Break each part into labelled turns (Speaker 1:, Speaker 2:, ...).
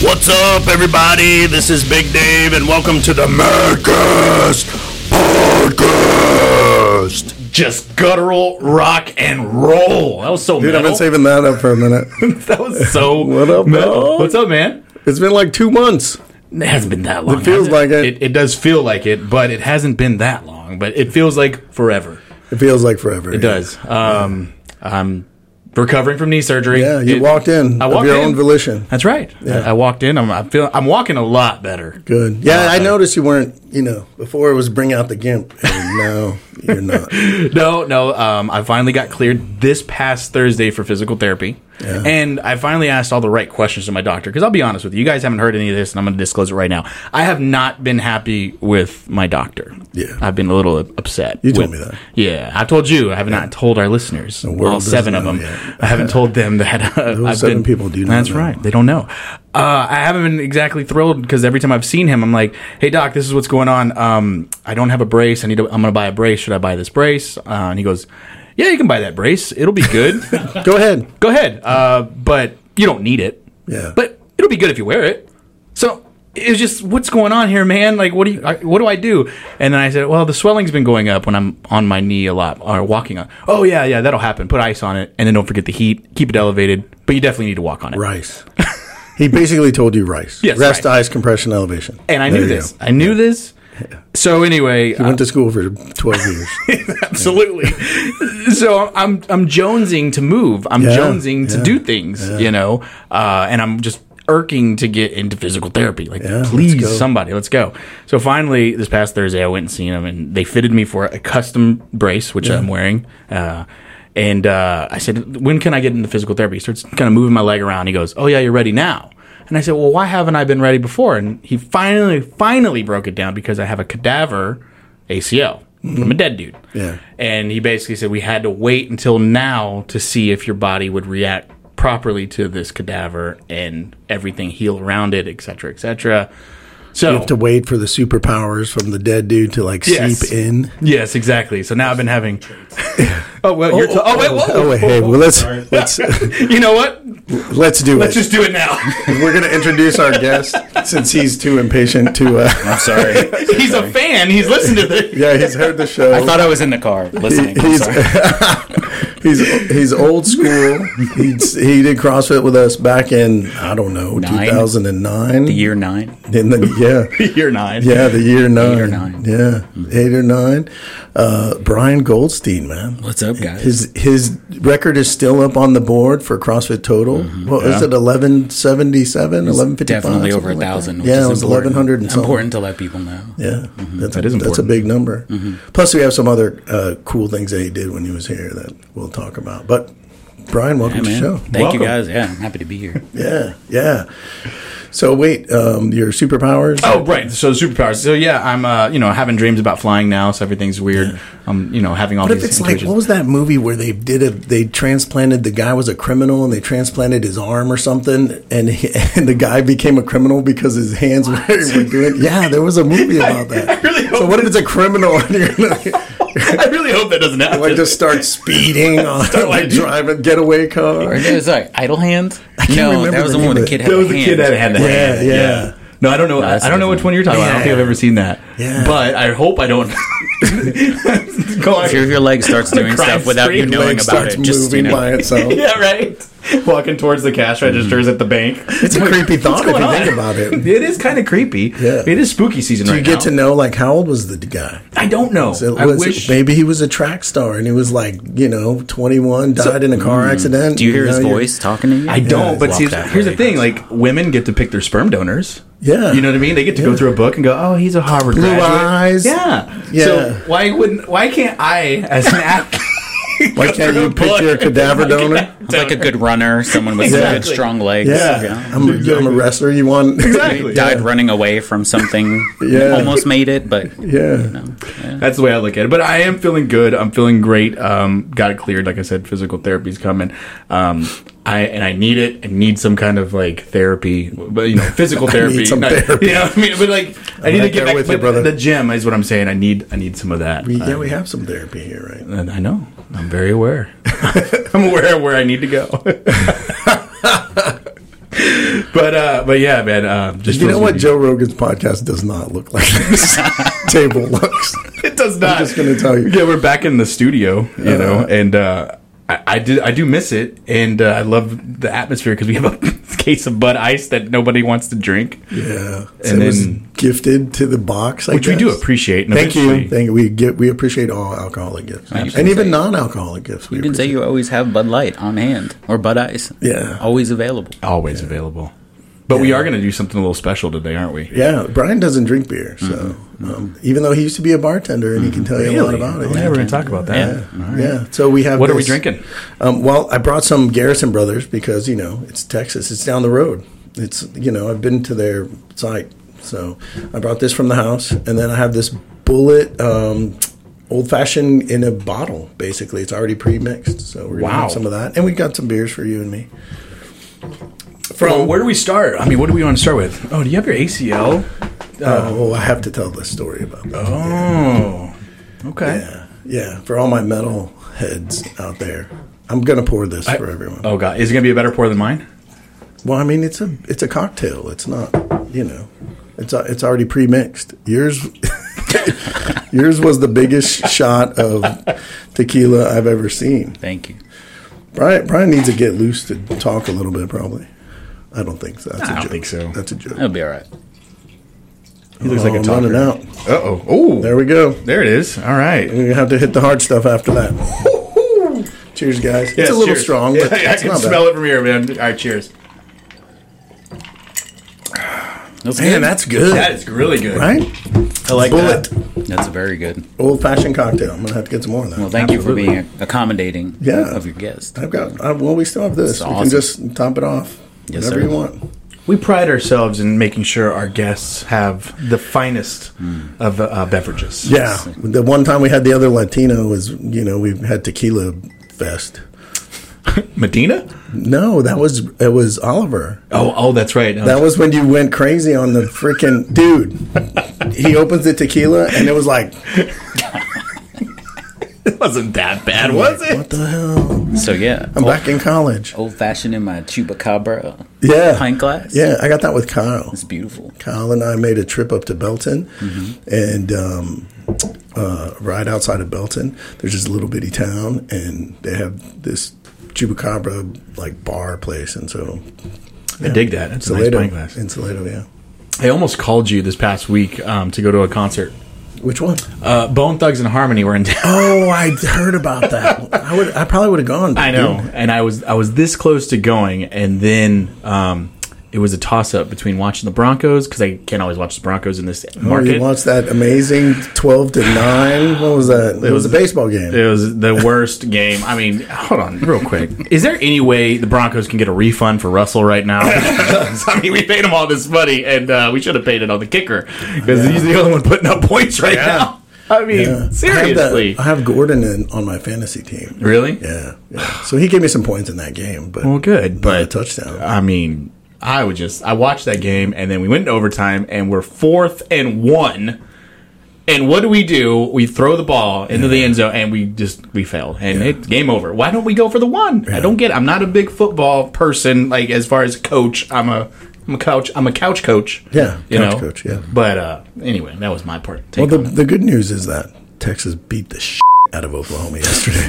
Speaker 1: What's up, everybody? This is Big Dave, and welcome to the Madcast Podcast. Just guttural rock and roll. That was so
Speaker 2: Dude, I've
Speaker 1: metal.
Speaker 2: been saving that up for a minute.
Speaker 1: that was so
Speaker 2: What up,
Speaker 1: metal.
Speaker 2: bro?
Speaker 1: What's up, man?
Speaker 2: It's been like two months.
Speaker 1: It hasn't been that long.
Speaker 2: feels
Speaker 1: has
Speaker 2: like it.
Speaker 1: it. It does feel like it, but it hasn't been that long. But it feels like forever.
Speaker 2: It feels like forever.
Speaker 1: It does. Um, I'm recovering from knee surgery.
Speaker 2: Yeah, you
Speaker 1: It-
Speaker 2: walked in
Speaker 1: I
Speaker 2: of
Speaker 1: walked
Speaker 2: your
Speaker 1: in.
Speaker 2: own volition.
Speaker 1: That's right. I, I walked in. I'm, I'm feeling. I'm walking a lot better.
Speaker 2: Good. Yeah,
Speaker 1: Uh,
Speaker 2: I noticed you weren't, you know, before it was bring out the gimp, and now you're not.
Speaker 1: No, no. Um, I finally got cleared this past Thursday for physical therapy, and I finally asked all the right questions to my doctor. Because I'll be honest with you, you guys haven't heard any of this, and I'm going to disclose it right now. I have not been happy with my doctor.
Speaker 2: Yeah.
Speaker 1: I've been a little upset.
Speaker 2: You told
Speaker 1: with-
Speaker 2: me that.
Speaker 1: Yeah, I told you. I have not told our listeners,
Speaker 2: world
Speaker 1: all seven of
Speaker 2: doesn't
Speaker 1: them.
Speaker 2: know yet.
Speaker 1: I haven't told them that. Uh, I've
Speaker 2: seven
Speaker 1: been-
Speaker 2: people do not
Speaker 1: That's
Speaker 2: know.
Speaker 1: right. They don't know. Uh, I haven't been exactly thrilled because every time I've seen him, I'm like, "Hey doc, this is what's going on. Um, I don't have a brace. I need. To, I'm going to buy a brace. Should I buy this brace?" Uh, and he goes, "Yeah, you can buy that brace. It'll be good.
Speaker 2: Go ahead.
Speaker 1: Go ahead. Uh, but you don't need it.
Speaker 2: Yeah.
Speaker 1: But it'll be good if you wear it." So it was just, "What's going on here, man? Like, what do you? I, what do I do?" And then I said, "Well, the swelling's been going up when I'm on my knee a lot or walking on. Oh yeah, yeah, that'll happen. Put ice on it, and then don't forget the heat. Keep it elevated, but you definitely need to walk on it."
Speaker 2: rice. he basically told you rice.
Speaker 1: Yes,
Speaker 2: Rest,
Speaker 1: right.
Speaker 2: eyes, compression, elevation.
Speaker 1: and I
Speaker 2: There
Speaker 1: knew
Speaker 2: you
Speaker 1: this.
Speaker 2: go.
Speaker 1: I knew this. So anyway, uh,
Speaker 2: Went to school for 12 years.
Speaker 1: absolutely. so I'm I'm jonesing to move. I'm
Speaker 2: Yeah,
Speaker 1: jonesing to
Speaker 2: yeah,
Speaker 1: do things, you know, uh, and I'm just irking to get into physical therapy. Like,
Speaker 2: let's
Speaker 1: please,
Speaker 2: go.
Speaker 1: somebody, let's go. So finally, this past Thursday, I went and seen him, and they fitted me for a custom brace, which I'm wearing. Uh, and uh, I said, "When can I get into physical therapy?" He starts kind of moving my leg around. He goes, "Oh yeah, you're ready now." And I said, "Well, why haven't I been ready before?" And he finally, finally broke it down because I have a cadaver ACL. I'm a dead dude.
Speaker 2: Yeah.
Speaker 1: And he basically said we had to wait until now to see if your body would react properly to this cadaver and everything heal around it, et cetera, et cetera. So
Speaker 2: to wait for the superpowers from the dead dude to like
Speaker 1: Yes.
Speaker 2: seep in.
Speaker 1: yes, exactly. So now I've been having. oh well, you're. ta- oh wait, whoa.
Speaker 2: Oh, wait, hey, well, let's, let's,
Speaker 1: You know what?
Speaker 2: let's do
Speaker 1: Let's
Speaker 2: it.
Speaker 1: just do it now.
Speaker 2: We're going to introduce our guest since he's too impatient to. Uh,
Speaker 3: I'm sorry.
Speaker 1: He's a fan. He's listened to this.
Speaker 2: yeah, he's heard the show.
Speaker 3: I thought I was in the car listening. I'm
Speaker 2: he's,
Speaker 3: sorry.
Speaker 2: he's he's old school. He's, he did CrossFit with us back in I don't know
Speaker 3: Nine?
Speaker 2: 2009. The
Speaker 3: Year nine.
Speaker 2: in the, yeah,
Speaker 1: You're nine.
Speaker 2: yeah, the year nine,
Speaker 3: nine. Mm-hmm.
Speaker 2: yeah, eight or nine. Uh, Brian Goldstein, man,
Speaker 3: What's up, guys?
Speaker 2: his his record is still up on the board for CrossFit total. What is it? Eleven seventy seven, eleven fifty five.
Speaker 3: Mm-hmm. Definitely over a thousand. which
Speaker 2: Yeah,
Speaker 3: is
Speaker 2: it was
Speaker 3: important.
Speaker 2: eleven hundred and something.
Speaker 3: Important to let people know.
Speaker 2: Yeah, that's,
Speaker 1: Mm-hmm. That is
Speaker 2: that's a
Speaker 1: important. Mm-hmm.
Speaker 2: big number. Plus, we have some other uh, cool things that he did when he was here that we'll talk about. But Brian, welcome
Speaker 3: Yeah,
Speaker 2: to the
Speaker 3: man.
Speaker 2: show.
Speaker 3: Thank
Speaker 1: Welcome.
Speaker 3: you, guys. Yeah, I'm happy to be here.
Speaker 2: Yeah, yeah. So wait, um, your superpowers?
Speaker 1: Oh right, so superpowers. So yeah, I'm uh, you know having dreams about flying now, so everything's weird. I'm you know having all
Speaker 2: What if
Speaker 1: these.
Speaker 2: it's like
Speaker 1: intuitions.
Speaker 2: what was that movie where they did a they transplanted the guy was a criminal and they transplanted his arm or something and he, and the guy became a criminal because his hands were, were doing yeah there was a movie about that
Speaker 1: really
Speaker 2: so
Speaker 1: hope
Speaker 2: what if it's a criminal and you're gonna
Speaker 1: I really hope that doesn't happen.
Speaker 2: like just start speeding on like drive a getaway car
Speaker 3: Or it was like Idle Hands. No,
Speaker 2: remember
Speaker 3: that was
Speaker 2: the
Speaker 3: the one where
Speaker 2: name of
Speaker 3: the
Speaker 2: it.
Speaker 3: kid had
Speaker 1: That was
Speaker 3: the
Speaker 1: the
Speaker 3: hand.
Speaker 1: kid that had the
Speaker 2: Yeah,
Speaker 1: hand.
Speaker 2: yeah.
Speaker 1: No, I don't know.
Speaker 3: that's
Speaker 1: I don't know which one you're talking about. I don't think I've
Speaker 2: Yeah.
Speaker 1: ever seen that.
Speaker 2: Yeah.
Speaker 1: But I hope I don't. Go on.
Speaker 3: If your, your leg starts doing
Speaker 1: Crime
Speaker 3: stuff without you
Speaker 1: spree.
Speaker 3: knowing
Speaker 2: Leg
Speaker 3: about
Speaker 2: starts
Speaker 3: it, just you
Speaker 2: moving by
Speaker 3: know,
Speaker 2: itself
Speaker 1: Yeah, right. Walking towards the cash registers at the bank.
Speaker 2: Mm-hmm. it's a creepy thought if
Speaker 1: going
Speaker 2: you
Speaker 1: on?
Speaker 2: think about it
Speaker 1: It is kind of creepy.
Speaker 2: Yeah.
Speaker 1: It is spooky season
Speaker 2: you
Speaker 1: right
Speaker 2: get
Speaker 1: now.
Speaker 2: to know like how old was the guy
Speaker 1: I don't know.
Speaker 2: It
Speaker 1: I
Speaker 2: was-
Speaker 1: wish.
Speaker 2: maybe he was a track star and he was like, you know, 21, died in a car accident.
Speaker 3: do you hear
Speaker 2: know,
Speaker 3: his
Speaker 2: you're-
Speaker 3: voice talking to you?
Speaker 1: I don't, but
Speaker 3: Walk
Speaker 1: see,
Speaker 3: that
Speaker 1: here's the
Speaker 3: way.
Speaker 1: thing: like women get to pick their sperm donors.
Speaker 2: Yeah.
Speaker 1: you know what I mean. They get to go through a book and go, "Oh, he's a Harvard
Speaker 2: Blue
Speaker 1: graduate."
Speaker 2: eyes.
Speaker 1: Yeah,
Speaker 2: Yeah.
Speaker 1: So why wouldn't? Why can't I, as an athlete,
Speaker 2: Why can't you pick your cadaver donor?
Speaker 3: It's like a good runner, someone with good
Speaker 1: Exactly.
Speaker 3: strong legs.
Speaker 2: Yeah. I'm, a, I'm a wrestler. You want.
Speaker 1: Exactly.
Speaker 3: Died running away from something.
Speaker 2: Yeah.
Speaker 3: Almost made it, but
Speaker 2: yeah.
Speaker 3: no.
Speaker 1: That's the way I look at it. But I am feeling good. I'm feeling great. Um, got it cleared. Like I said, physical therapy's coming. Um, I and I need it. I need some kind of like therapy, but you know, physical therapy.
Speaker 2: some
Speaker 1: not-
Speaker 2: therapy.
Speaker 1: You know, what I mean, but like i need
Speaker 2: right
Speaker 1: to get
Speaker 2: there
Speaker 1: back
Speaker 2: with you,
Speaker 1: but
Speaker 2: brother.
Speaker 1: The gym is what I'm saying. I need I need some of that. Uh,
Speaker 2: Yeah, we have some therapy here, right?
Speaker 1: And I know. I'm very aware. I'm aware of where I need to go. but But uh, but yeah, man. Uh, just
Speaker 2: You know
Speaker 1: feels
Speaker 2: what
Speaker 1: good.
Speaker 2: Joe Rogan's podcast does not look like this table looks.
Speaker 1: It does not.
Speaker 2: just gonna tell you.
Speaker 1: Yeah, we're back in the studio, you know,
Speaker 2: Uh,
Speaker 1: and uh, I, I did. I do miss it, and uh, I love the atmosphere because we have a case of Bud Ice that nobody wants to drink,
Speaker 2: Yeah, so
Speaker 1: And
Speaker 2: it was
Speaker 1: then-
Speaker 2: gifted to the box, I
Speaker 1: which we do
Speaker 2: guess.
Speaker 1: appreciate. and
Speaker 2: Thank you.
Speaker 1: eventually-
Speaker 2: Thank you. We get we appreciate all alcoholic gifts and
Speaker 3: Absolutely.
Speaker 2: even non-alcoholic gifts. We
Speaker 3: You didn't say
Speaker 2: appreciate.
Speaker 3: you always have Bud Light on hand or Bud Ice.
Speaker 2: Yeah.
Speaker 3: Always available.
Speaker 1: Always available. But we
Speaker 2: Yeah.
Speaker 1: are going to do something a little special today, aren't we?
Speaker 2: Yeah, Brian doesn't drink beer, so um, even though he used to be a bartender and he can tell you a lot about it.
Speaker 1: Oh, yeah,
Speaker 2: yeah.
Speaker 1: we're going to talk about that.
Speaker 2: Yeah, so we have.
Speaker 1: What are we
Speaker 2: this-
Speaker 1: drinking?
Speaker 2: Um, well, I brought some Garrison Brothers because you know it's Texas. It's down the road. It's you know I've been to their site, so I brought this from the house, and then I have this Bullet um, Old Fashioned in a bottle. Basically, it's already pre mixed, so we're gonna
Speaker 1: Wow.
Speaker 2: have some of that, and we got some beers for you and me. From
Speaker 1: Well, where do we start? I mean, what do we want to start with? Oh, do you have your ACL?
Speaker 2: Oh, I have to tell the story about that.
Speaker 1: uh, Oh, okay.
Speaker 2: Yeah, yeah. For all my metal heads out there, I'm gonna pour this for everyone.
Speaker 1: Oh god, is it going to be a better pour than mine?
Speaker 2: Well, I mean, it's a it's a cocktail. It's not, you know, it's a- it's already pre mixed. Yours, yours was the biggest shot of tequila I've ever seen.
Speaker 3: Thank you.
Speaker 2: Brian Brian needs to get loose to talk a little bit, probably. I don't think so. That's
Speaker 1: I
Speaker 2: a
Speaker 1: don't
Speaker 2: joke.
Speaker 1: think so.
Speaker 2: That's a joke.
Speaker 3: It'll be all right.
Speaker 1: He looks like a
Speaker 2: Oh, I'm
Speaker 1: talker.
Speaker 2: running out.
Speaker 1: Uh oh. Oh,
Speaker 2: There we go.
Speaker 1: There it is. All right.
Speaker 2: We have to hit the hard stuff after that. cheers, guys. it's a little strong, but
Speaker 1: I
Speaker 2: it's
Speaker 1: can
Speaker 2: not bad.
Speaker 1: smell it from here, man. All right, cheers.
Speaker 3: That's
Speaker 2: Man, that's good.
Speaker 1: That is really good.
Speaker 2: right?
Speaker 1: I like
Speaker 2: Bullet
Speaker 1: that.
Speaker 3: That's very good.
Speaker 2: old fashioned cocktail. I'm gonna have to get some more of that.
Speaker 3: Well, thank you for being accommodating
Speaker 2: Yeah.
Speaker 3: of your guest.
Speaker 2: I've got. I, well, we still have this.
Speaker 3: It's
Speaker 2: we can
Speaker 3: awesome.
Speaker 2: just top it off.
Speaker 3: Yes,
Speaker 2: whatever
Speaker 3: sir.
Speaker 2: you want.
Speaker 1: We pride ourselves in making sure our guests have the finest of uh, beverages.
Speaker 2: Hmm. Yeah. The one time we had the other Latino was, you know, we had tequila fest.
Speaker 1: Medina?
Speaker 2: No, that was it was Oliver.
Speaker 1: Oh, oh, that's right. No,
Speaker 2: That was when you went crazy on the freaking dude. He opens the tequila and it was like,
Speaker 1: it wasn't that bad, was it?
Speaker 2: what the hell?
Speaker 3: So yeah,
Speaker 2: I'm back in college.
Speaker 3: old fashioned in my chupacabra
Speaker 2: Yeah.
Speaker 3: pint glass.
Speaker 2: Yeah, I got that with Kyle.
Speaker 3: it's beautiful.
Speaker 2: Kyle and I made a trip up to Belton, and um, uh, right outside of Belton, there's this little bitty town, and they have this chupacabra like bar place, and so
Speaker 1: I dig that. That's a nice
Speaker 2: Toledo,
Speaker 1: pint glass.
Speaker 2: in Toledo, yeah.
Speaker 1: I almost called you this past week um, to go to a concert.
Speaker 2: Which one?
Speaker 1: Uh, Bone Thugs and Harmony were in town.
Speaker 2: Oh, I heard about that. I would, I probably would have gone. but
Speaker 1: I know, and I was I was this close to going, and then um, it was a toss up between watching the Broncos because I can't always watch the Broncos in this
Speaker 2: Oh,
Speaker 1: market.
Speaker 2: you watched that amazing twelve to nine. What was that? It, was, a baseball game.
Speaker 1: it was the worst game. I mean, hold on, real quick. Is there any way the Broncos can get a refund for Russell right now? I mean, we paid him all this money, and uh, we should have paid it on the kicker because he's the only one putting up points right now. I mean,
Speaker 2: Yeah. I have that-
Speaker 1: seriously,
Speaker 2: I have, Gordon in, on my fantasy team.
Speaker 1: really?
Speaker 2: Yeah, yeah. So he gave me some points in that game, but
Speaker 1: Well, good,
Speaker 2: but a
Speaker 1: but
Speaker 2: touchdown.
Speaker 1: I mean, I would just I watched that game and then we went into overtime and we're fourth and one. And what do we do? We throw the ball into the end zone and we just we failed and it's game over. Why don't we go for the one? I don't get. It. I'm not a big football person. Like as far as coach, I'm a I'm a couch I'm a couch coach.
Speaker 2: Yeah,
Speaker 1: you
Speaker 2: couch
Speaker 1: know.
Speaker 2: coach, yeah.
Speaker 1: But uh, anyway, that was my part.
Speaker 2: Well,
Speaker 1: Take
Speaker 2: the,
Speaker 1: on it.
Speaker 2: the good news is that Texas beat the shit out of Oklahoma yesterday.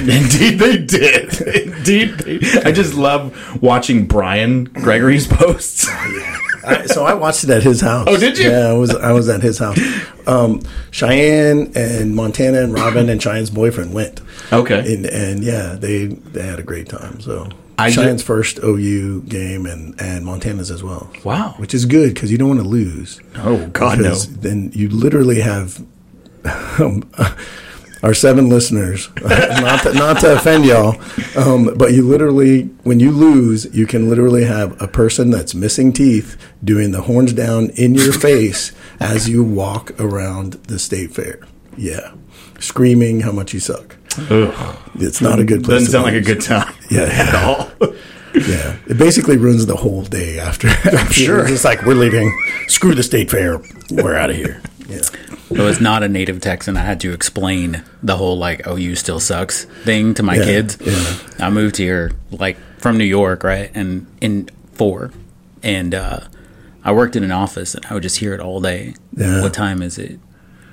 Speaker 1: Indeed, they did. Indeed, they, I just love watching Brian Gregory's posts.
Speaker 2: I, so I watched it at his house.
Speaker 1: Oh, did you?
Speaker 2: Yeah, I was I was at his house. Um, Cheyenne and Montana and Robin and Cheyenne's boyfriend went.
Speaker 1: Okay.
Speaker 2: And, and yeah, they they had a great time. So
Speaker 1: I
Speaker 2: Cheyenne's first OU game and and Montana's as well.
Speaker 1: Wow.
Speaker 2: which is good because you don't want to lose.
Speaker 1: Oh, God, no.
Speaker 2: Because Then you literally have. Um, our seven listeners, not to, not to offend y'all, um, but you literally, when you lose, you can literally have a person that's missing teeth doing the horns down in your face as you walk around the state fair. Yeah, screaming how much you suck.
Speaker 1: Ugh.
Speaker 2: It's not a good place.
Speaker 1: Doesn't
Speaker 2: to
Speaker 1: sound like a
Speaker 2: lose.
Speaker 1: good time.
Speaker 2: Yeah.
Speaker 1: At all.
Speaker 2: Yeah, it basically ruins the whole day after. I'm
Speaker 1: sure.
Speaker 2: it's like we're leaving. Screw the state fair. We're out of here. Yeah.
Speaker 3: I was not a native Texan. I had to explain the whole like OU still sucks thing to my
Speaker 2: Yeah,
Speaker 3: kids.
Speaker 2: yeah.
Speaker 3: I moved here like from New York, right? And in four, and uh, I worked in an office, and I would just hear it all day.
Speaker 2: Yeah.
Speaker 3: What time is it?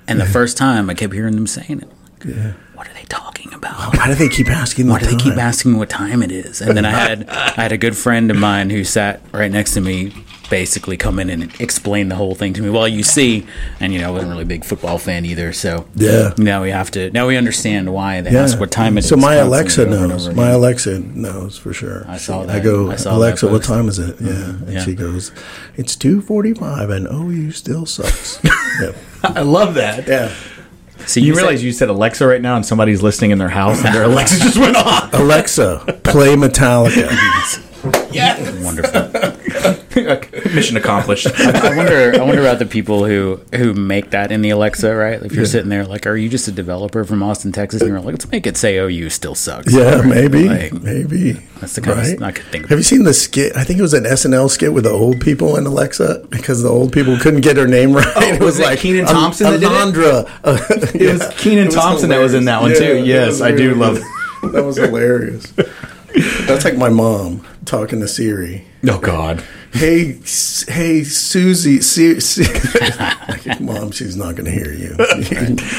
Speaker 3: And the first time, I kept hearing them saying it.
Speaker 2: Yeah.
Speaker 3: What are they talking about?
Speaker 2: Why do they keep asking?
Speaker 3: Why do they keep
Speaker 2: asking?
Speaker 3: asking what time it is? And then I had I had a good friend of mine who sat right next to me, basically come in and explain the whole thing to me. Well, you see, and you know, I wasn't really a big football fan either, so
Speaker 2: Yeah.
Speaker 3: Now we have to now we understand why they ask what time it is.
Speaker 2: So my Alexa
Speaker 3: constantly over and
Speaker 2: knows.
Speaker 3: over
Speaker 2: My
Speaker 3: again.
Speaker 2: Alexa knows for sure. I
Speaker 3: saw
Speaker 2: I
Speaker 3: that.
Speaker 2: go,
Speaker 3: I saw that
Speaker 2: Alexa, what
Speaker 3: post." Mm-hmm.
Speaker 2: time is it? Yeah, and
Speaker 3: yeah.
Speaker 2: she goes, it's two forty-five, and OU still sucks. yeah.
Speaker 1: I love that.
Speaker 2: yeah,
Speaker 3: so
Speaker 1: You
Speaker 3: said-
Speaker 1: realize you said Alexa right now, and somebody's listening in their house, and their Alexa just went off.
Speaker 2: Alexa, play Metallica.
Speaker 3: wonderful.
Speaker 1: Mission accomplished.
Speaker 3: I wonder. I wonder about the people who who make that in the Alexa. Right? If you're sitting there, like, are you just a developer from Austin, Texas? And you're like, let's make it say OU still sucks.
Speaker 2: yeah, maybe,
Speaker 3: Like,
Speaker 2: maybe.
Speaker 3: That's the kind of- I could think of-
Speaker 2: Have you seen the skit? I think it was an SNL skit with the old people and Alexa because the old people couldn't get her name right.
Speaker 3: Oh,
Speaker 2: it
Speaker 1: was it Kenan Thompson that did it?
Speaker 2: Alondra.
Speaker 1: It was Kenan Thompson that was in that one, too. Yes, I do love-
Speaker 2: it. That was hilarious. That's like my mom talking to Siri.
Speaker 1: oh God.
Speaker 2: Hey, S- hey, Susie. Su- Su- Mom, she's not going to hear you.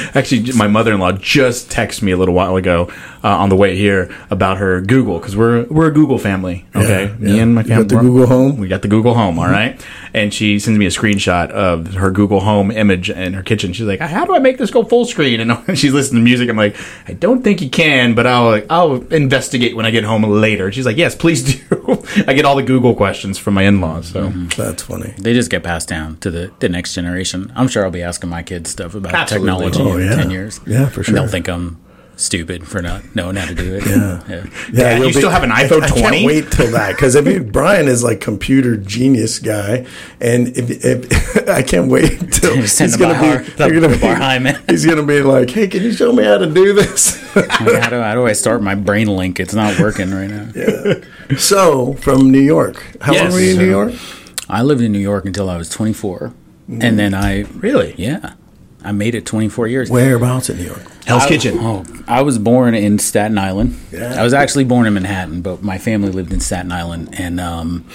Speaker 1: Actually, j- my mother-in-law just texted me a little while ago uh, on the way here about her Google because we're we're a Google family. Okay, me
Speaker 2: yeah.
Speaker 1: and my
Speaker 2: You got
Speaker 1: family.
Speaker 2: the
Speaker 1: we're-
Speaker 2: Google Home?
Speaker 1: We got the Google Home. All
Speaker 3: Mm-hmm.
Speaker 1: right, and she sends me a screenshot of her Google Home image in her kitchen. She's like, "How do I make this go full screen?" And she's listening to music. I'm like, "I don't think you can, but I'll I'll investigate when I get home later." She's like, "Yes, please do." I get all the Google questions from my in-laws. So
Speaker 3: Mm-hmm.
Speaker 2: That's funny.
Speaker 3: They just get passed down to the, the next generation. I'm sure I'll be asking my kids stuff about
Speaker 1: Absolutely.
Speaker 3: technology
Speaker 2: Oh,
Speaker 3: in
Speaker 2: yeah.
Speaker 3: 10 years.
Speaker 2: Yeah, for
Speaker 3: And they'll
Speaker 2: sure.
Speaker 3: think I'm stupid for not knowing how to do it.
Speaker 2: Yeah.
Speaker 3: yeah.
Speaker 1: Dad,
Speaker 2: you'll
Speaker 1: you still have an
Speaker 2: I-
Speaker 1: iPhone
Speaker 2: I, can't
Speaker 1: 20?
Speaker 2: wait till that because I mean, Brian is like computer genius guy, and if, if I can't wait till
Speaker 3: Send
Speaker 2: he's
Speaker 3: him
Speaker 2: gonna
Speaker 3: by heart.
Speaker 2: be, you're
Speaker 3: The
Speaker 2: gonna
Speaker 3: bar high man.
Speaker 2: be he's gonna be like, hey, can you show me how to do this?
Speaker 3: How, do, how do I start my brain link? It's not working right now.
Speaker 2: so from New York, how
Speaker 1: Yes.
Speaker 2: long were you in New York?
Speaker 3: I lived in New York until I was 24. And then I,
Speaker 1: really,
Speaker 3: yeah, I made it 24 years.
Speaker 2: Whereabouts in New York?
Speaker 1: Hell's
Speaker 3: I-
Speaker 1: Kitchen.
Speaker 3: Oh, I was born in Staten Island.
Speaker 2: Yeah.
Speaker 3: I was actually born in Manhattan, but my family lived in Staten Island. And um,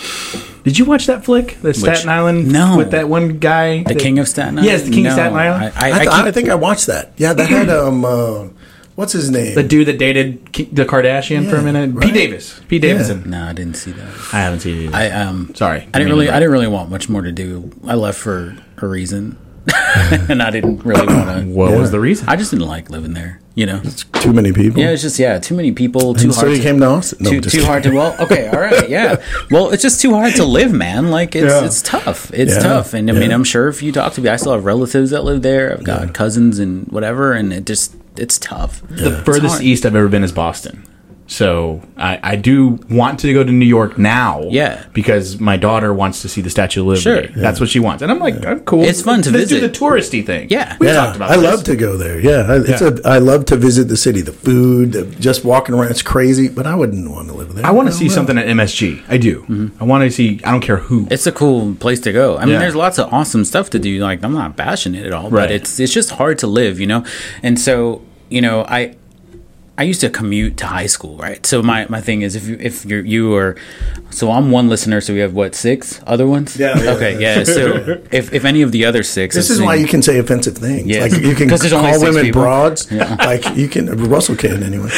Speaker 1: Did you watch that flick, the Staten Island?
Speaker 3: No.
Speaker 1: with that one guy,
Speaker 3: the King of Staten Island.
Speaker 1: Yes, the King of
Speaker 3: No,
Speaker 1: Staten Island.
Speaker 3: I, I,
Speaker 2: I,
Speaker 3: I
Speaker 2: th-
Speaker 3: keep-
Speaker 2: I think I watched that. Yeah, that had um, uh, what's his name?
Speaker 1: the dude that dated Ki- the Kardashian for a
Speaker 2: Yeah,
Speaker 1: minute,
Speaker 2: right.
Speaker 1: Pete Davis, Pete Davidson.
Speaker 3: no, I didn't see that.
Speaker 1: I haven't seen it.
Speaker 3: I um
Speaker 1: Sorry,
Speaker 3: I
Speaker 1: didn't
Speaker 3: didn't
Speaker 1: mean
Speaker 3: really
Speaker 1: to-
Speaker 3: I didn't really want much more to do. I left for a reason, and I didn't really want to.
Speaker 1: what was the reason?
Speaker 3: I just didn't like living there. You know.
Speaker 2: Too many people.
Speaker 3: Yeah, it's just yeah, too many people, too
Speaker 2: and so
Speaker 3: hard.
Speaker 2: you
Speaker 3: To,
Speaker 2: came to Austin. No,
Speaker 3: too,
Speaker 2: just
Speaker 3: too
Speaker 2: kidding.
Speaker 3: hard to well okay all right yeah well it's just too hard to live man like it's
Speaker 2: Yeah.
Speaker 3: it's tough it's
Speaker 2: Yeah.
Speaker 3: tough and i mean
Speaker 2: Yeah.
Speaker 3: i'm sure if you talk to me i still have relatives that live there i've got cousins and whatever and it just it's tough
Speaker 1: the furthest
Speaker 3: hard.
Speaker 1: east I've ever been is Boston. So I, I do want to go to New York now.
Speaker 3: Yeah.
Speaker 1: Because my daughter wants to see the Statue of Liberty.
Speaker 3: Sure.
Speaker 1: That's what she wants. And I'm like, I'm cool.
Speaker 3: It's fun to
Speaker 1: Let's do
Speaker 3: visit.
Speaker 1: the touristy thing.
Speaker 3: Yeah.
Speaker 1: We
Speaker 2: yeah,
Speaker 1: talked about
Speaker 2: I
Speaker 1: this.
Speaker 2: love to go there. Yeah, I, it's a. I love to visit the city, the food, the, just walking around. It's crazy, but I wouldn't want to live there.
Speaker 1: I want to
Speaker 2: don't
Speaker 1: see
Speaker 2: know.
Speaker 1: something at MSG. I do. I want to see, I don't care who.
Speaker 3: It's a cool place to go. I mean,
Speaker 1: Yeah.
Speaker 3: there's lots of awesome stuff to do. Like, I'm not bashing it at all,
Speaker 1: Right.
Speaker 3: but it's it's just hard to live, you know. And so, you know, I I used to commute to high school, right? So my, my thing is, if you if you're you are, so I'm one listener, so we have what six other ones?
Speaker 2: Yeah, yeah,
Speaker 3: okay, yeah. So if if any of the other six,
Speaker 2: This
Speaker 3: have
Speaker 2: is why
Speaker 3: seen-
Speaker 2: you can say offensive things.
Speaker 3: Yeah.
Speaker 2: Like you can
Speaker 3: 'Cause there's only
Speaker 2: call
Speaker 3: six
Speaker 2: women
Speaker 3: people.
Speaker 2: broads. Like you can Russell can anyway.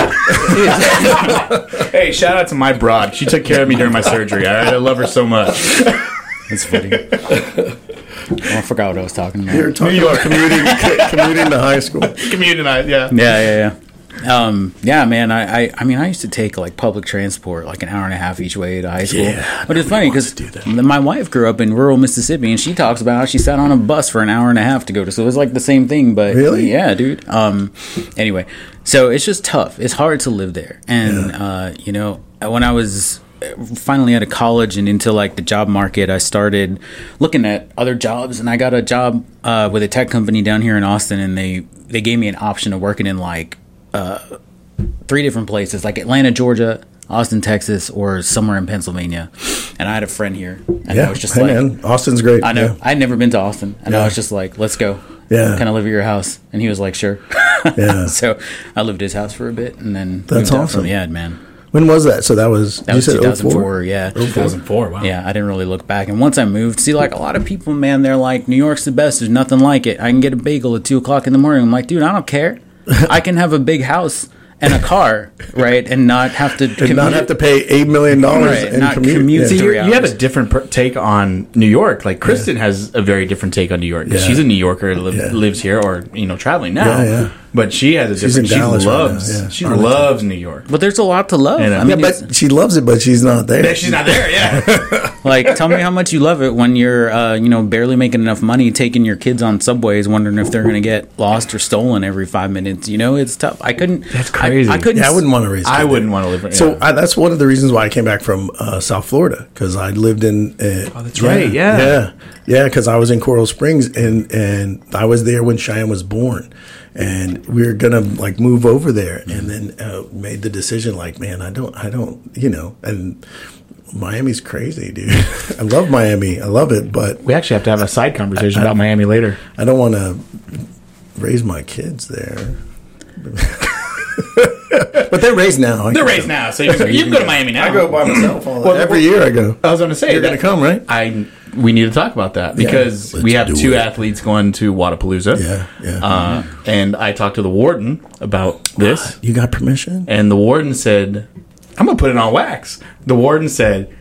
Speaker 1: hey, shout out to my broad. She took care of me during my surgery. All right. I love her so much.
Speaker 3: It's funny. Well, I forgot what I was talking about.
Speaker 2: You're talking about commuting, co- commuting to high school.
Speaker 1: Community, yeah.
Speaker 3: yeah, yeah, yeah. Um, yeah, man. I, I, I mean, I used to take like public transport, like an hour and a half each way to high school.
Speaker 2: Yeah,
Speaker 3: but it's funny because my wife grew up in rural Mississippi, and she talks about how she sat on a bus for an hour and a half to go to. So it's like the same thing, but
Speaker 2: Really?
Speaker 3: yeah, dude. Um, anyway, so it's just tough. It's hard to live there, and uh, you know, when I was finally out of college and into like the job market, I started looking at other jobs, and I got a job uh, with a tech company down here in Austin, and they they gave me an option of working in like uh, three different places, like Atlanta, Georgia, Austin, Texas, or somewhere in Pennsylvania. And I had a friend here, and I
Speaker 2: Yeah,
Speaker 3: was just
Speaker 2: hey
Speaker 3: like,
Speaker 2: man, Austin's great.
Speaker 3: I know
Speaker 2: Yeah.
Speaker 3: I'd never been to Austin, and
Speaker 2: Yeah.
Speaker 3: I was just like, let's go.
Speaker 2: Yeah.
Speaker 3: Can I live at your house? And he was like, sure.
Speaker 2: Yeah.
Speaker 3: so I lived at his house for a bit, and then
Speaker 2: That's
Speaker 3: moved out
Speaker 2: awesome.
Speaker 3: From, yeah, man.
Speaker 2: When was that? So that was
Speaker 3: That
Speaker 2: you
Speaker 3: was
Speaker 2: said
Speaker 3: 2004.
Speaker 2: 04?
Speaker 3: Yeah.
Speaker 4: 2004. Wow.
Speaker 3: Yeah, I didn't really look back. And once I moved, see, like a lot of people, man, they're like, New York's the best. There's nothing like it. I can get a bagel at two o'clock in the morning. I'm like, dude, I don't care. I can have a big house and a car, right, and not have to
Speaker 2: And not have to pay eight million dollars
Speaker 3: Right,
Speaker 2: and
Speaker 3: not
Speaker 2: commute.
Speaker 3: commute
Speaker 2: Yeah.
Speaker 3: to your-
Speaker 1: You you have a different per- take on New York. Like Kristen has a very different take on New York. 'cause
Speaker 2: Yeah.
Speaker 1: She's a New Yorker, li-
Speaker 2: Yeah.
Speaker 1: lives here, or you know, traveling now.
Speaker 2: Yeah, yeah.
Speaker 1: But she has a
Speaker 2: She's in
Speaker 1: different. She
Speaker 2: Dallas right
Speaker 1: loves.
Speaker 2: now, yeah.
Speaker 1: She
Speaker 2: Arlington.
Speaker 1: loves New York.
Speaker 3: But there's a lot to love.
Speaker 1: And, uh,
Speaker 3: I mean,
Speaker 2: Yeah,
Speaker 3: it's-
Speaker 2: but she loves it, but she's not there.
Speaker 1: She's not there. Yeah.
Speaker 3: like, tell me how much you love it when you're, uh, you know, barely making enough money, taking your kids on subways, wondering if they're going to get lost or stolen every five minutes. You know, it's tough. I couldn't. That's
Speaker 1: crazy.
Speaker 3: I, couldn't.
Speaker 2: yeah, I wouldn't want to raise.
Speaker 1: I
Speaker 2: kids.
Speaker 1: wouldn't want to live. in-
Speaker 2: So
Speaker 1: yeah.
Speaker 2: I, that's one of the reasons why I came back from uh, South Florida because I lived in. Uh, oh, that's
Speaker 1: right, yeah.
Speaker 2: yeah, yeah. Because I was in Coral Springs and and I was there when Cheyenne was born, and we were gonna like move over there, and then uh, made the decision like, man, I don't, I don't, you know, and Miami's crazy, dude. I love Miami, I love it, but
Speaker 1: we actually have to have a side conversation about Miami later.
Speaker 2: I don't want to raise my kids there. but they're raised now.
Speaker 1: They're raised now, so you can, you can go to Miami now. Oh.
Speaker 2: I go by myself all
Speaker 1: Well,
Speaker 2: every year. I go.
Speaker 1: I was going to say
Speaker 2: You're gonna
Speaker 1: that-
Speaker 2: come, right?
Speaker 1: I we need to talk about that because
Speaker 2: let's
Speaker 1: we have
Speaker 2: do
Speaker 1: two
Speaker 2: it.
Speaker 1: athletes going to Wadapalooza.
Speaker 2: Yeah, yeah.
Speaker 1: Uh, and I talked to the warden about this,
Speaker 2: You got permission?
Speaker 1: and the warden said, "I'm going to put it on wax." The warden said,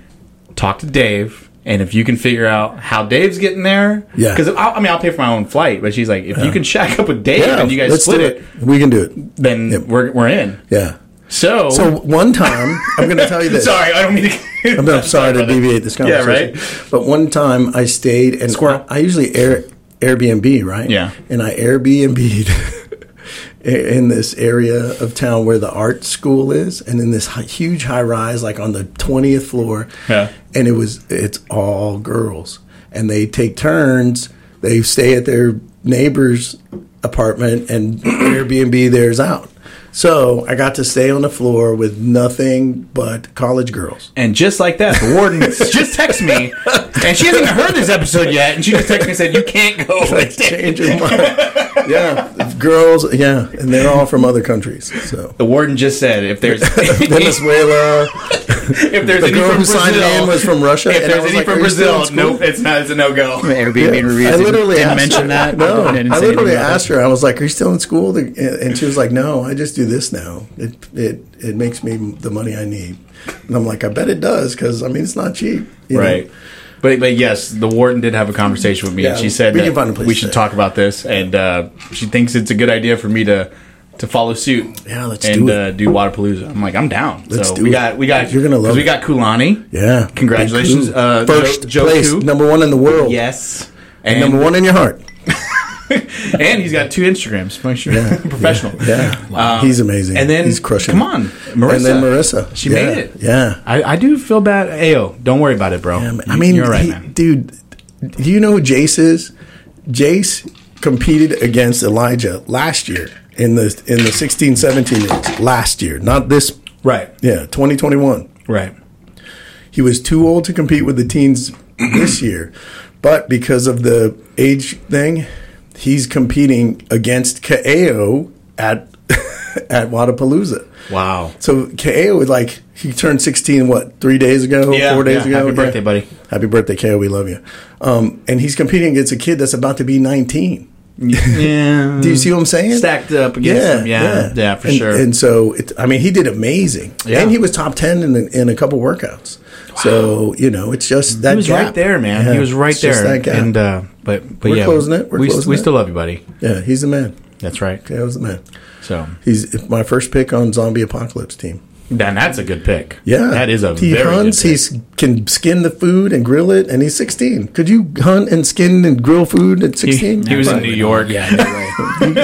Speaker 1: "Talk to Dave." And if you can figure out how Dave's getting there,
Speaker 2: Yeah.
Speaker 1: Because I mean, I'll pay for my own flight, but she's like, if you can shack up with Dave and you guys
Speaker 2: let's
Speaker 1: split
Speaker 2: do
Speaker 1: it,
Speaker 2: We can do it.
Speaker 1: then
Speaker 2: Yep.
Speaker 1: we're, we're in.
Speaker 2: Yeah.
Speaker 1: So,
Speaker 2: So one time, I'm going to tell you this.
Speaker 1: sorry, I don't mean to.
Speaker 2: I'm, I'm sorry to deviate this conversation.
Speaker 1: right?
Speaker 2: But one time I stayed and
Speaker 1: Squirrel.
Speaker 2: I, I usually air Airbnb, right?
Speaker 1: Yeah.
Speaker 2: And I Airbnb'd in this area of town where the art school is, and in this hi- huge high rise, like on the twentieth floor.
Speaker 1: Yeah.
Speaker 2: And it was it's all girls, and they take turns. They stay at their neighbor's apartment, and Airbnb theirs out. So I got to stay on the floor with nothing but college girls.
Speaker 1: And just like that, the warden just texted me, and she hasn't even heard this episode yet. And she just texted me and said, "You can't go."
Speaker 2: like change your mind. Yeah, girls. Yeah, and they're all from other countries. So
Speaker 1: The warden just said, "If there's
Speaker 2: Venezuela.
Speaker 1: if there's
Speaker 2: The
Speaker 1: any
Speaker 2: girl
Speaker 1: from
Speaker 2: who signed
Speaker 1: Brazil,
Speaker 2: in was from Russia.
Speaker 1: if
Speaker 2: and I
Speaker 1: there's
Speaker 2: was
Speaker 1: any
Speaker 2: like,
Speaker 1: from
Speaker 2: "Are you still in
Speaker 1: Brazil,
Speaker 2: school?"
Speaker 1: nope, it's not. It's a no go.
Speaker 3: Airbnb reviews.
Speaker 2: I
Speaker 3: didn't-
Speaker 2: literally
Speaker 3: didn't
Speaker 2: asked
Speaker 3: mention that.
Speaker 2: No, I
Speaker 3: didn't say anything
Speaker 2: literally
Speaker 3: about that.
Speaker 2: asked her. I was like, "Are you still in school?" The- And she was like, "No, I just do this now. It it it makes me the money I need." And I'm like, "I bet it does, because I mean, it's not cheap, you know?
Speaker 1: Right. But, but yes, the warden did have a conversation with me, and
Speaker 2: Yeah,
Speaker 1: she said
Speaker 2: we
Speaker 1: that
Speaker 2: can find a place
Speaker 1: we
Speaker 2: to
Speaker 1: should
Speaker 2: stay.
Speaker 1: talk about this, and uh, she thinks it's a good idea for me to to follow suit.
Speaker 2: Yeah, let's
Speaker 1: and,
Speaker 2: do it.
Speaker 1: Uh, do Wadapalooza. I'm like, I'm down.
Speaker 2: Let's
Speaker 1: so
Speaker 2: do
Speaker 1: we
Speaker 2: it.
Speaker 1: got we got
Speaker 2: You're gonna love
Speaker 1: 'cause We
Speaker 2: it.
Speaker 1: got Kulani.
Speaker 2: Yeah.
Speaker 1: Congratulations, uh,
Speaker 2: First
Speaker 1: Jo- Joku.
Speaker 2: place, number one in the world.
Speaker 1: Yes. And
Speaker 2: Number one in your heart.
Speaker 1: And he's got two Instagrams. Make sure- Professional.
Speaker 2: Yeah. he's amazing.
Speaker 1: And then
Speaker 2: he's crushing.
Speaker 1: Come
Speaker 2: it.
Speaker 1: on, Marissa.
Speaker 2: And then Marissa.
Speaker 1: She
Speaker 2: Yeah,
Speaker 1: made it.
Speaker 2: Yeah.
Speaker 1: I, I do feel bad. Ayo, don't worry about it, bro.
Speaker 2: Um,
Speaker 1: You-
Speaker 2: I mean,
Speaker 1: you're right,
Speaker 2: he-
Speaker 1: man.
Speaker 2: dude, do you know who Jace is? Jace competed against Elijah last year in the in the 16 17 years. Last year, not this.
Speaker 1: Right.
Speaker 2: Yeah, 2021.
Speaker 1: Right.
Speaker 2: He was too old to compete with the teens this year, but because of the age thing, he's competing against Kaeo at at Wadapalooza.
Speaker 1: Wow.
Speaker 2: So KO was like he turned sixteen what three days ago,
Speaker 1: Yeah,
Speaker 2: four days
Speaker 1: yeah.
Speaker 2: ago.
Speaker 1: Happy birthday, buddy.
Speaker 2: Happy birthday, KO. We love you. Um, and he's competing against a kid that's about to be nineteen.
Speaker 1: Yeah.
Speaker 2: Do you see what I'm saying?
Speaker 1: Stacked up against him. Mm. Yeah. Yeah, for
Speaker 2: And-
Speaker 1: sure.
Speaker 2: And so, it, I mean, he did amazing,
Speaker 1: Yeah.
Speaker 2: and he was top ten in, a- in a couple workouts. So you know, it's just that
Speaker 1: he was
Speaker 2: gap.
Speaker 1: right there, man.
Speaker 2: Yeah,
Speaker 1: He was right
Speaker 2: it's just
Speaker 1: there.
Speaker 2: that gap.
Speaker 1: And uh, but but
Speaker 2: We're
Speaker 1: yeah,
Speaker 2: closing it. We're
Speaker 1: we
Speaker 2: closing
Speaker 1: we
Speaker 2: it.
Speaker 1: still love you, buddy.
Speaker 2: yeah, he's the man.
Speaker 1: That's right.
Speaker 2: KO's the man.
Speaker 1: So
Speaker 2: He's my first pick on Zombie Apocalypse team.
Speaker 1: then that's a good pick.
Speaker 2: Yeah,
Speaker 1: that is a
Speaker 2: he
Speaker 1: very
Speaker 2: hunts.
Speaker 1: good
Speaker 2: He
Speaker 1: pick.
Speaker 2: can skin the food and grill it, and he's 16. Could you hunt and skin and grill food at
Speaker 1: He,
Speaker 2: 16?
Speaker 1: he was in New York.
Speaker 3: Yeah, no way.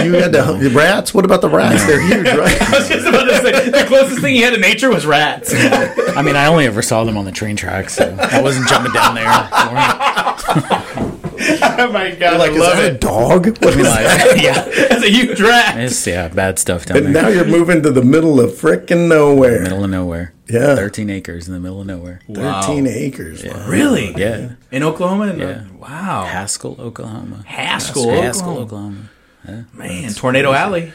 Speaker 2: You, you had to hunt the rats. What about the rats? They're huge,
Speaker 1: I
Speaker 2: right?
Speaker 1: was just about to say the closest thing he had to nature was rats.
Speaker 3: I mean, I only ever saw them on the train tracks, so I wasn't jumping down there.
Speaker 1: oh my god,
Speaker 2: like,
Speaker 1: I
Speaker 2: is
Speaker 1: love
Speaker 2: that a
Speaker 1: it.
Speaker 2: dog? What is that?
Speaker 3: Like, yeah,
Speaker 1: That's a huge rat.
Speaker 3: it's yeah, bad stuff down
Speaker 2: And
Speaker 3: there.
Speaker 2: now you're moving to the middle of frickin' nowhere.
Speaker 3: Middle of nowhere.
Speaker 2: Yeah.
Speaker 3: thirteen acres in the middle of nowhere.
Speaker 2: 13 acres. Wow.
Speaker 1: Really?
Speaker 3: Yeah,
Speaker 1: In Oklahoma? In the-
Speaker 3: Yeah.
Speaker 1: wow.
Speaker 3: Haskell, Oklahoma.
Speaker 1: Haskell,
Speaker 3: Haskell,
Speaker 1: Oklahoma.
Speaker 3: Oklahoma.
Speaker 1: Man, Tornado Alley.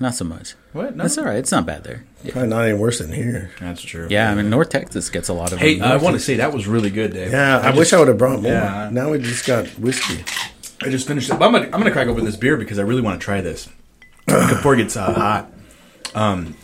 Speaker 3: Not so much.
Speaker 1: What? No.
Speaker 3: That's all right. It's not bad there. Yeah,
Speaker 2: Probably not any worse than here.
Speaker 1: That's true.
Speaker 3: yeah I mean, North Texas gets a lot of.
Speaker 1: Hey,
Speaker 3: them.
Speaker 1: I want to say that was really good, Dave.
Speaker 2: Yeah, I, wish I would have brought more.
Speaker 1: yeah.
Speaker 2: Now we just got whiskey.
Speaker 1: I just finished it. But I'm gonna, I'm gonna crack open this beer because I really want to try this before it gets uh, hot. Um,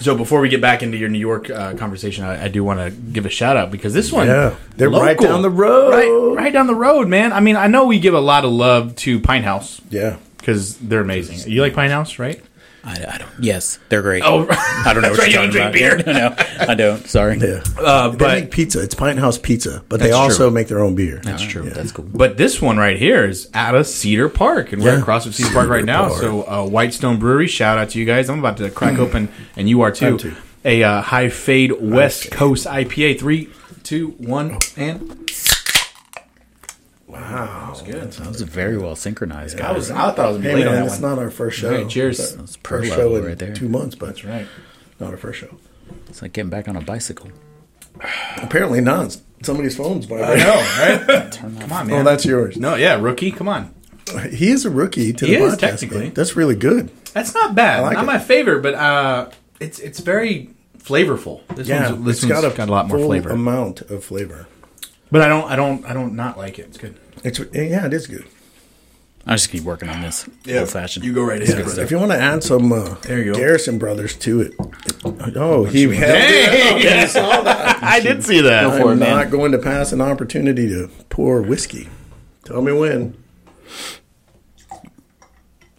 Speaker 1: so before we get back into your New York uh, conversation, I, I do want to give a shout out because this one,
Speaker 2: Yeah, they're right down the road.
Speaker 1: right, right down the road, man. I mean, I know we give a lot of love to Pine House
Speaker 2: Yeah.
Speaker 1: because they're amazing. You like Pine House, right?
Speaker 3: I, I don't. Yes, they're great.
Speaker 1: Oh,
Speaker 3: I don't know
Speaker 1: that's
Speaker 3: what
Speaker 1: right, you
Speaker 3: you're
Speaker 1: don't
Speaker 3: talking about.
Speaker 1: drink
Speaker 3: Yeah, no, no, I don't. Sorry.
Speaker 2: Yeah.
Speaker 1: Uh,
Speaker 2: they
Speaker 1: but
Speaker 2: make pizza. It's Pine House Pizza, but they
Speaker 3: That's
Speaker 2: also
Speaker 3: true.
Speaker 2: make their own beer.
Speaker 3: That's true. That's cool.
Speaker 1: But this one right here is out of Cedar Park, and we're
Speaker 2: Yeah.
Speaker 1: across from Cedar Park right
Speaker 2: Cedar
Speaker 1: now.
Speaker 2: Park. Mm.
Speaker 1: So, uh, Whitestone Brewery, shout out to you guys. I'm about to crack open, and you are too.
Speaker 2: too.
Speaker 1: A uh, high fade West Coast IPA. Three, two, one,
Speaker 2: Oh.
Speaker 1: and
Speaker 2: Oh.
Speaker 3: That was very well synchronized, guys.
Speaker 1: I was. I thought I was
Speaker 2: Hey
Speaker 1: late on
Speaker 2: man,
Speaker 1: that
Speaker 2: it's
Speaker 1: one.
Speaker 2: not our first show.
Speaker 1: right, cheers.
Speaker 2: It's
Speaker 3: That's
Speaker 2: our
Speaker 3: pro
Speaker 2: first
Speaker 3: level
Speaker 2: show in
Speaker 3: right there.
Speaker 2: two months, but that's
Speaker 1: right.
Speaker 2: Not our first show.
Speaker 3: it's like getting back on a bicycle.
Speaker 2: Apparently not. Somebody's phone's
Speaker 1: I
Speaker 2: vibrating.
Speaker 1: know, right? Come on, man.
Speaker 2: Oh, that's yours.
Speaker 1: no, yeah, rookie. Come on,
Speaker 2: He is a rookie to
Speaker 1: He
Speaker 2: the
Speaker 1: is,
Speaker 2: podcast.
Speaker 1: technically.
Speaker 2: man. that's really good.
Speaker 1: that's not bad.
Speaker 2: like
Speaker 1: not
Speaker 2: it.
Speaker 1: my favorite, but uh, it's it's very flavorful. This
Speaker 2: Yeah,
Speaker 1: one's, this
Speaker 2: it's got a,
Speaker 1: one's got a lot more
Speaker 2: full
Speaker 1: flavor.
Speaker 2: amount of flavor.
Speaker 1: but I don't, I don't, I don't not like it. It's good.
Speaker 2: It's yeah, it is good.
Speaker 3: I just keep working on this old fashioned.
Speaker 1: You go right ahead. brother.
Speaker 2: If you want to add some uh,
Speaker 1: There you go.
Speaker 2: Garrison Brothers to it, oh, he
Speaker 1: Hey! I did see that.
Speaker 3: Go for it,
Speaker 2: I'm
Speaker 3: man.
Speaker 2: not going to pass an opportunity to pour whiskey. Tell me when.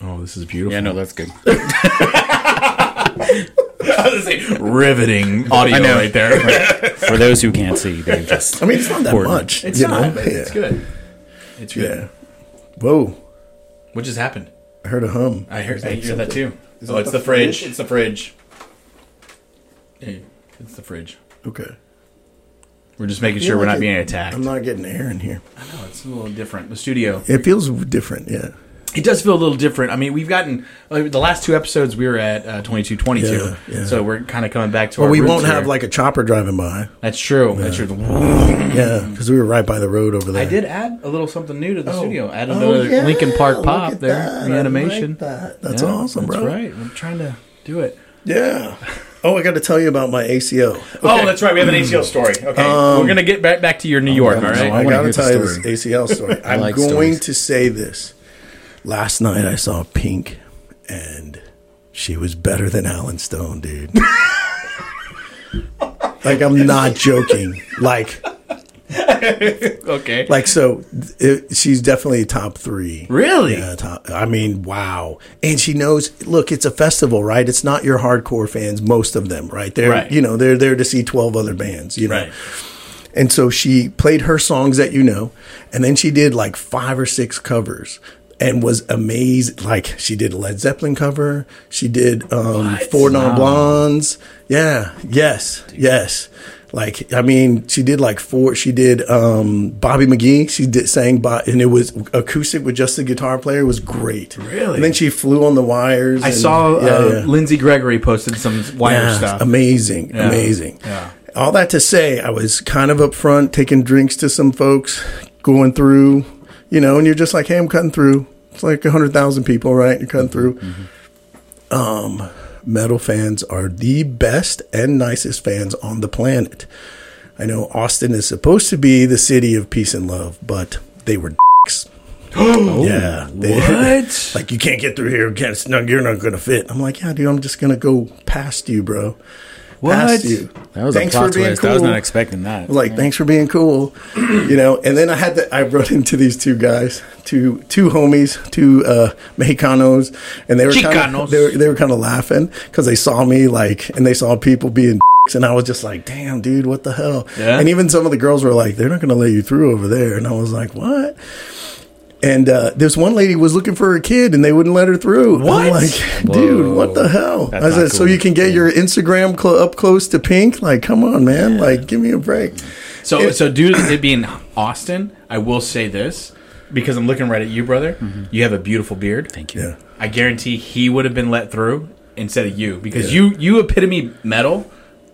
Speaker 1: Oh, this is beautiful.
Speaker 3: Yeah, no, that's good.
Speaker 1: riveting audio
Speaker 3: I know.
Speaker 1: right there.
Speaker 3: For those who can't see, they just.
Speaker 2: I mean, it's not that
Speaker 3: Poured.
Speaker 2: much.
Speaker 1: It's
Speaker 2: you
Speaker 1: not,
Speaker 2: know?
Speaker 1: but it's
Speaker 2: Yeah.
Speaker 1: good. It's good.
Speaker 2: Yeah. Whoa,
Speaker 1: What just happened?
Speaker 2: I heard a hum.
Speaker 1: I hear, I hear that too. oh,
Speaker 2: that
Speaker 1: it's
Speaker 2: the
Speaker 1: the fridge. It's the fridge. Hey, it's the fridge.
Speaker 2: Okay.
Speaker 1: We're just making sure we're
Speaker 2: like
Speaker 1: not
Speaker 2: it-
Speaker 1: being attacked.
Speaker 2: I'm not getting air in here.
Speaker 1: No, it's a little different. The studio.
Speaker 2: It feels different. Yeah.
Speaker 1: It does feel a little different. I mean, we've gotten uh, the last two episodes. We were at uh, twenty two twenty two,
Speaker 2: Yeah, yeah.
Speaker 1: so we're kind of coming back to.
Speaker 2: But
Speaker 1: our
Speaker 2: we
Speaker 1: roots
Speaker 2: won't have
Speaker 1: here.
Speaker 2: like a chopper driving by.
Speaker 1: That's true. That's true.
Speaker 2: Yeah, because we were right by the road over there.
Speaker 1: I did add a little something new to the studio. Added
Speaker 2: Oh,
Speaker 1: another
Speaker 2: yeah,
Speaker 1: Lincoln Park
Speaker 2: look
Speaker 1: pop
Speaker 2: at
Speaker 1: there,
Speaker 2: that.
Speaker 1: the
Speaker 2: I
Speaker 1: animation.
Speaker 2: like that. That's
Speaker 1: Yeah,
Speaker 2: awesome,
Speaker 1: that's
Speaker 2: bro.
Speaker 1: right. I'm trying to do it.
Speaker 2: Yeah. Oh, I got to tell you about my ACO.
Speaker 1: Oh, that's right. We have an ACL story. Okay, we're gonna get back, back to your New York. All
Speaker 2: So
Speaker 1: right.
Speaker 2: I,
Speaker 3: wanna
Speaker 2: got
Speaker 3: hear
Speaker 2: to
Speaker 3: the
Speaker 2: tell you this
Speaker 3: story.
Speaker 2: ACL story. I'm
Speaker 3: like
Speaker 2: going
Speaker 3: stories.
Speaker 2: to say this. Last night I saw Pink, and she was better than Alan Stone, dude. like I'm not joking. Like,
Speaker 1: Okay.
Speaker 2: like so, it, she's definitely top three.
Speaker 1: Really?
Speaker 2: Yeah, top, I mean, wow. And she knows. Look, it's a festival, right? It's not your hardcore fans. Most of them, right? They're
Speaker 1: Right.
Speaker 2: you know they're there to see twelve other bands. You know.
Speaker 1: Right.
Speaker 2: And so she played her songs that you know, and then she did like five or six covers and was amazed. Like she did a Led Zeppelin cover, she did um, Four Non Blondes. Yeah, yes, yes. Like I mean, she did like four. She did um, Bobby McGee. She did sang by, and it was acoustic with just the guitar player. It was great.
Speaker 1: Really?
Speaker 2: And then she flew on the wires.
Speaker 1: I saw uh, Lindsey Gregory posted some wire
Speaker 2: Yeah, um,
Speaker 1: stuff.
Speaker 2: Amazing,
Speaker 1: Yeah.
Speaker 2: amazing.
Speaker 1: Yeah.
Speaker 2: All that to say, I was kind of up front taking drinks to some folks, going through, you know, and you're just like, hey, I'm cutting through. It's like 100,000 people, right? You're cutting through.
Speaker 1: Mm-hmm.
Speaker 2: Um, metal fans are the best and nicest fans on the planet. I know Austin is supposed to be the city of peace and love, but they were dicks. yeah. They,
Speaker 1: Oh, What?
Speaker 2: like you can't get through here. Can't, it's not- you're not gonna fit. I'm like, yeah, dude. I'm just gonna go past you, bro.
Speaker 1: What?
Speaker 2: Past you.
Speaker 3: That was a plot twist. I was
Speaker 2: cool.
Speaker 3: not expecting that.
Speaker 2: Like, thanks for being cool. You know. And then I had to. I run into these two guys, two two homies, two uh, Mexicanos, and they were kind
Speaker 1: Chicanos.
Speaker 2: of they were, they were kind of laughing because they saw me like, and they saw people being. dicks, And I was just like, damn, dude, what the hell?
Speaker 1: Yeah.
Speaker 2: And even some of the girls were like, they're not going to let you through over there. And I was like, what? And uh, this one lady was looking for her kid, and they wouldn't let her through. I'm
Speaker 1: What?
Speaker 2: like, dude,
Speaker 3: Whoa.
Speaker 2: what the hell?
Speaker 3: That's
Speaker 2: I
Speaker 3: not
Speaker 2: said, so
Speaker 3: cool.
Speaker 2: you can get your Instagram clo- up close to pink? Like, come on, man! Like, give me a break.
Speaker 1: So, so due to it being Austin, I will say this because I'm looking right at you, brother. You have a beautiful beard.
Speaker 3: Thank you.
Speaker 2: Yeah,
Speaker 1: I guarantee he would have been let through instead of you because you you epitome metal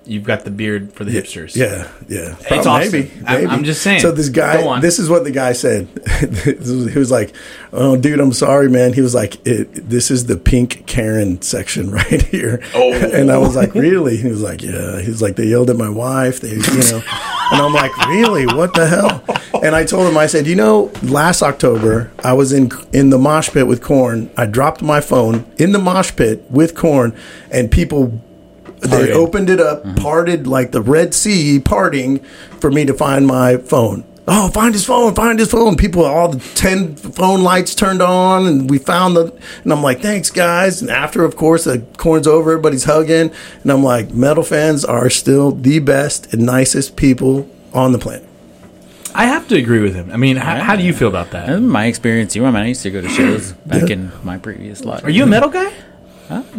Speaker 1: you've got the beard for the hipsters.
Speaker 2: Yeah, yeah.
Speaker 1: It's
Speaker 2: Prob-
Speaker 1: awesome. I'm- I'm just saying.
Speaker 2: So this
Speaker 1: Go on.
Speaker 2: guy, this is what the guy said. This was- he was like, "Oh, dude, I'm sorry, man." He was like, it, "This is the pink Karen section right here."
Speaker 1: Oh.
Speaker 2: and I was like, "Really?" He was like, "Yeah." He was like, "They yelled at my wife." They, you know, and I'm like, "Really? What the hell?" And I told him, I said, "You know, last October I was in in the mosh pit with Corn. I dropped my phone in the mosh pit with Corn, and people." They
Speaker 1: Parted.
Speaker 2: opened it
Speaker 1: Mm-hmm.
Speaker 2: up, parted like the Red Sea parting for me to find my phone. Oh, find his phone, find his phone. People, all the 10 phone lights turned on, and we found the. And I'm like, thanks, guys. And after, of course, the corn's over, everybody's hugging. And I'm like, metal fans are still the best and nicest people on the planet.
Speaker 1: I have to agree with him. I mean, how, how do you feel about
Speaker 3: That's
Speaker 1: that?
Speaker 3: my experience. You know, I, mean, I used to go to shows back in my previous life.
Speaker 1: Are you a metal guy?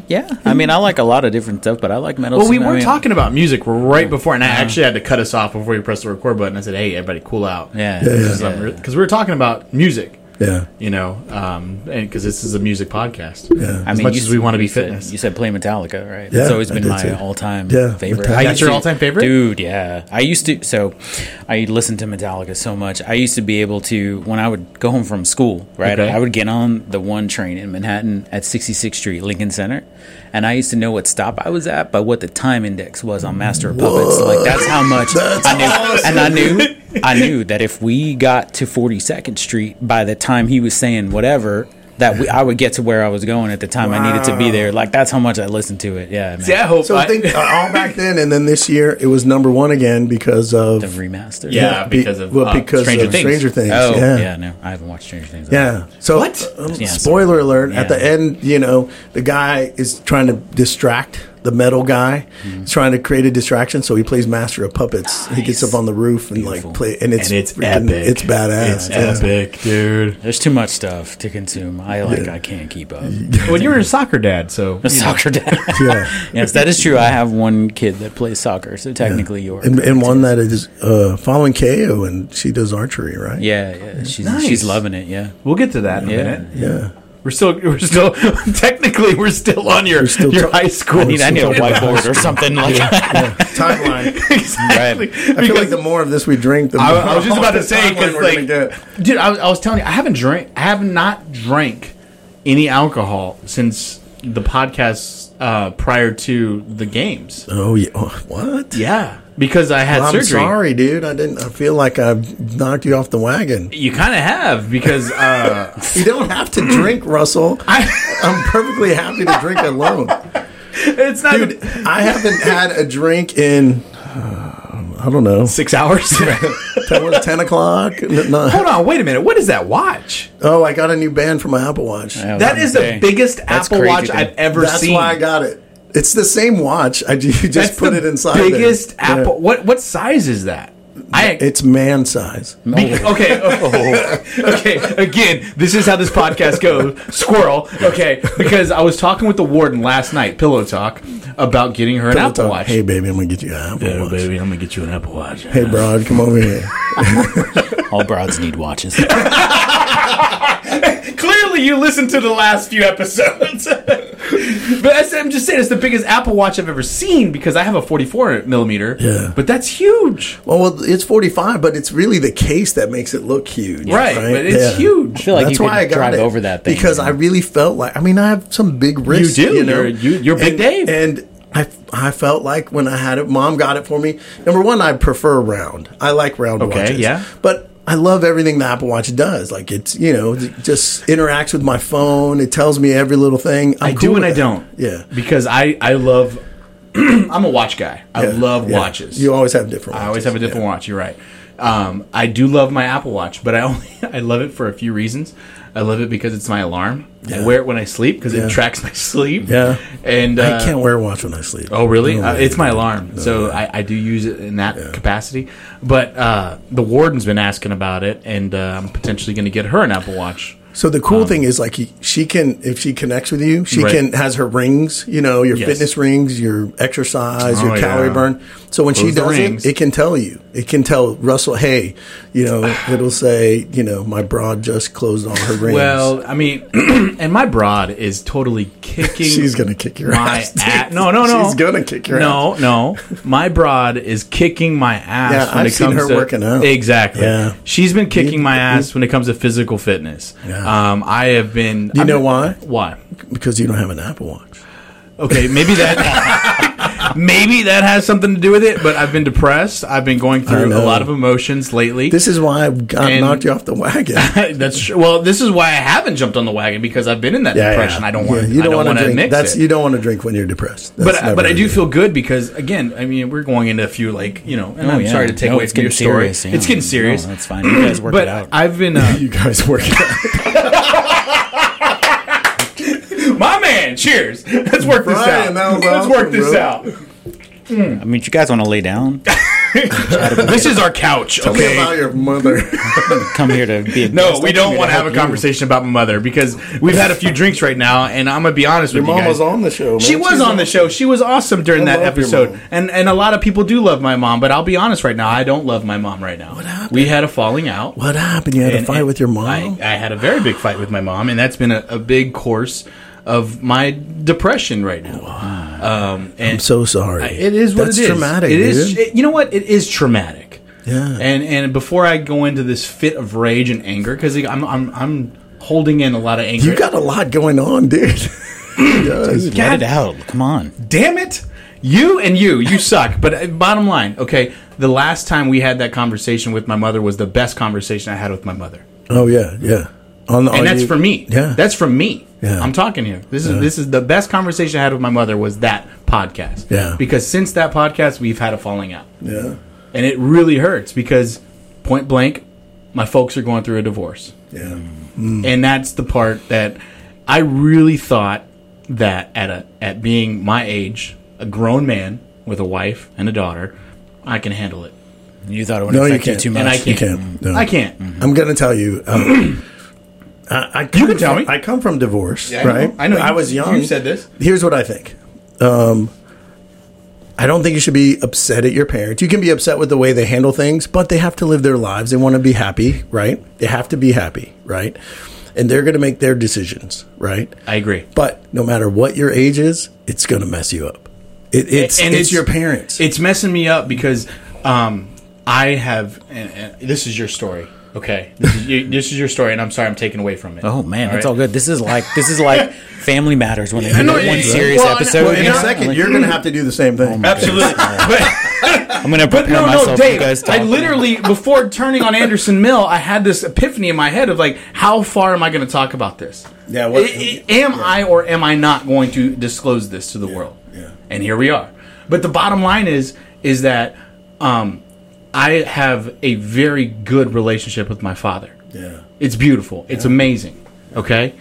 Speaker 3: Yeah. I mean, I like a lot of different stuff, but I like metal.
Speaker 1: Well, we
Speaker 3: too. I
Speaker 1: were
Speaker 3: mean-
Speaker 1: talking about music right before, and I actually had to cut us off before you pressed the record button. I said, "Hey, everybody, cool out."
Speaker 3: Yeah.
Speaker 2: Yeah,
Speaker 1: because
Speaker 3: yeah.
Speaker 1: we were talking about music,
Speaker 2: Yeah.
Speaker 1: you know, um, and because this is a music podcast.
Speaker 2: Yeah.
Speaker 3: I
Speaker 1: As much as we wanna be
Speaker 3: you said-
Speaker 1: fitness.
Speaker 3: you said play Metallica, right?
Speaker 2: Yeah,
Speaker 3: That's always
Speaker 2: I
Speaker 3: been
Speaker 2: did
Speaker 3: my
Speaker 2: too.
Speaker 3: all-time
Speaker 2: Yeah,
Speaker 3: favorite.
Speaker 2: Metallica.
Speaker 3: I
Speaker 1: That's
Speaker 3: used
Speaker 1: your
Speaker 3: to-
Speaker 1: all-time favorite?
Speaker 3: dude. Yeah, I used to. So, I listened to Metallica so much. I used to be able to when I would go home from school. Right,
Speaker 1: Okay.
Speaker 3: I would get on the one train in Manhattan at 66th Street, Lincoln Center, and I used to know what stop I was at by what the time index was on Master of Puppets. Like that's how much I knew, and I knew. I knew that if we got to 42nd Street by the time he was saying whatever, that we, I would get to where I was going at the time I needed to be there. Like that's how much I listened to it. Yeah, man.
Speaker 1: See, I hope.
Speaker 2: So
Speaker 1: I,
Speaker 2: I think uh, all back then, and then this year, it was number one again because of.
Speaker 3: The remaster.
Speaker 1: Yeah. because of, uh, Stranger Things.
Speaker 2: Stranger Things.
Speaker 3: Oh, yeah.
Speaker 2: yeah.
Speaker 3: No, I haven't watched Stranger Things.
Speaker 2: Yeah. So
Speaker 1: What?
Speaker 2: um,
Speaker 3: Yeah,
Speaker 2: spoiler alert! At
Speaker 3: Yeah.
Speaker 2: the end, you know, the guy is trying to distract the metal guy.
Speaker 1: Mm-hmm.
Speaker 2: He's trying to create a distraction, so he plays Master of Puppets. He gets
Speaker 3: Nice.
Speaker 2: up on the roof and
Speaker 3: Beautiful.
Speaker 2: like play, and it's
Speaker 1: and it's
Speaker 2: freaking-
Speaker 1: epic.
Speaker 2: It's badass.
Speaker 1: It's
Speaker 2: Yeah.
Speaker 1: epic, dude.
Speaker 3: There's too much stuff to consume. I like. I can't keep up.
Speaker 1: Well, you were a soccer dad, so
Speaker 3: A soccer dad.
Speaker 2: Yeah.
Speaker 3: yes, that is true. I have one kid that plays soccer, so technically you're.
Speaker 2: And, and one that is uh, following KO, and she does archery, right?
Speaker 3: yeah, yeah. She's
Speaker 1: Nice.
Speaker 3: she's loving it. Yeah.
Speaker 1: we'll get to that in
Speaker 3: Yeah.
Speaker 1: a minute.
Speaker 2: Yeah.
Speaker 1: We're still, we're still, technically, we're still on your
Speaker 2: still
Speaker 1: your
Speaker 2: talk-
Speaker 1: high school.
Speaker 3: I need, I need a
Speaker 1: story.
Speaker 3: whiteboard or something like.
Speaker 2: Timeline.
Speaker 1: exactly.
Speaker 2: I feel like the more of this we drink, the more
Speaker 1: I, I was just about to say
Speaker 2: timeline
Speaker 1: because
Speaker 2: we're gonna
Speaker 1: like,
Speaker 2: get.
Speaker 1: dude, I was, I was telling you, I haven't drank, I have not drank any alcohol since the podcast uh, prior to the games.
Speaker 2: oh yeah, Oh, what?
Speaker 1: Yeah, because I had
Speaker 2: I'm
Speaker 1: surgery.
Speaker 2: sorry, dude. I didn't. I feel like I knocked you off the wagon.
Speaker 1: You kind of have because uh,
Speaker 2: You don't have to drink, Russell.
Speaker 1: I,
Speaker 2: I'm perfectly happy to drink alone.
Speaker 1: it's not
Speaker 2: Dude, I haven't had a drink in, uh, I don't know,
Speaker 1: six hours.
Speaker 2: ten, what, 10 o'clock? N- no.
Speaker 1: Hold on, wait a minute. What is that watch?
Speaker 2: Oh, I got a new band for my Apple Watch.
Speaker 1: That is the
Speaker 3: Dang.
Speaker 1: biggest
Speaker 3: That's
Speaker 1: Apple
Speaker 3: crazy,
Speaker 1: Watch
Speaker 3: dude.
Speaker 1: I've ever
Speaker 2: That's
Speaker 1: seen.
Speaker 2: why I got it. It's the same watch. I ju- you just
Speaker 1: That's
Speaker 2: put
Speaker 1: the
Speaker 2: it inside. there.
Speaker 1: Biggest
Speaker 2: Yeah.
Speaker 1: Apple. What what size is that? I
Speaker 2: It's man size.
Speaker 1: Be-
Speaker 2: Oh.
Speaker 1: okay. okay. Again, this is how this podcast goes. Squirrel. Okay. Because I was talking with the warden last night, Pillow Talk, about getting her an
Speaker 2: Don't
Speaker 1: Apple
Speaker 2: talk,
Speaker 1: Watch.
Speaker 2: Hey, baby, I'm gonna get you an Apple Watch.
Speaker 1: I'm gonna get you an Apple Watch.
Speaker 2: Hey, broad, come over here.
Speaker 3: All broads need watches. Oh,
Speaker 1: Clearly, you listened to the last few episodes. but I said- I'm just saying, it's the biggest Apple Watch I've ever seen because I have a 44 millimeter.
Speaker 2: Yeah.
Speaker 1: But that's huge,
Speaker 2: Well, well, it's 45, but it's really the case that makes it look huge.
Speaker 1: right? But it's
Speaker 2: Yeah.
Speaker 1: huge.
Speaker 3: feel like
Speaker 2: That's
Speaker 3: you
Speaker 2: why
Speaker 3: could
Speaker 2: I got
Speaker 3: drive
Speaker 2: it,
Speaker 3: over that thing,
Speaker 2: because
Speaker 3: man.
Speaker 2: I really felt like I mean I have some big wrists.
Speaker 1: You do.
Speaker 2: know?
Speaker 1: You're- you- you're Big
Speaker 2: and,
Speaker 1: Dave.
Speaker 2: and I I felt like when I had it, mom got it for me. Number one, I prefer round. I like round
Speaker 1: Okay,
Speaker 2: watches.
Speaker 1: yeah.
Speaker 2: but. I love everything the Apple Watch does. Like it's you know it just interacts with my phone. It tells me every little thing. I'm
Speaker 1: I do
Speaker 2: cool
Speaker 1: and I
Speaker 2: with that.
Speaker 1: don't.
Speaker 2: Yeah,
Speaker 1: Because I I love. I'm a watch guy. I
Speaker 2: Yeah,
Speaker 1: love
Speaker 2: yeah.
Speaker 1: watches.
Speaker 2: You always have different. Watches.
Speaker 1: I always have a different watch. You're right. Um, I do love my Apple Watch, but I only I love it for a few reasons. I love it because it's my alarm. I wear it when I sleep because
Speaker 2: Yeah.
Speaker 1: it tracks my sleep.
Speaker 2: Yeah.
Speaker 1: and uh,
Speaker 2: I can't Oh, wear a watch when I sleep.
Speaker 1: Oh, really?
Speaker 2: No
Speaker 1: uh,
Speaker 2: way.
Speaker 1: it's my alarm, so I, I do use it in that capacity. But uh, the warden's been asking about it, and uh, I'm potentially going to get her an Apple Watch.
Speaker 2: So the cool thing is like he, she can if she connects with you, she
Speaker 1: Right.
Speaker 2: can has her rings, you know, your
Speaker 1: Yes.
Speaker 2: fitness rings, your exercise, your
Speaker 1: Oh,
Speaker 2: calorie
Speaker 1: yeah.
Speaker 2: burn. So when she
Speaker 1: Those are
Speaker 2: does
Speaker 1: rings.
Speaker 2: it, it can tell you. It can tell Russell, hey, you know, it'll say, you know, my broad just closed all her rings.
Speaker 1: Well, I mean, and my broad is totally kicking.
Speaker 2: She's gonna kick your
Speaker 1: my
Speaker 2: ass, dude.
Speaker 1: a- No, no, no.
Speaker 2: She's gonna kick your
Speaker 1: no, ass. No, no. My broad is kicking my ass.
Speaker 2: Yeah,
Speaker 1: when
Speaker 2: I've
Speaker 1: it
Speaker 2: seen
Speaker 1: comes
Speaker 2: her
Speaker 1: to,
Speaker 2: working out.
Speaker 1: Exactly.
Speaker 2: Yeah.
Speaker 1: She's been kicking my
Speaker 2: You-
Speaker 1: ass when it comes to physical fitness.
Speaker 2: Yeah.
Speaker 1: Um, I have been.
Speaker 2: you know why?
Speaker 1: Why?
Speaker 2: Because you don't have an Apple Watch.
Speaker 1: Okay, maybe that maybe that has something to do with it, but I've been depressed. I've been going through a
Speaker 2: know.
Speaker 1: lot of emotions lately.
Speaker 2: This is why I got
Speaker 1: And-
Speaker 2: knocked you off the wagon.
Speaker 1: That's true. well. This is why I haven't jumped on the wagon because I've been in that depression. I don't want.
Speaker 2: Yeah,
Speaker 1: to. I don't
Speaker 2: wanna
Speaker 1: want to
Speaker 2: drink.
Speaker 1: admit
Speaker 2: That's
Speaker 1: it.
Speaker 2: you don't want to drink when you're depressed. That's
Speaker 1: but
Speaker 2: never
Speaker 1: but I do
Speaker 2: good.
Speaker 1: feel good because again, I mean, we're going into a few like you know.
Speaker 2: Oh,
Speaker 1: And I'm
Speaker 3: yeah.
Speaker 1: sorry to take
Speaker 3: No,
Speaker 1: away
Speaker 3: it's
Speaker 1: from your
Speaker 3: getting
Speaker 1: story.
Speaker 3: serious, yeah.
Speaker 1: It's getting serious.
Speaker 3: No, that's fine. You guys work
Speaker 1: but
Speaker 3: it out.
Speaker 1: I've been uh,
Speaker 2: you guys work it out.
Speaker 1: my man. Cheers. Let's work this
Speaker 2: Brian,
Speaker 1: out.
Speaker 2: that
Speaker 1: Let's
Speaker 2: was
Speaker 1: work
Speaker 2: awesome,
Speaker 1: this
Speaker 2: bro.
Speaker 1: out.
Speaker 3: I mean, you guys want to lay down?
Speaker 1: This is our couch.
Speaker 2: Tell me
Speaker 1: Okay.
Speaker 2: about your mother.
Speaker 3: Come here to be a
Speaker 1: No,
Speaker 3: guest. come
Speaker 1: we
Speaker 3: here
Speaker 1: don't want to
Speaker 3: help
Speaker 1: have a
Speaker 3: you.
Speaker 1: conversation about my mother because we've had a few drinks right now, and I'm gonna be honest with
Speaker 2: Your
Speaker 1: you
Speaker 2: mom
Speaker 1: guys.
Speaker 2: was on the show. Man.
Speaker 1: She was
Speaker 2: She's
Speaker 1: on the show. She was awesome during that
Speaker 2: love your
Speaker 1: episode.
Speaker 2: mom.
Speaker 1: And and a lot of people do love my mom, but I'll be honest right now, I don't love my mom right now. What
Speaker 2: happened?
Speaker 1: We had a falling out.
Speaker 2: What happened? You had
Speaker 1: And-
Speaker 2: a fight
Speaker 1: and
Speaker 2: with your mom.
Speaker 1: I, I had a very big fight with my mom, and that's been a, a big course of my depression right now. Um, and
Speaker 2: I'm so sorry.
Speaker 1: it is what
Speaker 2: That's
Speaker 1: it is.
Speaker 2: traumatic.
Speaker 1: It is.
Speaker 2: dude.
Speaker 1: it- you know what? It is traumatic.
Speaker 2: Yeah.
Speaker 1: And and before I go into this fit of rage and anger, because I'm I'm I'm holding in a lot of anger.
Speaker 2: you got a lot going on, dude. He does.
Speaker 3: Let it out. Come on.
Speaker 1: damn it you and you you suck but uh, bottom line okay the last time we had that conversation with my mother was the best conversation i had with my mother
Speaker 2: Oh yeah, yeah. On the,
Speaker 1: and that's from me
Speaker 2: Oh, Yeah.
Speaker 1: that's from me
Speaker 2: Yeah.
Speaker 1: i'm talking here this is this is the best conversation i had with my mother was that podcast
Speaker 2: Yeah.
Speaker 1: because since that podcast we've had a falling out
Speaker 2: Yeah.
Speaker 1: and it really hurts because point blank my folks are going through a divorce
Speaker 2: Yeah. Mm.
Speaker 1: and that's the part that I really thought that at a at being my age, a grown man with a wife and a daughter, I can handle it,
Speaker 3: You thought it would
Speaker 2: No, you Mm.
Speaker 3: affect you,
Speaker 2: can't.
Speaker 3: too much.
Speaker 1: and I can't.
Speaker 2: can't, no.
Speaker 1: I can't.
Speaker 2: I'm gonna tell you. Um, I, I come
Speaker 1: can tell
Speaker 2: from,
Speaker 1: me.
Speaker 2: I come from divorce,
Speaker 1: I know.
Speaker 2: right?
Speaker 1: I know.
Speaker 2: I
Speaker 1: You-
Speaker 2: was young.
Speaker 1: you said this.
Speaker 2: Here's what I think. Um, I don't think you should be upset at your parents. You can be upset with the way they handle things, but they have to live their lives. They want to be happy, right? They have to be happy, right? And they're going to make their decisions, right?
Speaker 1: I agree.
Speaker 2: But no matter what your age is, it's going to mess you up. It, it's,
Speaker 1: And it's-
Speaker 2: it's your parents.
Speaker 1: It's messing me up because um, I have. And, and this is your story, okay? This is, you, this is your story, and I'm sorry I'm taking away from it.
Speaker 3: Oh man, that's
Speaker 1: right?
Speaker 3: all good. This is like this is like Family Matters when they do
Speaker 1: know,
Speaker 3: that
Speaker 1: yeah,
Speaker 3: one
Speaker 1: yeah,
Speaker 3: serious
Speaker 1: well, and-
Speaker 3: episode.
Speaker 1: well, and
Speaker 3: you know?
Speaker 1: I-
Speaker 3: Like,
Speaker 2: going to have to do the same
Speaker 1: Oh
Speaker 2: thing.
Speaker 1: Absolutely. But-
Speaker 3: I'm gonna prepare
Speaker 1: But no,
Speaker 3: myself.
Speaker 1: no,
Speaker 3: for you
Speaker 1: Dave.
Speaker 3: guys
Speaker 1: I
Speaker 3: talk.
Speaker 1: literally before turning on Anderson Mill, I had this epiphany in my head of like, how far am I going to talk about this?
Speaker 2: Yeah, what-
Speaker 1: I- I- am I or am I not going to disclose this to the world?
Speaker 2: yeah.
Speaker 1: And here we are. But the bottom line is, is that um, I have a very good relationship with my father.
Speaker 2: yeah.
Speaker 1: It's beautiful. It's amazing. Okay.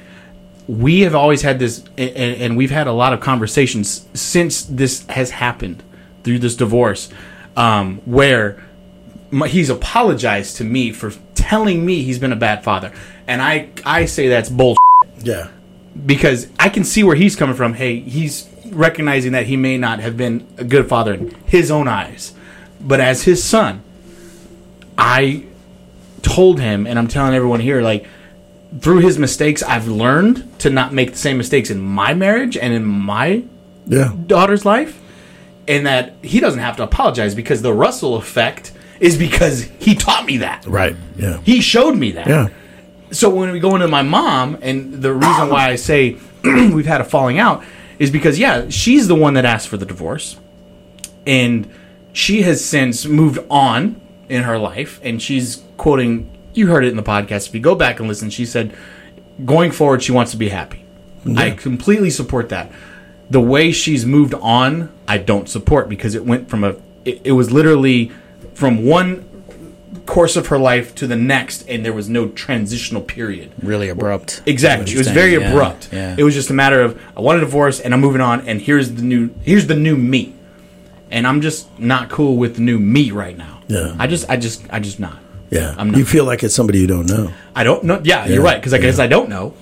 Speaker 1: We have always had this, and, and we've had a lot of conversations since this has happened through this divorce, um, where my, he's apologized to me for telling me he's been a bad father, and I I say that's bull
Speaker 2: Yeah.
Speaker 1: because I can see where he's coming from. Hey, he's recognizing that he may not have been a good father in his own eyes, but as his son, I told him, and I'm telling everyone here, like through his mistakes, I've learned to not make the same mistakes in my marriage and in my
Speaker 2: Yeah.
Speaker 1: daughter's life, and that he doesn't have to apologize because the Russell effect is because he taught me that.
Speaker 2: Right. Yeah.
Speaker 1: He showed me that
Speaker 2: Yeah.
Speaker 1: so when we go into my mom and the reason why i say we've had a falling out is because yeah she's the one that asked for the divorce and she has since moved on in her life and she's quoting you heard it in the podcast if you go back and listen she said going forward she wants to be happy i completely support that the way she's moved on i don't support because it went from a it, it was literally from one course of her life to the next and there was no transitional period
Speaker 3: really abrupt.
Speaker 1: Exactly. It was
Speaker 3: Interesting.
Speaker 1: very
Speaker 3: Yeah.
Speaker 1: abrupt.
Speaker 3: Yeah.
Speaker 1: It was just a matter of I want a divorce and I'm moving on and here's the new here's the new me. And I'm just not cool with the new me right now.
Speaker 2: Yeah.
Speaker 1: I just I just I just not.
Speaker 2: Yeah.
Speaker 1: I'm not.
Speaker 2: You feel like it's somebody you don't know.
Speaker 1: I don't know. Yeah,
Speaker 2: Yeah,
Speaker 1: you're right. Because I guess I don't know,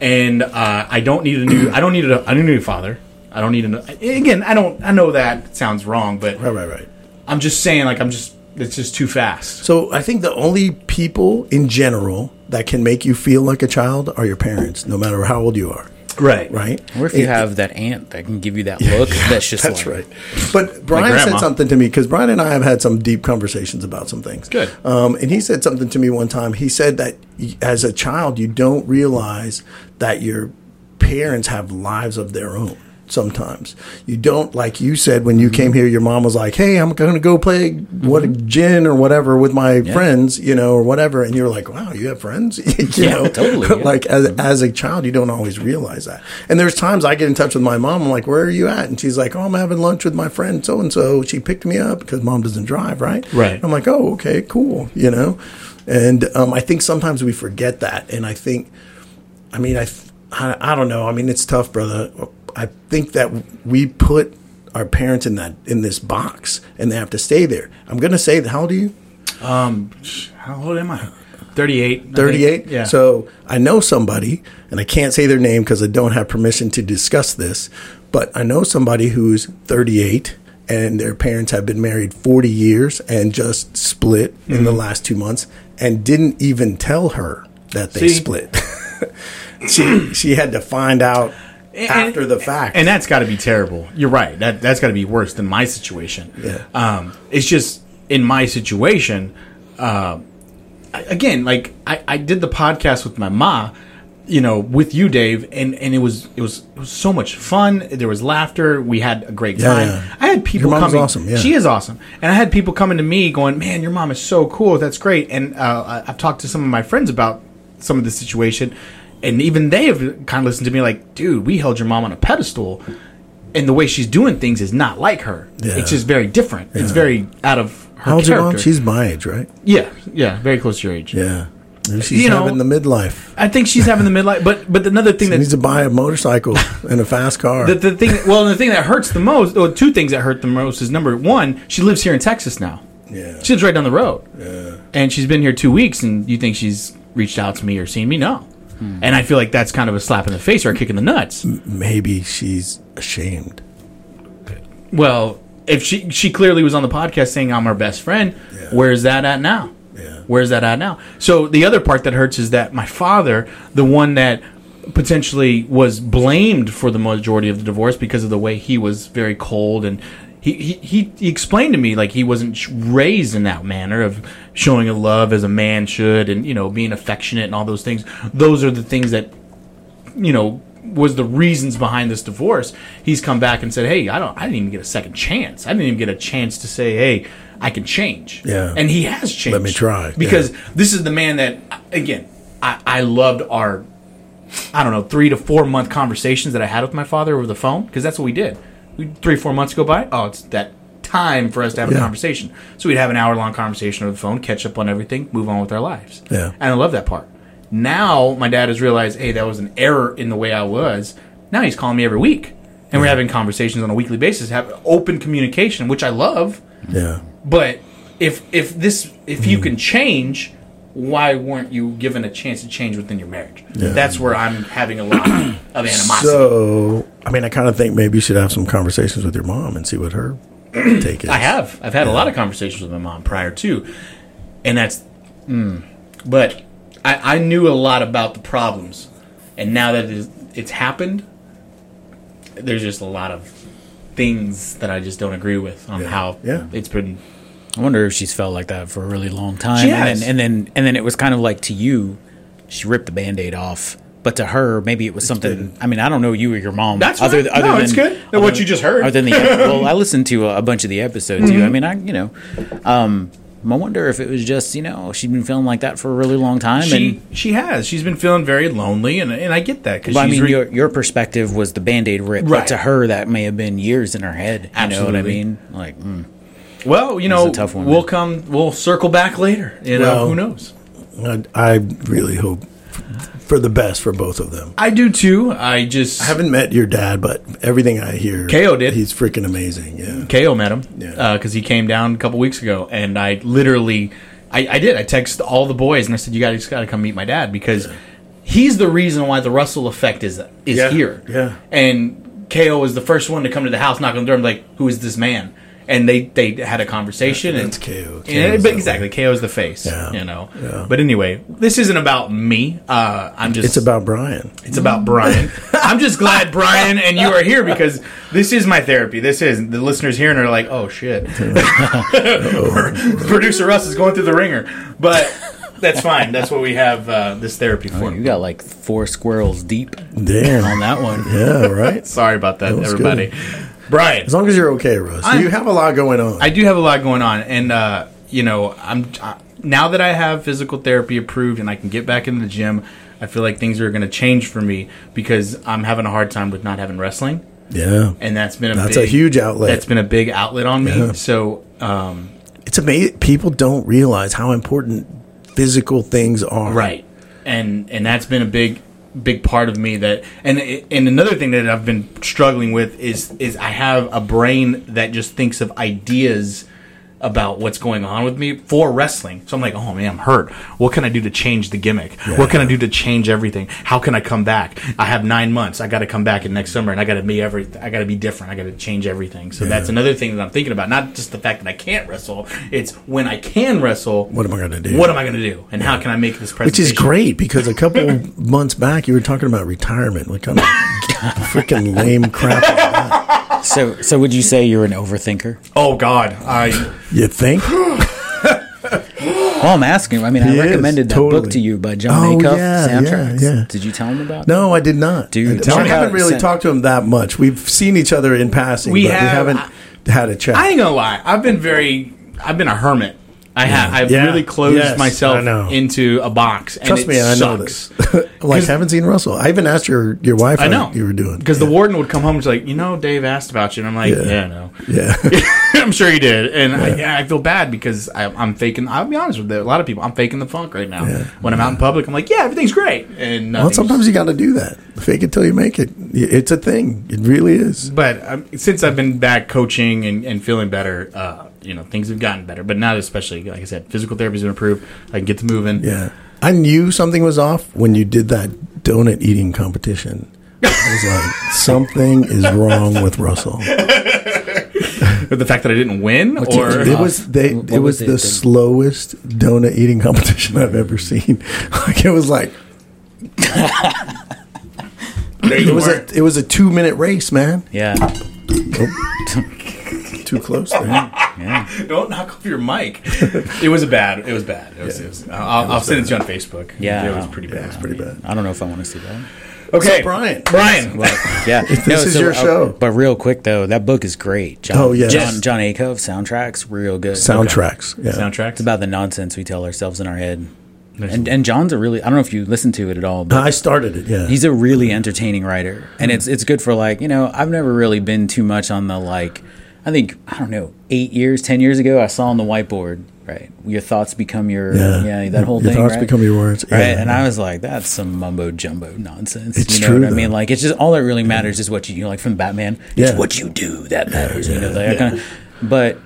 Speaker 1: and uh, I don't need a new. I don't need a. I don't need a father. I don't need a. Again, I don't. I know that sounds wrong, but
Speaker 2: Right, right, right.
Speaker 1: I'm just saying. Like I'm just. It's just too fast.
Speaker 2: So I think the only people in general that can make you feel like a child are your parents, no matter how old you are.
Speaker 1: Right.
Speaker 2: Right?
Speaker 3: Or if you
Speaker 2: It-
Speaker 3: have that aunt that can give you that look, that's just
Speaker 2: That's
Speaker 3: like,
Speaker 2: right. But Brian said
Speaker 1: grandma.
Speaker 2: something to me because Brian and I have had some deep conversations about some things.
Speaker 1: Good.
Speaker 2: Um, and he said something to me one time. He said that y- as a child, you don't realize that your parents have lives of their own. Sometimes you don't like you said when
Speaker 3: Mm-hmm.
Speaker 2: you came here. Your mom was like, "Hey, I'm going to go play what gin or whatever with my friends, you know, or whatever." And you're like, "Wow, you have friends, you
Speaker 3: Yeah,
Speaker 2: know?"
Speaker 3: totally, yeah.
Speaker 2: like as, as a child, you don't always realize that. And there's times I get in touch with my mom. I'm like, where are you at? And she's like, oh, I'm having lunch with my friend so and so. She picked me up because mom doesn't drive, right?
Speaker 1: Right.
Speaker 2: I'm like, oh, okay, cool, you know. And um, I think sometimes we forget that. And I think, I mean, I, th- I, I don't know. I mean, it's tough, brother. I think that we put our parents in that in this box, and they have to stay there. I'm gonna say, how old are you?
Speaker 1: How old am I? Thirty-eight. I think.
Speaker 2: 38.
Speaker 1: Yeah.
Speaker 2: So I know somebody, and I can't say their name because I don't have permission to discuss this, but I know somebody who's 38 and their parents have been married 40 years and just split in
Speaker 1: Mm-hmm.
Speaker 2: the last two months and didn't even tell her that they
Speaker 1: See?
Speaker 2: split. she, she had to find out after the fact.
Speaker 1: and that's got to be terrible. You're right. That that's got to be worse than my situation.
Speaker 2: Yeah.
Speaker 1: Um, it's just in my situation. Uh, I- again, like I, I did the podcast with my ma, you know, with you, Dave, and and it was it was it was so much fun. There was laughter. We had a great time.
Speaker 2: yeah.
Speaker 1: I had people
Speaker 2: Your mom's
Speaker 1: coming.
Speaker 2: awesome, yeah.
Speaker 1: She is awesome, and I had people coming to me going, "Man, your mom is so cool. That's great." And uh, I- I've talked to some of my friends about some of the situation, and even they have kind of listened to me like, "Dude, we held your mom on a pedestal." And the way she's doing things is not like her.
Speaker 2: Yeah.
Speaker 1: It's just very different. It's very out of her
Speaker 2: How old's your
Speaker 1: character.
Speaker 2: mom? She's my age, right?
Speaker 1: yeah, yeah, very close to your age.
Speaker 2: Yeah. Maybe She's
Speaker 1: You know-
Speaker 2: having the midlife.
Speaker 1: I think she's having the midlife. But but another thing
Speaker 2: Needs
Speaker 1: that
Speaker 2: to buy a motorcycle and a fast car.
Speaker 1: the, the thing well the thing that hurts the most well two things that hurt the most is number one she lives here in Texas now.
Speaker 2: yeah.
Speaker 1: She lives right down the road. Yeah. And she's been here two weeks, and you think she's reached out to me or seen me? No. And I feel like that's kind of a slap in the face or a kick in the nuts.
Speaker 2: Maybe she's ashamed.
Speaker 1: Well, if she she clearly was on the podcast saying I'm her best friend, where's that at now?
Speaker 2: Yeah.
Speaker 1: Where's that at now? So the other part that hurts is that my father, the one that potentially was blamed for the majority of the divorce because of the way he was very cold and he, he, he, he explained to me like he wasn't sh- raised in that manner of showing a love as a man should and you know being affectionate and all those things those are the things that you know was the reasons behind this divorce he's come back and said hey i don't i didn't even get a second chance i didn't even get a chance to say hey i can change
Speaker 2: Yeah.
Speaker 1: and he has changed
Speaker 2: Let me try.
Speaker 1: because this is the man that again i i loved our i don't know three to four month conversations that i had with my father over the phone because that's what we did we three four months go by oh it's that time for us to have a
Speaker 2: Yeah.
Speaker 1: conversation so we'd have an hour long conversation over the phone catch up on everything move on with our lives
Speaker 2: Yeah.
Speaker 1: and I love that part. Now my dad has realized, hey, that was an error in the way I was. Now he's calling me every week, and we're having conversations on a weekly basis, have open communication, which I love.
Speaker 2: Yeah.
Speaker 1: But if if this if
Speaker 2: Mm-hmm.
Speaker 1: you can change, why weren't you given a chance to change within your marriage? That's where I'm having a lot of animosity.
Speaker 2: So, I mean, I kind of think maybe you should have some conversations with your mom and see what her take is.
Speaker 1: I have. I've had a lot of conversations with my mom prior to, and that's. Mm, but I, I knew a lot about the problems, and now that it's, it's happened, there's just a lot of things that I just don't agree with on how
Speaker 2: Yeah.
Speaker 1: it's been.
Speaker 3: I wonder if she's felt like that for a really long time.
Speaker 1: She
Speaker 3: and,
Speaker 1: has.
Speaker 3: then, and then and then it was kind of like to you, she ripped the band aid off. But to her, maybe it was something. I mean, I don't know you or your mom.
Speaker 1: That's right. No, it's good. Than what you just heard. Mm-hmm.
Speaker 3: Other than the ep- well, I listened to a, a bunch of the episodes. too. I mean, I you know, um, I wonder if it was just you know she'd been feeling like that for a really long time.
Speaker 1: She
Speaker 3: and
Speaker 1: she has. She's been feeling very lonely, and and I get that because
Speaker 3: well, I mean,
Speaker 1: re-
Speaker 3: your your perspective was the band aid rip,
Speaker 1: Right.
Speaker 3: but to her that may have been years in her head. You know what I
Speaker 1: Absolutely.
Speaker 3: mean? Like, mm.
Speaker 1: well, you know,
Speaker 3: a tough one,
Speaker 1: we'll
Speaker 3: man.
Speaker 1: come, we'll circle back later. You know,
Speaker 2: Well-
Speaker 1: who knows?
Speaker 2: I, I really hope f- for the best for both of them.
Speaker 1: I do too. I just
Speaker 2: I haven't met your dad, but everything I hear,
Speaker 1: KO did. Mm-hmm.
Speaker 2: He's freaking amazing. Yeah.
Speaker 1: KO met him uh,
Speaker 2: Yeah.
Speaker 1: because he came down a couple weeks ago, and I literally I I, I did. I texted all the boys and I said, "You guys got to come meet my dad because he's the reason why the Russell effect is is
Speaker 2: Yeah,
Speaker 1: here."
Speaker 2: yeah.
Speaker 1: And Ko was the first one to come to the house, knock on the door, and be like, "Who is this man?" And they they had a conversation.
Speaker 2: That's
Speaker 1: and
Speaker 2: KO.
Speaker 1: Yeah,
Speaker 2: KO's
Speaker 1: but
Speaker 2: that
Speaker 1: exactly, KO's the face.
Speaker 2: Yeah,
Speaker 1: You know.
Speaker 2: yeah.
Speaker 1: But anyway, this isn't about me. Uh, I'm just
Speaker 2: It's about Brian.
Speaker 1: it's about Brian. I'm just glad Brian and you are here because this is my therapy. This is the listeners hearing are like, oh shit. Producer Russ is going through the ringer, but that's fine. That's what we have uh, this therapy for.
Speaker 3: You got like four squirrels deep on
Speaker 2: Damn.
Speaker 3: that one.
Speaker 2: yeah, right? As
Speaker 1: Sorry about that,
Speaker 2: was
Speaker 1: everybody. Brian,
Speaker 2: long as you're okay, Russ.
Speaker 1: I'm-
Speaker 2: you have a lot going on.
Speaker 1: I do have a lot going on, and uh, you know, I'm I, now that I have physical therapy approved and I can get back into the gym. I feel like things are going to change for me because I'm having a hard time with not having wrestling.
Speaker 2: yeah.
Speaker 1: and that's been a
Speaker 2: That's
Speaker 1: big,
Speaker 2: a huge outlet.
Speaker 1: That's been a big outlet on me. So um,
Speaker 2: It's amazing. People don't realize how important physical things are.
Speaker 1: right, and and that's been a big big part of me that and and another thing that I've been struggling with is is I have a brain that just thinks of ideas about what's going on with me for wrestling. So I'm like, "Oh man, I'm hurt. What can I do to change the gimmick? What can I do to change everything? How can I come back? I have 9 months. I got to come back in next summer and I got to be every I got to be different. I got to change everything." So that's another thing that I'm thinking about, not just the fact that I can't wrestle, it's when I can wrestle,
Speaker 2: What am I gonna do?
Speaker 1: What am I going to do? And how can I make this
Speaker 2: Which
Speaker 1: presentation?
Speaker 2: is great because a couple months back you were talking about retirement. What kind of freaking lame crap is that?
Speaker 3: So, so would you say you're an overthinker?
Speaker 1: Oh God, I
Speaker 2: you think?
Speaker 3: Well, Oh, I'm asking. I mean, I
Speaker 2: He is,
Speaker 3: recommended that book
Speaker 2: totally.
Speaker 3: to you by John
Speaker 2: Oh,
Speaker 3: Acuff,
Speaker 2: yeah, yeah,
Speaker 3: Soundtracks.
Speaker 2: yeah.
Speaker 3: Did you tell him about?
Speaker 2: No, I did not.
Speaker 3: Dude,
Speaker 2: I-
Speaker 3: check
Speaker 2: I
Speaker 3: out-
Speaker 2: haven't really
Speaker 3: send-
Speaker 2: talked to him that much. We've seen each other in passing,
Speaker 1: We
Speaker 2: but
Speaker 1: have-
Speaker 2: we haven't had a chat.
Speaker 1: I ain't gonna lie. I've been very. I've been a hermit. I have. I've
Speaker 2: Yeah.
Speaker 1: really closed
Speaker 2: Yes, I
Speaker 1: myself
Speaker 2: know.
Speaker 1: into a box. And
Speaker 2: Trust
Speaker 1: it
Speaker 2: me, I know
Speaker 1: sucks.
Speaker 2: this. like, haven't seen Russell. I even asked your your wife
Speaker 1: I
Speaker 2: how
Speaker 1: know
Speaker 2: you were doing
Speaker 1: because the warden would come home and be like, you know, Dave asked about you, and I'm like, yeah,
Speaker 2: Yeah.
Speaker 1: I know.
Speaker 2: yeah.
Speaker 1: I'm sure he did, and I, yeah, I feel bad because I, I'm faking. I'll be honest with you, a lot of people. I'm faking the funk right now. When I'm out in public, I'm like, yeah, everything's great, and
Speaker 2: well,
Speaker 1: nothing's-
Speaker 2: sometimes you got to do that. Fake it till you make it. Y- It's a thing. It really is.
Speaker 1: but um, since I've been back coaching and, and feeling better, uh, you know, things have gotten better. But not especially, like I said, physical therapy's been improved. I can get to moving.
Speaker 2: Yeah, I knew something was off when you did that donut eating competition. I was like, something is wrong with Russell.
Speaker 1: But the fact that I didn't win,
Speaker 3: What
Speaker 1: or
Speaker 3: did
Speaker 2: It
Speaker 3: you-
Speaker 2: was they.
Speaker 3: What
Speaker 2: it
Speaker 3: was
Speaker 2: was
Speaker 3: it
Speaker 2: the
Speaker 3: then?
Speaker 2: slowest donut eating competition I've ever seen. Like it was like it was a it was a two minute race, man.
Speaker 3: Yeah.
Speaker 2: Too close there.
Speaker 1: don't knock off your mic. it was a bad. It was bad. It was, it was, I'll, I'll send it to you on Facebook.
Speaker 3: Yeah.
Speaker 1: it was pretty bad.
Speaker 2: That's pretty bad.
Speaker 3: I don't know if I want to see that.
Speaker 1: Okay,
Speaker 2: So, Brian.
Speaker 1: Brian,
Speaker 3: Yeah, uh,
Speaker 2: This is your show.
Speaker 3: But real quick though, that book is great. John,
Speaker 2: Oh, yes.
Speaker 3: John John Acuff soundtracks real good.
Speaker 2: Soundtracks. Yeah.
Speaker 1: soundtracks
Speaker 3: it's about the nonsense we tell ourselves in our head. And and John's a really I don't know if you listen to it at all, but
Speaker 2: I started it. Yeah.
Speaker 3: he's a really entertaining writer, and it's it's good for like you know I've never really been too much on the like I think I don't know eight years ten years ago I saw on the whiteboard right your thoughts become your
Speaker 2: Yeah.
Speaker 3: yeah, that whole
Speaker 2: Your
Speaker 3: thing
Speaker 2: thoughts
Speaker 3: right?
Speaker 2: become your words.
Speaker 3: right
Speaker 2: Yeah.
Speaker 3: and I was like that's some mumbo jumbo nonsense
Speaker 2: It's
Speaker 3: you know
Speaker 2: true,
Speaker 3: what I
Speaker 2: though.
Speaker 3: mean like it's just all that really matters is what you you know, like from Batman
Speaker 2: Yeah.
Speaker 3: it's what you do that matters you know that kind of but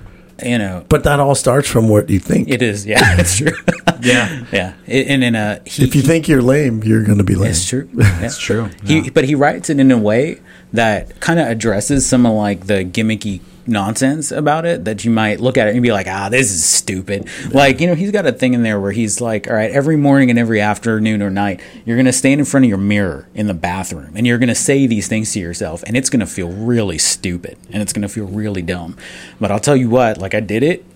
Speaker 3: you know
Speaker 2: but that all starts from what you think.
Speaker 3: it is yeah it's true
Speaker 1: yeah,
Speaker 3: yeah It- and in a he,
Speaker 2: if you think you're lame, you're going to be lame.
Speaker 3: it's true. It's
Speaker 1: true.
Speaker 3: He, but he writes it in a way that kind of addresses some of like the gimmicky nonsense about it that you might look at it and be like, ah, this is stupid. Like, you know, he's got a thing in there where he's like, all right, every morning and every afternoon or night, you're going to stand in front of your mirror in the bathroom and you're going to say these things to yourself and it's going to feel really stupid and it's going to feel really dumb. But I'll tell you what, like, I did it.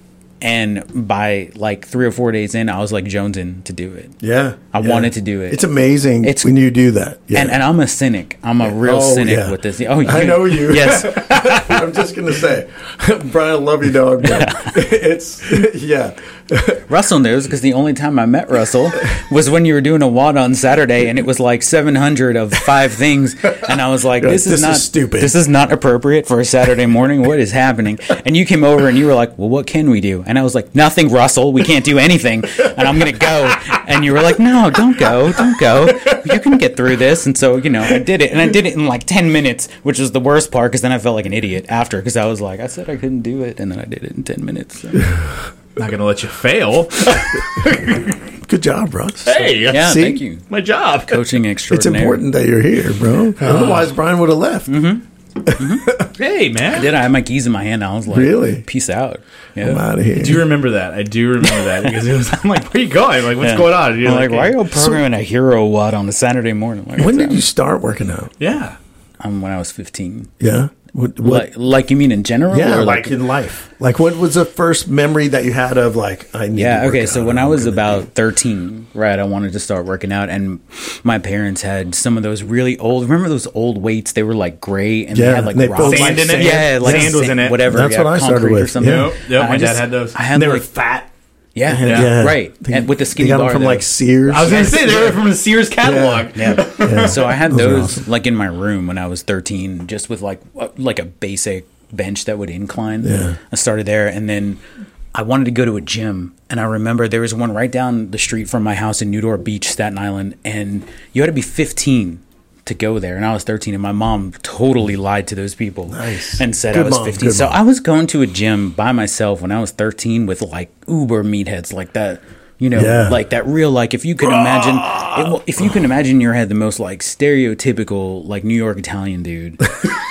Speaker 3: And by like three or four days in, I was like jonesing to do it.
Speaker 2: Yeah.
Speaker 3: I
Speaker 2: Yeah.
Speaker 3: wanted to do it.
Speaker 2: It's amazing
Speaker 3: It's-
Speaker 2: when you do that. Yeah.
Speaker 3: And, and I'm a cynic. I'm a real
Speaker 2: Oh,
Speaker 3: cynic
Speaker 2: yeah.
Speaker 3: with this. Oh,
Speaker 2: I know you.
Speaker 3: Yes.
Speaker 2: I'm just going to say, Brian, I love you, dog. but it's, yeah.
Speaker 3: Russell knows because the only time I met Russell was when you were doing a wad on Saturday, and it was like 700 of five things, and I was like,
Speaker 2: You're like,
Speaker 3: "This is
Speaker 2: this is
Speaker 3: not
Speaker 2: stupid.
Speaker 3: This is not appropriate for a Saturday morning. What is happening?" And you came over and you were like, "Well, what can we do?" And I was like, "Nothing, Russell. We can't do anything." And I'm gonna go. And you were like, "No, don't go, don't go. You can get through this." And so you know, I did it, and I did it in like 10 minutes, which was the worst part because then I felt like an idiot after because I was like, "I said I couldn't do it, and then I did it in 10 minutes." So.
Speaker 1: Not gonna let you fail.
Speaker 2: Good job, Russ.
Speaker 1: hey,
Speaker 3: Yeah,
Speaker 2: See?
Speaker 3: thank you.
Speaker 1: my job.
Speaker 3: Coaching
Speaker 2: It's
Speaker 3: extraordinaire.
Speaker 2: important that you're here, bro. Otherwise, Brian would have left.
Speaker 3: Mm-hmm.
Speaker 1: Hey, man.
Speaker 3: Did I have my keys in my hand? I was like,
Speaker 2: Really?
Speaker 3: Peace out. Yeah.
Speaker 2: I'm out of here.
Speaker 1: I do remember that. I do remember that because it was. I'm like, where you going? Like, what's
Speaker 3: Yeah.
Speaker 1: going on? And you're
Speaker 3: I'm like, why are you programming a hero watt on a Saturday morning? Like,
Speaker 2: when
Speaker 3: what's
Speaker 2: did
Speaker 3: that?
Speaker 2: you start working out?
Speaker 1: Yeah,
Speaker 3: Um, when I was 15.
Speaker 2: Yeah. What, what,
Speaker 3: Like, like you mean in general?
Speaker 2: Yeah,
Speaker 3: or
Speaker 1: like
Speaker 2: like-
Speaker 1: in life.
Speaker 2: Like, what was the first memory that you had of like I need? to
Speaker 3: Yeah,
Speaker 2: work
Speaker 3: okay. So
Speaker 2: out,
Speaker 3: when I
Speaker 2: I'm
Speaker 3: was
Speaker 2: gonna
Speaker 3: about 13, right, I wanted to start working out, and my parents had some of those really old. Remember those old weights? They were like gray and
Speaker 2: Yeah,
Speaker 3: they had like
Speaker 2: and they
Speaker 3: rocks.
Speaker 2: felt
Speaker 1: Sand in it.
Speaker 3: Yeah, like
Speaker 1: Sand was in it.
Speaker 3: Whatever.
Speaker 2: That's
Speaker 3: yeah,
Speaker 2: what I started
Speaker 3: concrete Or
Speaker 2: with,
Speaker 3: something.
Speaker 2: yeah.
Speaker 1: Yep, yep.
Speaker 3: I
Speaker 1: My dad
Speaker 3: just-
Speaker 1: had those.
Speaker 3: I had
Speaker 1: they
Speaker 3: like,
Speaker 1: were fat.
Speaker 3: yeah,
Speaker 2: do-
Speaker 3: right.
Speaker 2: They-
Speaker 3: and with the skinny
Speaker 2: they got
Speaker 3: bar
Speaker 2: them from
Speaker 3: though.
Speaker 2: like Sears.
Speaker 1: I was gonna say they were from the Sears catalog.
Speaker 3: Yeah.
Speaker 2: Yeah.
Speaker 3: So I had
Speaker 2: Those are
Speaker 3: those
Speaker 2: awesome.
Speaker 3: like in my room when I was 13, just with like a- like a basic bench that would incline.
Speaker 2: Yeah.
Speaker 3: I started there, and then I wanted to go to a gym, and I remember there was one right down the street from my house in Newport Beach, Staten Island, and you had to be 15 to go there, and I was 13, and my mom totally lied to those people
Speaker 2: Nice.
Speaker 3: and said
Speaker 2: Good
Speaker 3: I was
Speaker 2: mom,
Speaker 3: 15.
Speaker 2: good
Speaker 3: So
Speaker 2: mom.
Speaker 3: I was going to a gym by myself when I was 13 with like uber meatheads like that. You know,
Speaker 2: Yeah.
Speaker 3: like that real like if you could imagine it, well, if you can imagine in your head the most like stereotypical like New York Italian dude,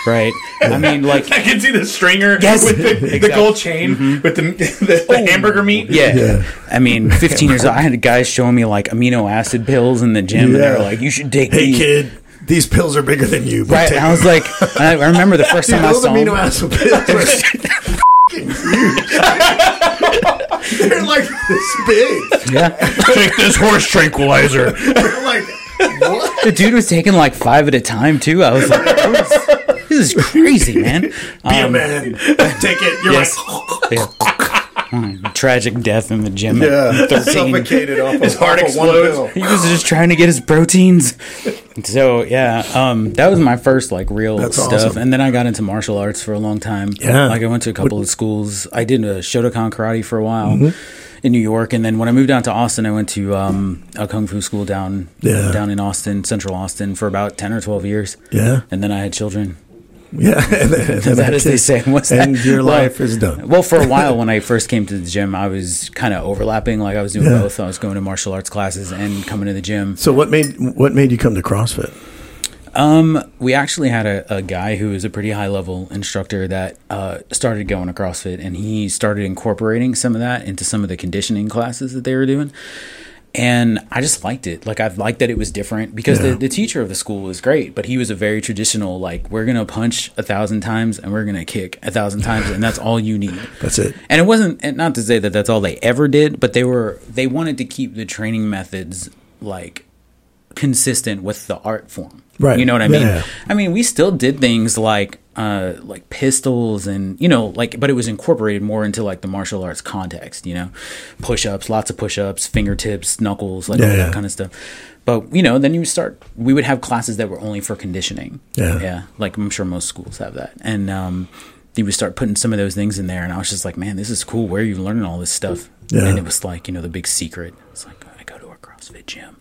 Speaker 3: right? I mean, like
Speaker 1: I can see the stringer
Speaker 3: Yes.
Speaker 1: with the, the gold chain with the the, the hamburger meat.
Speaker 3: Yeah.
Speaker 2: Yeah.
Speaker 3: I mean, 15 years old, I had guys showing me like amino acid pills in the gym, and they
Speaker 2: Yeah.
Speaker 3: were like, you should take
Speaker 2: hey
Speaker 3: these.
Speaker 2: kid, these pills are bigger than you. but
Speaker 3: Right.
Speaker 2: take
Speaker 3: And I was
Speaker 2: them.
Speaker 3: like, I I remember the first
Speaker 2: Dude,
Speaker 3: time I
Speaker 2: those
Speaker 3: saw
Speaker 2: amino
Speaker 3: him.
Speaker 2: acid pills are fucking huge. They're like this big.
Speaker 3: Yeah.
Speaker 1: Take this horse tranquilizer.
Speaker 2: They're like oh, what?
Speaker 3: The dude was taking like five at a time, too. I was like, this- this is crazy, man.
Speaker 2: Be a
Speaker 3: Um,
Speaker 2: man. Take it. You're
Speaker 3: yes.
Speaker 1: "Oh."
Speaker 2: like oh,
Speaker 3: yeah. Tragic death in the gym. at
Speaker 2: yeah,
Speaker 3: 13.
Speaker 2: suffocated off.
Speaker 1: His
Speaker 2: of,
Speaker 1: heart
Speaker 2: off of one
Speaker 1: explodes.
Speaker 2: pill.
Speaker 3: He was just trying to get his proteins. So yeah, um, that was my first like real
Speaker 2: That's
Speaker 3: stuff,
Speaker 2: awesome.
Speaker 3: and then I got into martial arts for a long time.
Speaker 2: Yeah.
Speaker 3: like I went to a couple of schools. I did a Shotokan karate for a while
Speaker 2: Mm-hmm.
Speaker 3: in New York, and then when I moved down to Austin, I went to um, a kung fu school down
Speaker 2: Yeah.
Speaker 3: down in Austin, Central Austin, for about ten or twelve years.
Speaker 2: Yeah.
Speaker 3: and then I had children.
Speaker 2: Yeah, and, and,
Speaker 3: That is, they say, what's that?
Speaker 2: and your
Speaker 3: Well,
Speaker 2: life is done.
Speaker 3: Well, for a while, when I first came to the gym, I was kind of overlapping. Like I was doing
Speaker 2: Yeah.
Speaker 3: both. I was going to martial arts classes and coming to the gym.
Speaker 2: So what made what made you come to CrossFit?
Speaker 3: Um, we actually had a, a guy who was a pretty high level instructor that uh, started going to CrossFit, and he started incorporating some of that into some of the conditioning classes that they were doing. And I just liked it. Like I liked that it was different because
Speaker 2: Yeah.
Speaker 3: the, the teacher of the school was great, but he was a very traditional. Like we're gonna punch a thousand times and we're gonna kick a thousand times, and that's all you need.
Speaker 2: That's it.
Speaker 3: And it wasn't and not to say that that's all they ever did, but they were they wanted to keep the training methods like consistent with the art form.
Speaker 2: Right.
Speaker 3: You know what I mean?
Speaker 2: Yeah.
Speaker 3: I mean, we still did things like uh like pistols and you know like but it was incorporated more into like the martial arts context, you know. Push-ups, lots of push-ups, fingertips, knuckles, like
Speaker 2: Yeah,
Speaker 3: all that
Speaker 2: yeah.
Speaker 3: kind of stuff. But you know, then you start we would have classes that were only for conditioning.
Speaker 2: Yeah.
Speaker 3: Yeah. Like I'm sure most schools have that. And um you would start putting some of those things in there and I was just like, Man, this is cool. Where are you learning all this stuff?
Speaker 2: Yeah.
Speaker 3: And it was like, you know, the big secret. It's like I go to a CrossFit gym.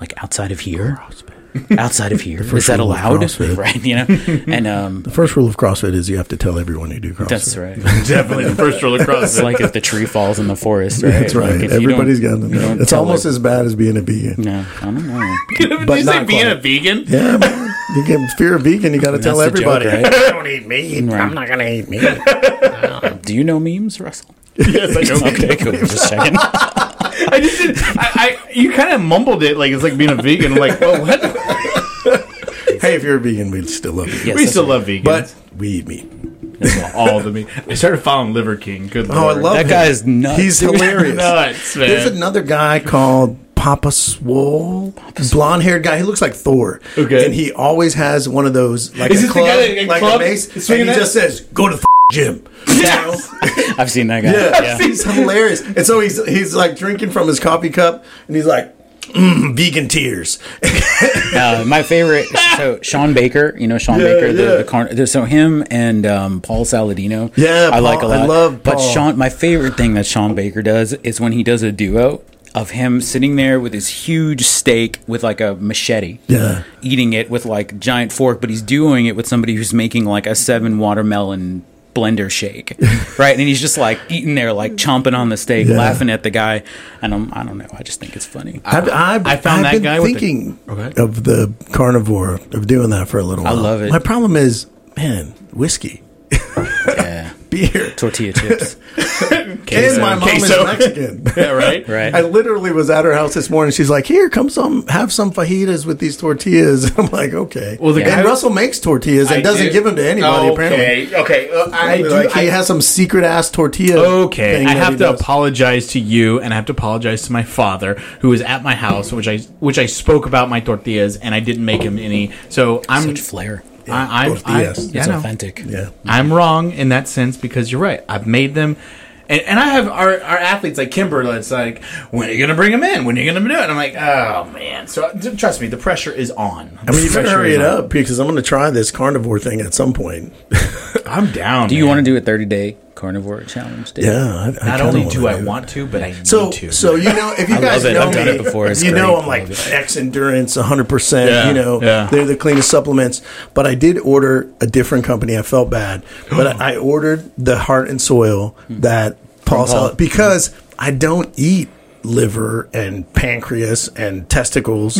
Speaker 3: Like outside of here. Outside of here. Is that
Speaker 2: rule of
Speaker 3: allowed?
Speaker 2: CrossFit.
Speaker 3: Right, you know? And um
Speaker 2: First rule of CrossFit is you have to tell everyone you do CrossFit.
Speaker 3: that's right.
Speaker 1: Definitely the first roller cross.
Speaker 3: It's like if the tree falls in the forest, right?
Speaker 2: That's right.
Speaker 3: Like if you don't-
Speaker 2: Everybody's got to
Speaker 3: you
Speaker 2: know.
Speaker 3: don't
Speaker 2: It's
Speaker 3: tell
Speaker 2: almost
Speaker 3: it-
Speaker 2: as bad as being a vegan.
Speaker 3: no, I don't know.
Speaker 1: Did
Speaker 2: but
Speaker 1: you say
Speaker 2: not
Speaker 1: being
Speaker 2: quite.
Speaker 1: a vegan?
Speaker 2: Yeah, man. you can fear of vegan. You got to tell
Speaker 3: That's the joke,
Speaker 2: everybody.
Speaker 3: right?
Speaker 2: Don't eat meat. I'm not gonna eat meat.
Speaker 3: Do you know memes, Russell?
Speaker 1: Yes, I know.
Speaker 3: Okay, cool. Just checking.
Speaker 1: I just did. I, I you kind of mumbled it like it's like being a vegan. I'm like, well, what?
Speaker 2: hey, if you're a vegan, we still love you.
Speaker 3: Yes,
Speaker 1: we
Speaker 3: that's
Speaker 1: still
Speaker 3: right.
Speaker 1: love vegans,
Speaker 2: But we eat meat.
Speaker 1: all the meat. I started following Liver King. Good
Speaker 2: Oh, I
Speaker 1: lord,
Speaker 2: love
Speaker 3: That
Speaker 2: him.
Speaker 3: guy is nuts,
Speaker 2: He's
Speaker 3: dude.
Speaker 2: hilarious.
Speaker 1: nuts, man.
Speaker 2: There's another guy called Papa Swole, blonde haired guy. He looks like Thor.
Speaker 1: Okay.
Speaker 2: And he always has one of those, like
Speaker 1: Is
Speaker 2: a
Speaker 1: this the
Speaker 2: club,
Speaker 1: guy that- in
Speaker 2: like
Speaker 1: club?
Speaker 2: a mace. And
Speaker 1: Swinging
Speaker 2: he
Speaker 1: it?
Speaker 2: just says, go to the f- gym.
Speaker 1: Yes.
Speaker 3: I've seen that guy.
Speaker 2: Yeah. He's hilarious. And so he's he's like drinking from his coffee cup and he's like, mm, vegan tears.
Speaker 3: Uh, my favorite. So Sean Baker, you know Sean
Speaker 2: Yeah,
Speaker 3: Baker, the,
Speaker 2: yeah.
Speaker 3: the carn- So him and um, Paul Saladino.
Speaker 2: Yeah,
Speaker 3: I like a
Speaker 2: Paul- I
Speaker 3: lot.
Speaker 2: love
Speaker 3: But
Speaker 2: Paul.
Speaker 3: Sean, my favorite thing that Sean Baker does is when he does a duo of him sitting there with his huge steak with like a machete.
Speaker 2: Yeah.
Speaker 3: Eating it with like giant fork, but he's doing it with somebody who's making like a seven watermelon blender shake, right? And he's just like eating there, like chomping on the steak,
Speaker 2: Yeah.
Speaker 3: laughing at the guy. And I'm, I don't know. I just think it's funny.
Speaker 2: I've, I've,
Speaker 1: I found that
Speaker 2: I've been
Speaker 1: guy with the-
Speaker 2: thinking
Speaker 1: Okay.
Speaker 2: of the carnivore of doing that for a little while.
Speaker 3: love it.
Speaker 2: My problem is, man, whiskey,
Speaker 3: yeah.
Speaker 2: beer.
Speaker 3: Tortilla chips.
Speaker 2: And my mom
Speaker 1: Queso.
Speaker 2: is Mexican.
Speaker 1: Yeah, right?
Speaker 3: Right.
Speaker 2: I literally was at her house this morning. She's like, "Here, come some, have some fajitas with these tortillas." I'm like, "Okay." Well,
Speaker 1: the
Speaker 2: and
Speaker 1: guy-
Speaker 2: Russell makes tortillas and
Speaker 1: I
Speaker 2: doesn't
Speaker 1: do-
Speaker 2: give them to anybody.
Speaker 1: Okay,
Speaker 2: Apparently,
Speaker 1: Okay. uh, I do.
Speaker 2: like, he
Speaker 1: I-
Speaker 2: has some secret ass tortilla.
Speaker 1: Okay,
Speaker 2: thing
Speaker 1: I
Speaker 2: that
Speaker 1: have
Speaker 2: he
Speaker 1: to
Speaker 2: does.
Speaker 1: apologize to you, and I have to apologize to my father, who was at my house, which I which I spoke about my tortillas, and I didn't make him any. So I'm
Speaker 3: Such flair.
Speaker 1: I, I'm I,
Speaker 2: tortillas.
Speaker 1: yeah,
Speaker 3: It's
Speaker 1: I know.
Speaker 3: authentic.
Speaker 2: Yeah.
Speaker 1: I'm wrong in that sense because you're right. I've made them. And, and I have our, our athletes like Kimber that's like, when are you going to bring them in? When are you going to do it? And I'm like, oh, man. So d- trust me, the pressure is on.
Speaker 2: I mean, you better
Speaker 1: Pressure
Speaker 2: hurry
Speaker 1: is
Speaker 2: it
Speaker 1: on.
Speaker 2: up because I'm going to try this carnivore thing at some point.
Speaker 1: I'm down.
Speaker 3: Do you want to do a 30 day carnivore challenge? Dave?
Speaker 2: Yeah, I, I
Speaker 1: Not
Speaker 2: kinda
Speaker 1: only
Speaker 2: wanna
Speaker 1: do I
Speaker 2: that.
Speaker 1: want to, but I need
Speaker 2: So,
Speaker 1: to.
Speaker 2: so you know, if you
Speaker 3: love
Speaker 2: guys
Speaker 3: it.
Speaker 2: know
Speaker 3: I've done
Speaker 2: me,
Speaker 3: it before. It's
Speaker 2: you know
Speaker 3: great.
Speaker 2: I'm like
Speaker 3: I love
Speaker 2: X endurance, 100. percent
Speaker 1: Yeah,
Speaker 2: You know,
Speaker 1: yeah.
Speaker 2: they're the cleanest supplements. But I did order a different company. I felt bad, but I I ordered the Heart and Soil
Speaker 3: Hmm.
Speaker 2: that Paul Sal- because I don't eat liver and pancreas and testicles.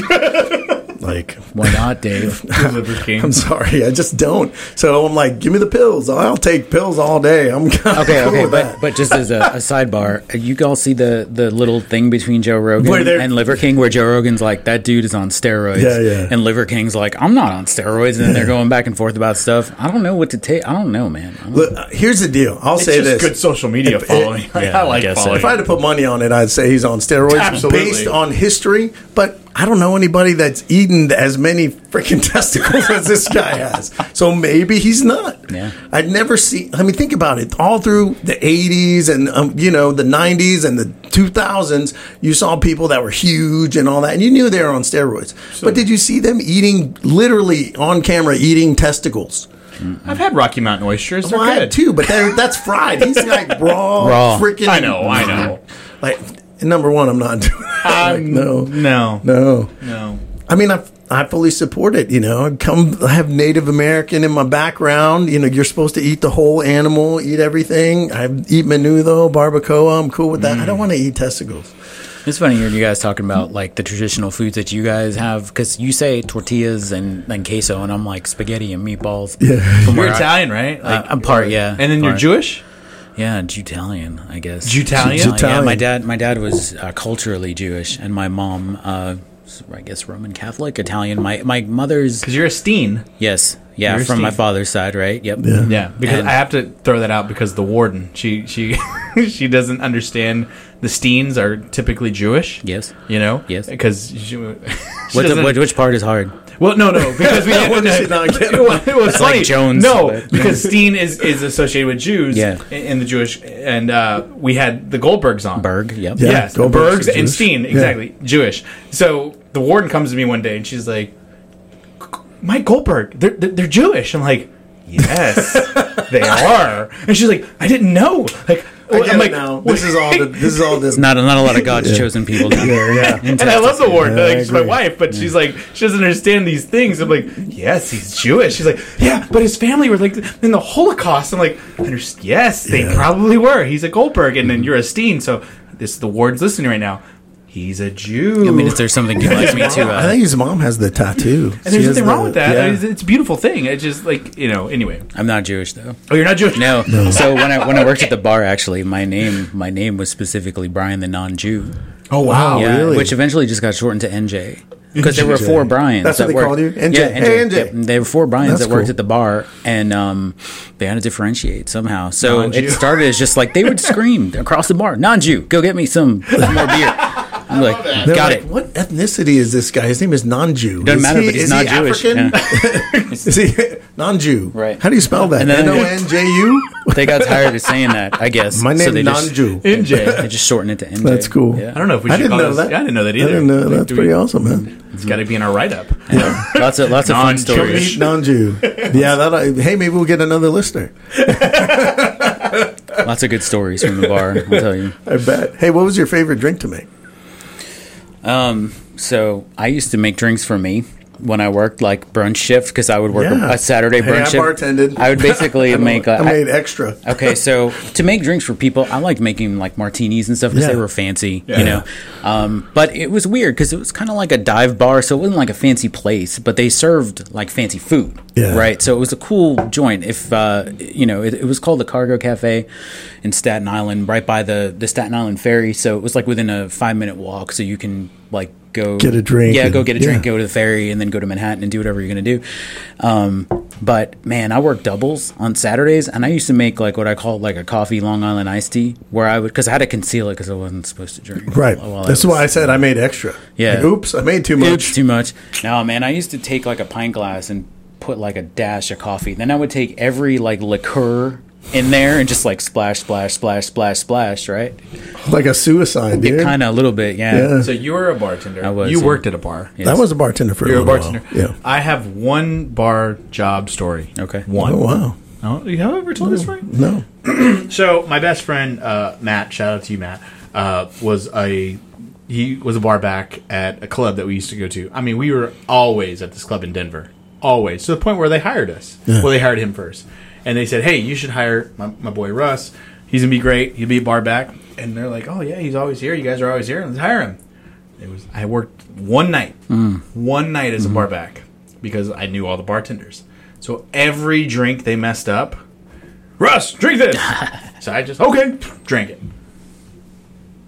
Speaker 2: like
Speaker 3: Why not, Dave?
Speaker 2: I'm sorry, I just don't. So I'm like, give me the pills. I'll take pills all day. I'm
Speaker 3: Okay,
Speaker 2: cool
Speaker 3: okay,
Speaker 2: with
Speaker 3: but,
Speaker 2: that.
Speaker 3: but just as a, a sidebar, you all see the, the little thing between Joe
Speaker 2: Where
Speaker 3: Rogan
Speaker 2: they're-
Speaker 3: and Liver King where Joe Rogan's like, that dude is on steroids.
Speaker 2: Yeah, yeah.
Speaker 3: And Liver King's like, I'm not on steroids. And then they're going back and forth about stuff. I don't know what to take. I don't know, man. I don't-
Speaker 2: Look, uh, here's the deal. I'll
Speaker 1: it's
Speaker 2: say
Speaker 1: just
Speaker 2: this:
Speaker 1: good social media
Speaker 2: If-
Speaker 1: following.
Speaker 2: if-
Speaker 1: I like
Speaker 5: guess so.
Speaker 1: following.
Speaker 2: If I had to put money on it, I'd say he's on steroids
Speaker 1: Absolutely.
Speaker 2: based on history, but I don't know anybody that's eaten as many freaking testicles as this guy has. So maybe he's not.
Speaker 3: Yeah.
Speaker 2: I'd never see. I mean, think about it. All through the 80s and, um, you know, the 90s and the 2000s, you saw people that were huge and all that, and you knew they were on steroids. But did you see them eating, literally on camera, eating testicles?
Speaker 1: I've had Rocky Mountain oysters. They're
Speaker 2: Well, I
Speaker 1: good.
Speaker 2: had two, but they're- that's fried. He's like raw,
Speaker 3: Raw.
Speaker 2: freaking.
Speaker 1: I know, I know.
Speaker 2: Like number one, I'm not doing. That. Like, no,
Speaker 1: Uh, No.
Speaker 2: no.
Speaker 1: No.
Speaker 2: I mean, I I fully support it. You know, I come. I have Native American in my background. You know, you're supposed to eat the whole animal, eat everything. I eat menudo, barbacoa. I'm cool with that.
Speaker 1: Mm.
Speaker 2: I don't want to eat testicles.
Speaker 3: It's funny hearing you guys talking about like the traditional foods that you guys have because you say tortillas and, and queso, and I'm like spaghetti and meatballs. Yeah, from
Speaker 1: You're
Speaker 3: where I-
Speaker 1: Italian, right? Like,
Speaker 3: I, am part. Yeah,
Speaker 1: and then you're
Speaker 3: part.
Speaker 1: Jewish?
Speaker 3: Yeah, Italian, I guess.
Speaker 1: Jutalian?
Speaker 3: Yeah,
Speaker 2: Jutalian.
Speaker 3: my dad. My dad was uh, culturally Jewish, and my mom, uh, s- I guess, Roman Catholic, Italian. My my mother's
Speaker 1: Because you're a steen.
Speaker 3: yes, yeah,
Speaker 1: You're
Speaker 3: from my
Speaker 1: Steve.
Speaker 3: father's side, right? Yep.
Speaker 1: Yeah, because
Speaker 3: And-
Speaker 1: I have to throw that out because the warden she she she doesn't understand the Steens are typically Jewish.
Speaker 3: Yes.
Speaker 1: you know.
Speaker 3: Yes.
Speaker 1: because she, she
Speaker 3: What's the,
Speaker 1: doesn't-
Speaker 3: what, which part is hard?
Speaker 1: well, no, no, because we
Speaker 2: What does she not get?
Speaker 1: It was
Speaker 3: It's like
Speaker 1: funny.
Speaker 3: Jones,
Speaker 1: No,
Speaker 3: but-
Speaker 1: because Steen is is associated with Jews.
Speaker 3: Yeah.
Speaker 1: in, in the Jewish, and uh, we had the Goldbergs on.
Speaker 3: Berg. Yep.
Speaker 2: Yeah.
Speaker 1: Yes, the
Speaker 2: Goldbergs
Speaker 1: Bergs
Speaker 2: are
Speaker 1: and
Speaker 2: Jewish.
Speaker 1: Steen,
Speaker 2: Yeah.
Speaker 1: exactly Jewish. So the warden comes to me one day and she's like, "Mike Goldberg, they're they're, they're Jewish." I'm like, "Yes, they are." And she's like, "I didn't know." Like,
Speaker 2: I get
Speaker 1: I'm
Speaker 2: it
Speaker 1: like,
Speaker 2: now. This is all. The, this is all. This.
Speaker 3: Not not a lot of God's chosen people. down there.
Speaker 1: And I love the warden.
Speaker 2: Yeah, I
Speaker 1: like, she's my
Speaker 2: agree.
Speaker 1: wife, but she's like, she doesn't understand these things. I'm like, yes, he's Jewish. She's like, yeah, but his family were like in the Holocaust. I'm like, "Underst- yes, they
Speaker 2: Yeah.
Speaker 1: probably were. He's a Goldberg, and then you're a Steen. So this the warden's listening right now. He's a Jew.
Speaker 3: I mean, is there something you'd like me to?
Speaker 2: I
Speaker 3: Uh,
Speaker 2: think his mom has the tattoo.
Speaker 1: And there's nothing wrong with that. I mean, It's, it's a beautiful thing. It's just like you know. Anyway,
Speaker 3: I'm not Jewish though.
Speaker 1: oh, you're not Jewish.
Speaker 3: No. So when I when I worked at the bar, actually, my name my name was specifically Brian the non-Jew.
Speaker 2: Oh wow!
Speaker 3: yeah,
Speaker 2: really?
Speaker 3: which eventually just got shortened to NJ because there were four Brian's.
Speaker 2: That's
Speaker 3: that
Speaker 2: what they
Speaker 3: worked-
Speaker 2: called you? NJ.
Speaker 3: Yeah,
Speaker 2: Hey,
Speaker 3: NJ.
Speaker 2: NJ.
Speaker 3: Yep, and there were four Brian's
Speaker 2: That's
Speaker 3: that worked at
Speaker 2: cool.
Speaker 3: the bar, and um, they had to differentiate somehow. So
Speaker 1: Non-Jew.
Speaker 3: it started as just like they would scream across the bar, "Non-Jew, go get me some some more beer." I'm like,
Speaker 2: They're
Speaker 3: got
Speaker 2: like,
Speaker 3: it.
Speaker 2: What ethnicity is this guy? His name is non-Jew.
Speaker 3: Doesn't
Speaker 2: Is
Speaker 3: matter,
Speaker 2: he-
Speaker 3: but he's
Speaker 2: is
Speaker 3: not
Speaker 2: he
Speaker 3: Jewish.
Speaker 2: African?
Speaker 3: Yeah.
Speaker 2: Is he non-Jew?
Speaker 3: Right.
Speaker 2: How do you spell that?
Speaker 3: And then-
Speaker 2: N O N J U.
Speaker 3: They got tired of saying that, I guess.
Speaker 2: My
Speaker 3: So
Speaker 2: name
Speaker 3: they
Speaker 2: is
Speaker 3: just-
Speaker 2: non-Jew.
Speaker 1: NJ.
Speaker 3: They just shortened it to NJ.
Speaker 2: That's cool.
Speaker 1: I don't know if we should
Speaker 2: I didn't
Speaker 1: call
Speaker 2: know
Speaker 1: this-
Speaker 2: that.
Speaker 1: Yeah, I didn't know that
Speaker 2: I
Speaker 1: either.
Speaker 2: didn't know.
Speaker 1: Like,
Speaker 2: That's
Speaker 1: do we-
Speaker 2: pretty awesome, man.
Speaker 1: It's got to be in our write-up.
Speaker 3: Lots of lots of fun
Speaker 1: Non-Jewish.
Speaker 3: stories.
Speaker 2: Non-Jew. Yeah. That. I, hey, maybe we'll get another listener.
Speaker 3: Lots of good stories from the bar. I'll tell you.
Speaker 2: I bet. Hey, what was your favorite drink to make?
Speaker 3: So I used to make drinks for me. when I worked like brunch shift because I would work a-
Speaker 2: Yeah.
Speaker 3: a Saturday
Speaker 2: Hey,
Speaker 3: brunch
Speaker 2: I
Speaker 3: shift.
Speaker 2: bartended.
Speaker 3: I would basically make uh, a,
Speaker 2: I made extra.
Speaker 3: okay, so to make drinks for people, I liked making like martinis and stuff because
Speaker 2: Yeah.
Speaker 3: they were fancy,
Speaker 2: Yeah.
Speaker 3: you know. Um, but it was weird because it was kind of like a dive bar, so it wasn't like a fancy place, but they served like fancy food,
Speaker 2: Yeah.
Speaker 3: right? So it was a cool joint. If uh, you know, it, it was called the Cargo Cafe in Staten Island, right by the the Staten Island ferry. So it was like within a five minute walk, so you can like go
Speaker 2: Get a drink
Speaker 3: yeah,
Speaker 2: and-
Speaker 3: go get a drink,
Speaker 2: yeah.
Speaker 3: go to the ferry, and then go to Manhattan and do whatever you're gonna do. Um, but man, I worked doubles on Saturdays, and I used to make like what I call like a coffee Long Island iced tea, where I would because I had to conceal it because I wasn't supposed to drink.
Speaker 2: Right.
Speaker 3: while I
Speaker 2: That's
Speaker 3: Oh, was-
Speaker 2: why I said I made extra.
Speaker 3: Yeah.
Speaker 2: Like, oops, I made too much.
Speaker 3: Oops, too much. No, man, I used to take like a pint glass and put like a dash of coffee. Then I would take every like liqueur in there and just like splash, splash, splash, splash, splash. Right?
Speaker 2: Like a suicide, dude.
Speaker 3: Kind of a little bit, yeah.
Speaker 2: Yeah.
Speaker 1: So you were a bartender. I
Speaker 3: was,
Speaker 1: You
Speaker 3: yeah.
Speaker 1: worked at a bar.
Speaker 2: I was a bartender for
Speaker 1: You're a
Speaker 2: little
Speaker 1: bartender.
Speaker 2: while. Oh, Yeah.
Speaker 1: I have one bar job story.
Speaker 3: Okay.
Speaker 1: One.
Speaker 2: Oh wow.
Speaker 1: Oh, you have ever told this story?
Speaker 2: No.
Speaker 1: So my best friend uh, Matt, shout out to you, Matt, uh, was a he was a bar back at a club that we used to go to. I mean, we were always at this club in Denver, always to the point where they hired us. Well, they hired him first, and they said, "Hey, you should hire my, my boy Russ. He's gonna be great. He'll be a bar back." And they're like, "Oh yeah, he's always here. You guys are always here. Let's hire him." It was I worked one night, one night as a bar back because I knew all the bartenders. So every drink they messed up, Russ, drink this. so I just okay, drank it.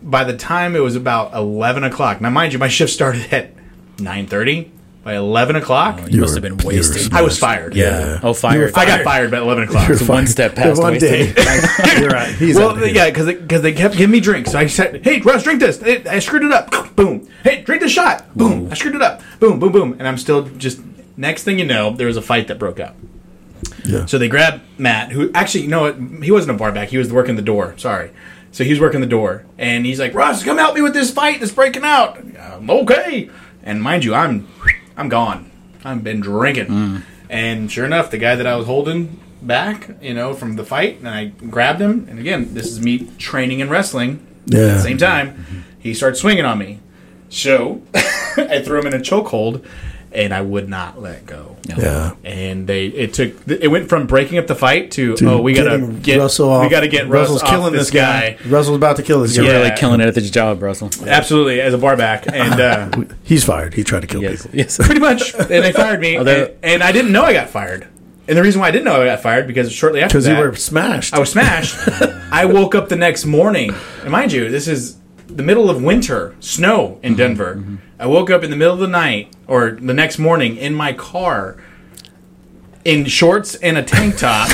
Speaker 1: By the time it was about eleven o'clock, now mind you, my shift started at nine thirty. By eleven o'clock,
Speaker 3: You must
Speaker 2: were-
Speaker 3: have been
Speaker 2: Oh, you were
Speaker 3: wasted.
Speaker 2: smashed.
Speaker 1: I was fired.
Speaker 3: yeah. Oh,
Speaker 2: You
Speaker 3: fire!
Speaker 2: were
Speaker 1: I got fired by eleven o'clock.
Speaker 2: You're
Speaker 3: One
Speaker 2: fired.
Speaker 3: step past
Speaker 2: One
Speaker 3: wasted.
Speaker 2: day. You're right. He's
Speaker 1: Well,
Speaker 2: outta here.
Speaker 1: yeah, because because they kept giving me drinks. So I said, "Hey, Russ, drink this." Hey, I screwed it up. Boom. Hey, drink the shot. Boom. I screwed it up. Boom, boom, boom. And I'm still just. Next thing you know, there was a fight that broke out.
Speaker 2: Yeah.
Speaker 1: So they grabbed Matt, who actually, you know what? He wasn't a bar back. He was working the door. Sorry. So he was working the door, and he's like, "Russ, come help me with this fight that's breaking out." "Um, okay. And mind you, I'm, I'm gone. I've been drinking. And sure enough, the guy that I was holding back, you know, from the fight, and I grabbed him. And again, this is me training in wrestling. At
Speaker 2: Yeah.
Speaker 1: the same time, he starts swinging on me. So I threw him in a chokehold, and I would not let go
Speaker 2: Yeah.
Speaker 1: and they it took it went from breaking up the fight to, oh we gotta
Speaker 2: Getting
Speaker 1: get
Speaker 2: Russell off.
Speaker 1: we gotta get Russell's
Speaker 2: Russell's
Speaker 1: Russ killing this guy.
Speaker 2: Russell's about to kill this
Speaker 3: You're
Speaker 2: guy.
Speaker 3: really
Speaker 1: Yeah.
Speaker 3: killing it at the job, Russell.
Speaker 1: absolutely as a bar back and uh,
Speaker 2: He's fired. He tried to kill
Speaker 3: Yes.
Speaker 2: people.
Speaker 3: Yes.
Speaker 1: pretty much and they fired me
Speaker 3: Although-
Speaker 1: and, and I didn't know I got fired and the reason why I didn't know I got fired because shortly after
Speaker 2: Because you
Speaker 1: that
Speaker 2: were smashed.
Speaker 1: I was smashed I woke up the next morning and mind you this is the middle of winter snow
Speaker 2: Mm-hmm,
Speaker 1: in Denver I woke up in the middle of the night or the next morning in my car in shorts and a tank top.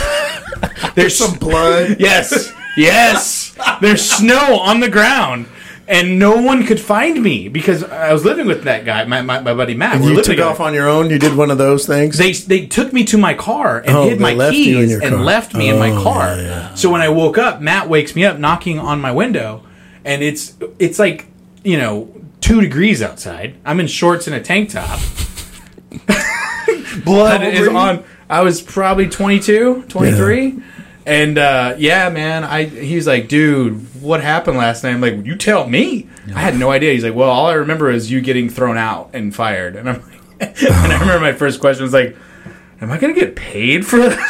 Speaker 1: There's some
Speaker 2: blood.
Speaker 1: Yes. Yes. There's snow on the ground. And no one could find me because I was living with that guy, my, my, my buddy Matt. We're
Speaker 2: You
Speaker 1: living
Speaker 2: took
Speaker 1: together.
Speaker 2: off on your own. You did one of those things.
Speaker 1: They, they took me to my car and
Speaker 2: Oh,
Speaker 1: hid
Speaker 2: they
Speaker 1: my
Speaker 2: left you in
Speaker 1: keys
Speaker 2: your
Speaker 1: and
Speaker 2: car.
Speaker 1: left me in my
Speaker 2: Oh,
Speaker 1: car.
Speaker 2: yeah,
Speaker 1: So when I woke up, Matt wakes me up knocking on my window, and it's it's like you know two degrees outside. I'm in shorts and a tank top. Blood
Speaker 2: old
Speaker 1: is
Speaker 2: were you?
Speaker 1: on. I was probably 22, 23. And uh, yeah, man, I he was like, dude, what happened last night? I'm like, you tell me. I had no idea. He's like, well, all I remember is you getting thrown out and fired. And I'm like, and I remember my first question was like, am I gonna get paid for this?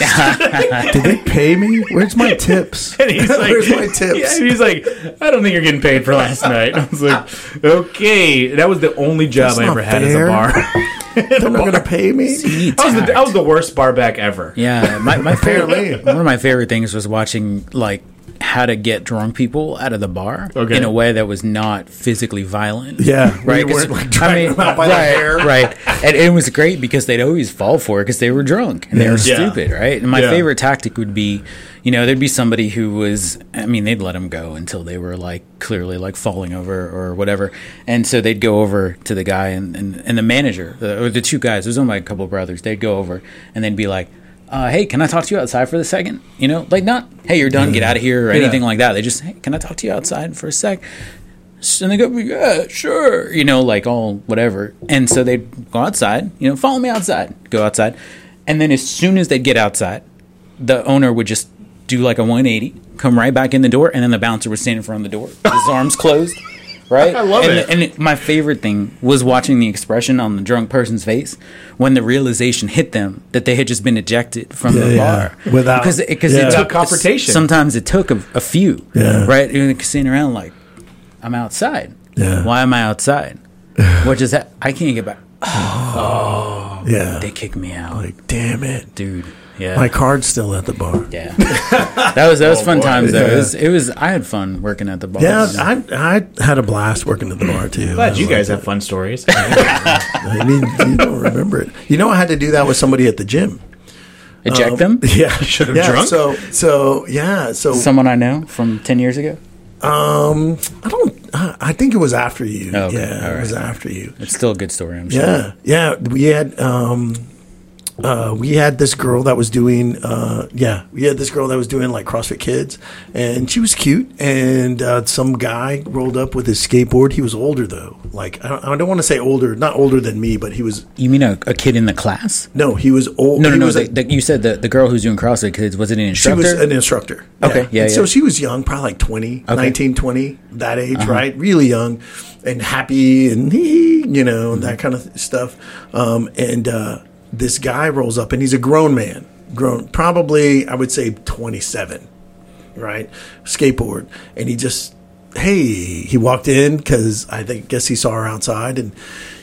Speaker 2: Did they pay me? Where's my tips?
Speaker 1: And he's like,
Speaker 2: Where's my tips?
Speaker 1: Yeah, and he's like, I don't think you're getting paid for last night. I was like, okay, that was the only job
Speaker 2: That's
Speaker 1: I
Speaker 2: not
Speaker 1: ever had as a
Speaker 2: fair.
Speaker 1: bar.
Speaker 2: They're not going to pay me.
Speaker 1: I was the I was the worst bar back ever.
Speaker 3: Yeah, my, my
Speaker 2: Apparently.
Speaker 3: favorite one of my favorite things was watching like how to get drunk people out of the bar
Speaker 1: Okay.
Speaker 3: in a way that was not physically violent.
Speaker 2: Yeah,
Speaker 3: right.
Speaker 2: we
Speaker 3: 'cause-
Speaker 2: weren't, like, dragging them out by the
Speaker 3: right,
Speaker 2: hair.
Speaker 3: right. And it was great because they'd always fall for it because they were drunk and they were
Speaker 1: Yeah.
Speaker 3: stupid, right? And my
Speaker 1: Yeah.
Speaker 3: favorite tactic would be, you know, there'd be somebody who was, I mean, they'd let them go until they were like clearly like falling over or whatever, and so they'd go over to the guy and and, and the manager uh, or the two guys. It was only like a couple of brothers. They'd go over and they'd be like. Uh, hey, can I talk to you outside for the second? You know, like not, hey, you're done, get out of here, or anything like that. They just, hey, can I talk to you outside for a sec? And they go, yeah, sure. You know, like all whatever. And so they'd go outside, you know, follow me outside, go outside. And then as soon as they'd get outside, the owner would just do like a 180, come right back in the door. And then the bouncer would stand in front of the door, with his arms closed. right?
Speaker 1: I love
Speaker 3: and,
Speaker 1: it.
Speaker 3: And my favorite thing was watching the expression on the drunk person's face when the realization hit them that they had just been ejected from the
Speaker 2: Yeah,
Speaker 3: bar.
Speaker 2: yeah. Without-
Speaker 3: because because
Speaker 2: yeah.
Speaker 3: it took
Speaker 2: Without
Speaker 1: confrontation.
Speaker 3: Sometimes it took a, a few,
Speaker 2: Yeah.
Speaker 3: right? And they're sitting around like, I'm outside.
Speaker 2: Yeah.
Speaker 3: Why am I outside? what just that? I can't get back.
Speaker 1: Oh,
Speaker 2: Yeah.
Speaker 3: They kicked me out,
Speaker 2: like, damn it.
Speaker 3: dude. Yeah.
Speaker 2: My card's still at the bar.
Speaker 3: yeah, that was that was fun
Speaker 1: boy.
Speaker 3: times though.
Speaker 2: Oh, Yeah.
Speaker 3: It, was, it was I had fun working at the bar.
Speaker 2: Yeah, I, I had a blast working at the bar too.
Speaker 1: Glad you guys have fun stories.
Speaker 2: I mean, you don't remember it. You know, I had to do that with somebody at the gym.
Speaker 3: eject them.
Speaker 2: Yeah, should have
Speaker 1: drunk?
Speaker 2: So, so yeah, so
Speaker 3: Someone I know from ten years ago.
Speaker 2: um, I don't. I I think it was after you.
Speaker 3: Oh, Okay,
Speaker 2: yeah,
Speaker 3: all
Speaker 2: it was
Speaker 3: right.
Speaker 2: after you.
Speaker 3: It's still a good story. I'm sure.
Speaker 2: Yeah, yeah. We had um, uh, we had this girl that was doing uh, yeah, we had this girl that was doing like CrossFit Kids, and she was cute. And uh, some guy rolled up with his skateboard. He was older though. Like I don't, I don't want to say older, not older than me, but he was
Speaker 3: You mean a, a kid in the class?
Speaker 2: no, he was old.
Speaker 3: No, no,
Speaker 2: he
Speaker 3: no.
Speaker 2: was
Speaker 3: the,
Speaker 2: a-
Speaker 3: the, you said the, the girl who's doing CrossFit kids was it an
Speaker 2: She
Speaker 3: instructor?
Speaker 2: was an instructor.
Speaker 3: Okay, yeah,
Speaker 2: And So
Speaker 3: yeah.
Speaker 2: she was young, probably like 20, 19, 20, that age,
Speaker 3: Uh-huh.
Speaker 2: right? Really young and happy and, hee, hee, you know, that
Speaker 3: Mm-hmm.
Speaker 2: kind of stuff. Um, and uh, this guy rolls up and he's a grown man, grown, probably, I would say 27, right? Skateboard. And he just, hey, he walked in because I think, guess he saw her outside and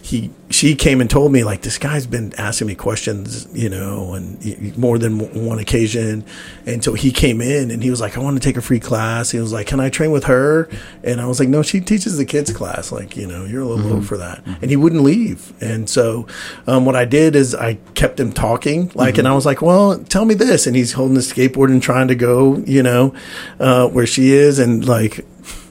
Speaker 2: he, she came and told me, like, this guy's been asking me questions, you know, and y- y- more than w- one occasion. And so he came in and he was like, I want to take a free class. He was like, Can I train with her? And I was like, No, she teaches the kids class. Like, you know, you're a little old for that. Mm-hmm. And he wouldn't leave. And so um, what I did is I kept him talking, like,
Speaker 3: Mm-hmm.
Speaker 2: and I was like, Well, tell me this. And he's holding the skateboard and trying to go, you know, uh, where she is. And like,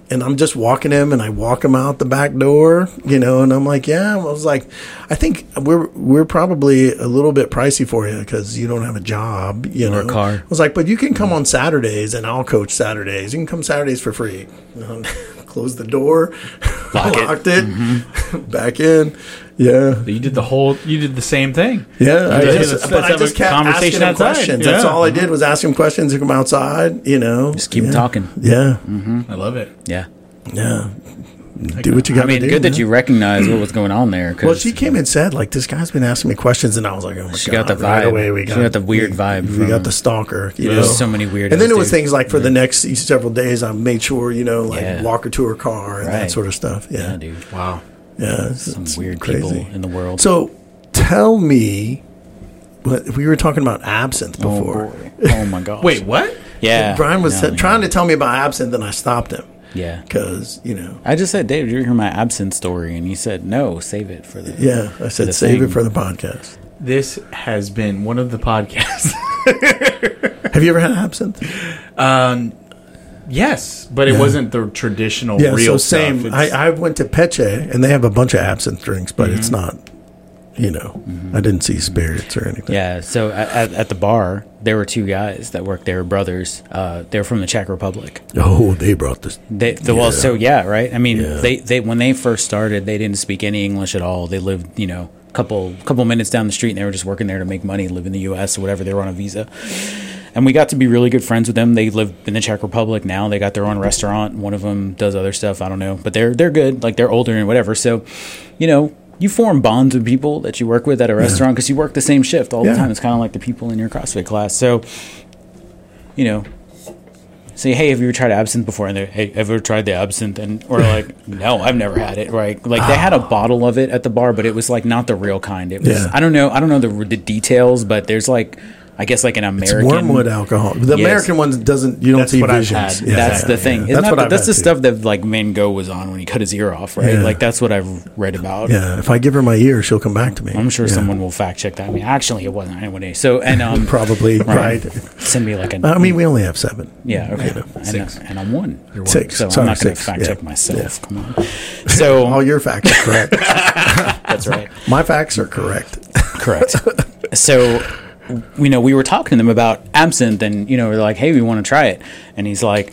Speaker 2: and I'm just walking him and I walk him out the back door, you know, and I'm like, yeah, I was like, I think we're, we're probably a little bit pricey for you because you don't have a job, you
Speaker 3: Or a
Speaker 2: know,
Speaker 3: car. Mm-hmm.
Speaker 2: I was like, but you can come on Saturdays and I'll coach Saturdays. You can come Saturdays for free. Um, close the door,
Speaker 1: Lock it. Mm-hmm.
Speaker 2: locked it, back in. Yeah.
Speaker 1: you did the whole. You did the same thing.
Speaker 2: Yeah, I
Speaker 1: did.
Speaker 2: just,
Speaker 1: Let's-
Speaker 2: but
Speaker 1: let's
Speaker 2: I
Speaker 1: have
Speaker 2: just
Speaker 1: a
Speaker 2: kept
Speaker 1: conversation
Speaker 2: asking him
Speaker 1: outside.
Speaker 2: questions.
Speaker 1: Yeah.
Speaker 2: That's all I did was ask him questions to come outside. You know,
Speaker 3: Just keep
Speaker 2: yeah.
Speaker 3: talking.
Speaker 2: Yeah,
Speaker 1: I love it.
Speaker 3: Yeah.
Speaker 2: yeah. Do what you got
Speaker 3: I mean,
Speaker 2: to do.
Speaker 3: good that
Speaker 2: man.
Speaker 3: you recognize what was going on there. 'cause
Speaker 2: Well, she came and said, like, this guy's been asking me questions, and I was like, oh my
Speaker 3: She
Speaker 2: god,
Speaker 3: got the
Speaker 2: right
Speaker 3: vibe.
Speaker 2: away we
Speaker 3: She
Speaker 2: got,
Speaker 3: got the weird
Speaker 2: we-
Speaker 3: vibe
Speaker 2: We
Speaker 3: from-
Speaker 2: got the stalker. You know,
Speaker 3: There's so many weirdos,
Speaker 2: And then it was
Speaker 3: dude.
Speaker 2: things like for the next e, several days, I made sure you know, like,
Speaker 3: Yeah.
Speaker 2: walk her to her car and that
Speaker 3: Right.
Speaker 2: sort of stuff. Yeah,
Speaker 3: Yeah,
Speaker 2: yeah,
Speaker 3: dude.
Speaker 1: Wow.
Speaker 2: it's,
Speaker 3: Some
Speaker 2: it's
Speaker 3: weird
Speaker 2: crazy.
Speaker 3: people in the world.
Speaker 2: So, tell me, what we were talking about absinthe
Speaker 3: oh,
Speaker 2: before.
Speaker 3: boy. oh my gosh.
Speaker 1: Wait, what?
Speaker 3: Yeah.
Speaker 2: Brian was
Speaker 3: No,
Speaker 2: t- trying to tell me about absinthe, and I stopped him
Speaker 3: Yeah.
Speaker 2: because you know.
Speaker 3: I just said, Dave, did you hear my absent story? And he said, no, save it for the.
Speaker 2: Yeah, I said
Speaker 3: the
Speaker 2: save
Speaker 3: thing.
Speaker 2: it for the podcast.
Speaker 1: This has been one of the podcasts.
Speaker 2: Have you ever had absinthe?
Speaker 1: yes, but it wasn't the traditional
Speaker 2: Yeah,
Speaker 1: real
Speaker 2: so same.
Speaker 1: stuff. It's-
Speaker 2: I, I went to Peche and they have a bunch of absinthe drinks, but it's
Speaker 3: Mm-hmm.
Speaker 2: not, you know, I didn't see spirits or anything.
Speaker 3: Yeah, so at, at, at the bar, there were two guys that worked there, brothers. Uh, they're from the Czech Republic.
Speaker 2: Oh, they brought this.
Speaker 3: They, the, Well,
Speaker 2: Yeah.
Speaker 3: so yeah, right. I mean,
Speaker 2: Yeah.
Speaker 3: they, they when they first started, they didn't speak any English at all. They lived, you know, a couple couple minutes down the street, and they were just working there to make money, live in the U.S. or whatever. They were on a visa, and we got to be really good friends with them. They live in the Czech Republic now. They got their own restaurant. One of them does other stuff. I don't know, but they're they're good. Like they're older and whatever. So, you know. You form bonds with people that you work with at a restaurant because you work the same shift all
Speaker 2: Yeah.
Speaker 3: the time. It's kind of like the people in your CrossFit class. So, you know, say, "Hey, have you ever tried absinthe before?" And they're, "Hey, ever tried the absinthe?" And or like, "No, I've never had it." Right? Like
Speaker 2: Ah.
Speaker 3: they had a bottle of it at the bar, but it was like not the real kind. It was
Speaker 2: Yeah.
Speaker 3: I don't know I don't know the the details, but there's like I guess like an American
Speaker 2: Wormwood alcohol. The
Speaker 3: Yes.
Speaker 2: American one doesn't, you don't
Speaker 1: That's
Speaker 2: see
Speaker 1: what I've
Speaker 2: visions.
Speaker 1: had.
Speaker 2: Yeah,
Speaker 3: that's
Speaker 2: yeah,
Speaker 3: the
Speaker 2: yeah.
Speaker 3: thing. Isn't
Speaker 2: That's
Speaker 3: that
Speaker 2: what
Speaker 3: the-
Speaker 2: I've
Speaker 3: that's
Speaker 2: had
Speaker 3: the stuff
Speaker 2: too.
Speaker 3: that like Van Gogh was on when he cut his ear off, right?
Speaker 2: Yeah.
Speaker 3: Like that's what I've read about.
Speaker 2: Yeah, if I give her my ear, she'll come back to me.
Speaker 3: I'm sure
Speaker 2: Yeah.
Speaker 3: someone will fact check that. I mean, actually, it wasn't anyway. So and um,
Speaker 2: Probably, right. Um,
Speaker 3: send me like a
Speaker 2: I mean, we only have seven.
Speaker 3: Yeah, okay. and,
Speaker 1: Six.
Speaker 3: I, and I'm one. You're one.
Speaker 2: Six.
Speaker 3: So
Speaker 2: Sorry,
Speaker 3: I'm not going to
Speaker 2: six.
Speaker 3: fact
Speaker 2: Yeah. Oh,
Speaker 3: check myself. Come on. So
Speaker 2: All your facts are correct.
Speaker 3: that's right.
Speaker 2: my facts are correct.
Speaker 3: Correct. so, you know, we were talking to them about absinthe, and you know, we're like, "Hey, we want to try it," and he's like,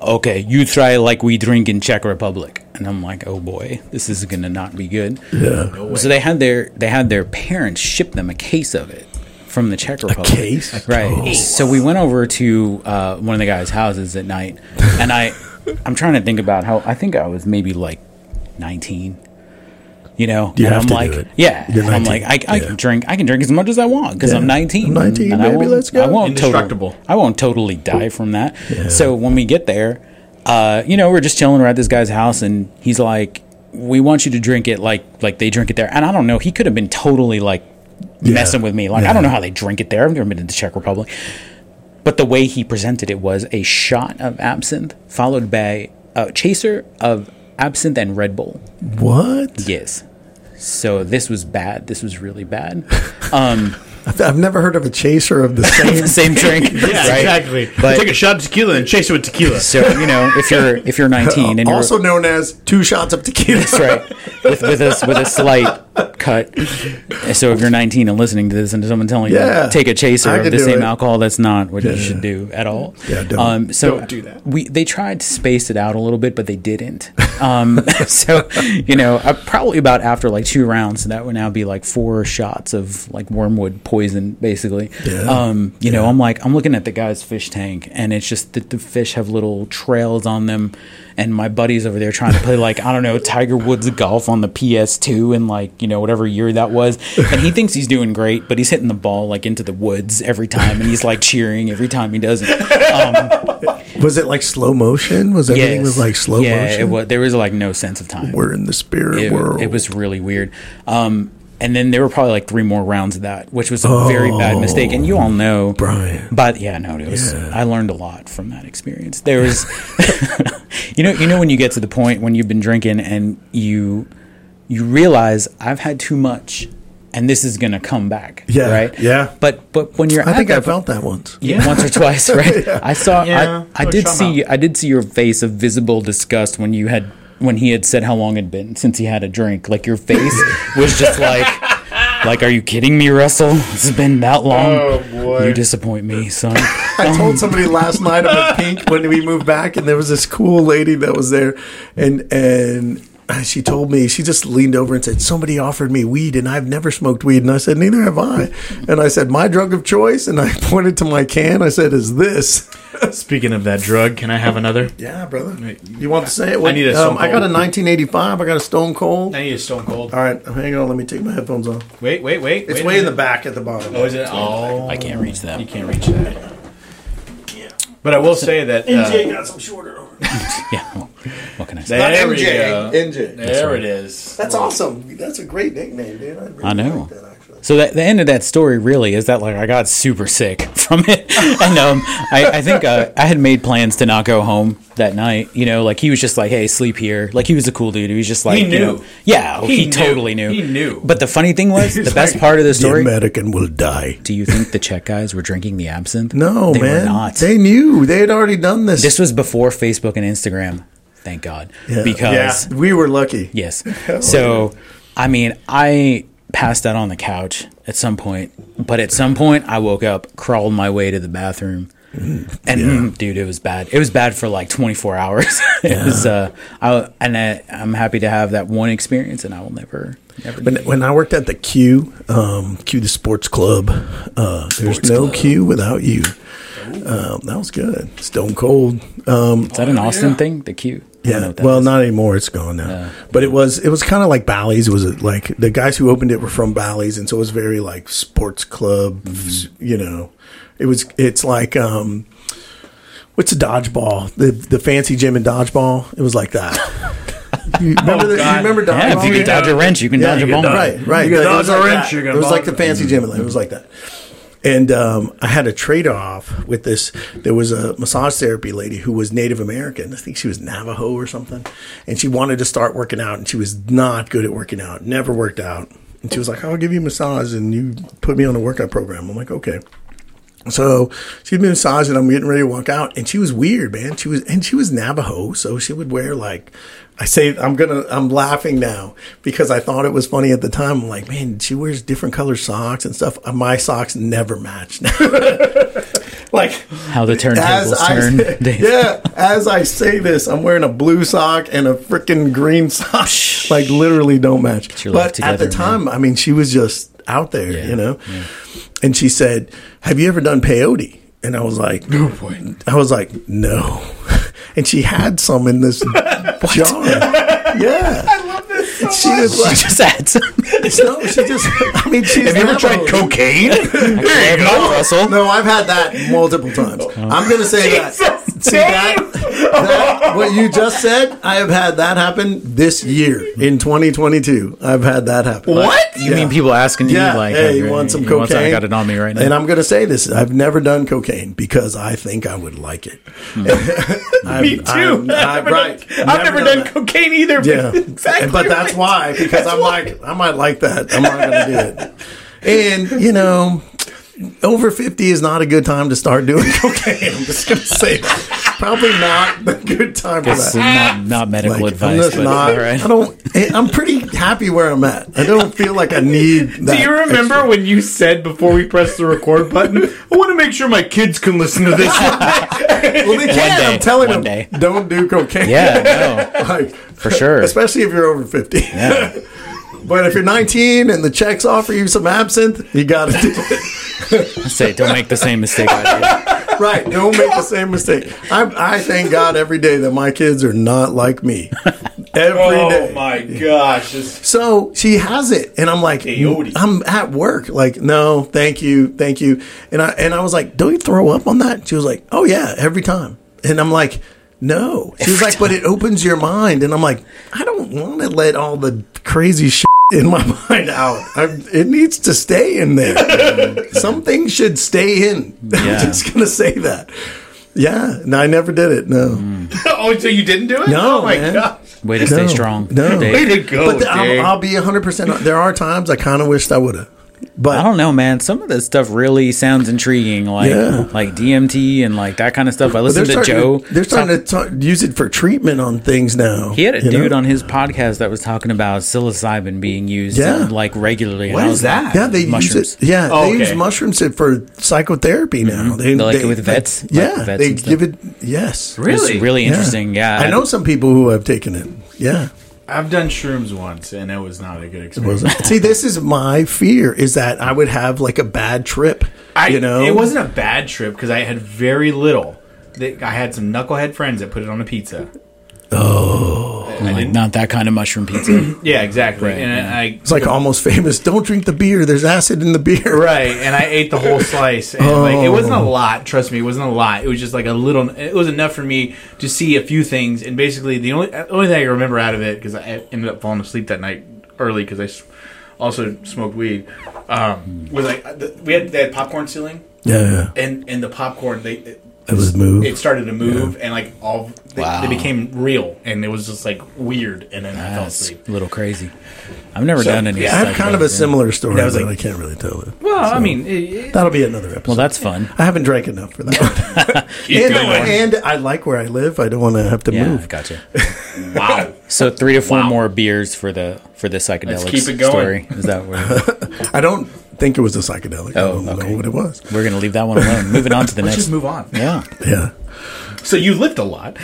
Speaker 3: "Okay, you try like we drink in Czech Republic," and I'm like, "Oh boy, this is gonna not be good."
Speaker 2: Yeah.
Speaker 3: So they had their they had their parents ship them a case of it from the Czech Republic.
Speaker 2: Case?
Speaker 3: Right. So we went over to uh, one of the guys' houses at night, and I, I'm trying to think about how I think I was maybe like 19. You know,
Speaker 2: You
Speaker 3: and I'm
Speaker 2: have to do
Speaker 3: like,
Speaker 2: it.
Speaker 3: yeah.
Speaker 2: You're
Speaker 3: I'm
Speaker 2: 19.
Speaker 3: like, I, I
Speaker 2: Yeah.
Speaker 3: can drink, I can drink as much as I want because I'm
Speaker 2: Yeah.
Speaker 3: 19.
Speaker 2: I'm 19,
Speaker 3: and I
Speaker 2: baby,
Speaker 3: won't-
Speaker 2: let's go.
Speaker 3: I won't
Speaker 1: Indestructible.
Speaker 3: Total, I won't totally die from that. So when we get there, uh, you know, we're just chilling. We're at this guy's house, and he's like, "We want you to drink it like like they drink it there." And I don't know. He could have been totally like messing with me. Like I don't know how they drink it there. I've never been to the Czech Republic. But the way he presented it was a shot of absinthe followed by a chaser of absinthe and Red Bull.
Speaker 2: What?
Speaker 3: Yes. So this was bad. This was really bad. Um,
Speaker 2: I've, I've never heard of a chaser of the same.
Speaker 3: Same drink.
Speaker 1: Yeah,
Speaker 3: right?
Speaker 1: exactly.
Speaker 3: But-
Speaker 1: Take a shot of tequila and chase it with tequila.
Speaker 3: So you know, if you're if you're 19 and you're
Speaker 2: also known as two shots of tequila.
Speaker 3: That's right. With with a with a slight cut. So if you're 19 and listening to this, and someone telling
Speaker 2: Yeah.
Speaker 3: you take a chaser
Speaker 2: I
Speaker 3: of
Speaker 2: could
Speaker 3: the
Speaker 2: do
Speaker 3: same
Speaker 2: it.
Speaker 3: alcohol, that's not what you should do at all.
Speaker 2: Yeah, don't.
Speaker 3: Um, so
Speaker 1: Don't do that.
Speaker 3: We they tried to space it out a little bit, but they didn't. Um, so you know, I, probably about after like two rounds, that would now be like four shots of like wormwood poison, basically.
Speaker 2: Yeah.
Speaker 3: Um, you know, I'm like I'm looking at the guy's fish tank, and it's just that the fish have little trails on them, and my buddies over there trying to play like I don't know Tiger Woods golf on the PS2 and like you know whatever year that was, and he thinks he's doing great, but he's hitting the ball like into the woods every time, and he's like cheering every time he does it.
Speaker 2: Was it like slow motion? Was everything was like slow
Speaker 3: yeah,
Speaker 2: motion?
Speaker 3: it was. There was like no sense of time.
Speaker 2: We're in the spirit
Speaker 3: It,
Speaker 2: world.
Speaker 3: it was really weird. Um, and then there were probably like three more rounds of that, which was a very bad mistake. And you all know,
Speaker 2: Oh. Brian.
Speaker 3: But yeah, no, it was. I learned a lot from that experience. There was, you know, you know when you get to the point when you've been drinking and you you realize I've had too much, and this is gonna come back.
Speaker 2: Yeah,
Speaker 3: right.
Speaker 2: yeah.
Speaker 3: But but when you're
Speaker 2: I
Speaker 3: at
Speaker 2: think
Speaker 3: that
Speaker 2: I felt that once.
Speaker 3: yeah. once or twice, right? I saw.
Speaker 1: Yeah.
Speaker 3: I, I
Speaker 1: Oh,
Speaker 3: did
Speaker 1: trauma.
Speaker 3: see. I did see your face of visible disgust when you had when he had said how long it'd been since he had a drink. Like your face was just like, like, are you kidding me, Russell? It's been that long.
Speaker 1: Oh, boy.
Speaker 3: You disappoint me, son.
Speaker 2: I told somebody last night I'm in pink when we moved back, and there was this cool lady that was there, and and she told me she just leaned over and said somebody offered me weed, and I've never smoked weed, and I said neither have I, and I said my drug of choice, and I pointed to my can, I said is this.
Speaker 1: Speaking of that drug, can I have another?
Speaker 2: Yeah, brother. You want to say it?
Speaker 1: I need a
Speaker 2: um,
Speaker 1: Stone
Speaker 2: I got a
Speaker 1: Cold.
Speaker 2: 1985. I got a Stone Cold.
Speaker 1: I need a Stone Cold.
Speaker 2: All right, hang on. Let me take my headphones off.
Speaker 1: Wait, wait, wait.
Speaker 2: It's
Speaker 1: wait a
Speaker 2: way in the
Speaker 1: minute.
Speaker 2: back at the bottom.
Speaker 1: Oh, is it? Oh,
Speaker 3: I can't reach
Speaker 1: You
Speaker 3: them.
Speaker 1: can't reach that. But I will say that uh,
Speaker 2: NJ got some shorter. over.
Speaker 3: Yeah. well, what can I say?
Speaker 1: there we
Speaker 2: MJ.
Speaker 1: go.
Speaker 2: NJ.
Speaker 1: There it is.
Speaker 2: That's awesome. That's a great nickname, dude. I, really
Speaker 3: I know.
Speaker 2: Like that, actually.
Speaker 3: So that, the end of that story really is that like I got super sick from it, and um, I, I think uh, I had made plans to not go home that night. You know, like he was just like, "Hey, sleep here." Like he was a cool dude. He was just like,
Speaker 1: He
Speaker 3: you know-
Speaker 1: knew.
Speaker 3: yeah, oh, he,
Speaker 1: He knew.
Speaker 3: totally knew.
Speaker 1: He knew.
Speaker 3: But the funny thing was, the best
Speaker 1: like,
Speaker 3: part of the
Speaker 2: The
Speaker 3: story.
Speaker 2: American will die.
Speaker 3: Do you think the Czech guys were drinking the absinthe?
Speaker 2: No,
Speaker 3: they
Speaker 2: man.
Speaker 3: were not.
Speaker 2: They knew. They had already done this.
Speaker 3: this was before Facebook and Instagram. Thank God,
Speaker 2: Yeah.
Speaker 3: because
Speaker 2: Yeah. we were lucky.
Speaker 3: Yes. So, I mean, I passed out on the couch at some point, but at some point I woke up, crawled my way to the bathroom. And mm, dude, it was bad. It was bad for like 24 hours. it was uh I and I, I'm happy to have that one experience and I will never never
Speaker 2: When, when I worked at the Q, um, Q the sports club, uh, there's no Q without you. Um, that was good. Stone cold. Um,
Speaker 3: Is that an Austin thing? The Q. I don't know
Speaker 2: yeah.
Speaker 3: what that
Speaker 2: Well,
Speaker 3: is.
Speaker 2: not anymore. It's gone now. but it was it was kind of like Bally's. It was like the guys who opened it were from Bally's, and so it was very like sports club.
Speaker 3: Mm-hmm.
Speaker 2: You know, it was. It's like um, what's a dodgeball? The the fancy gym and dodgeball. It was like that. you remember the, you
Speaker 1: God.
Speaker 2: remember dodgeball?
Speaker 3: yeah, Oh, if you can dodge a wrench, you can dodge
Speaker 2: you
Speaker 3: a
Speaker 2: can
Speaker 3: bomb.
Speaker 2: Right, right.
Speaker 1: You
Speaker 2: It
Speaker 1: gotta
Speaker 2: was
Speaker 1: dodge a
Speaker 2: like
Speaker 1: wrench,
Speaker 2: that.
Speaker 1: you're gonna
Speaker 2: It was
Speaker 1: bomb
Speaker 2: like the
Speaker 1: it.
Speaker 2: fancy gym. It was like that. And um, I had a trade off with this. There was a massage therapy lady who was Native American. I think she was Navajo or something. And she wanted to start working out, and she was not good at working out, never worked out. And she was like, I'll give you a massage, and you put me on a workout program. I'm like, okay. So she'd been massaging. I'm getting ready to walk out, and she was weird, man. She was and she was Navajo, so she would wear like I say. I'm gonna. I'm laughing now because I thought it was funny at the time. I'm like, man, she wears different color socks and stuff. Uh, My socks never match. like
Speaker 3: How the
Speaker 2: as
Speaker 3: turntables
Speaker 2: I
Speaker 3: turn.
Speaker 2: yeah, as I say this, I'm wearing a blue sock and a freaking green sock. like literally don't match.
Speaker 3: your life
Speaker 2: but
Speaker 3: together,
Speaker 2: at the
Speaker 3: man.
Speaker 2: time, I mean, she was just out there, you know. And she said, "Have you ever done peyote?" And I was like, "No point." I was like, "No." And she had some in this jar. Yeah. she was
Speaker 3: She
Speaker 2: like,
Speaker 3: just had some.
Speaker 2: no, she just. I mean, she's.
Speaker 1: Have you ever
Speaker 2: not
Speaker 1: tried
Speaker 2: old.
Speaker 1: cocaine? there you
Speaker 3: Not
Speaker 1: go.
Speaker 3: Russell.
Speaker 2: No, I've had that multiple times.
Speaker 3: Oh.
Speaker 2: I'm gonna say that.
Speaker 1: Jesus,
Speaker 2: See that, that- What you just said, I have had that happen this year in 2022. I've had that happen.
Speaker 1: What?
Speaker 3: You mean people asking
Speaker 2: Yeah.
Speaker 3: you like,
Speaker 2: hey,
Speaker 3: have
Speaker 2: you want some
Speaker 3: you
Speaker 2: cocaine?
Speaker 3: some- I got it on me right now.
Speaker 2: And I'm gonna say this: I've never done cocaine because I think I would like it.
Speaker 3: Hmm.
Speaker 1: Me
Speaker 2: I've-
Speaker 1: too. I've,
Speaker 2: I've- I've-
Speaker 1: never,
Speaker 2: right.
Speaker 1: done, I've never done
Speaker 2: that.
Speaker 1: cocaine either.
Speaker 2: Yeah,
Speaker 1: But exactly.
Speaker 2: But that's
Speaker 1: right.
Speaker 2: why because
Speaker 1: That's
Speaker 2: I'm
Speaker 1: why.
Speaker 2: like I might like that. I'm not gonna do it. And you know, over 50 is not a good time to start doing cocaine. I'm just gonna say, that. probably not a good time for
Speaker 3: This is
Speaker 2: that.
Speaker 3: not, not medical
Speaker 2: Like, I'm
Speaker 3: advice,
Speaker 2: just
Speaker 3: but
Speaker 2: not.
Speaker 3: all right.
Speaker 2: I don't. eh, I'm pretty happy where I'm at. I don't feel like I need. That
Speaker 1: Do you remember
Speaker 2: extra.
Speaker 1: when you said before we pressed the record button, I want to make sure my kids can listen to this?
Speaker 2: Well, they can.
Speaker 3: day,
Speaker 2: I'm telling
Speaker 3: one
Speaker 2: them,
Speaker 3: day.
Speaker 2: don't do cocaine.
Speaker 3: Yeah, no,
Speaker 2: Like,
Speaker 3: for sure.
Speaker 2: especially if you're over 50. but if you're 19 and the checks offer you some absinthe, you got to do it.
Speaker 3: Say, don't make the same mistake I did.
Speaker 2: Right. Don't make the same mistake. I, I thank God every day that my kids are not like me. Every day.
Speaker 1: Oh my gosh! This-
Speaker 2: So she has it, and I'm like,
Speaker 1: Peyote.
Speaker 2: I'm at work. Like, no, thank you, thank you. And I and I was like, don't you throw up on that? She was like, oh yeah, every time. And I'm like, no. She was like, but it opens your mind. And I'm like, I don't want to let all the crazy shit in my mind out. I'm, it needs to stay in there. Something should stay in.
Speaker 3: Yeah.
Speaker 2: I'm just gonna say that. Yeah, no, I never did it. No,
Speaker 1: oh, so you didn't do it?
Speaker 2: No,
Speaker 1: Oh my
Speaker 2: man.
Speaker 1: gosh!
Speaker 3: Way to stay
Speaker 2: No,
Speaker 3: strong.
Speaker 2: no.
Speaker 3: Dave.
Speaker 1: Way to go,
Speaker 2: but the-
Speaker 1: Dave.
Speaker 2: I'll, I'll be 100. percent There are times I kind of wished I would have. But
Speaker 3: I don't know, man. Some of this stuff really sounds intriguing, like
Speaker 2: Yeah.
Speaker 3: like DMT and like that kind of stuff. I
Speaker 2: But
Speaker 3: listened to
Speaker 2: starting
Speaker 3: Joe.
Speaker 2: they're starting to ta- use it for treatment on things now.
Speaker 3: He had a dude on his podcast that was talking about psilocybin being used
Speaker 2: Yeah.
Speaker 3: like regularly. What
Speaker 1: is that?
Speaker 2: Yeah, they
Speaker 3: Mushrooms. Mm-hmm.
Speaker 2: use it. Yeah,
Speaker 1: Oh,
Speaker 2: they use
Speaker 1: okay.
Speaker 2: mushrooms it for psychotherapy now. They,
Speaker 3: Like
Speaker 2: they-
Speaker 3: with vets? Like
Speaker 2: yeah,
Speaker 3: with vets
Speaker 2: they
Speaker 3: and stuff?
Speaker 2: give it. Yes,
Speaker 1: Really?
Speaker 3: It's really
Speaker 2: Yeah.
Speaker 3: interesting. Yeah,
Speaker 2: I know some people who have taken it. Yeah,
Speaker 1: I've done shrooms once, and it was not a good experience.
Speaker 2: was it? see, this is my fear: is that I would have like a bad trip.
Speaker 1: I,
Speaker 2: you know,
Speaker 1: it wasn't a bad trip because I had very little. They, I had some knucklehead friends that put it on a pizza.
Speaker 3: Like, not that kind of mushroom pizza.
Speaker 1: Yeah, exactly. and I,
Speaker 2: It's like almost famous. Don't drink the beer. There's acid in the beer.
Speaker 1: Right, and I ate the whole slice, and like it wasn't a lot. Trust me, it wasn't a lot. It was just like a little. It was enough for me to see a few things, and basically the only only thing I remember out of it because I ended up falling asleep that night early because I s- also smoked weed. Um, was like uh, the- we had they had popcorn ceiling,
Speaker 2: Yeah,
Speaker 1: and and the popcorn they it,
Speaker 2: it was moved.
Speaker 1: it started to move, and like all they, they became real, and it was just like weird, and then I fell
Speaker 3: That's
Speaker 1: asleep.
Speaker 3: a little crazy. I've never done any.
Speaker 1: yeah,
Speaker 2: I have kind of a
Speaker 3: psychedelics, yeah.
Speaker 2: similar story,
Speaker 1: That was
Speaker 2: but
Speaker 1: like-
Speaker 2: I can't really tell it.
Speaker 1: Well, I
Speaker 2: So,
Speaker 1: mean, it, it,
Speaker 2: that'll be another episode.
Speaker 3: Well, that's fun.
Speaker 2: I haven't drank enough for that.
Speaker 1: keep
Speaker 2: and,
Speaker 1: going.
Speaker 2: and I like where I live. I don't want to have to
Speaker 3: Yeah,
Speaker 2: move.
Speaker 3: gotcha.
Speaker 1: wow.
Speaker 3: So three to four more beers for the for the psychedelic
Speaker 1: keep it going.
Speaker 3: story. Is that where
Speaker 2: I don't think it was a psychedelic. I
Speaker 3: Oh,
Speaker 2: don't
Speaker 3: okay.
Speaker 2: know what it was.
Speaker 3: we're gonna leave that one alone? Moving on to the
Speaker 1: Let's
Speaker 3: next.
Speaker 1: just move on.
Speaker 3: Yeah,
Speaker 2: Yeah.
Speaker 1: So you lived a lot.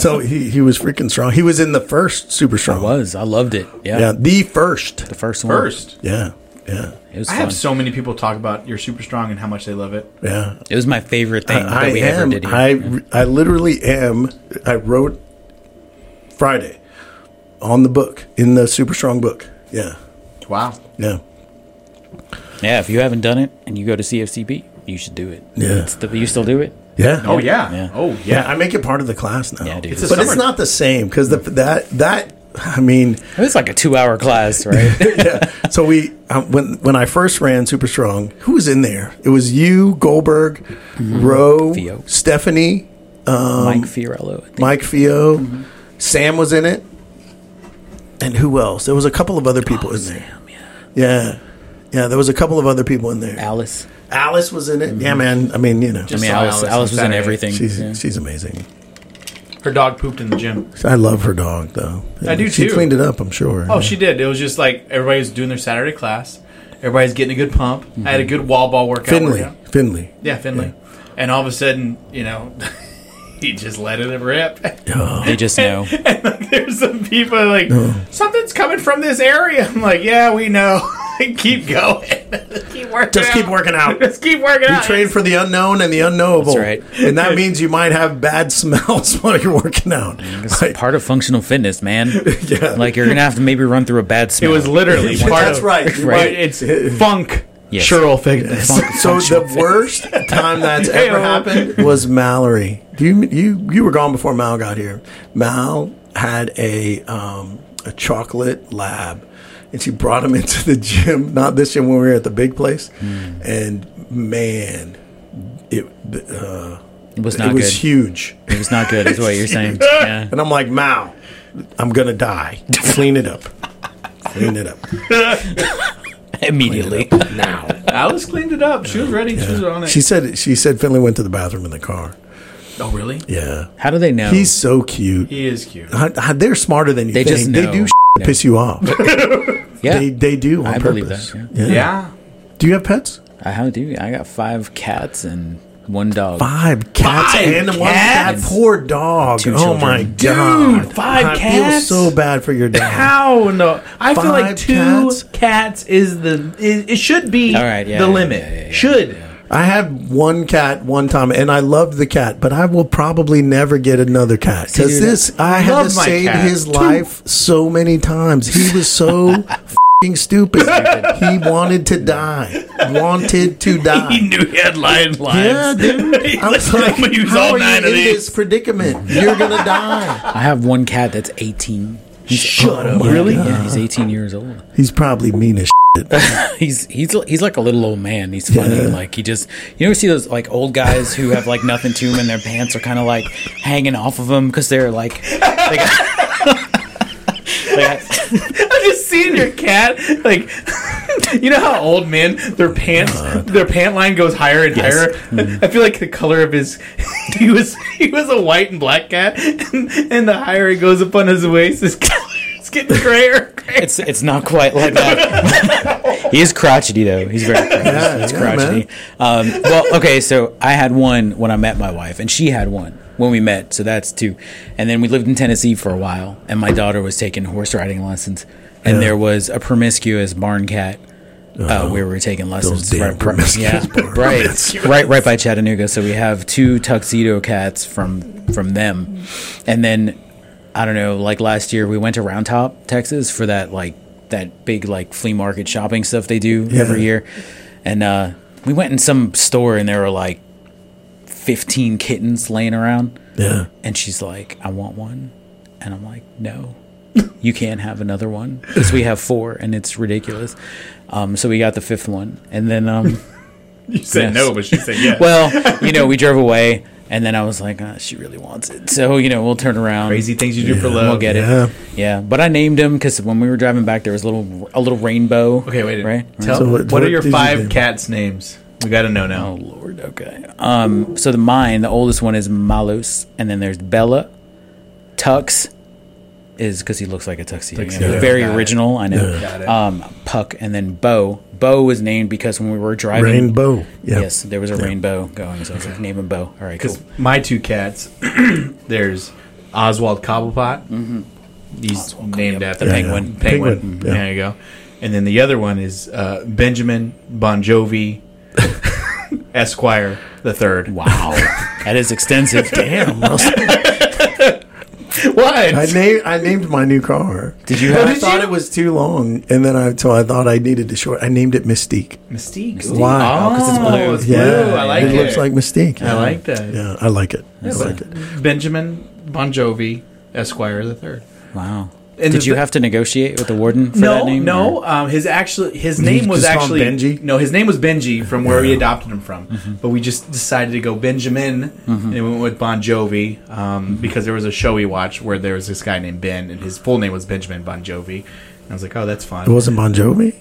Speaker 2: So he, he was freaking strong. He was in the first super strong.
Speaker 3: was I loved it. Yeah,
Speaker 2: Yeah, the first.
Speaker 3: the first one.
Speaker 1: First,
Speaker 2: Yeah. Yeah.
Speaker 3: it was
Speaker 1: I
Speaker 3: fun.
Speaker 1: have so many people talk about you're super strong and how much they love it.
Speaker 2: Yeah.
Speaker 3: it was my favorite thing
Speaker 2: I
Speaker 3: that we ever
Speaker 2: am.
Speaker 3: did. Here.
Speaker 2: I I literally am. I wrote Friday on the book in the super strong book. Yeah.
Speaker 1: Wow.
Speaker 2: Yeah.
Speaker 3: yeah, if you haven't done it and you go to CFCB, you should do it.
Speaker 2: Yeah.
Speaker 3: It's the- you still do it?
Speaker 2: Yeah.
Speaker 1: Oh yeah.
Speaker 3: Yeah.
Speaker 1: Oh
Speaker 2: Yeah,
Speaker 1: yeah.
Speaker 2: I make it part of the class now.
Speaker 3: Yeah, dude.
Speaker 1: It's a
Speaker 2: but
Speaker 1: summer-
Speaker 2: it's not the same because the that that I mean,
Speaker 3: It was like a two-hour class, right?
Speaker 2: yeah. So we uh, when when I first ran Super Strong, who was in there? It was you, Goldberg, Roe,
Speaker 3: Theo.
Speaker 2: Stephanie, Um,
Speaker 3: Mike Fiorello. I think.
Speaker 2: Mike Fio, Sam was in it, and who else? There was a couple of other people in there.
Speaker 3: Damn, yeah.
Speaker 2: Yeah, yeah. There was a couple of other people in there.
Speaker 3: Alice.
Speaker 2: Alice was in it. Yeah, man. I mean, you know,
Speaker 3: I
Speaker 1: Just
Speaker 3: mean,
Speaker 1: saw
Speaker 3: Alice.
Speaker 1: Alice on
Speaker 3: Alice was in
Speaker 1: Saturday.
Speaker 3: everything.
Speaker 2: she's
Speaker 3: Yeah.
Speaker 2: she's amazing.
Speaker 1: Her dog pooped in the gym.
Speaker 2: I love her dog though.
Speaker 1: I do,
Speaker 2: She
Speaker 1: too.
Speaker 2: cleaned it up. I'm sure.
Speaker 1: Oh, she did. It was just like everybody was doing their Saturday class. Everybody's getting a good pump. I had a good wall ball workout.
Speaker 2: Finley.
Speaker 1: workout.
Speaker 2: Finley.
Speaker 1: Mm-hmm. Yeah, Finley. And all of a sudden, you know, he just let it rip.
Speaker 3: They just know.
Speaker 1: and like, there's some people like something's coming from this area. I'm like, yeah, we know. Keep going. Keep
Speaker 5: working.
Speaker 1: Just keep
Speaker 5: out.
Speaker 1: working out.
Speaker 5: Just keep working
Speaker 2: You
Speaker 5: out.
Speaker 2: train for the unknown and the unknowable.
Speaker 3: That's right.
Speaker 2: And that means you might have bad smells while you're working out. Like,
Speaker 3: Part of functional fitness, man.
Speaker 2: Yeah.
Speaker 3: Like you're gonna have to maybe run through a bad
Speaker 1: It
Speaker 3: smell.
Speaker 1: was literally
Speaker 2: Yeah,
Speaker 1: part
Speaker 2: that's
Speaker 1: of
Speaker 2: right. You're right.
Speaker 1: It's funk.
Speaker 3: Yes.
Speaker 1: Shural fitness.
Speaker 3: Fun-
Speaker 2: so the worst time that's ever
Speaker 1: Heyo.
Speaker 2: happened was Mallory. You you you were gone before Mal got here. Mal had a um, a chocolate lab, and she brought him into the gym. Not this gym when we were at the big place,
Speaker 3: Hmm.
Speaker 2: and man, it uh,
Speaker 3: It was
Speaker 2: it
Speaker 3: not
Speaker 2: was
Speaker 3: good.
Speaker 2: huge.
Speaker 3: It was not good. Is what you're saying. Yeah.
Speaker 2: And I'm like, Mal, I'm gonna die. Clean it up. Clean it up
Speaker 3: Immediately.
Speaker 2: now.
Speaker 1: Alice cleaned it up. She was ready. She was on it.
Speaker 2: She said she said Finley went to the bathroom in the car.
Speaker 1: oh, really?
Speaker 2: Yeah.
Speaker 3: How do they know?
Speaker 2: He's so cute.
Speaker 1: He is cute.
Speaker 2: H- h- They're smarter than you
Speaker 3: They
Speaker 2: think.
Speaker 3: just
Speaker 2: They
Speaker 3: know.
Speaker 2: do to piss you off.
Speaker 3: yeah.
Speaker 2: They they do on
Speaker 3: I believe
Speaker 2: purpose.
Speaker 3: that,
Speaker 2: Yeah.
Speaker 1: Yeah.
Speaker 2: Do you have pets?
Speaker 3: I how do you- I got five cats and one dog.
Speaker 2: Five cats
Speaker 1: Five
Speaker 2: and one cat.
Speaker 3: cats?
Speaker 2: Poor dog.
Speaker 3: Two
Speaker 2: oh my
Speaker 3: children.
Speaker 2: god.
Speaker 1: five
Speaker 2: I
Speaker 1: cats?
Speaker 2: feel so bad for your dog.
Speaker 1: How no? I feel
Speaker 2: Five
Speaker 1: like two
Speaker 2: cats?
Speaker 1: cats, is the is, it should be
Speaker 3: All right, yeah,
Speaker 1: the
Speaker 3: yeah,
Speaker 1: limit.
Speaker 3: yeah, yeah, yeah.
Speaker 1: should
Speaker 2: I had one cat one time, and I loved the cat, but I will probably never get another cat because
Speaker 3: dude,
Speaker 2: this I had
Speaker 1: love
Speaker 2: to
Speaker 1: my
Speaker 2: save
Speaker 1: cat,
Speaker 2: his
Speaker 1: too.
Speaker 2: life so many times. He was so fing stupid. he wanted to die. Wanted to die.
Speaker 1: knew he had lion
Speaker 2: Yeah, dude. I was like, how are you in this predicament? You're gonna die.
Speaker 3: I have one cat that's 18.
Speaker 2: Shut
Speaker 3: Yeah, Yeah, he's 18 years old.
Speaker 2: He's probably mean as
Speaker 3: He's he's he's like a little old man. He's funny.
Speaker 2: Yeah.
Speaker 3: Like he just you ever see those like old guys who have like nothing to them and their pants are kind of like hanging off of them because they're like they got, they got-
Speaker 1: I'm just seeing your cat like. You know how old men their pants their pant line goes higher and
Speaker 3: Yes.
Speaker 1: higher. I feel like the color of his he was he was a white and black cat, and, and the higher it goes up on his waist, his color is getting grayer. and grayer.
Speaker 3: it's it's not quite like that. he is crotchety though. He's very crotchety. He's
Speaker 2: yeah,
Speaker 3: crotchety. Um, well, okay. So I had one when I met my wife, and she had one when we met. So that's two. And then we lived in Tennessee for a while, and my daughter was taking horse riding lessons, and there was a promiscuous barn cat. Uh, where we were taking lessons,
Speaker 2: Uh-huh. damn
Speaker 3: pro-
Speaker 2: promiscuous
Speaker 3: yeah,
Speaker 2: barn cats.
Speaker 3: right, right, right by Chattanooga. So we have two tuxedo cats from from them, and then I don't know, like last year we went to Round Top, Texas for that like that big like flea market shopping stuff they do every year. And uh we went in some store and there were like 15 kittens laying around
Speaker 2: yeah.
Speaker 3: and she's like, "I want one." And I'm like, "No. You can't have another one because we have four and it's ridiculous." Um so we got the fifth one and then um
Speaker 1: You said
Speaker 3: Yes.
Speaker 1: no, but she said yes.
Speaker 3: well, you know, we drove away and then I was like, "Ah, "She really wants it." So, you know, we'll turn around.
Speaker 1: Crazy things you do for
Speaker 3: We'll
Speaker 1: love.
Speaker 3: get
Speaker 2: Yeah.
Speaker 3: it. Yeah, but I named him because when we were driving back, there was a little a little rainbow.
Speaker 1: Okay, wait.
Speaker 3: Right?
Speaker 1: Tell,
Speaker 2: So what-
Speaker 1: what,
Speaker 2: what
Speaker 1: are your
Speaker 2: did you do?
Speaker 1: five cats' names? We got to know now.
Speaker 3: Oh Lord. Okay. Um. So the mine, the oldest one is Malus, and then there's Bella. Tux is because he looks like a tuxedo.
Speaker 1: Tuxedo.
Speaker 3: Yeah,
Speaker 1: Yeah.
Speaker 3: Very
Speaker 1: Got it.
Speaker 3: original. I know.
Speaker 1: Got it.
Speaker 3: Um. Puck, and then Bo. Bo was named because when we were driving.
Speaker 2: Rainbow. Yeah.
Speaker 3: Yes, there was a rainbow going, so I was like, name him Bo. All right, cool.
Speaker 1: Because my two cats, there's Oswald Cobblepot. He's
Speaker 3: Oswald
Speaker 1: named
Speaker 3: Cobblepot,
Speaker 1: after
Speaker 3: the
Speaker 1: the
Speaker 2: penguin.
Speaker 1: penguin.
Speaker 2: Mm-hmm. yeah.
Speaker 1: Penguin.
Speaker 2: Penguin, yeah.
Speaker 1: There you go. And then the other one is uh, Benjamin Bon Jovi Esquire the third.
Speaker 3: Wow, that is extensive. Damn.
Speaker 1: What?
Speaker 2: I named I named my new car.
Speaker 3: Did you
Speaker 2: But
Speaker 3: have?
Speaker 2: I thought it was too long, and then I so I thought I needed to short. I named it Mystique.
Speaker 1: Mystique.
Speaker 2: Why?
Speaker 1: Oh, because it's blue. It's blue. I like
Speaker 2: it
Speaker 1: it.
Speaker 2: looks like Mystique.
Speaker 1: I like that.
Speaker 2: Yeah, I like it. I like it.
Speaker 1: Benjamin Bon Jovi Esquire the third.
Speaker 3: Wow.
Speaker 1: And
Speaker 3: Did
Speaker 1: the-
Speaker 3: you have to negotiate with the warden for
Speaker 1: no,
Speaker 3: that name? or-
Speaker 1: No, um, his actually his name was
Speaker 2: just call
Speaker 1: actually
Speaker 2: him Benji?
Speaker 1: No, his name was Benji from where we adopted him from.
Speaker 3: Mm-hmm.
Speaker 1: But we just decided to go Benjamin, and we went with Bon Jovi
Speaker 3: Mm-hmm.
Speaker 1: um, because there was a show we watched where there was this guy named Ben, and his full name was Benjamin Bon Jovi. And I was like, oh, that's fun.
Speaker 2: It wasn't Bon Jovi.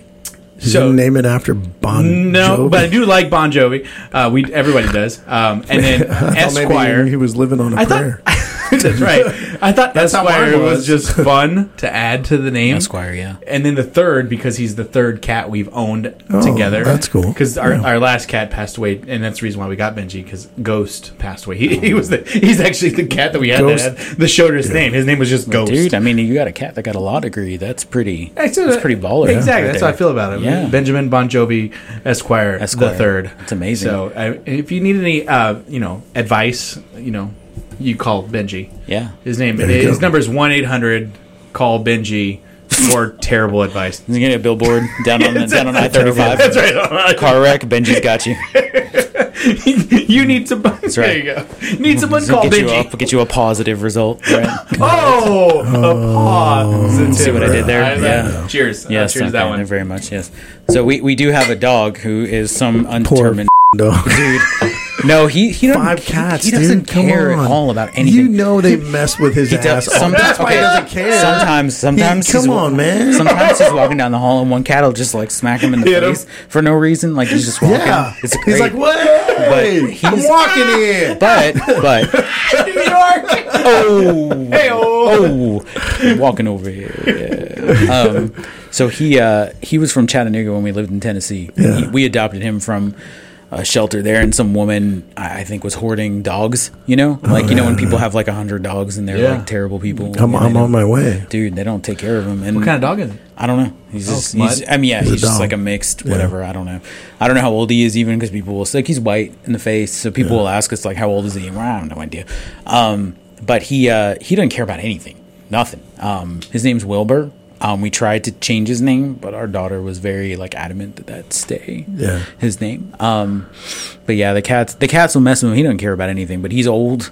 Speaker 2: Did
Speaker 1: So-
Speaker 2: you name it after Bon
Speaker 1: no,
Speaker 2: Jovi?
Speaker 1: but I do like Bon Jovi. Uh, we everybody does. Um, and then
Speaker 2: I thought Oh, maybe
Speaker 1: Esquire.
Speaker 2: He was living on a
Speaker 1: I
Speaker 2: prayer.
Speaker 1: thought That's right. I thought
Speaker 5: That's how
Speaker 1: Esquire
Speaker 5: mine
Speaker 1: was.
Speaker 5: was.
Speaker 1: just fun to add to the name.
Speaker 3: Esquire, yeah.
Speaker 1: And then the third because he's the third cat we've owned
Speaker 2: Oh,
Speaker 1: together.
Speaker 2: that's cool.
Speaker 1: Because our,
Speaker 2: Yeah.
Speaker 1: our last cat passed away, and that's the reason why we got Benji. Because Ghost passed away. He, he was the he's actually the cat that we had
Speaker 2: Ghost.
Speaker 1: that had the shortest name. His name was just Ghost.
Speaker 3: Dude, I mean, you got a cat that got a law degree. That's pretty.
Speaker 1: I
Speaker 3: That's,
Speaker 1: said that-
Speaker 3: pretty baller.
Speaker 1: Exactly.
Speaker 3: right
Speaker 1: that's
Speaker 3: there.
Speaker 1: how I feel about it.
Speaker 3: Yeah.
Speaker 1: Benjamin Bon Jovi Esquire,
Speaker 3: Esquire.
Speaker 1: the third.
Speaker 3: That's amazing.
Speaker 1: So I, if you need any, uh, you know, advice, you know, you call Benji.
Speaker 3: Yeah.
Speaker 1: His name.
Speaker 2: There you
Speaker 1: His
Speaker 2: go.
Speaker 1: number is one eight hundred. Call Benji for terrible advice.
Speaker 3: He's gonna get a billboard down on the, down on I thirty
Speaker 1: That's
Speaker 3: five.
Speaker 1: right.
Speaker 3: Car wreck. Benji's got you.
Speaker 1: you need someone. There
Speaker 3: right.
Speaker 1: you go. Need someone.
Speaker 3: He'll
Speaker 1: Call
Speaker 3: get you
Speaker 1: Benji.
Speaker 3: up. Get you a positive result. Right?
Speaker 1: Oh, a positive.
Speaker 3: See what I did there?
Speaker 1: I like-
Speaker 3: Yeah.
Speaker 1: Cheers. Uh,
Speaker 3: Yes,
Speaker 1: cheers to
Speaker 3: thank
Speaker 1: that
Speaker 3: you
Speaker 1: one.
Speaker 3: very much. Yes. So we, we do have a dog who is some undetermined
Speaker 2: dog.
Speaker 3: dude. No, he he doesn't,
Speaker 2: Five
Speaker 3: he-
Speaker 2: cats,
Speaker 3: He, doesn't
Speaker 2: dude. Come
Speaker 3: care
Speaker 2: on.
Speaker 3: at all about anything.
Speaker 2: You know they mess with his
Speaker 3: He
Speaker 2: ass.
Speaker 3: does.
Speaker 2: off.
Speaker 3: Sometimes,
Speaker 2: that's why he
Speaker 3: okay,
Speaker 2: doesn't care.
Speaker 3: Sometimes, sometimes.
Speaker 2: He- come
Speaker 3: wa-
Speaker 2: on, man.
Speaker 3: Sometimes he's walking down the hall and one cat will just like smack him in the
Speaker 1: Hit him.
Speaker 3: face for no reason. Like he's just walking.
Speaker 2: yeah,
Speaker 3: It's great.
Speaker 2: he's like, what?
Speaker 3: he's-
Speaker 2: I'm walking here.
Speaker 3: But but
Speaker 1: New York.
Speaker 3: oh
Speaker 1: Hey-oh.
Speaker 3: oh, walking over here. Yeah. Um, so he uh, he was from Chattanooga when we lived in Tennessee.
Speaker 2: Yeah.
Speaker 3: He- we adopted him from a shelter there, and some woman I I think was hoarding dogs. You know,
Speaker 2: Oh,
Speaker 3: like you know when people have like a hundred dogs and they're
Speaker 1: Yeah.
Speaker 3: like terrible people.
Speaker 2: I'm,
Speaker 3: and they
Speaker 2: I'm
Speaker 3: don't-
Speaker 2: on my way.
Speaker 3: Dude, they don't take care of him. And
Speaker 1: What kind of dog is it?
Speaker 3: I don't know. He's just.
Speaker 1: mud.
Speaker 3: he's, I mean, yeah, he's,
Speaker 2: a
Speaker 3: just
Speaker 2: dog.
Speaker 3: like a mixed whatever. I don't know. I don't know how old he is even because people will say like, he's white in the face, so people will ask us like, how old is he? And we're, I have no idea. Um, but he uh, he doesn't care about anything, nothing. Um, his name's Wilbur. Um, we tried to change his name, but our daughter was very like adamant that that stay
Speaker 2: Yeah.
Speaker 3: his name. Um, but yeah, the cats the cats will mess with him. He doesn't care about anything, but he's old,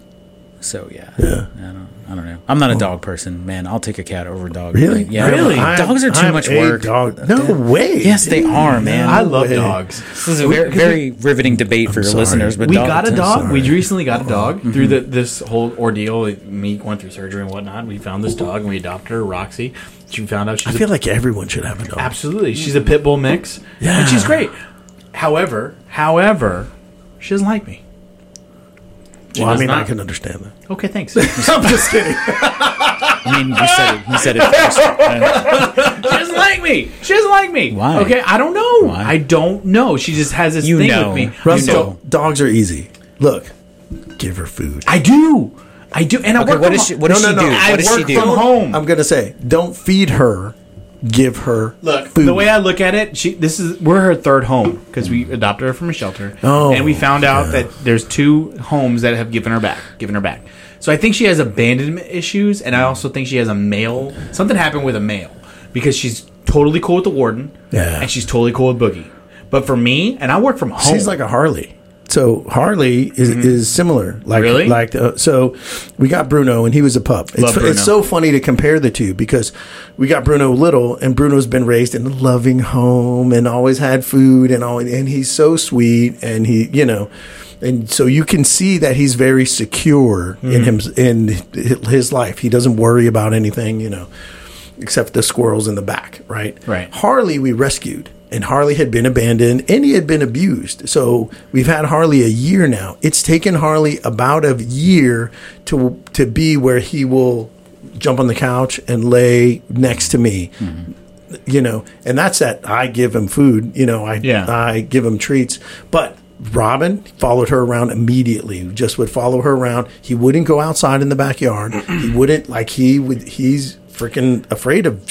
Speaker 3: so yeah.
Speaker 2: Yeah.
Speaker 3: I don't, I don't know. I'm not a dog person, man. I'll take a cat over a dog.
Speaker 2: Really?
Speaker 3: Yeah.
Speaker 2: I am-
Speaker 1: Really?
Speaker 2: I am-
Speaker 3: Dogs are too
Speaker 2: I am
Speaker 3: much
Speaker 2: a
Speaker 3: work.
Speaker 2: Dog. No way.
Speaker 3: Yes, they are, man.
Speaker 1: I love
Speaker 2: way.
Speaker 1: dogs.
Speaker 3: this is a very, very riveting debate for your
Speaker 2: sorry.
Speaker 3: listeners, but
Speaker 1: we
Speaker 3: dogs-
Speaker 1: got a dog. We
Speaker 2: sorry.
Speaker 1: recently got a dog
Speaker 3: Mm-hmm.
Speaker 1: through the, this whole ordeal. with Me going through surgery and whatnot. We found this dog and we adopted her, Roxy. She found out she's
Speaker 2: I
Speaker 1: a
Speaker 2: feel like everyone should have a dog.
Speaker 1: Absolutely. She's a pit bull mix.
Speaker 2: Yeah.
Speaker 1: And she's great. However, however, she doesn't like me. She
Speaker 2: Well, I
Speaker 1: does
Speaker 2: mean, I
Speaker 1: not.
Speaker 2: can understand that.
Speaker 1: Okay, thanks. I'm just kidding. She
Speaker 3: I mean, you said it. You said it first. Uh,
Speaker 1: doesn't like me. She doesn't like me.
Speaker 3: Why?
Speaker 1: Okay, I don't know.
Speaker 3: Why?
Speaker 1: I don't know. She just has this
Speaker 3: You
Speaker 1: thing
Speaker 3: know.
Speaker 1: with me.
Speaker 2: Russell,
Speaker 3: know.
Speaker 2: dogs are easy. Look, give her food.
Speaker 1: I do. I do. And I
Speaker 3: Okay,
Speaker 1: work
Speaker 3: what
Speaker 1: from
Speaker 3: does she? What does
Speaker 2: No,
Speaker 3: she
Speaker 2: no,
Speaker 3: do?
Speaker 2: no.
Speaker 1: I
Speaker 3: What does she
Speaker 1: work
Speaker 3: do?
Speaker 1: from home.
Speaker 2: I'm gonna say, don't feed her. Give her
Speaker 1: Look,
Speaker 2: food.
Speaker 1: the way I look at it, she this is we're her third home because we adopted her from a shelter,
Speaker 2: Oh,
Speaker 1: and we found out that there's two homes that have given her back, given her back. So I think she has abandonment issues, and I also think she has a male. Something happened with a male because she's totally cool with the warden,
Speaker 2: Yeah.
Speaker 1: and she's totally cool with Boogie. But for me, and I work from home, Mm-hmm.
Speaker 2: She's like a Harley. So Harley is, is similar. Like,
Speaker 1: Really?
Speaker 2: Like uh, so, we got Bruno and he was a pup. It's,
Speaker 1: Love Bruno.
Speaker 2: it's so funny to compare the two because we got Bruno little and Bruno's been raised in a loving home and always had food and all and he's so sweet and he you know and so you can see that he's very secure in him
Speaker 1: Mm-hmm.
Speaker 2: in hi- his life. He doesn't worry about anything you know except the squirrels in the back, right?
Speaker 1: Right.
Speaker 2: Harley we rescued, and Harley had been abandoned and he had been abused. So we've had Harley a year now. It's taken Harley about a year to to be where he will jump on the couch and lay next to me. You know, and that's that I give him food, you know, I
Speaker 1: Yeah.
Speaker 2: I give him treats, but Robin followed her around immediately. Just would follow her around. He wouldn't go outside in the backyard. he wouldn't like he would. He's freaking afraid of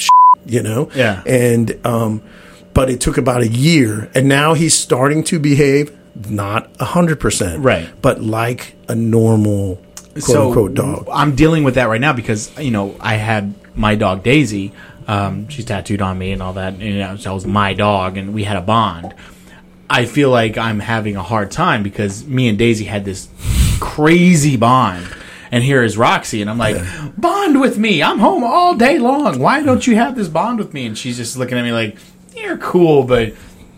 Speaker 2: you know?
Speaker 1: Yeah.
Speaker 2: And, um, but it took about a year and now he's starting to behave, not a hundred percent.
Speaker 1: Right.
Speaker 2: But like a normal quote unquote dog.
Speaker 1: I'm dealing with that right now because you know I had my dog Daisy. Um, she's tattooed on me and all that, and you know, so I was my dog, and we had a bond. I feel like I'm having a hard time because me and Daisy had this crazy bond. And here is Roxy, and I'm like, bond with me. I'm home all day long. Why don't you have this bond with me? And she's just looking at me like, you're cool, but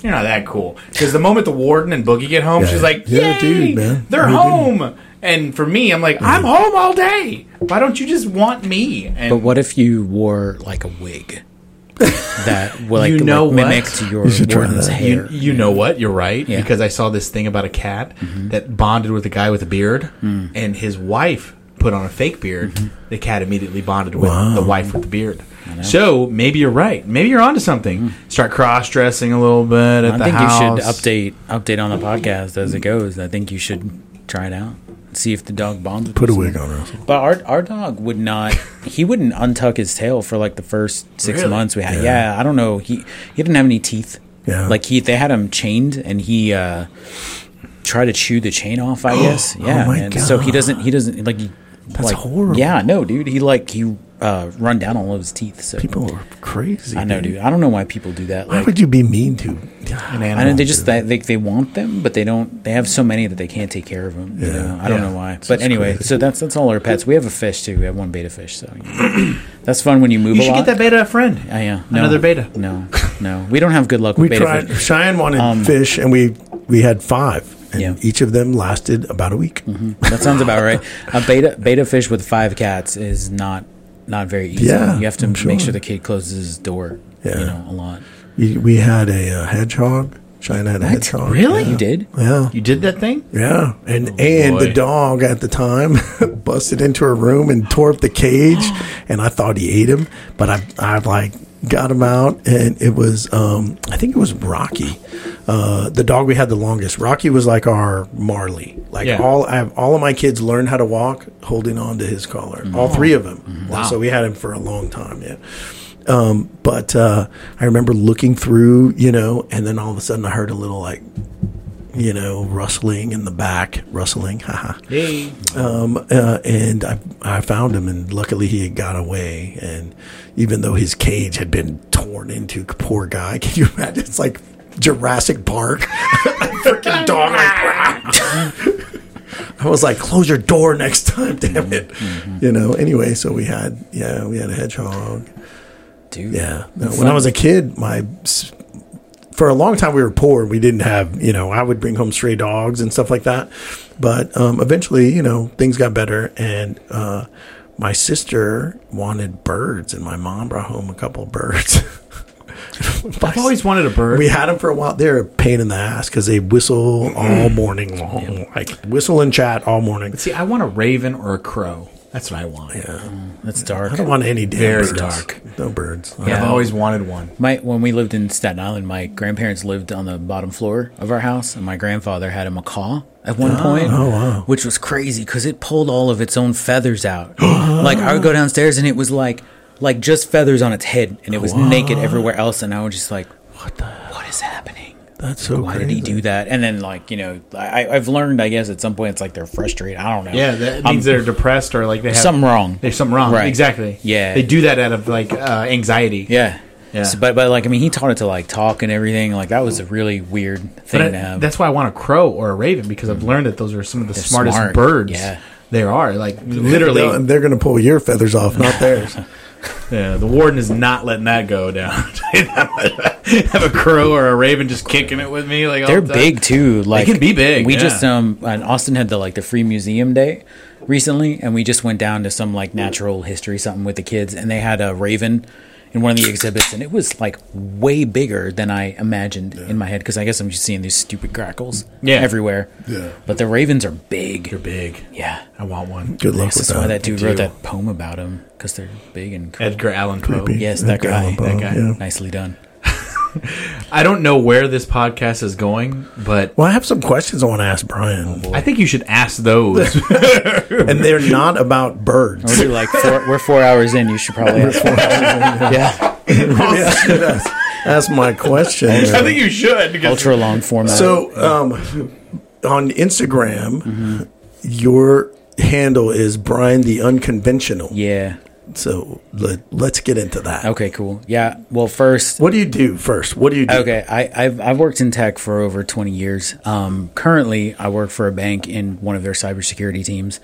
Speaker 1: you're not that cool. Because the moment the warden and Boogie get home,
Speaker 2: Yeah.
Speaker 1: she's like,
Speaker 2: Yeah,
Speaker 1: "Yay,
Speaker 2: dude, man.
Speaker 1: They're
Speaker 2: You're
Speaker 1: home home. And for me, I'm like, I'm home all day. Why don't you just want me? And
Speaker 3: But what if you wore like a wig that like,
Speaker 1: You know
Speaker 3: like
Speaker 1: what?
Speaker 3: mimicked your
Speaker 2: should try
Speaker 3: warden's
Speaker 2: that.
Speaker 3: hair?
Speaker 1: you, you know what? You're right.
Speaker 3: Mm-hmm. Mm.
Speaker 1: Because I saw this thing about a cat that bonded with a guy with a beard, and his wife put on a fake beard,
Speaker 3: Mm-hmm.
Speaker 1: the cat immediately bonded with the wife with the beard. So maybe you're right. Maybe you're onto something. Start cross dressing a little bit
Speaker 3: Mm.
Speaker 1: at
Speaker 3: I
Speaker 1: the
Speaker 3: think
Speaker 1: house.
Speaker 3: you should update update on the podcast as it goes. I think you should try it out. See if the dog bonds with
Speaker 2: Put a
Speaker 3: us.
Speaker 2: wig on, Russell.
Speaker 3: But our our dog would not. He wouldn't untuck his tail for like the first six
Speaker 1: Really?
Speaker 3: months we had. Yeah. I don't know. He he didn't have any teeth.
Speaker 2: Yeah.
Speaker 3: Like he they had him chained and he uh tried to chew the chain off. I guess. Yeah.
Speaker 2: Oh my
Speaker 3: man. So he
Speaker 2: God.
Speaker 3: doesn't. He doesn't like. He, That's
Speaker 2: horrible.
Speaker 3: Yeah. No, dude. He like he uh run down all of his teeth. So
Speaker 2: People are crazy.
Speaker 3: I know, dude. I don't know why people do that.
Speaker 2: Why
Speaker 3: Like,
Speaker 2: would you be mean to an
Speaker 3: I know they just they, they they want them, but they don't. They have so many that they can't take care of them. You know? I don't know why. But
Speaker 2: just
Speaker 3: anyway,
Speaker 2: crazy.
Speaker 3: so that's that's all our pets. We have a fish too. We have one beta fish, so yeah. that's fun when you move
Speaker 1: You
Speaker 3: a
Speaker 1: should
Speaker 3: lot.
Speaker 1: get that beta friend.
Speaker 3: Uh, yeah, no.
Speaker 1: Another beta.
Speaker 3: No, no, we don't have good luck with
Speaker 2: We
Speaker 3: beta
Speaker 2: tried.
Speaker 3: fish. Um,
Speaker 2: Cheyenne wanted fish, and we we had five, and
Speaker 3: Yeah. Mm-hmm.
Speaker 2: each of them lasted about a week.
Speaker 3: That sounds about right. A beta beta fish with five cats is not not very easy.
Speaker 2: Yeah,
Speaker 3: you have to
Speaker 2: I'm
Speaker 3: make
Speaker 2: sure.
Speaker 3: sure the kid closes his door.
Speaker 2: Yeah.
Speaker 3: you know a lot.
Speaker 2: We, we had a, uh hedgehog. Cheyenne had a hedgehog.
Speaker 1: Really?
Speaker 2: Yeah.
Speaker 3: You did?
Speaker 2: Yeah.
Speaker 1: You did that thing?
Speaker 2: Yeah, and and
Speaker 1: Oh, boy.
Speaker 2: the dog at the time busted into her room and tore up the cage, and I thought he ate him, but I I like got him out, and it was um I think it was Rocky, uh the dog we had the longest. Rocky was like our Marley, like
Speaker 1: Yeah.
Speaker 2: all I have all of my kids learned how to walk holding on to his collar,
Speaker 1: Oh.
Speaker 2: all three of them.
Speaker 1: Mm-hmm.
Speaker 2: So we had him for a long time, yeah. Um, but uh, I remember looking through, you know, and then all of a sudden I heard a little like you know, rustling in the back, rustling, haha.
Speaker 1: Hey.
Speaker 2: Um, uh, and I, I found him, and luckily he had got away. And even though his cage had been torn into, poor guy, can you imagine? It's like Jurassic Park. Freaking dog. like, I was like, close your door next time, damn it. You know, anyway, so we had, yeah, we had a hedgehog.
Speaker 3: Dude,
Speaker 2: Yeah. No, when I was a kid, my s- for a long time we were poor. We didn't have, you know, I would bring home stray dogs and stuff like that. But um, eventually, you know, things got better, and uh, my sister wanted birds, and my mom brought home a couple of birds.
Speaker 1: I've always wanted a bird.
Speaker 2: We had them for a while. They're a pain in the ass because they whistle
Speaker 3: Mm.
Speaker 2: all morning long, like whistle and chat all morning.
Speaker 1: See, I want a raven or a crow. That's what I want.
Speaker 3: that's dark.
Speaker 2: I don't want any damn
Speaker 1: Very
Speaker 2: birds.
Speaker 1: dark.
Speaker 2: No birds.
Speaker 1: I've always wanted one.
Speaker 3: My when we lived in Staten Island, my grandparents lived on the bottom floor of our house, and my grandfather had a macaw at one point,
Speaker 2: oh, wow.
Speaker 3: which was crazy because it pulled all of its own feathers out. like I would go downstairs, and it was like like just feathers on its head, and it was naked everywhere else, and I was just like, what the what is happening?
Speaker 2: That's so
Speaker 3: Why did
Speaker 2: crazy.
Speaker 3: he do that? And then like you know, I, I've learned, I guess, at some point, it's like they're frustrated. I don't know.
Speaker 1: Yeah, that
Speaker 3: I'm-
Speaker 1: means they're depressed or like they have
Speaker 3: Um, Something wrong.
Speaker 1: There's something wrong.
Speaker 3: Right.
Speaker 1: Exactly.
Speaker 3: Yeah.
Speaker 1: They do that out of like uh, anxiety.
Speaker 3: yeah.
Speaker 1: Yeah.
Speaker 3: So, but but like I mean, he taught it to like talk and everything. Like that was a really weird thing
Speaker 1: But I-
Speaker 3: to have.
Speaker 1: that's why I want a crow or a raven because I've learned that those are some of the smartest
Speaker 3: Mm-hmm. smart.
Speaker 1: birds
Speaker 3: Yeah.
Speaker 1: there are. Like
Speaker 2: No,
Speaker 1: literally,
Speaker 2: and they're going to pull your feathers off, not theirs.
Speaker 1: yeah, the warden is not letting that go down. have a crow or a raven just kicking it with me. Like all
Speaker 3: They're
Speaker 1: the time.
Speaker 3: big too. Like
Speaker 1: can be big,
Speaker 3: We
Speaker 1: yeah.
Speaker 3: just um, and Austin had the like the free museum day recently, and we just went down to some like natural history something with the kids, and they had a raven in one of the exhibits, and it was like way bigger than I imagined in my head because I guess I'm just seeing these stupid grackles
Speaker 1: Yeah.
Speaker 3: everywhere.
Speaker 2: Yeah.
Speaker 3: but the ravens are big.
Speaker 1: They're big.
Speaker 3: yeah.
Speaker 1: I want one.
Speaker 2: Good luck with
Speaker 3: That's
Speaker 2: that.
Speaker 3: why that dude
Speaker 1: do.
Speaker 3: wrote that poem about them because they're big and cool.
Speaker 1: Edgar Allan Poe.
Speaker 2: Creepy.
Speaker 3: Oh, Yes, that
Speaker 2: Edgar
Speaker 3: guy.
Speaker 2: Allan Poe,
Speaker 1: That guy.
Speaker 2: yeah.
Speaker 3: nicely done.
Speaker 1: I don't know where this podcast is going, but
Speaker 2: Well, I have some questions I want to ask
Speaker 3: Oh,
Speaker 2: Brian,
Speaker 1: I think you should ask those.
Speaker 2: and they're not about birds.
Speaker 3: We're like four, we're four hours in. You should probably ask for yeah,
Speaker 2: That's my question.
Speaker 1: I think you should. because-
Speaker 3: ultra long format.
Speaker 2: so, um, on Instagram,
Speaker 3: Mm-hmm.
Speaker 2: your handle is Brian the Unconventional.
Speaker 3: yeah.
Speaker 2: So let, let's get into that.
Speaker 3: Okay, cool. Yeah. Well, first,
Speaker 2: What do you do first? What do you do?
Speaker 3: okay, I, I've I've worked in tech for over twenty years. Um, currently, I work for a bank in one of their cybersecurity teams.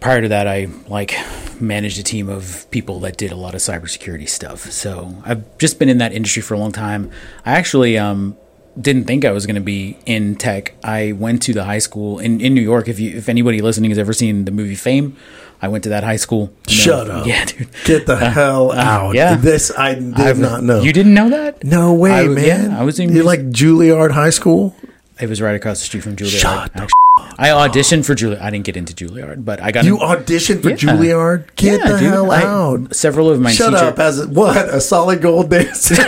Speaker 3: Prior to that, I like managed a team of people that did a lot of cybersecurity stuff. So I've just been in that industry for a long time. I actually um, didn't think I was going to be in tech. I went to the high school in, in New York. If you if anybody listening has ever seen the movie Fame, I went to that high school.
Speaker 2: Shut up.
Speaker 3: Yeah, dude. Uh,
Speaker 2: Get the hell out.
Speaker 3: yeah.
Speaker 2: This I did not know.
Speaker 3: You didn't know that?
Speaker 2: No way,
Speaker 3: I was-
Speaker 2: man.
Speaker 3: yeah, I was in-
Speaker 2: You're like Juilliard High School?
Speaker 3: It was right across the street from Juilliard.
Speaker 2: Shut the
Speaker 3: actually. I auditioned for Juilliard. I didn't get into Juilliard, but I got
Speaker 2: You
Speaker 3: in-
Speaker 2: auditioned for
Speaker 3: Yeah.
Speaker 2: Juilliard? Get
Speaker 3: Yeah,
Speaker 2: the
Speaker 3: dude.
Speaker 2: hell
Speaker 3: I-
Speaker 2: out.
Speaker 3: Several of my
Speaker 2: Shut
Speaker 3: teacher-
Speaker 2: up. As a, what? A solid gold dancer?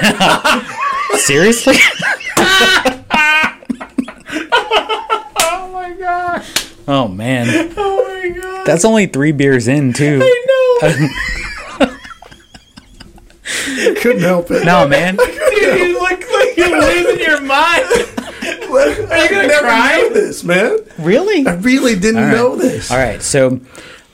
Speaker 3: Seriously?
Speaker 1: Oh my god!
Speaker 3: oh man,
Speaker 1: Oh my god!
Speaker 3: that's only three beers in too.
Speaker 1: I
Speaker 2: Couldn't help it.
Speaker 3: No man,
Speaker 1: know. Dude, you look like you're losing your mind.
Speaker 2: Are you
Speaker 1: gonna
Speaker 2: never
Speaker 1: cry?
Speaker 2: Knew this, man.
Speaker 3: really?
Speaker 2: I really didn't know this.
Speaker 3: All right, so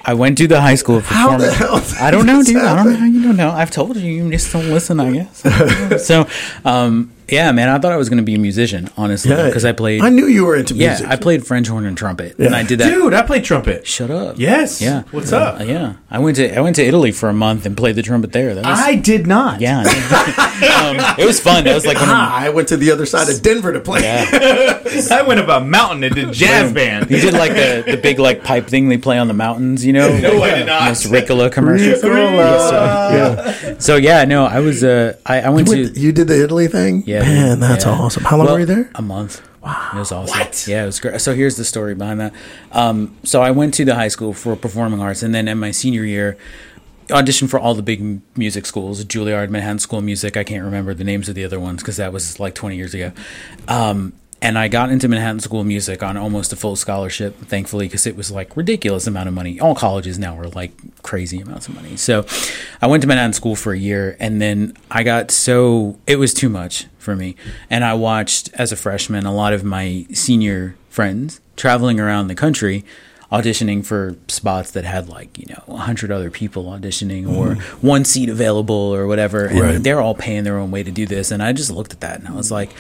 Speaker 3: I went to the high school of
Speaker 2: How the
Speaker 3: performance.
Speaker 2: hell did
Speaker 3: I don't know,
Speaker 2: this
Speaker 3: dude. I don't know
Speaker 2: happen?
Speaker 3: how you don't know. I've told you, you just don't listen, I guess. so, um, yeah, man, I thought I was going to be a musician, honestly, because I played.
Speaker 2: I knew you were into
Speaker 3: yeah,
Speaker 2: music.
Speaker 3: I played French horn and trumpet, and I did that.
Speaker 1: Dude, I play trumpet.
Speaker 3: Shut up.
Speaker 1: Yes.
Speaker 3: Yeah.
Speaker 1: What's
Speaker 3: Yeah. Uh,
Speaker 1: up?
Speaker 3: Yeah. I went to I went to Italy for a month and played the trumpet there. That was
Speaker 1: I did not.
Speaker 3: yeah. um, it was fun. That was like one of
Speaker 2: Ah, I went to the other side of Denver to play.
Speaker 1: I went up a mountain and did jazz band.
Speaker 3: You did like the, the big like pipe thing they play on the mountains, you know?
Speaker 1: No, I did not.
Speaker 3: Most Ricola commercials.
Speaker 2: yeah.
Speaker 3: So yeah, no, I was uh, I, I went
Speaker 2: Went-
Speaker 3: to
Speaker 2: you did the Italy thing?
Speaker 3: Yeah,
Speaker 2: Man,
Speaker 3: yeah.
Speaker 2: that's
Speaker 3: Yeah.
Speaker 2: awesome. How long
Speaker 3: well,
Speaker 2: were you there?
Speaker 3: A month. Wow. It was awesome. Yeah, it was great. So here's the story behind that. Um, so I went to the high school for performing arts, and then in my senior year, auditioned for all the big m- music schools: Juilliard, Manhattan School of Music. I can't remember the names of the other ones because that was like 20 years ago. Um, and I got into Manhattan School of Music on almost a full scholarship, thankfully, because it was like ridiculous amount of money. All colleges now are like crazy amounts of money. So I went to Manhattan School for a year, and then I got so it was too much for me. And I watched as a freshman a lot of my senior friends traveling around the country auditioning for spots that had like you know 100 other people auditioning or one seat available or whatever and
Speaker 2: Mm-hmm. Right.
Speaker 3: they're all paying their own way to do this and i just looked at that and i was like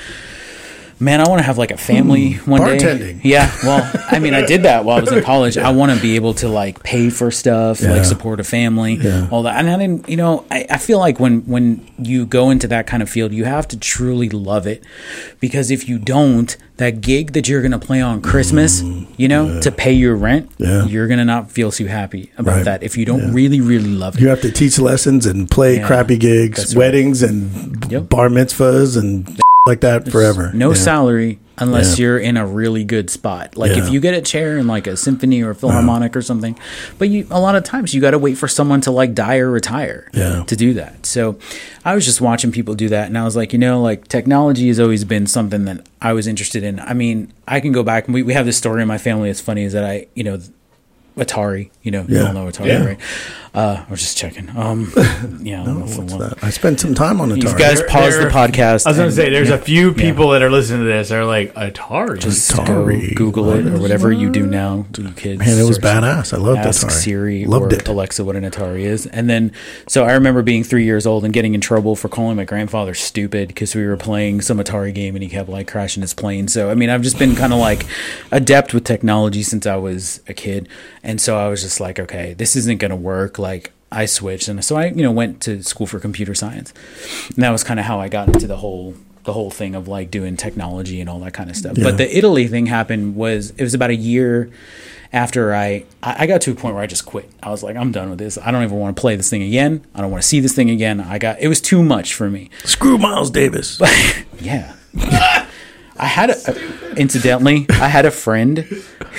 Speaker 3: man i want to have like a family one
Speaker 2: Mm. bartending.
Speaker 3: day yeah well i mean i did that while i was in college i want to be able to like pay for stuff
Speaker 2: Yeah.
Speaker 3: like support a family all that and i didn't you know I, I feel like when when you go into that kind of field you have to truly love it because if you don't that gig that you're going to play on christmas you know to pay your rent
Speaker 2: Mm-hmm. Yeah.
Speaker 3: you're going to not feel too happy about
Speaker 2: Right.
Speaker 3: that if you don't really really love it
Speaker 2: You have to teach lessons and play
Speaker 3: Yeah,
Speaker 2: crappy gigs,
Speaker 3: that's right.
Speaker 2: weddings, and
Speaker 3: Yep.
Speaker 2: bar mitzvahs and like that forever.
Speaker 3: No
Speaker 2: yeah.
Speaker 3: salary unless
Speaker 2: Yeah.
Speaker 3: you're in a really good spot. Like
Speaker 2: Yeah.
Speaker 3: if you get a chair in like a symphony or a philharmonic or something. But you a lot of times you got to wait for someone to like die or retire
Speaker 2: Yeah.
Speaker 3: to do that. So I was just watching people do that and I was like, you know, like technology has always been something that I was interested in. I mean, I can go back and we, we have this story in my family. It's funny is that I, you know, Atari, you know, you
Speaker 2: Yeah.
Speaker 3: all know Atari,
Speaker 2: Yeah.
Speaker 3: right? Uh, I was just checking. Um, yeah, I don't know if
Speaker 2: What's
Speaker 3: I'm-
Speaker 2: that? I spent some time on
Speaker 3: You
Speaker 2: Atari.
Speaker 3: guys pause
Speaker 1: there-
Speaker 3: the podcast.
Speaker 1: I was gonna
Speaker 3: and-
Speaker 1: say, there's
Speaker 3: yeah.
Speaker 1: a few people that are listening to this that are like Atari.
Speaker 3: Just
Speaker 2: Atari.
Speaker 3: go Google it or whatever you do now, you kids.
Speaker 2: Man, it was
Speaker 3: Search-
Speaker 2: badass. I loved
Speaker 3: Ask
Speaker 2: Atari.
Speaker 3: Siri
Speaker 2: loved
Speaker 3: or
Speaker 2: it.
Speaker 3: Alexa what an Atari is. And then, so I remember being three years old and getting in trouble for calling my grandfather stupid because we were playing some Atari game and he kept like crashing his plane. So, I mean, I've just been kind of like adept with technology since I was a kid. And so I was just like, okay, this isn't going to work. Like, I switched. And so I, you know, went to school for computer science. And that was kind of how I got into the whole the whole thing of like doing technology and all that kind of stuff. But the Italy thing happened was it was about a year after I I I got to a point where I just quit. I was like, I'm done with this. I don't even want to play this thing again. I don't want to see this thing again. I got it was too much for me.
Speaker 2: Screw Miles Davis.
Speaker 3: Yeah. I had, a, incidentally, I had a friend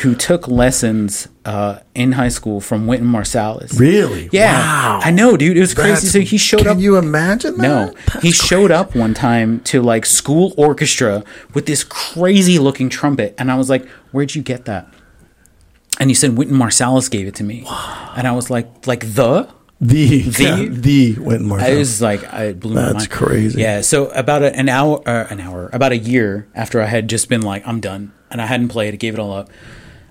Speaker 3: who took lessons uh, in high school from Wynton Marsalis.
Speaker 2: Really?
Speaker 3: Yeah,
Speaker 2: Wow.
Speaker 3: I know, dude. It was crazy.
Speaker 2: That's-
Speaker 3: so he showed
Speaker 2: Can
Speaker 3: up.
Speaker 2: you imagine
Speaker 3: No,
Speaker 2: that?
Speaker 3: he showed up one time to like school orchestra with this crazy looking trumpet, and I was like, "Where'd you get that?" And he said, "Wynton Marsalis gave it to me," and I was like, "Like the."
Speaker 2: The
Speaker 3: The-
Speaker 2: yeah, the Wynton Marsalis.
Speaker 3: I was like, I blew my
Speaker 2: That's
Speaker 3: mind.
Speaker 2: crazy.
Speaker 3: Yeah. So about a, an hour, uh, an hour, about a year after I had just been like, I'm done, and I hadn't played, I gave it all up.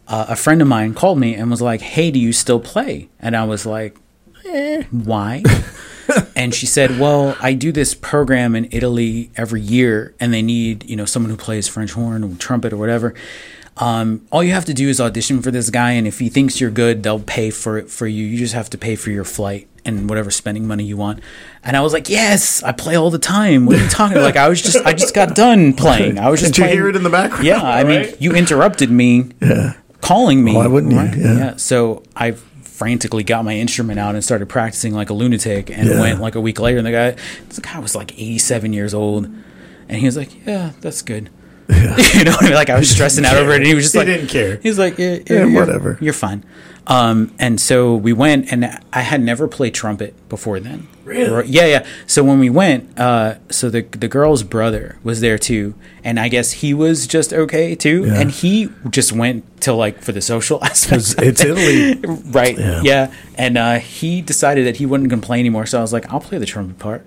Speaker 3: Uh, a friend of mine called me and was like, Hey, do you still play? And I was like, eh, Why? and she said, Well, I do this program in Italy every year, and they need you know someone who plays French horn or trumpet or whatever. Um, all you have to do is audition for this guy, and if he thinks you're good, they'll pay for it for you. You just have to pay for your flight and whatever spending money you want. And I was like, yes, I play all the time. What are you talking? Like I was just, I just got done playing. I was just.
Speaker 2: Did you
Speaker 3: playing-
Speaker 2: hear it in the background?
Speaker 3: Yeah, I mean,
Speaker 1: Right?
Speaker 3: you interrupted me. Calling me.
Speaker 2: Why wouldn't you? Yeah.
Speaker 3: So I frantically got my instrument out and started practicing like a lunatic, and
Speaker 2: Yeah.
Speaker 3: went like a week later, and the guy, this guy was like 87 years old, and he was like, "Yeah, that's good." you know, what I mean? like I was stressing out over it, and he was just
Speaker 2: He
Speaker 3: like,
Speaker 2: didn't care.
Speaker 3: He's like, yeah,
Speaker 2: Yeah,
Speaker 3: you're-
Speaker 2: whatever.
Speaker 3: you're fine. Um, and so we went, and I had never played trumpet before then. Really? Yeah, yeah. So when we went, uh, so the the girl's brother was there too, and I guess he was just okay too,
Speaker 2: Yeah.
Speaker 3: and he just went to like for the social aspect. of
Speaker 2: it's
Speaker 3: it.
Speaker 2: Italy.
Speaker 3: right? Yeah. And uh, he decided that he wouldn't complain anymore, so I was like, I'll play the trumpet part.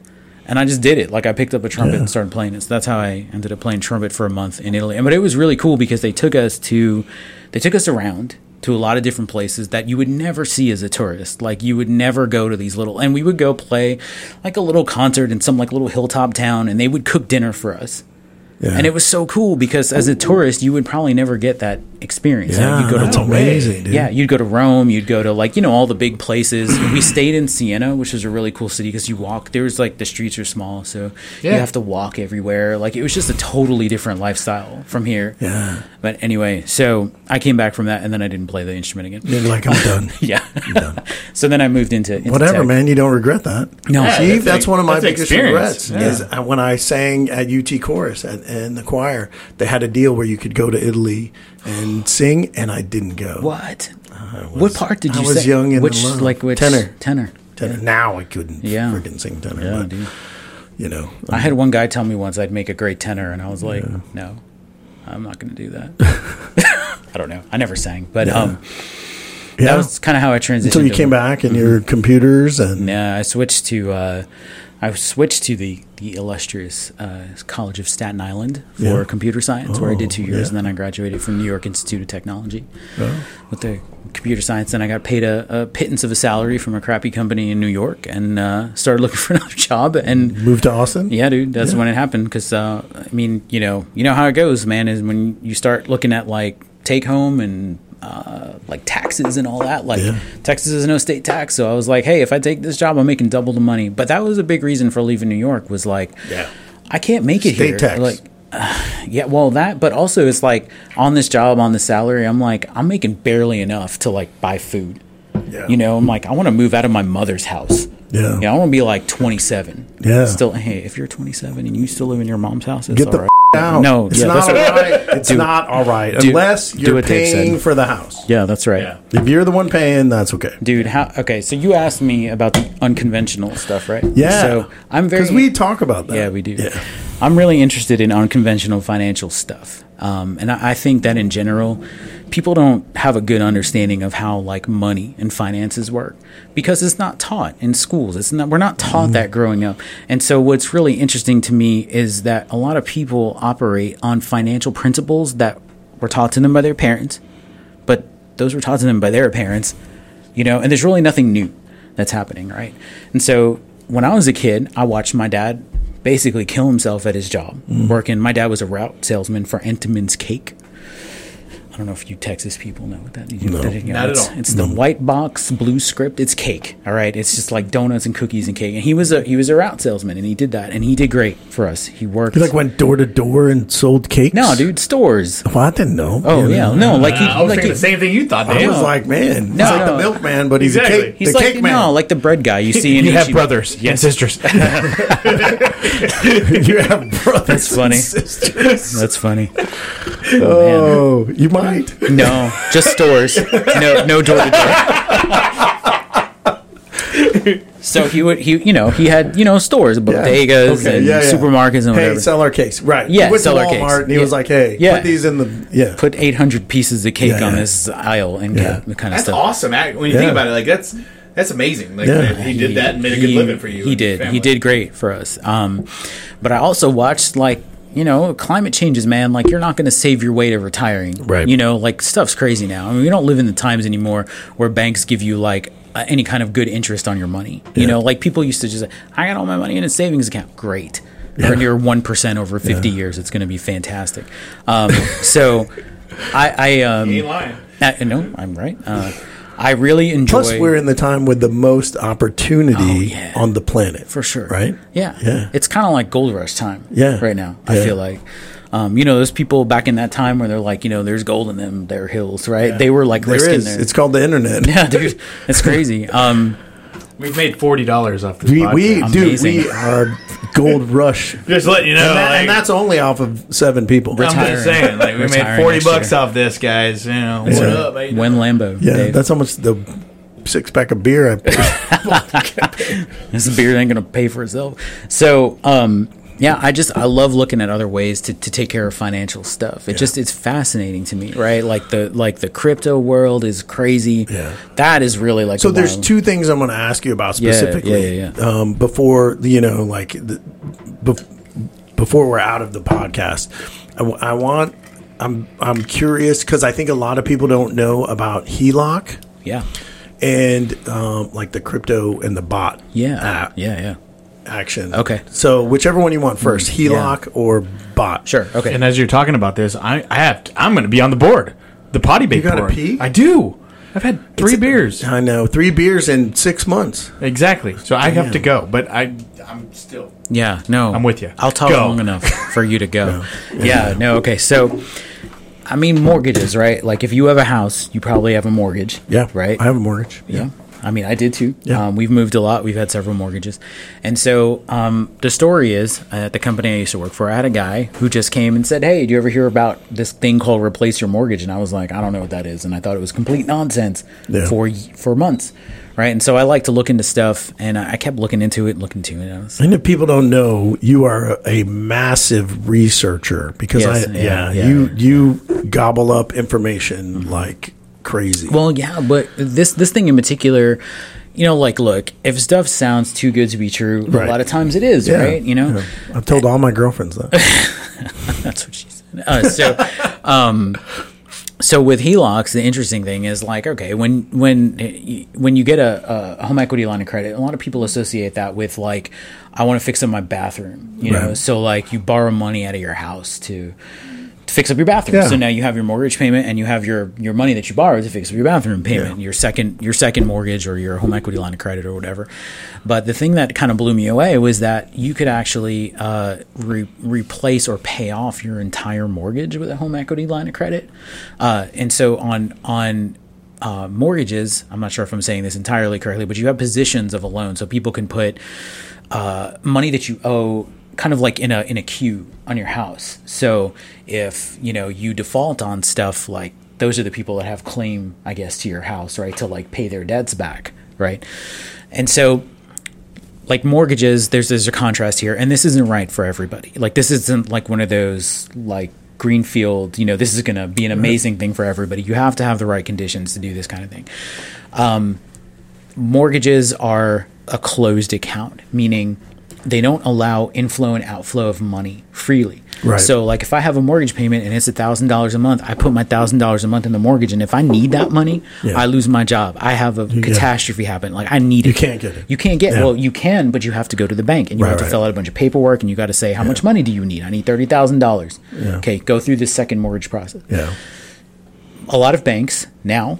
Speaker 3: And I just did it. Like I picked up a trumpet and started playing it. So that's how I ended up playing trumpet for a month in Italy. And But it was really cool because they took us to, they took us around to a lot of different places that you would never see as a tourist. Like you would never go to these little, and we would go play like a little concert in some like little hilltop town, and they would cook dinner for us.
Speaker 2: Yeah.
Speaker 3: And it was so cool because as a tourist, you would probably never get that experience. You know,
Speaker 2: yeah,
Speaker 3: you'd go to
Speaker 2: that's
Speaker 3: Rome.
Speaker 2: amazing, dude.
Speaker 3: Yeah, you'd go to Rome, you'd go to like, you know, all the big places. we stayed in Siena, which was a really cool city because you walk, there's like the streets are small, so you
Speaker 1: Yeah.
Speaker 3: have to walk everywhere. Like it was just a totally different lifestyle from here.
Speaker 2: Yeah.
Speaker 3: But anyway, so I came back from that and then I didn't play the instrument again.
Speaker 2: You're like, I'm done.
Speaker 3: Yeah. so then I moved into, into
Speaker 2: Whatever,
Speaker 3: tech.
Speaker 2: man. You don't regret that.
Speaker 3: No. Yeah,
Speaker 2: See,
Speaker 1: that's
Speaker 2: that's,
Speaker 1: a-
Speaker 2: one of my
Speaker 1: that's an
Speaker 2: biggest
Speaker 1: experience.
Speaker 2: regrets is uh, when I sang at UT chorus at, in the choir. They had a deal where you could go to Italy and sing, and I didn't go.
Speaker 3: What? what part did
Speaker 2: I
Speaker 3: you
Speaker 2: was
Speaker 3: say?
Speaker 2: young and
Speaker 3: which
Speaker 2: alone.
Speaker 3: like which
Speaker 2: Tenor.
Speaker 3: Tenor.
Speaker 2: Tenor. Now I couldn't
Speaker 3: Yeah.
Speaker 2: freaking sing tenor.
Speaker 3: Yeah,
Speaker 2: but,
Speaker 3: dude.
Speaker 2: you know,
Speaker 3: I had one guy tell me once I'd make a great tenor, and I was like, no, I'm not going to do that. I don't know. I never sang, but um,
Speaker 2: yeah.
Speaker 3: that was kind of how I transitioned.
Speaker 2: Until you
Speaker 3: to-
Speaker 2: came back and your computers and
Speaker 3: Yeah, I switched to uh, I switched to the the illustrious uh, College of Staten Island for
Speaker 2: Yeah.
Speaker 3: computer science, where I did
Speaker 2: Oh,
Speaker 3: two years,
Speaker 2: yeah. Oh.
Speaker 3: and then I graduated from New York Institute of Technology with the computer science. And I got paid a, a pittance of a salary from a crappy company in New York, and uh, started looking for another job. And
Speaker 2: moved to Austin.
Speaker 3: yeah, dude, that's when it happened. Because uh, I mean, you know, you know how it goes, man. Is when you start looking at like take home and uh, like taxes and all that. Like
Speaker 2: Yeah.
Speaker 3: Texas is no state tax, so I was like, hey, if I take this job, I'm making double the money. But that was a big reason for leaving New York. Was like,
Speaker 2: Yeah.
Speaker 3: I can't make it
Speaker 2: State
Speaker 3: here.
Speaker 2: tax.
Speaker 3: Like, yeah, well, that, but also it's like on this job, on the salary, I'm like, I'm making barely enough to like buy food.
Speaker 2: Yeah.
Speaker 3: You know, I'm like, I want to move out of my mother's house.
Speaker 2: Yeah.
Speaker 3: You know, I want to be like 27.
Speaker 2: Yeah.
Speaker 3: Still, hey, if you're 27 and you still live in your mom's house, it's
Speaker 2: Get the
Speaker 3: all right.
Speaker 2: f- out.
Speaker 3: No,
Speaker 2: it's
Speaker 3: yeah,
Speaker 2: not all
Speaker 3: that's-
Speaker 2: right. It's not all right unless
Speaker 3: do
Speaker 2: you're
Speaker 3: what Dave said.
Speaker 2: paying for the house.
Speaker 3: Yeah, that's right.
Speaker 1: Yeah.
Speaker 2: If you're the one paying, that's okay.
Speaker 3: Dude, how, okay, so you asked me about the unconventional stuff, right?
Speaker 2: Yeah.
Speaker 3: So I'm very.
Speaker 2: Because we talk about that.
Speaker 3: Yeah, we do.
Speaker 2: Yeah.
Speaker 3: I'm really interested in unconventional financial stuff. Um, and I, I think that in general, people don't have a good understanding of how like money and finances work because it's not taught in schools. It's not, we're not
Speaker 2: Mm-hmm.
Speaker 3: taught that growing up. And so what's really interesting to me is that a lot of people operate on financial principles that were taught to them by their parents, but those were taught to them by their parents, you know, and there's really nothing new that's happening, right? And so when I was a kid, I watched my dad basically kill himself at his job working. My dad was a route salesman for Entenmann's Cake. I don't know if you Texas people know what that is. No,
Speaker 1: Not at
Speaker 3: it's,
Speaker 1: all.
Speaker 3: It's the white box blue script. It's cake. All right. It's just like donuts and cookies and cake. And he was a he was a route salesman and he did that and he did great for us. He worked.
Speaker 2: You like went door to door and sold cakes?
Speaker 3: no, dude, stores.
Speaker 2: Well, I didn't know.
Speaker 3: Oh
Speaker 2: You
Speaker 3: yeah, no,
Speaker 2: know?
Speaker 3: like he,
Speaker 1: Uh, I was
Speaker 3: like
Speaker 1: thinking
Speaker 3: he,
Speaker 1: the same thing you thought.
Speaker 2: I
Speaker 1: Dan.
Speaker 2: was like, man, he's
Speaker 3: no.
Speaker 2: like the milkman, but he's
Speaker 1: Exactly.
Speaker 2: a cake,
Speaker 3: He's
Speaker 2: the
Speaker 3: like
Speaker 2: cake man.
Speaker 3: no, like the bread guy you see in
Speaker 5: You have
Speaker 3: Ichiban.
Speaker 5: brothers and sisters.
Speaker 2: you have brothers.
Speaker 3: That's funny.
Speaker 2: and sisters.
Speaker 3: That's funny. Oh,
Speaker 2: Oh, you
Speaker 3: man.
Speaker 2: might.
Speaker 3: No, just stores. No, no door to door. So he would he you know he had you know stores bodegas
Speaker 2: Okay,
Speaker 3: and
Speaker 2: yeah, yeah.
Speaker 3: supermarkets and whatever.
Speaker 2: Hey, sell our cakes. Right.
Speaker 3: Yeah,
Speaker 2: He went to
Speaker 3: sell our cakes.
Speaker 2: Walmart and he
Speaker 3: Yeah.
Speaker 2: was like, hey,
Speaker 3: Yeah.
Speaker 2: put these in the. Yeah.
Speaker 3: Put eight hundred pieces of cake
Speaker 2: Yeah,
Speaker 3: on
Speaker 2: yeah.
Speaker 3: this aisle and
Speaker 2: Yeah.
Speaker 3: get the kind of
Speaker 1: that's
Speaker 3: stuff.
Speaker 1: awesome. act- When you
Speaker 2: Yeah.
Speaker 1: think about it, like that's that's amazing. Like
Speaker 2: Yeah.
Speaker 1: that he did that and made a good
Speaker 3: He-
Speaker 1: living for you.
Speaker 3: He
Speaker 1: and your
Speaker 3: did. He
Speaker 1: family.
Speaker 3: did great for us. Um, but I also watched like you know climate changes, man. Like you're not going to save your way to retiring,
Speaker 2: Right.
Speaker 3: You know, like stuff's crazy now. I mean, we don't live in the times anymore where banks give you like uh, any kind of good interest on your money. You know, like people used to just I got all my money in a savings account. Great. Earn your one percent over fifty years. It's going to be fantastic. Um, so, I, I um,
Speaker 1: He ain't lying.
Speaker 3: I- no, I'm right. Uh, I really enjoy.
Speaker 2: Plus, we're in the time with the most opportunity
Speaker 3: Oh, yeah.
Speaker 2: on the planet.
Speaker 3: for sure.
Speaker 2: Right?
Speaker 3: Yeah.
Speaker 2: Yeah.
Speaker 3: It's kind of like gold rush time.
Speaker 2: Yeah.
Speaker 3: Right now, I
Speaker 2: Yeah.
Speaker 3: feel like. Um, you know, those people back in that time where they're like, you know, there's gold in them, their hills, right? They were like
Speaker 2: There
Speaker 3: risking
Speaker 2: is.
Speaker 3: their.
Speaker 2: It's called the internet.
Speaker 3: yeah, dude, that's crazy. Um,
Speaker 1: We've made forty dollars off this.
Speaker 2: We,
Speaker 1: podcast.
Speaker 2: we dude,
Speaker 3: Amazing.
Speaker 2: we are gold rush. and,
Speaker 1: just letting you know,
Speaker 2: that- and
Speaker 1: like,
Speaker 2: that's only off of seven people.
Speaker 1: I'm just
Speaker 3: Retiring.
Speaker 1: saying, like we made
Speaker 3: Retiring
Speaker 1: forty
Speaker 3: next
Speaker 1: bucks
Speaker 3: year.
Speaker 1: off this, guys. You know, what
Speaker 2: right.
Speaker 1: up? Hey,
Speaker 3: When Lambo.
Speaker 2: yeah,
Speaker 3: Dave.
Speaker 2: that's how much the six pack of beer I paid.
Speaker 3: this beard ain't gonna pay for itself. So, um, yeah, I just I love looking at other ways to, to take care of financial stuff. It just it's fascinating to me, right? Like the like the crypto world is crazy.
Speaker 2: Yeah.
Speaker 3: that is really like
Speaker 2: so
Speaker 3: a
Speaker 2: there's
Speaker 3: wild-
Speaker 2: two things I'm going to ask you about
Speaker 3: Yeah, yeah,
Speaker 2: specifically.
Speaker 3: yeah.
Speaker 2: Um, before you know, like the, bef- before we're out of the podcast, I, w- I want. I'm I'm curious because I think a lot of people don't know about E HELOC
Speaker 3: Yeah,
Speaker 2: and um, like the crypto and the bot
Speaker 3: yeah,
Speaker 2: app
Speaker 3: yeah, yeah.
Speaker 2: action.
Speaker 3: Okay. Mm,
Speaker 2: So whichever one you want first, E HELOC or bot.
Speaker 3: Sure. Okay.
Speaker 1: And as you're talking about this, I, I have to, I'm going to be on the board, the potty bait
Speaker 2: gotta
Speaker 1: board.
Speaker 2: pee?
Speaker 1: I do. I've had three beers
Speaker 2: I know three beers in six months.
Speaker 1: exactly, so I have to go. But I I'm still
Speaker 3: Yeah, no.
Speaker 1: I'm with you.
Speaker 3: I'll talk
Speaker 1: Go.
Speaker 3: long enough for you to go. Yeah, no, okay. So, I mean, mortgages, right? Like, if you have a house, you probably have a mortgage. Right?
Speaker 2: I have a mortgage.
Speaker 3: yeah. I mean, I did too.
Speaker 2: Yeah.
Speaker 3: Um, we've moved a lot. We've had several mortgages. And so um, the story is uh, at the company I used to work for, I had a guy who just came and said, Hey, do you ever hear about this thing called replace your mortgage? And I was like, I don't know what that is. And I thought it was complete nonsense
Speaker 2: Yeah.
Speaker 3: for, for months. Right. And so I like to look into stuff and I I kept looking into it, looking into it. And I was
Speaker 2: And if people don't know, you are a massive researcher because
Speaker 3: Yes,
Speaker 2: I
Speaker 3: yeah,
Speaker 2: yeah,
Speaker 3: yeah.
Speaker 2: you you gobble up information like crazy.
Speaker 3: Well, yeah, but this this thing in particular, you know, like look, if stuff sounds too good to be true,
Speaker 2: Right.
Speaker 3: a lot of times it is,
Speaker 2: Yeah,
Speaker 3: right? You know,
Speaker 2: yeah. I've told all my girlfriends that.
Speaker 3: that's what she said. Uh, so, um, so with E HELOCs, the interesting thing is like, okay, when when when you get a, a home equity line of credit, a lot of people associate that with like, I want to fix up my bathroom, you know.
Speaker 2: Right.
Speaker 3: So like, you borrow money out of your house to. to Fix up your bathroom.
Speaker 2: Yeah.
Speaker 3: So now you have your mortgage payment and you have your your money that you borrowed to fix up your bathroom payment,
Speaker 2: Yeah.
Speaker 3: your second your second mortgage or your home equity line of credit or whatever. But the thing that kind of blew me away was that you could actually uh, re- replace or pay off your entire mortgage with a home equity line of credit. Uh, and so on on uh, mortgages, I'm not sure if I'm saying this entirely correctly, but you have positions of a loan, so people can put uh, money that you owe kind of like in a in a queue on your house. So if you know you default on stuff like those are the people that have claim, I guess, to your house, right, to like pay their debts back, right? And so like mortgages, there's there's a contrast here, and this isn't right for everybody. Like this isn't like one of those like greenfield. You know, this is going to be an amazing thing for everybody. You have to have the right conditions to do this kind of thing. Um, mortgages are a closed account, meaning they don't allow inflow and outflow of money freely.
Speaker 2: Right.
Speaker 3: So, like, if I have a mortgage payment and it's a thousand dollars a month, I put my thousand dollars a month in the mortgage, and if I need that money,
Speaker 2: Yeah.
Speaker 3: I lose my job. I have a catastrophe happen. Like, I need it.
Speaker 2: can't get it.
Speaker 3: You can't get.
Speaker 2: Yeah.
Speaker 3: Well, you can, but you have to go to the bank and you
Speaker 2: Right,
Speaker 3: have to
Speaker 2: right.
Speaker 3: fill out a bunch of paperwork and you got to say how much money do you need? I need thirty thousand dollars. Okay, go through this second mortgage process.
Speaker 2: yeah.
Speaker 3: A lot of banks now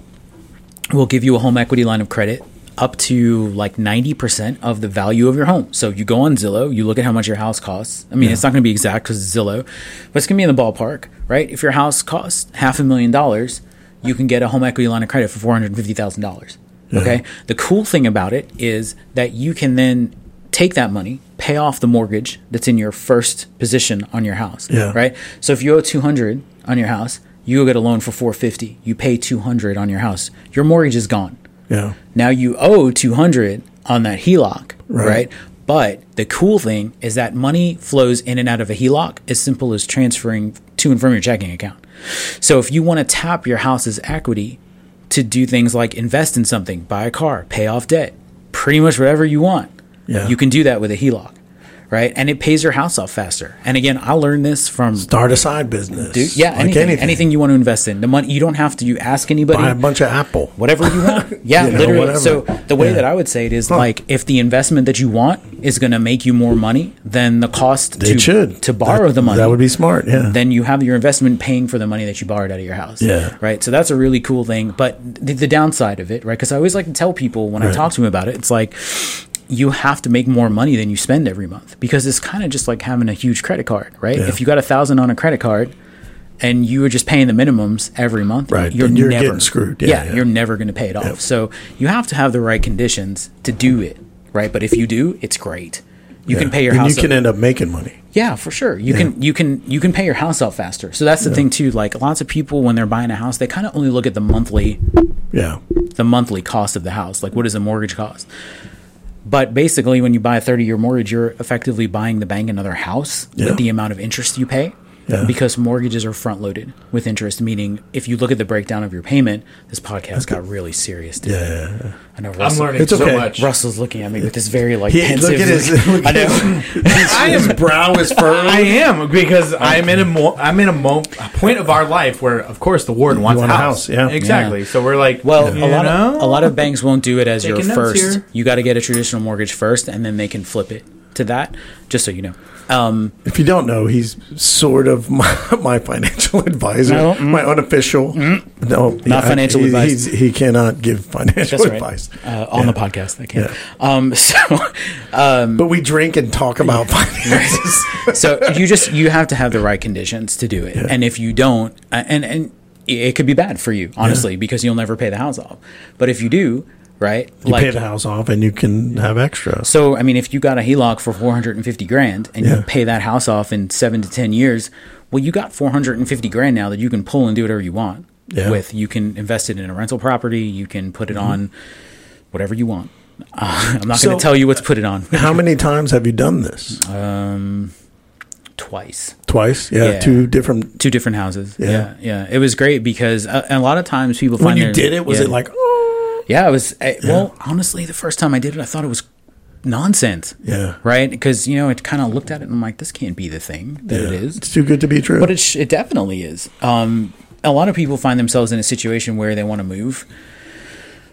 Speaker 3: will give you a home equity line of credit up to like ninety percent of the value of your home. So you go on Zillow, you look at how much your house costs. I mean, it's not going to be exact because Zillow, but it's going to be in the ballpark, right? If your house costs half a million dollars, you can get a home equity line of credit for four hundred fifty thousand dollars. Okay. The cool thing about it is that you can then take that money, pay off the mortgage that's in your first position on your house.
Speaker 2: Yeah.
Speaker 3: Right. So if you owe two hundred on your house, you go get a loan for four fifty. You pay two hundred on your house. Your mortgage is gone.
Speaker 2: Yeah.
Speaker 3: Now you owe two hundred on that E HELOC.
Speaker 2: Right.
Speaker 3: Right. But the cool thing is that money flows in and out of a E HELOC as simple as transferring to and from your checking account. So if you want to tap your house's equity to do things like invest in something, buy a car, pay off debt, pretty much whatever you want,
Speaker 2: Yeah.
Speaker 3: you can do that with a E HELOC, right? And it pays your house off faster. And again, I learned this from
Speaker 2: Start a side business.
Speaker 3: dude, yeah,
Speaker 2: Like
Speaker 3: anything, anything, you want to invest in. The money you don't have to you ask anybody
Speaker 2: Buy a bunch of Apple.
Speaker 3: whatever you want. Yeah,
Speaker 2: You know,
Speaker 3: literally.
Speaker 2: whatever.
Speaker 3: So the way
Speaker 2: Yeah.
Speaker 3: that I would say it is like if the investment that you want is going to make you more money than the cost
Speaker 2: It
Speaker 3: to
Speaker 2: should
Speaker 3: to borrow
Speaker 2: That-
Speaker 3: the money.
Speaker 2: That would be smart. Yeah.
Speaker 3: Then you have your investment paying for the money that you borrowed out of your house.
Speaker 2: Yeah.
Speaker 3: Right. So that's a really cool thing. But the, the downside of it, right? Because I always like to tell people when I talk to them about it, it's like you have to make more money than you spend every month because it's kind of just like having a huge credit card, right? If you got a thousand on a credit card, and you are just paying the minimums every month,
Speaker 2: Right,
Speaker 3: You're,
Speaker 2: then you're
Speaker 3: never
Speaker 2: getting screwed. Yeah,
Speaker 3: Yeah,
Speaker 2: yeah.
Speaker 3: you're never going to pay it off. So you have to have the right conditions to do it, right? But if you do, it's great. You can pay your
Speaker 2: and
Speaker 3: house.
Speaker 2: you can end up making money.
Speaker 3: Yeah, for sure. You can you can you can pay your house out faster. So that's the thing too. Like lots of people when they're buying a house, they kind of only look at the monthly
Speaker 2: Yeah,
Speaker 3: the monthly cost of the house. Like what is the mortgage cost? But basically, when you buy a 30 year mortgage, you're effectively buying the bank another house
Speaker 2: Yeah.
Speaker 3: with the amount of interest you pay
Speaker 2: Yeah.
Speaker 3: because mortgages are front loaded with interest. Meaning, if you look at the breakdown of your payment, this podcast got really serious today.
Speaker 2: yeah.
Speaker 3: I know
Speaker 1: I'm
Speaker 3: Russell,
Speaker 1: learning
Speaker 2: It's
Speaker 1: so
Speaker 2: okay.
Speaker 1: much.
Speaker 3: Russell's looking at me with this very like
Speaker 2: He-
Speaker 3: pensive.
Speaker 2: look at his-
Speaker 3: look- I know.
Speaker 1: I am
Speaker 2: Brow is furrowed.
Speaker 1: I am because I'm in a mo- I'm in a, mo- a point of our life where, of course, the warden wants
Speaker 2: want
Speaker 1: a
Speaker 2: a
Speaker 1: house.
Speaker 2: house, yeah.
Speaker 1: exactly. So we're like,
Speaker 3: Well,
Speaker 1: you
Speaker 3: a lot
Speaker 1: know?
Speaker 3: of a lot of banks won't do it as your
Speaker 1: Taking notes
Speaker 3: first.
Speaker 1: here.
Speaker 3: You got to get a traditional mortgage first, and then they can flip it to that. Just so you know. Um,
Speaker 2: If you don't know, he's sort of my, my financial advisor,
Speaker 3: No, mm.
Speaker 2: my unofficial. No,
Speaker 3: Not financial
Speaker 2: he,
Speaker 3: advice.
Speaker 2: he's- he cannot give financial
Speaker 3: that's right.
Speaker 2: advice.
Speaker 3: Uh, on the podcast, I can. Um, so,
Speaker 2: But we drink and talk about finances.
Speaker 3: so you just you have to have the right conditions to do it, and if you don't, uh, and and it could be bad for you, honestly, because you'll never pay the house off. But if you do, right,
Speaker 2: you pay the house off, and you can have extra.
Speaker 3: So, I mean, if you got a HELOC for 450 grand and
Speaker 2: Yeah.
Speaker 3: you pay that house off in seven to 10 years, well, you got 450 grand now that you can pull and do whatever you want
Speaker 2: Yeah. Mm-hmm.
Speaker 3: with. You can invest it in a rental property, you can put it on whatever you want. Uh, I'm not
Speaker 2: So-
Speaker 3: going to tell you what to put it on
Speaker 2: How many times have you done this?
Speaker 3: Uh, twice.
Speaker 2: Twice. Yeah,
Speaker 3: yeah.
Speaker 2: two different.
Speaker 3: Two different houses.
Speaker 2: Yeah.
Speaker 3: Yeah. Yeah. It was great because uh, and a lot of times people
Speaker 2: When
Speaker 3: find
Speaker 2: you
Speaker 3: their-
Speaker 2: did it, was
Speaker 3: yeah.
Speaker 2: it like oh
Speaker 3: Yeah, it was. I, Well, honestly, the first time I did it, I thought it was nonsense.
Speaker 2: Yeah.
Speaker 3: Right? Because, you know, it kind of looked at it and I'm like, this can't be the thing that it is.
Speaker 2: it's too good to be true?
Speaker 3: But it, sh- it definitely is. Um, a lot of people find themselves in a situation where they want to move,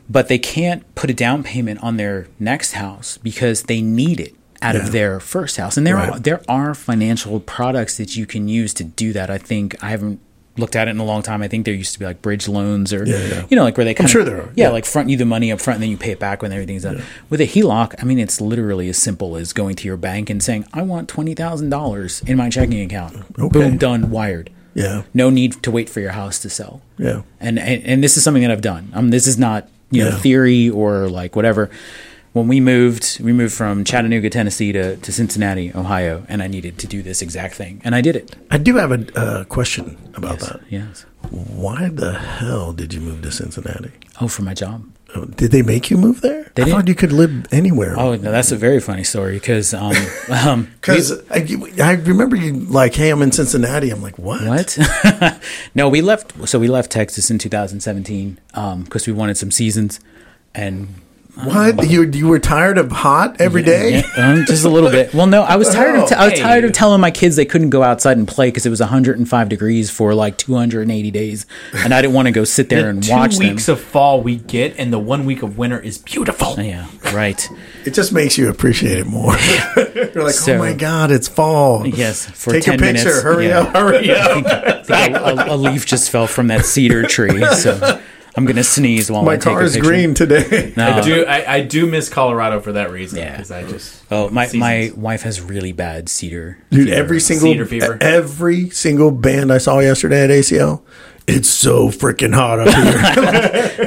Speaker 3: but they can't put a down payment on their next house because they need it out
Speaker 2: Yeah.
Speaker 3: of their first house. And there are
Speaker 2: Right.
Speaker 3: there are financial products that you can use to do that. I think I haven't looked at it in a long time. I think there used to be like bridge loans or
Speaker 2: yeah.
Speaker 3: you know like where they kind
Speaker 2: sure there are,
Speaker 3: yeah,
Speaker 2: yeah.
Speaker 3: like front you the money up front and then you pay it back when everything's done. With a HELOC, I mean it's literally as simple as going to your bank and saying I want $20,000 in my checking account. Boom, done, wired.
Speaker 2: yeah,
Speaker 3: No need to wait for your house to sell.
Speaker 2: yeah.
Speaker 3: And and, and this is something that I've done. Um, this is not you know
Speaker 2: Yeah.
Speaker 3: theory or like whatever. When we moved, we moved from Chattanooga, Tennessee to, to Cincinnati, Ohio, and I needed to do this exact thing, and I did it.
Speaker 2: I do have a uh, question about that.
Speaker 3: Yes.
Speaker 2: Why the hell did you move to Cincinnati?
Speaker 3: Oh, for my job.
Speaker 2: Oh, Did they make you move there?
Speaker 3: They
Speaker 2: I thought
Speaker 3: didn't.
Speaker 2: you could live anywhere.
Speaker 3: Oh, no, that's a very funny story because um, um,
Speaker 2: Because I, I remember you like, hey, I'm in Cincinnati. I'm like, what?
Speaker 3: What? no, we left. So we left Texas in 2017 because um, we wanted some seasons, and
Speaker 2: What? You you were tired of hot every day?
Speaker 3: Yeah, um, just a little bit. Well, no, I was tired of t- I was
Speaker 1: Hey.
Speaker 3: tired of telling my kids they couldn't go outside and play because it was 105 degrees for like 280 days, and I didn't want to go sit there
Speaker 1: the
Speaker 3: and
Speaker 1: two
Speaker 3: watch them.
Speaker 1: weeks of fall we get, and the one week of winter is beautiful.
Speaker 3: yeah, right.
Speaker 2: It just makes you appreciate it more. You're like,
Speaker 3: So-
Speaker 2: oh my god, it's fall.
Speaker 3: Yes, for 10
Speaker 2: Take a picture.
Speaker 3: minutes,
Speaker 2: Hurry
Speaker 3: yeah.
Speaker 2: up! Hurry up!
Speaker 3: I think a, a- a leaf just fell from that cedar tree, so I'm gonna sneeze while I
Speaker 2: my
Speaker 3: take
Speaker 2: car
Speaker 3: a
Speaker 2: is
Speaker 3: picture.
Speaker 2: green today.
Speaker 1: I do. I, I do miss Colorado for that reason.
Speaker 3: Yeah.
Speaker 1: because I just
Speaker 3: Oh, my my
Speaker 1: Seasons.
Speaker 3: wife has really bad cedar.
Speaker 2: Dude, every single
Speaker 1: Cedar fever.
Speaker 2: every single band I saw yesterday at ACL, it's so freaking hot up here,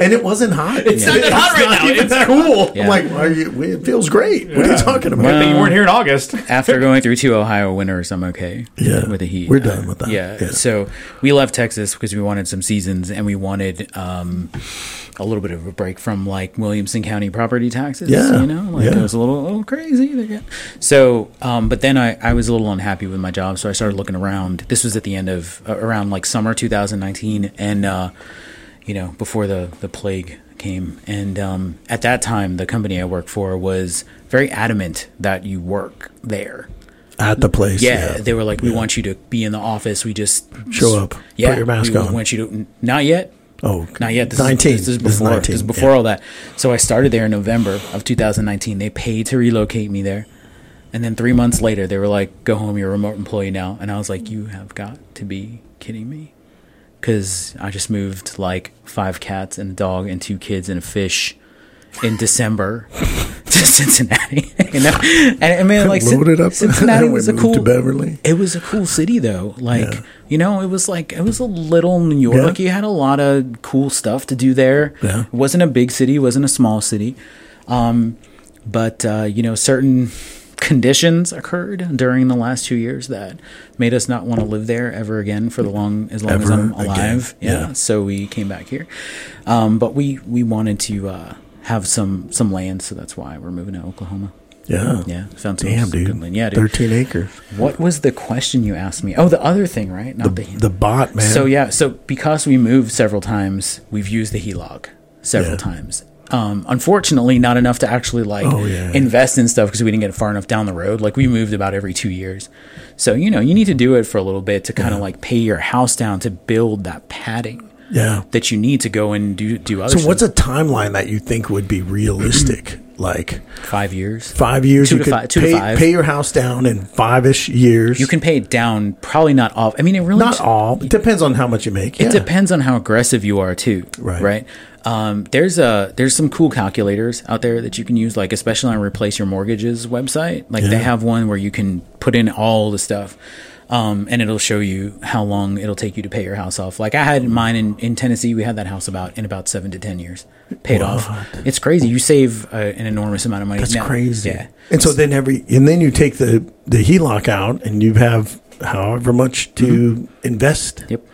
Speaker 2: and it wasn't hot. It's
Speaker 1: not that hot right now. It's cool.
Speaker 2: I'm like, why are you? It feels great. What are you talking about?
Speaker 1: But you weren't here in August.
Speaker 3: after going through two Ohio winters, I'm okay.
Speaker 2: Yeah.
Speaker 3: with the heat,
Speaker 2: We're done with that.
Speaker 3: Yeah.
Speaker 2: Yeah.
Speaker 3: So we left Texas because we wanted some seasons and we wanted um, a little bit of a break from like Williamson County property taxes.
Speaker 2: Yeah.
Speaker 3: you know, like
Speaker 2: Yeah.
Speaker 3: it was a little, a little crazy. They're getting- So, um, but then I, I was a little unhappy with my job, so I started looking around. This was at the end of uh, around like summer 2019, and uh, you know, before the the plague came. And um, at that time, the company I worked for was very adamant that you work there.
Speaker 2: at the place.
Speaker 3: Yeah, they were like, "We want you to be in the office. We just
Speaker 2: Show up.
Speaker 3: Yeah,
Speaker 2: Put your mask
Speaker 3: we
Speaker 2: on.
Speaker 3: want you to n- not yet,
Speaker 2: oh,
Speaker 3: not yet. This
Speaker 2: 19.
Speaker 3: Is, this is
Speaker 2: This is
Speaker 3: before. This
Speaker 2: 19,
Speaker 3: is before
Speaker 2: yeah.
Speaker 3: all that. So I started there in November of 2019. They paid to relocate me there, and then three months later, they were like, "Go home. You're a remote employee now." And I was like, "You have got to be kidding me." Because I just moved like five cats and a dog and two kids and a fish in December to Cincinnati. you know? And I mean, like, Cin-
Speaker 2: Load it up.
Speaker 3: Cincinnati
Speaker 2: And we
Speaker 3: was a
Speaker 2: moved
Speaker 3: cool
Speaker 2: to Beverly.
Speaker 3: It was a cool city, though. Like,
Speaker 2: Yeah.
Speaker 3: you know, it was like it was a little New York.
Speaker 2: Yeah.
Speaker 3: Like, you had a lot of cool stuff to do there.
Speaker 2: Yeah.
Speaker 3: It wasn't a big city. It wasn't a small city. Um, but uh, you know, certain conditions occurred during the last two years that made us not want to live there ever again for the long as long as
Speaker 2: Ever
Speaker 3: I'm
Speaker 2: again.
Speaker 3: alive.
Speaker 2: Yeah.
Speaker 3: yeah so we came back here. Um, but we we wanted to uh, have some some land, so that's why we're moving to Oklahoma.
Speaker 2: Yeah.
Speaker 3: Yeah, found some,
Speaker 2: Damn,
Speaker 3: some
Speaker 2: dude.
Speaker 3: good land. Yeah, dude.
Speaker 2: Thirteen acres.
Speaker 3: What was the question you asked me? Oh, the other thing, right? Not the,
Speaker 2: The bot man.
Speaker 3: so yeah, so because we moved several times, we've used the HELOC several
Speaker 2: Yeah.
Speaker 3: times. Um, unfortunately, not enough to actually like
Speaker 2: Oh, yeah.
Speaker 3: invest in stuff because we didn't get far enough down the road. Like we moved about every two years, so you know you need to do it for a little bit to kind of like pay your house down to build that padding
Speaker 2: yeah.
Speaker 3: that you need to go and do do other.
Speaker 2: So what's a timeline that you think would be realistic? like
Speaker 3: five years?
Speaker 2: five years
Speaker 3: Two to
Speaker 2: you could
Speaker 3: fi- two to
Speaker 2: pay,
Speaker 3: five.
Speaker 2: pay your house down in five ish years.
Speaker 3: You can pay it down, probably not all. I mean, it really
Speaker 2: not all. It depends on how much you make.
Speaker 3: It depends on how aggressive you are too.
Speaker 2: Right.
Speaker 3: Right. Um, there's a there's some cool calculators out there that you can use, like especially on replace your mortgages website. Like they
Speaker 2: Yeah.
Speaker 3: have one where you can put in all the stuff. Um, and it'll show you how long it'll take you to pay your house off. Like I had mine in, in Tennessee, we had that house about in about seven to ten years, paid off. It's crazy. You save uh, an enormous amount of money.
Speaker 2: That's
Speaker 3: Now-
Speaker 2: crazy.
Speaker 3: Yeah,
Speaker 2: And so then every and then you take the the E HELOC out and you have however much to
Speaker 3: Mm-hmm.
Speaker 2: invest.
Speaker 3: Yep.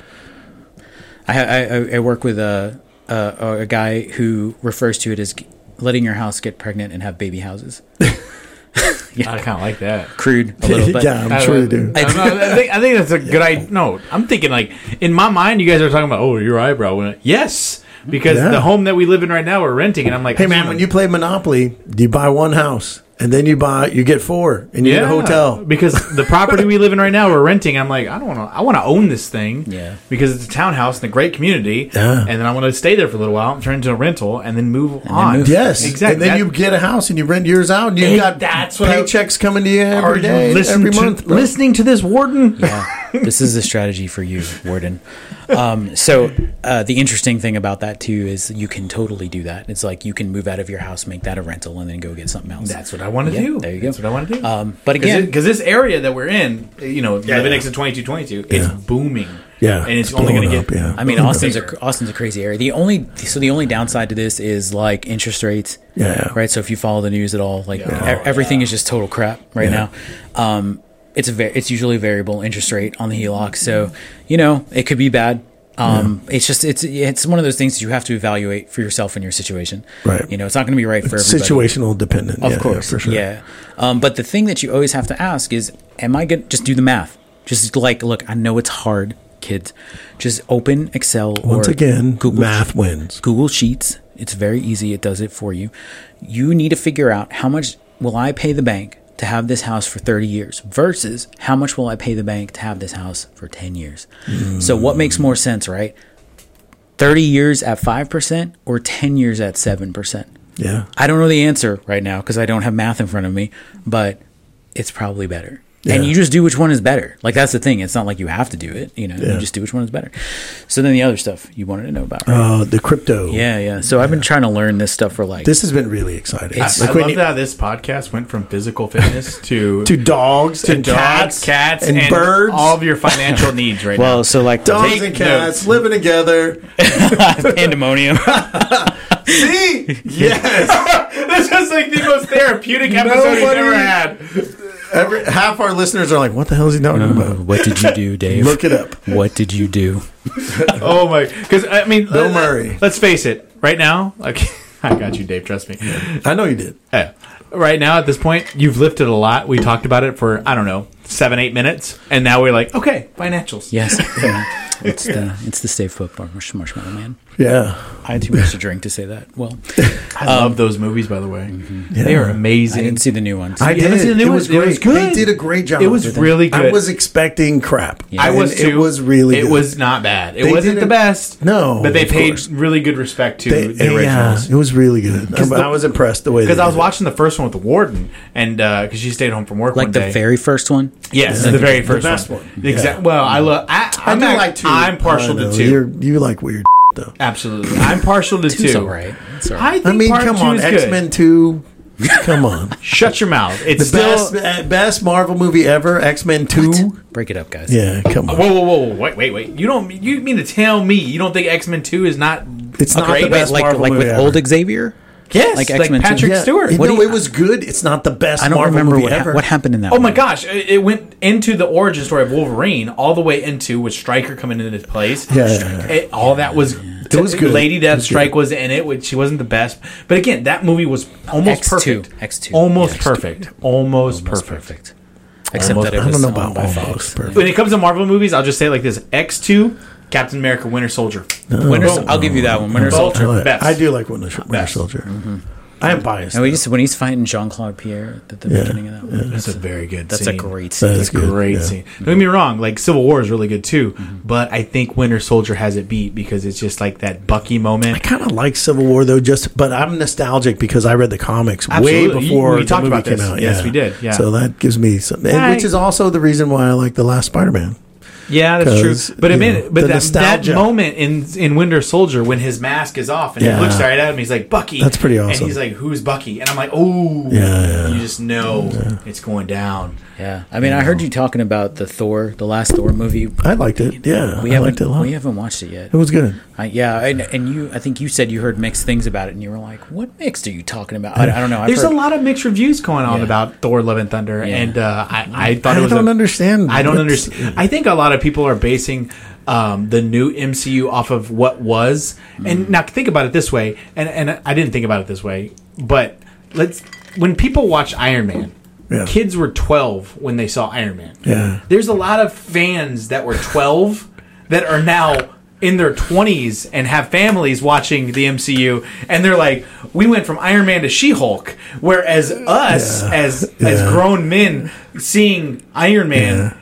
Speaker 3: I I, I- I work with a, a a guy who refers to it as g- letting your house get pregnant and have baby houses.
Speaker 1: I kind of like that.
Speaker 3: Crude a little bit.
Speaker 2: yeah, I'm
Speaker 1: I
Speaker 2: sure you
Speaker 1: don't know.
Speaker 2: do.
Speaker 1: I, don't know. I think, I think that's a good idea. No, I'm thinking like in my mind, you guys are talking about oh your eyebrow went up. yes because
Speaker 2: Yeah.
Speaker 1: the home that we live in right now we're renting and I'm like
Speaker 2: Hey man, when you play Monopoly, you buy one house and then you buy you get four and you get a hotel.
Speaker 1: because the property we live in right now we're renting. I'm like I don't want to I want to own this thing
Speaker 3: Yeah.
Speaker 1: because it's a townhouse in a great community
Speaker 2: Yeah.
Speaker 1: and then I want to stay there for a little while turn it into a rental and then move on
Speaker 3: move.
Speaker 2: Yes,
Speaker 1: exactly
Speaker 2: And then
Speaker 1: That-
Speaker 2: you get a house and you rent yours out, and you
Speaker 1: Hey,
Speaker 2: got
Speaker 1: that's what I-
Speaker 2: paychecks coming to you
Speaker 1: are
Speaker 2: every
Speaker 1: you
Speaker 2: day,
Speaker 1: listen
Speaker 2: every
Speaker 1: to-
Speaker 2: month. bro.
Speaker 1: listening to this warden
Speaker 3: Yeah. this is a strategy for you, Warden. Um, so uh, the interesting thing about that too is you can totally do that. It's like you can move out of your house, make that a rental, and then go get something else.
Speaker 1: that's what I want to
Speaker 3: Yeah,
Speaker 1: do
Speaker 3: there you go.
Speaker 1: that's what I want to do
Speaker 3: Um, but again,
Speaker 1: because this area that we're in, you know, living next to twenty two twenty two, it's
Speaker 2: Yeah.
Speaker 1: booming.
Speaker 2: Yeah,
Speaker 1: and it's,
Speaker 2: it's
Speaker 1: only going to
Speaker 2: blowing
Speaker 1: get.
Speaker 2: up, yeah.
Speaker 3: I mean,
Speaker 2: Okay.
Speaker 3: Austin's a, Austin's a crazy area. The only so the only downside to this is like interest rates.
Speaker 2: Yeah.
Speaker 3: Right. So if you follow the news at all, like e- everything is just total crap right
Speaker 2: Yeah.
Speaker 3: now. Um, it's a va- it's usually a variable interest rate on the HELOC, so you know it could be bad. Um, It's just it's it's one of those things that you have to evaluate for yourself and your situation.
Speaker 2: Right.
Speaker 3: You know, it's not going to be right for everybody.
Speaker 2: situational dependent.
Speaker 3: Of
Speaker 2: yeah, yeah,
Speaker 3: course, yeah.
Speaker 2: for sure.
Speaker 3: Um, but the thing that you always have to ask is, am I going to just do the math? Just like, look, I know it's hard, kids. Just open Excel
Speaker 2: Once
Speaker 3: or
Speaker 2: again,
Speaker 3: Google
Speaker 2: math wins.
Speaker 3: Google Sheets. It's very easy. It does it for you. You need to figure out how much will I pay the bank to have this house for 30 years versus how much will I pay the bank to have this house for 10 years. So what makes more sense, right? 30 years at 5% or 10 years at 7%?
Speaker 2: Yeah,
Speaker 3: I don't know the answer right now because I don't have math in front of me, but it's probably better. And
Speaker 2: Yeah.
Speaker 3: you just do which one is better. Like that's the thing. It's not like you have to do it. You know,
Speaker 2: Yeah.
Speaker 3: you just do which one is better. So then the other stuff you wanted to know about. Right?
Speaker 2: uh, the crypto.
Speaker 3: yeah, yeah. So I've been trying to learn this stuff for like
Speaker 2: this has been really exciting.
Speaker 3: It's-
Speaker 1: I
Speaker 2: Like when
Speaker 1: love
Speaker 2: you-
Speaker 1: how this podcast went from physical fitness to
Speaker 2: to dogs
Speaker 1: to
Speaker 2: and
Speaker 1: dogs,
Speaker 2: cats,
Speaker 1: cats, and,
Speaker 2: birds.
Speaker 1: all of your financial needs right
Speaker 3: well, so like
Speaker 2: dogs
Speaker 1: Take
Speaker 2: and cats
Speaker 1: notes.
Speaker 2: living together.
Speaker 3: pandemonium.
Speaker 2: See, yes,
Speaker 1: now. This is like the most therapeutic episode we've
Speaker 2: Nobody-
Speaker 1: ever had.
Speaker 2: Every, half our listeners are like, "What the hell is he talking about?"
Speaker 3: what did you do, Dave?
Speaker 2: Look it up.
Speaker 3: What did you do?
Speaker 1: Oh my! Because I mean,
Speaker 2: Bill Murray.
Speaker 1: Let's face it. Right now, like I got you, Dave. Trust me.
Speaker 2: I know you did.
Speaker 1: Hey, right now at this point, you've lifted a lot. We talked about it for I don't know seven, eight minutes, and now we're like, okay, financials.
Speaker 3: Yes, yeah. it's the it's the Stay Put Marsh- Marshmallow Man.
Speaker 2: Yeah,
Speaker 3: I had too much to drink to say that. Well,
Speaker 1: I love those movies, by the way. They
Speaker 2: Yeah.
Speaker 1: are
Speaker 3: I
Speaker 1: amazing.
Speaker 3: didn't see the new ones.
Speaker 2: Um, Mm-hmm. I
Speaker 1: You haven't
Speaker 2: did.
Speaker 1: seen the
Speaker 2: it
Speaker 1: new
Speaker 2: was
Speaker 1: one?
Speaker 2: great.
Speaker 1: It was
Speaker 2: They
Speaker 1: good.
Speaker 2: did a great job.
Speaker 1: It was
Speaker 2: with it.
Speaker 1: really
Speaker 2: I
Speaker 1: good.
Speaker 2: was expecting crap.
Speaker 1: I
Speaker 2: And
Speaker 1: was too.
Speaker 2: It was really.
Speaker 1: It
Speaker 2: good.
Speaker 1: was not bad. It
Speaker 2: They
Speaker 1: wasn't the
Speaker 2: didn't-
Speaker 1: best.
Speaker 2: No,
Speaker 1: but they
Speaker 2: of
Speaker 1: paid
Speaker 2: course.
Speaker 1: really good respect to
Speaker 2: They-
Speaker 1: the
Speaker 2: yeah,
Speaker 1: originals.
Speaker 2: it was really good. I, I was impressed the way
Speaker 1: Because
Speaker 2: they
Speaker 1: I was
Speaker 2: did it.
Speaker 1: watching the first one with the warden, and because she stayed home from work,
Speaker 3: like
Speaker 1: one
Speaker 3: the
Speaker 1: day.
Speaker 3: very first one.
Speaker 1: yes, the very
Speaker 2: The
Speaker 1: first
Speaker 2: best
Speaker 1: one,
Speaker 2: one.
Speaker 1: The exact.
Speaker 2: Yeah.
Speaker 1: Well, I love. I, I'm
Speaker 2: do
Speaker 1: act-
Speaker 2: like two.
Speaker 1: I'm partial
Speaker 2: I
Speaker 1: to
Speaker 2: know.
Speaker 1: 2
Speaker 2: You're, you like weird.
Speaker 1: Absolutely, I'm partial to two.
Speaker 3: It's all right. Sorry.
Speaker 1: I, think
Speaker 2: I mean,
Speaker 1: part
Speaker 2: come
Speaker 1: two
Speaker 2: on,
Speaker 1: is good.
Speaker 2: X Men Two. Come on,
Speaker 1: Shut your mouth. It's
Speaker 2: the
Speaker 1: still.
Speaker 2: best uh, best Marvel movie ever, X Men Two.
Speaker 3: Break it up, guys.
Speaker 2: Yeah, come on.
Speaker 1: Whoa, whoa, whoa, whoa! Wait, wait, wait! You don't. You mean to tell me you don't think X Men Two is not?
Speaker 2: It's not
Speaker 3: Okay,
Speaker 2: the
Speaker 3: wait,
Speaker 2: best
Speaker 3: like
Speaker 2: Marvel
Speaker 3: like
Speaker 2: movie
Speaker 3: with
Speaker 2: ever.
Speaker 3: old Xavier.
Speaker 1: Yes,
Speaker 3: Like
Speaker 1: like,
Speaker 3: X-Men two.
Speaker 1: Patrick
Speaker 3: Yeah.
Speaker 1: Stewart.
Speaker 2: You
Speaker 3: What
Speaker 2: know,
Speaker 3: do you-
Speaker 2: it was good. It's not the best
Speaker 3: I don't
Speaker 2: Marvel
Speaker 3: remember
Speaker 2: movie
Speaker 3: what,
Speaker 2: ever.
Speaker 3: what happened in that.
Speaker 1: Oh my
Speaker 3: one.
Speaker 1: gosh! It, it went into the origin story of Wolverine, all the way into with Stryker coming into his place.
Speaker 2: Yeah, yeah, yeah.
Speaker 1: It- all that was.
Speaker 2: It was good.
Speaker 1: Lady
Speaker 2: It
Speaker 1: Death
Speaker 2: was
Speaker 1: Strike
Speaker 2: good.
Speaker 1: was in it, which she wasn't the best. But again, that movie was almost
Speaker 3: X2.
Speaker 1: perfect.
Speaker 3: X2.
Speaker 1: Almost
Speaker 3: Yeah, X2.
Speaker 1: perfect. Almost perfect.
Speaker 3: Perfect. Except
Speaker 1: Almost-
Speaker 3: that it
Speaker 2: I
Speaker 3: was
Speaker 2: don't know
Speaker 3: owned
Speaker 2: about
Speaker 3: by
Speaker 2: almost
Speaker 3: Fox.
Speaker 2: perfect.
Speaker 1: When it comes to Marvel movies, I'll just say it like this: X Two, Captain America, Winter Soldier.
Speaker 3: Winter, Sol- I'll give you that one. Winter
Speaker 1: Both
Speaker 3: Soldier.
Speaker 1: are
Speaker 2: But
Speaker 1: best.
Speaker 2: I do like Winter, Winter
Speaker 1: Best.
Speaker 2: Soldier. I am biased.
Speaker 3: And when he's, when he's fighting Jean Claude Pierre at the
Speaker 2: Yeah,
Speaker 3: beginning of that one,
Speaker 1: That's a very good.
Speaker 3: that's
Speaker 1: scene.
Speaker 3: a great
Speaker 2: though.
Speaker 3: scene.
Speaker 2: That is good.
Speaker 1: great
Speaker 2: yeah. Mm-hmm.
Speaker 1: scene. Don't get me wrong, like Civil War is really good too, but I think Winter Soldier has it beat because it's just like that Bucky
Speaker 2: I
Speaker 1: moment.
Speaker 2: kind of like Civil War though, just but I'm nostalgic because I read the comics way
Speaker 1: Absolutely.
Speaker 2: before
Speaker 1: We
Speaker 2: the
Speaker 1: talked
Speaker 2: movie
Speaker 1: about
Speaker 2: came
Speaker 1: this.
Speaker 2: out.
Speaker 1: Yes,
Speaker 2: yeah.
Speaker 1: we did, yeah.
Speaker 2: So that gives me some, and-
Speaker 1: Right.
Speaker 2: which is also the reason why I like the last Spider-Man.
Speaker 1: Yeah, that's
Speaker 2: Because,
Speaker 1: true. But I
Speaker 2: you
Speaker 1: mean,
Speaker 2: know,
Speaker 1: but
Speaker 2: the
Speaker 1: that, that
Speaker 2: nostalgia.
Speaker 1: moment in in Winter Soldier when his mask is off and
Speaker 2: Yeah.
Speaker 1: he looks right at him, he's like Bucky.
Speaker 2: That's pretty
Speaker 1: And
Speaker 2: awesome.
Speaker 1: he's like, "Who's Bucky?" And I'm like, "Oh,
Speaker 2: Yeah, yeah.
Speaker 1: You just know it's going down.
Speaker 3: Yeah, I mean, I heard you talking about the Thor, the last Thor movie.
Speaker 2: I liked it. Yeah,
Speaker 3: We
Speaker 2: I
Speaker 3: haven't,
Speaker 2: liked it a lot.
Speaker 3: we haven't watched it yet.
Speaker 2: it was good.
Speaker 3: I, yeah, and, and you, I think you said you heard mixed things about it, and you were like, "What mixed are you talking about?" I, I don't know. I've
Speaker 1: There's
Speaker 3: heard,
Speaker 1: a lot of mixed reviews going on
Speaker 3: Yeah.
Speaker 1: about Thor: Love and Thunder,
Speaker 3: Yeah.
Speaker 1: and uh, I, I thought it
Speaker 2: I
Speaker 1: was
Speaker 2: don't
Speaker 1: a-
Speaker 2: understand.
Speaker 1: I don't
Speaker 2: what's-
Speaker 1: understand. I think a lot of people are basing um, the new MCU off of what was. And now think about it this way, and and I didn't think about it this way, but let's when people watch Iron Man.
Speaker 2: Yeah.
Speaker 1: Kids were 12 when they saw Iron Man.
Speaker 2: Yeah.
Speaker 1: There's a lot of fans that were 12 that are now in their 20s and have families watching the MCU and they're like we went from Iron Man to She-Hulk whereas us
Speaker 2: Yeah.
Speaker 1: as
Speaker 2: Yeah.
Speaker 1: as grown men seeing Iron Man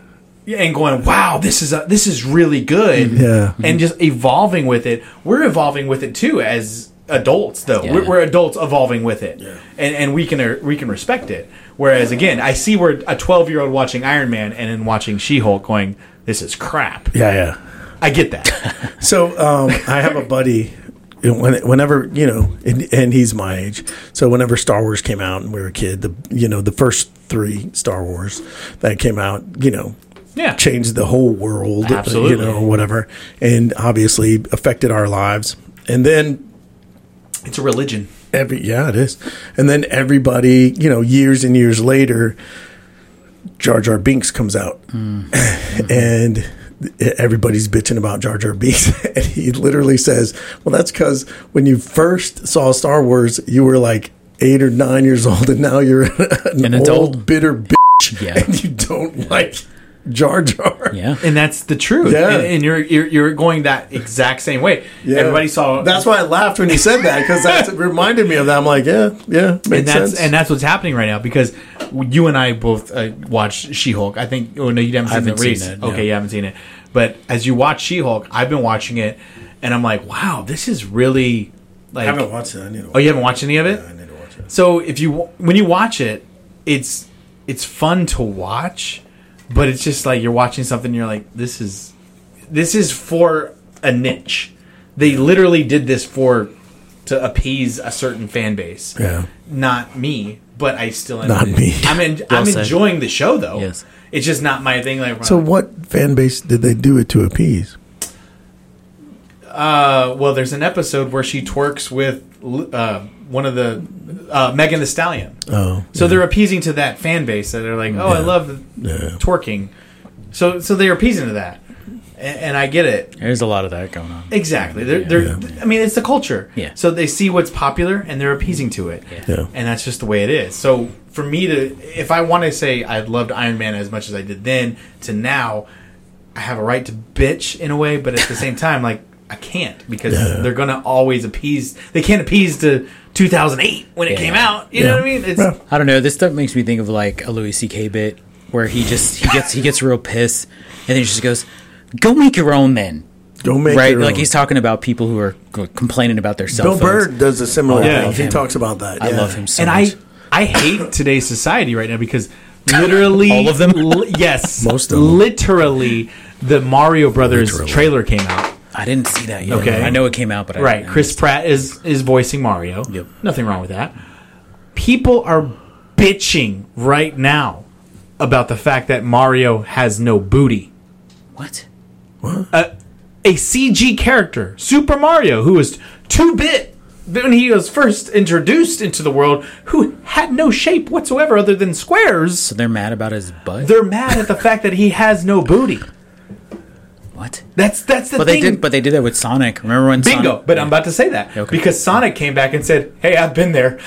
Speaker 1: and going, "Wow, this is a, this is really good,"
Speaker 2: Yeah.
Speaker 1: and just evolving with it. We're evolving with it too as adults, though.
Speaker 3: Yeah.
Speaker 1: We're, we're adults evolving with it, and and we can uh, we can respect it. Whereas again, I see where a twelve year old watching Iron Man and then watching She Hulk going, "This is crap."
Speaker 2: Yeah, yeah.
Speaker 1: I get that.
Speaker 2: So um, I have a buddy. you know, when- Whenever you know, and, and he's my age, so whenever Star Wars came out and we were a kid, the you know the first three Star Wars that came out, you know,
Speaker 1: Yeah.
Speaker 2: changed the whole world,
Speaker 1: Absolutely.
Speaker 2: you know, whatever, and obviously affected our lives. And then
Speaker 1: It's a religion.
Speaker 2: every yeah, it is, and then everybody, you know, years and years later, Jar Jar Binks comes out,
Speaker 3: Mm.
Speaker 2: and everybody's bitching about Jar Jar Binks, and he literally says, "Well, that's because when you first saw Star Wars, you were like eight or nine years old, and now you're an,
Speaker 3: An
Speaker 2: old
Speaker 3: adult.
Speaker 2: bitter bitch,
Speaker 3: Yeah.
Speaker 2: and you don't like Jar Jar."
Speaker 3: yeah,
Speaker 1: And that's the truth.
Speaker 2: Yeah.
Speaker 1: And, and you're, you're you're going that exact same way.
Speaker 2: Yeah.
Speaker 1: Everybody saw
Speaker 2: That's why I laughed when he said that because that reminded me of that. I'm like, yeah, yeah, makes
Speaker 1: and that's
Speaker 2: sense.
Speaker 1: and that's what's happening right now because you and I both uh, watched She-Hulk. I think. Oh no, you haven't seen
Speaker 3: haven't
Speaker 1: the
Speaker 3: seen
Speaker 1: race.
Speaker 3: it, no.
Speaker 1: Okay, you haven't seen it. But as you watch She-Hulk, I've been watching it, and I'm like, wow, this is really like.
Speaker 2: I haven't watched it. I need to.
Speaker 1: oh, you haven't watched any of it.
Speaker 2: I need to watch it.
Speaker 1: So if you when you watch it, it's it's fun to watch, but it's just like you're watching something. you're like, this is this is for a niche. They literally did this for to appease a certain fan base.
Speaker 2: Yeah.
Speaker 1: not me, but I still am,
Speaker 2: Not me.
Speaker 1: I'm en-
Speaker 3: Well
Speaker 1: I'm
Speaker 3: said.
Speaker 1: enjoying the show though.
Speaker 3: Yes.
Speaker 1: It's just not my thing. Like,
Speaker 2: So what fan base did they do it to appease?
Speaker 1: uh, well, there's an episode where she twerks with uh, one of the uh, Megan the Stallion.
Speaker 2: Oh,
Speaker 1: So they're appeasing to that fan base that they're like, oh, I love twerking. So so they're appeasing to that, and, and I get it
Speaker 3: there's a lot of that going on.
Speaker 1: exactly. They're they're. I mean, it's the culture.
Speaker 3: Yeah.
Speaker 1: So they see what's popular and they're appeasing to it.
Speaker 2: Yeah.
Speaker 1: And that's just the way it is. So for me to, if I want to say I loved Iron Man as much as I did then to now, I have a right to bitch in a way, but at the same time, like. I can't because they're gonna always appease. They can't appease to 2008 when it
Speaker 3: Yeah.
Speaker 1: came out. You know what I mean? It's,
Speaker 2: Yeah.
Speaker 3: I don't know. This stuff makes me think of like a Louis C.K. bit where he just he gets he gets real pissed, and then he just goes, "Go make your own then."
Speaker 2: Go make
Speaker 3: right,
Speaker 2: your
Speaker 3: like
Speaker 2: own.
Speaker 3: he's talking about people who are c- complaining about their cell
Speaker 2: Bill
Speaker 3: phones.
Speaker 2: Bird does a similar
Speaker 1: Oh, yeah.
Speaker 2: thing. He
Speaker 3: Him.
Speaker 2: talks about that.
Speaker 3: I
Speaker 2: yeah.
Speaker 3: love him so
Speaker 1: and
Speaker 3: much.
Speaker 1: I I hate today's society right now because literally
Speaker 3: All of them?
Speaker 1: li- yes,
Speaker 2: Most of them.
Speaker 1: Literally, the Mario Brothers
Speaker 2: Literally.
Speaker 1: trailer came out,
Speaker 3: I didn't see that yet.
Speaker 1: Okay.
Speaker 3: I know it came out, but I
Speaker 1: Right.
Speaker 3: didn't-
Speaker 1: Chris Pratt is is voicing Mario.
Speaker 3: Yep.
Speaker 1: Nothing wrong with that. People are bitching right now about the fact that Mario has no booty.
Speaker 3: What?
Speaker 1: A CG character, Super Mario, who was two bit when he was first introduced into the world, who had no shape whatsoever other than squares.
Speaker 3: So they're mad about his butt.
Speaker 1: They're mad at the fact that he has no booty.
Speaker 3: what?
Speaker 1: That's that's the
Speaker 3: But they
Speaker 1: thing.
Speaker 3: did. But they did that with Sonic. Remember when?
Speaker 1: Bingo.
Speaker 3: Sonic,
Speaker 1: But I'm about to say that
Speaker 3: Okay.
Speaker 1: because Sonic came back and said, "Hey, I've been there."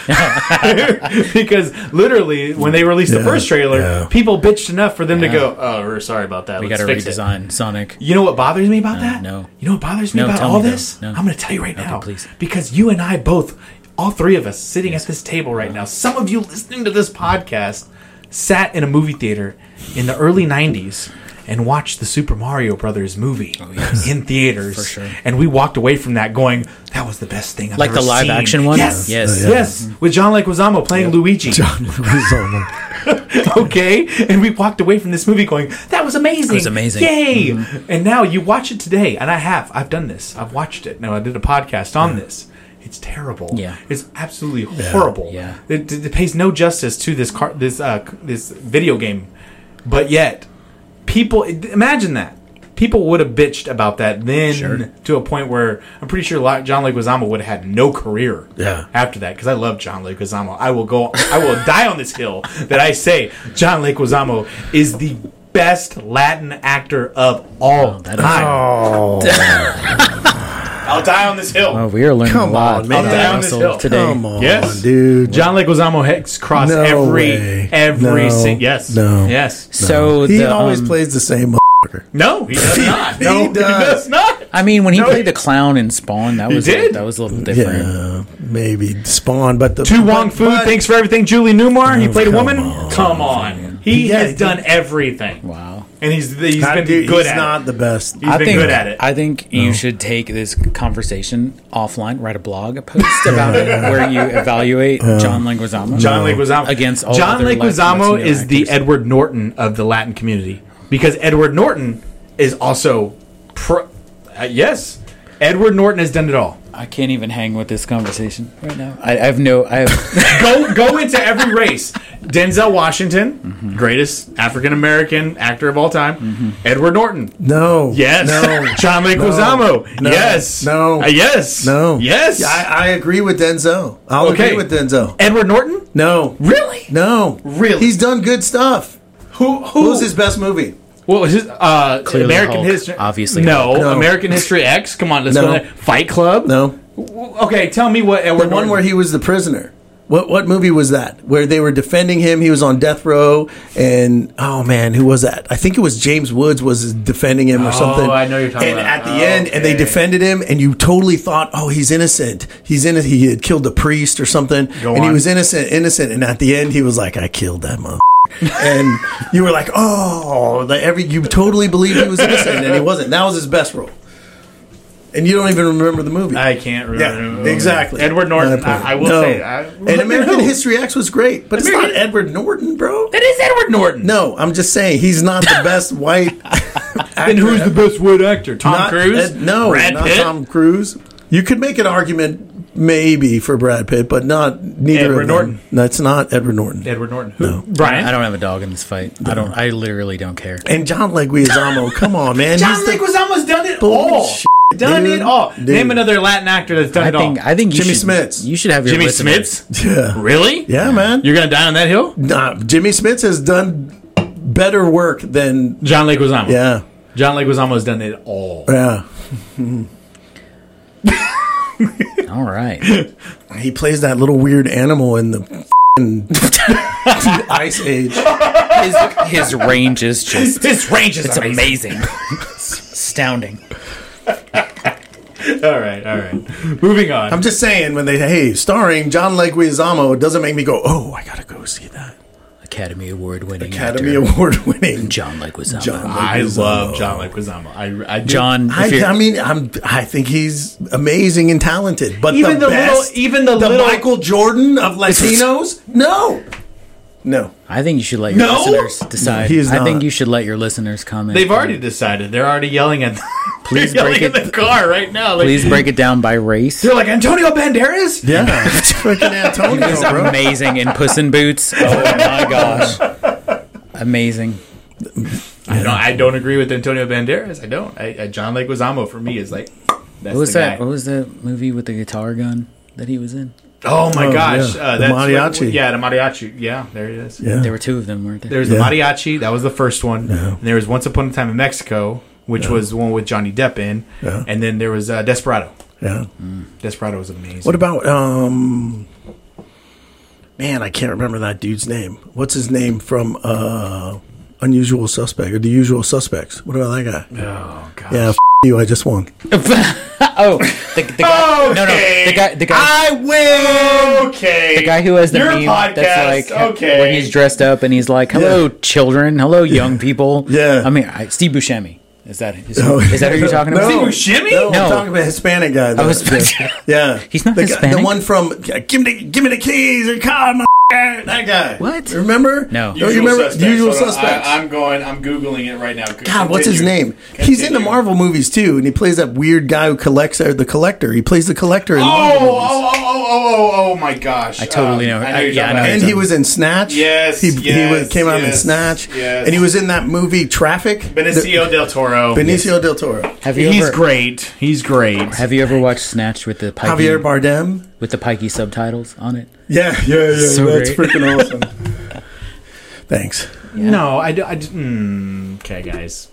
Speaker 1: because literally, when they released the
Speaker 2: Yeah,
Speaker 1: first trailer,
Speaker 2: yeah.
Speaker 1: people bitched enough for them
Speaker 3: Yeah.
Speaker 1: to go, "Oh, we're sorry about that.
Speaker 3: we got
Speaker 1: Let's
Speaker 3: to
Speaker 1: fix it."
Speaker 3: redesign Sonic.
Speaker 1: You know what bothers me about that?
Speaker 3: Uh, no.
Speaker 1: You know what bothers me
Speaker 3: No,
Speaker 1: about
Speaker 3: tell
Speaker 1: all
Speaker 3: me, though.
Speaker 1: this?
Speaker 3: No.
Speaker 1: I'm going to tell you right now.
Speaker 3: please.
Speaker 1: Because you and I both, all three of us sitting at this table right
Speaker 3: Uh.
Speaker 1: now, some of you listening to this podcast sat in a movie theater in the early 90s and watched the Super Mario Brothers movie in theaters.
Speaker 3: Oh, For sure.
Speaker 1: And we walked away from that going, that was the best thing I've
Speaker 3: Like
Speaker 1: ever
Speaker 3: the live
Speaker 1: seen."
Speaker 3: action one?
Speaker 1: Yes.
Speaker 3: Yes. Mm-hmm.
Speaker 1: Yes. Yes. With John Leguizamo playing Luigi. okay? And we walked away from this movie going, that was amazing. It
Speaker 3: was amazing.
Speaker 1: Yay. And now you watch it today, and I have. I've done this. I've watched it. Now I did a podcast on this. It's terrible.
Speaker 3: Yeah.
Speaker 1: It's absolutely horrible.
Speaker 3: Yeah.
Speaker 1: It, it pays no justice to this car, this uh, this video game. But yet, people imagine that. People would have bitched about that then to a point where I'm pretty sure Lo- John Leguizamo would have had no career
Speaker 2: Yeah.
Speaker 1: after that because I love John Leguizamo. I will go. I will die on this hill that I say John Leguizamo is the best Latin actor of all
Speaker 3: that is-
Speaker 1: time. I'll die on this hill.
Speaker 3: Oh, we are learning
Speaker 2: Come
Speaker 3: a lot
Speaker 2: on, man.
Speaker 3: about
Speaker 1: Up down
Speaker 3: Russell
Speaker 1: this hill.
Speaker 3: today.
Speaker 2: Come on,
Speaker 1: Yes.
Speaker 2: dude.
Speaker 1: John Leguizamo has crossed
Speaker 2: No
Speaker 1: every
Speaker 2: way.
Speaker 1: every
Speaker 2: No.
Speaker 1: sing- yes
Speaker 2: No.
Speaker 1: yes
Speaker 3: So
Speaker 2: he
Speaker 3: the,
Speaker 2: always
Speaker 3: um,
Speaker 2: plays the same.
Speaker 1: no he does not
Speaker 2: He
Speaker 1: no he
Speaker 2: does.
Speaker 1: does not
Speaker 3: I mean, when he
Speaker 1: No, he-
Speaker 3: played the clown in Spawn, that was a-
Speaker 1: did?
Speaker 3: that was a little different.
Speaker 2: Yeah, maybe Spawn, but the
Speaker 1: to Wong
Speaker 2: but-
Speaker 1: Fu
Speaker 2: but-
Speaker 1: thanks for everything Julie Newmar he played a
Speaker 2: Oh, come
Speaker 1: woman
Speaker 2: on.
Speaker 1: come on he
Speaker 2: Yeah,
Speaker 1: has
Speaker 2: he-
Speaker 1: done everything
Speaker 3: Wow.
Speaker 1: and he's he's
Speaker 2: I
Speaker 1: been
Speaker 2: do-
Speaker 1: good
Speaker 2: he's
Speaker 1: at
Speaker 2: not
Speaker 1: it.
Speaker 2: the best.
Speaker 1: He's been good at it
Speaker 3: I think you should take this conversation offline, write a blog post about it where you evaluate John Leguizamo.
Speaker 1: John Leguizamo
Speaker 3: Against all
Speaker 1: John
Speaker 3: other
Speaker 1: Leguizamo
Speaker 3: Latino
Speaker 1: is the
Speaker 3: actors.
Speaker 1: Edward Norton of the Latin community because Edward Norton is also pro- uh, yes Edward Norton has done it all.
Speaker 3: I can't even hang with this conversation right now. I, I have no. I have.
Speaker 1: go go into every race. Denzel Washington,
Speaker 2: Mm-hmm.
Speaker 1: greatest African American actor of all time. Edward Norton,
Speaker 2: No.
Speaker 1: yes.
Speaker 2: No.
Speaker 1: John Leguizamo,
Speaker 2: No.
Speaker 1: yes.
Speaker 2: No.
Speaker 1: Uh, yes.
Speaker 2: No.
Speaker 1: Yes.
Speaker 2: Yeah, I, I agree with Denzel. I'll
Speaker 1: Okay.
Speaker 2: agree with Denzel.
Speaker 1: Edward Norton,
Speaker 2: No.
Speaker 1: really?
Speaker 2: No.
Speaker 1: Really?
Speaker 2: He's done good stuff.
Speaker 1: Who who
Speaker 2: Who's his best movie?
Speaker 1: What was his uh,
Speaker 3: Clearly
Speaker 1: American
Speaker 3: Hulk,
Speaker 1: history?
Speaker 3: obviously
Speaker 1: no,
Speaker 3: Hulk.
Speaker 2: No.
Speaker 1: American History X. Come on, let's
Speaker 2: No.
Speaker 1: go. There. Fight Club.
Speaker 2: No.
Speaker 1: Okay, tell me what Edward
Speaker 2: The one
Speaker 1: Norton-
Speaker 2: where he was the prisoner. What what movie was that? Where they were defending him, he was on death row, and oh man, who was that? I think it was James Woods was defending him or something.
Speaker 1: Oh, I know you're talking
Speaker 2: and
Speaker 1: about.
Speaker 2: at the end, and they
Speaker 1: Okay.
Speaker 2: defended him, and you totally thought, oh, he's innocent. He's in. He had killed the priest or something, and he
Speaker 1: on.
Speaker 2: was innocent, innocent. And at the end, he was like, I killed that mother. and you were like, oh, the, every you totally believed he was innocent, and he wasn't. That was his best role, and you don't even remember the movie.
Speaker 1: I can't remember.
Speaker 2: Yeah, exactly.
Speaker 1: Edward Norton.
Speaker 2: My point.
Speaker 1: I, I will
Speaker 2: No.
Speaker 1: say. I,
Speaker 2: and American History X was great, but it's
Speaker 1: American-
Speaker 2: not Edward Norton, bro.
Speaker 1: That is Edward Norton.
Speaker 2: No, I'm just saying he's not the best white.
Speaker 1: Then who's the best white actor? Tom
Speaker 2: not
Speaker 1: Cruise?
Speaker 2: Ed- no,
Speaker 1: Brad
Speaker 2: not
Speaker 1: Pitt?
Speaker 2: Tom Cruise. You could make an argument maybe for Brad Pitt, but not neither
Speaker 1: Edward
Speaker 2: of them.
Speaker 1: Norton.
Speaker 2: That's not Edward Norton.
Speaker 1: Edward Norton. Who? Brian.
Speaker 3: I don't have a dog in this fight. I don't. I literally don't care.
Speaker 2: and John Leguizamo, come on, man.
Speaker 1: John
Speaker 2: he's the-
Speaker 1: Leguizamo's done it all.
Speaker 2: Bullshit,
Speaker 1: Done
Speaker 2: dude.
Speaker 1: it all.
Speaker 2: Dude.
Speaker 1: Name another Latin actor that's done
Speaker 3: I
Speaker 1: it
Speaker 3: think.
Speaker 1: all.
Speaker 3: I think you
Speaker 2: Jimmy
Speaker 3: should,
Speaker 2: Smits.
Speaker 3: You should have your
Speaker 1: Jimmy
Speaker 3: listeners-
Speaker 1: Smith's?
Speaker 2: Yeah,
Speaker 1: Really?
Speaker 2: yeah, man.
Speaker 1: You're gonna die on that hill?
Speaker 2: Nah, Jimmy Smith has done better work than
Speaker 1: John Leguizamo.
Speaker 2: yeah,
Speaker 1: John Leguizamo's done it all.
Speaker 2: yeah.
Speaker 3: All right.
Speaker 2: He plays that little weird animal in the f***ing Ice Age.
Speaker 3: His, his range is just
Speaker 1: His range is
Speaker 3: it's amazing. Astounding.
Speaker 1: All right, all right. Moving on.
Speaker 2: I'm just saying when they hey starring John Leguizamo, it doesn't make me go oh I gotta go see that
Speaker 3: Academy Award winning
Speaker 2: Academy
Speaker 3: actor,
Speaker 2: Award winning
Speaker 3: John Leguizamo.
Speaker 2: John.
Speaker 3: John.
Speaker 1: I
Speaker 2: Leguizamo.
Speaker 1: love John Leguizamo. I, I do.
Speaker 3: if
Speaker 2: I,
Speaker 3: you're-
Speaker 2: I mean, I'm. I think he's amazing and talented, but
Speaker 1: Even
Speaker 2: the,
Speaker 1: the little-
Speaker 2: best,
Speaker 1: even the little-
Speaker 2: Michael Jordan of Latinos, no, No.
Speaker 3: I think you should let your
Speaker 1: No?
Speaker 3: listeners decide.
Speaker 2: he is
Speaker 3: I think
Speaker 2: not.
Speaker 3: you should let your listeners comment.
Speaker 1: They've already decided. They're already yelling at.
Speaker 3: Please
Speaker 1: they're
Speaker 3: break
Speaker 1: yelling
Speaker 3: it-
Speaker 1: at the car right now. Like,
Speaker 3: Please break it down by race.
Speaker 1: They're like Antonio Banderas.
Speaker 2: Yeah. Freaking Antonio,
Speaker 3: It's
Speaker 2: bro.
Speaker 3: amazing in Puss in Boots. Oh my gosh, amazing.
Speaker 1: I don't, I don't agree with Antonio Banderas. I don't. I, I, John Leguizamo for me is like.
Speaker 3: What
Speaker 1: That's
Speaker 3: was
Speaker 1: the
Speaker 3: that?
Speaker 1: guy.
Speaker 3: What was that movie with the guitar gun that he was in?
Speaker 1: Oh my
Speaker 2: Oh,
Speaker 1: gosh!
Speaker 2: yeah.
Speaker 1: Uh,
Speaker 2: The
Speaker 1: that's
Speaker 2: mariachi.
Speaker 1: yeah, the mariachi. Yeah, there it is.
Speaker 2: Yeah.
Speaker 3: There were two of them, weren't there?
Speaker 1: There was
Speaker 2: Yeah.
Speaker 1: the mariachi. That was the first one. And there was Once Upon a Time in Mexico, which was the one with Johnny Depp in.
Speaker 2: Yeah.
Speaker 1: And then there was uh, Desperado.
Speaker 2: Yeah.
Speaker 1: Desperado was amazing.
Speaker 2: What about um Man, I can't remember that dude's name. What's his name from uh Unusual Suspect or The Usual Suspects? What about that guy?
Speaker 1: oh god!
Speaker 2: Yeah, f- you, I just won.
Speaker 3: oh, the, the guy. No, no, the guy. The guy.
Speaker 1: I win. Okay.
Speaker 3: the guy who has the
Speaker 1: Your
Speaker 3: meme
Speaker 1: podcast.
Speaker 3: that's like
Speaker 1: okay.
Speaker 3: when he's dressed up and he's like, "Hello, children. Hello, young people."
Speaker 2: Yeah.
Speaker 3: I mean, I, Steve Buscemi. Is that is,
Speaker 1: Oh,
Speaker 2: No.
Speaker 3: is that who you're talking about?
Speaker 2: No.
Speaker 1: Ooh, Shimmy?
Speaker 2: No,
Speaker 3: No.
Speaker 2: I'm talking about Hispanic guy.
Speaker 1: Oh,
Speaker 3: I was-
Speaker 2: yeah,
Speaker 3: He's not
Speaker 2: the guy-
Speaker 3: Hispanic?
Speaker 2: the one from "Give me, the, give me the keys and car, my that guy."
Speaker 3: What?
Speaker 2: Remember?
Speaker 3: No.
Speaker 2: Don't you remember Usual Suspects?
Speaker 1: am going. I'm googling it right now.
Speaker 2: God, what's his name? He's in the Marvel movies too, and he plays that weird guy who collects or the collector. He plays the collector in
Speaker 1: Oh, oh,
Speaker 2: Marvel movies.
Speaker 1: oh, oh, oh, oh, oh my gosh! Um, I
Speaker 3: totally know. I-
Speaker 1: you're
Speaker 3: yeah,
Speaker 1: talking
Speaker 3: I know
Speaker 1: about.
Speaker 2: And he was in Snatch.
Speaker 1: Yes,
Speaker 2: he, he
Speaker 1: yes,
Speaker 2: was, came out in
Speaker 1: yes,
Speaker 2: Snatch.
Speaker 1: yes.
Speaker 2: and he was in that movie Traffic.
Speaker 1: Benicio del Toro.
Speaker 2: The- Benicio del Toro,
Speaker 3: Have you
Speaker 1: He's
Speaker 3: ever
Speaker 1: great. He's great.
Speaker 3: have you ever watched Snatch with the pikey,
Speaker 2: Javier Bardem.
Speaker 3: with the pikey subtitles on it?
Speaker 2: Yeah, yeah, yeah.
Speaker 3: So
Speaker 2: that's
Speaker 3: great.
Speaker 2: freaking awesome. Thanks.
Speaker 1: No, I. do- I do- mm, okay, guys.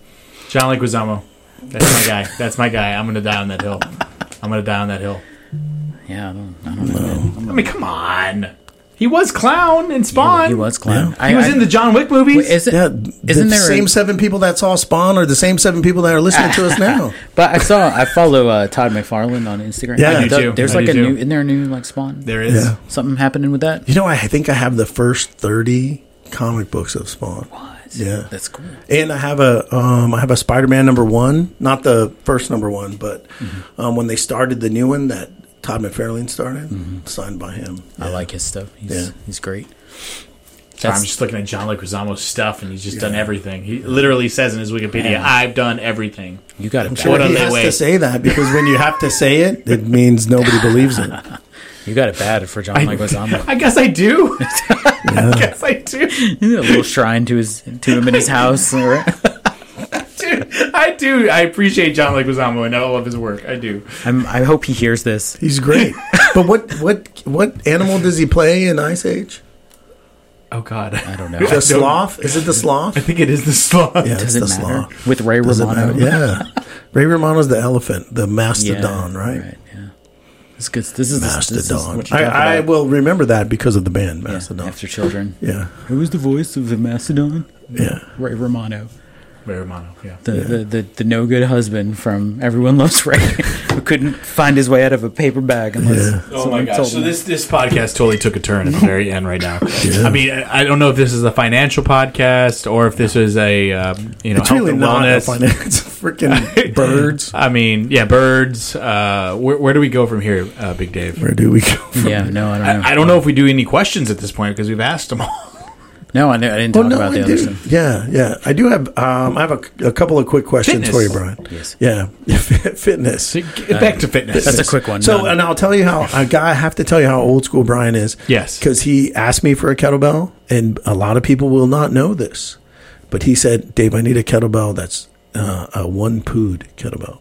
Speaker 1: John Leguizamo. That's my guy. That's my guy. I'm gonna die on that hill. I'm gonna die on that hill.
Speaker 3: Yeah, I don't, I don't know.
Speaker 1: I mean, come on. He was clown in Spawn.
Speaker 3: He was clown.
Speaker 2: Yeah.
Speaker 3: I,
Speaker 1: He was
Speaker 3: I-
Speaker 1: in the John Wick movies.
Speaker 3: Is it?
Speaker 2: Yeah,
Speaker 3: Isn't
Speaker 2: the
Speaker 3: there a-
Speaker 2: same seven people that saw Spawn are the same seven people that are listening to us now.
Speaker 3: But I saw I follow uh, Todd McFarlane on Instagram.
Speaker 2: Yeah. I do
Speaker 3: Th-
Speaker 1: too.
Speaker 3: there's
Speaker 1: I
Speaker 3: like
Speaker 1: do
Speaker 3: a
Speaker 1: too.
Speaker 3: new. Isn't there a new like Spawn?
Speaker 1: there is.
Speaker 2: Yeah.
Speaker 3: Something happening with that?
Speaker 2: You know, I think I have the first thirty comic books of Spawn. Yeah.
Speaker 3: that's cool.
Speaker 2: And I have a um, I have a Spider-Man number one, not the first number one, but
Speaker 3: Mm-hmm.
Speaker 2: um, when they started the new one that Todd McFarlane started, signed by him.
Speaker 3: Mm-hmm. I like his stuff. He's
Speaker 2: Yeah.
Speaker 3: he's great.
Speaker 1: Sorry, I'm just looking at John Leguizamo's stuff, and he's just done everything. He literally says in his Wikipedia,
Speaker 3: Yeah.
Speaker 1: "I've done everything."
Speaker 3: You got it.
Speaker 2: Sure,
Speaker 1: What
Speaker 3: Bad.
Speaker 1: a
Speaker 2: he
Speaker 1: lay
Speaker 2: has
Speaker 1: way.
Speaker 2: to say that because when you have to say it, it means nobody believes it.
Speaker 3: You got it bad for John Leguizamo.
Speaker 1: I guess I do. I guess I do.
Speaker 3: a little shrine to his to him in his house. all right?
Speaker 1: Dude, I do. I appreciate John Leguizamo and all of his work. I do.
Speaker 3: I'm, I hope he hears this.
Speaker 2: He's great, but what what what animal does he play in Ice Age?
Speaker 1: Oh God, I
Speaker 3: don't know.
Speaker 2: The
Speaker 1: don't-
Speaker 2: sloth? Is it the sloth?
Speaker 1: think it is the sloth.
Speaker 2: Yeah,
Speaker 3: Does
Speaker 2: it's
Speaker 3: it
Speaker 2: the
Speaker 3: matter
Speaker 2: sloth.
Speaker 3: with Ray
Speaker 2: Does it
Speaker 3: Romano?
Speaker 2: matter? Yeah. Ray Romano's the elephant, the
Speaker 3: Yeah,
Speaker 2: mastodon, right?
Speaker 3: Yeah. It's good. This is this, this is
Speaker 2: Mastodon.
Speaker 3: what you talk
Speaker 2: I, I
Speaker 3: about.
Speaker 2: will remember that because of the band
Speaker 3: Yeah,
Speaker 2: Mastodon.
Speaker 3: after children.
Speaker 2: Yeah.
Speaker 3: Who was the voice of the Macedon?
Speaker 2: Yeah.
Speaker 3: Ray Romano,
Speaker 1: Ray Romano. Yeah.
Speaker 3: the, the, the, the no good husband from Everyone Loves Ray, who couldn't find his way out of a paper bag unless.
Speaker 2: Yeah.
Speaker 1: Oh
Speaker 3: someone
Speaker 1: my gosh!
Speaker 3: told
Speaker 1: So
Speaker 3: him.
Speaker 1: this this podcast totally took a turn at the very end right now. I mean, I I don't know if this is a financial podcast or if this is a um, you know
Speaker 2: It's
Speaker 1: health
Speaker 2: really
Speaker 1: and
Speaker 2: not a
Speaker 1: wellness.
Speaker 2: finance. Freaking birds.
Speaker 1: I mean, yeah, birds. Uh, where, where do we go from here, uh, Big Dave?
Speaker 2: Where do we go? From?
Speaker 3: Yeah, no, I don't know.
Speaker 1: I, I don't know if we do any questions at this point because we've asked them all.
Speaker 3: No, I, kn- I didn't
Speaker 2: Oh,
Speaker 3: talk
Speaker 2: no,
Speaker 3: about
Speaker 2: I
Speaker 3: the
Speaker 2: do.
Speaker 3: other stuff.
Speaker 2: Yeah, yeah. I do have. Um, I have a, a couple of quick questions
Speaker 1: Fitness.
Speaker 2: for you, Brian.
Speaker 3: Yes.
Speaker 2: Yeah, fitness.
Speaker 1: Back to fitness.
Speaker 3: That's a quick one.
Speaker 2: So,
Speaker 3: Done.
Speaker 2: and I'll tell you how I got. I have to tell you how old school Brian is.
Speaker 1: Yes.
Speaker 2: because he asked me for a kettlebell, and a lot of people will not know this, but he said, "Dave, I need a kettlebell that's uh, a one pood kettlebell."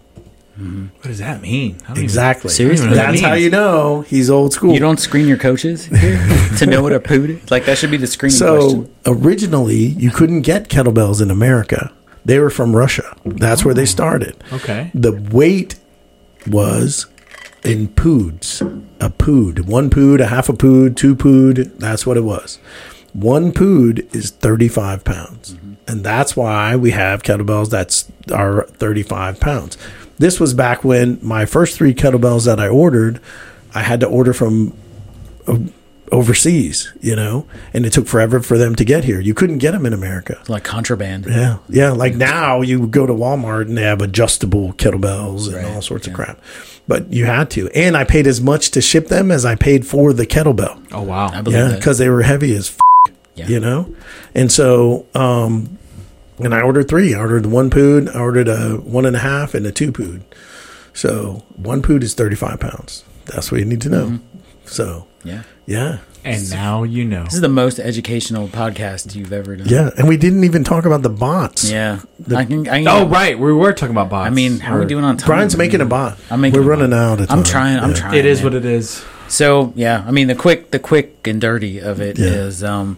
Speaker 1: What does that mean? I don't
Speaker 2: Exactly.
Speaker 3: Hmm. Seriously?
Speaker 1: I don't even know what that
Speaker 2: That's how
Speaker 1: means.
Speaker 2: you know he's old school.
Speaker 3: you don't screen your coaches here to know what a poot is? Like, that should be the screening
Speaker 2: So
Speaker 3: question.
Speaker 2: originally, you couldn't get kettlebells in America. They were from Russia. That's where they started.
Speaker 1: Okay.
Speaker 2: The weight was in poods. A pood, one pood, a half a pood, two pood. That's what it was. One pood is 35 pounds. And that's why we have kettlebells that's are 35 pounds. This was back when my first three kettlebells that I ordered, I had to order from overseas, you know, and it took forever for them to get here. You couldn't get them in America.
Speaker 3: Like contraband.
Speaker 2: Yeah. Yeah. Like now you go to Walmart and they have adjustable kettlebells and
Speaker 3: Right,
Speaker 2: all sorts of crap. But you had to. And I paid as much to ship them as I paid for the kettlebell.
Speaker 1: Oh wow!
Speaker 3: I
Speaker 1: I
Speaker 3: believe
Speaker 2: Yeah.
Speaker 3: that.
Speaker 2: Because they were heavy as f.
Speaker 3: Yeah.
Speaker 2: You know? And so, um, and I ordered three. I ordered one pood, I ordered a one and a half, and a two pood. So one pood is 35 pounds. That's what you need to
Speaker 3: Mm-hmm.
Speaker 2: know. So,
Speaker 3: Yeah.
Speaker 2: yeah.
Speaker 1: And now you know.
Speaker 3: This is the most educational podcast you've ever done.
Speaker 2: Yeah. And we didn't even talk about the bots.
Speaker 3: Yeah. I can, I can,
Speaker 1: Oh right, we were talking about bots.
Speaker 3: I mean, how are we
Speaker 1: Or-
Speaker 3: doing on time?
Speaker 2: Brian's
Speaker 3: I mean,
Speaker 2: making a bot.
Speaker 3: I'm making a
Speaker 2: We're
Speaker 3: bot.
Speaker 2: running out of time.
Speaker 3: I'm trying. I'm
Speaker 2: Yeah.
Speaker 3: trying.
Speaker 1: It is
Speaker 3: man.
Speaker 1: what it is.
Speaker 3: So yeah, I mean the quick the quick and dirty of it is,
Speaker 2: Yeah.
Speaker 3: um,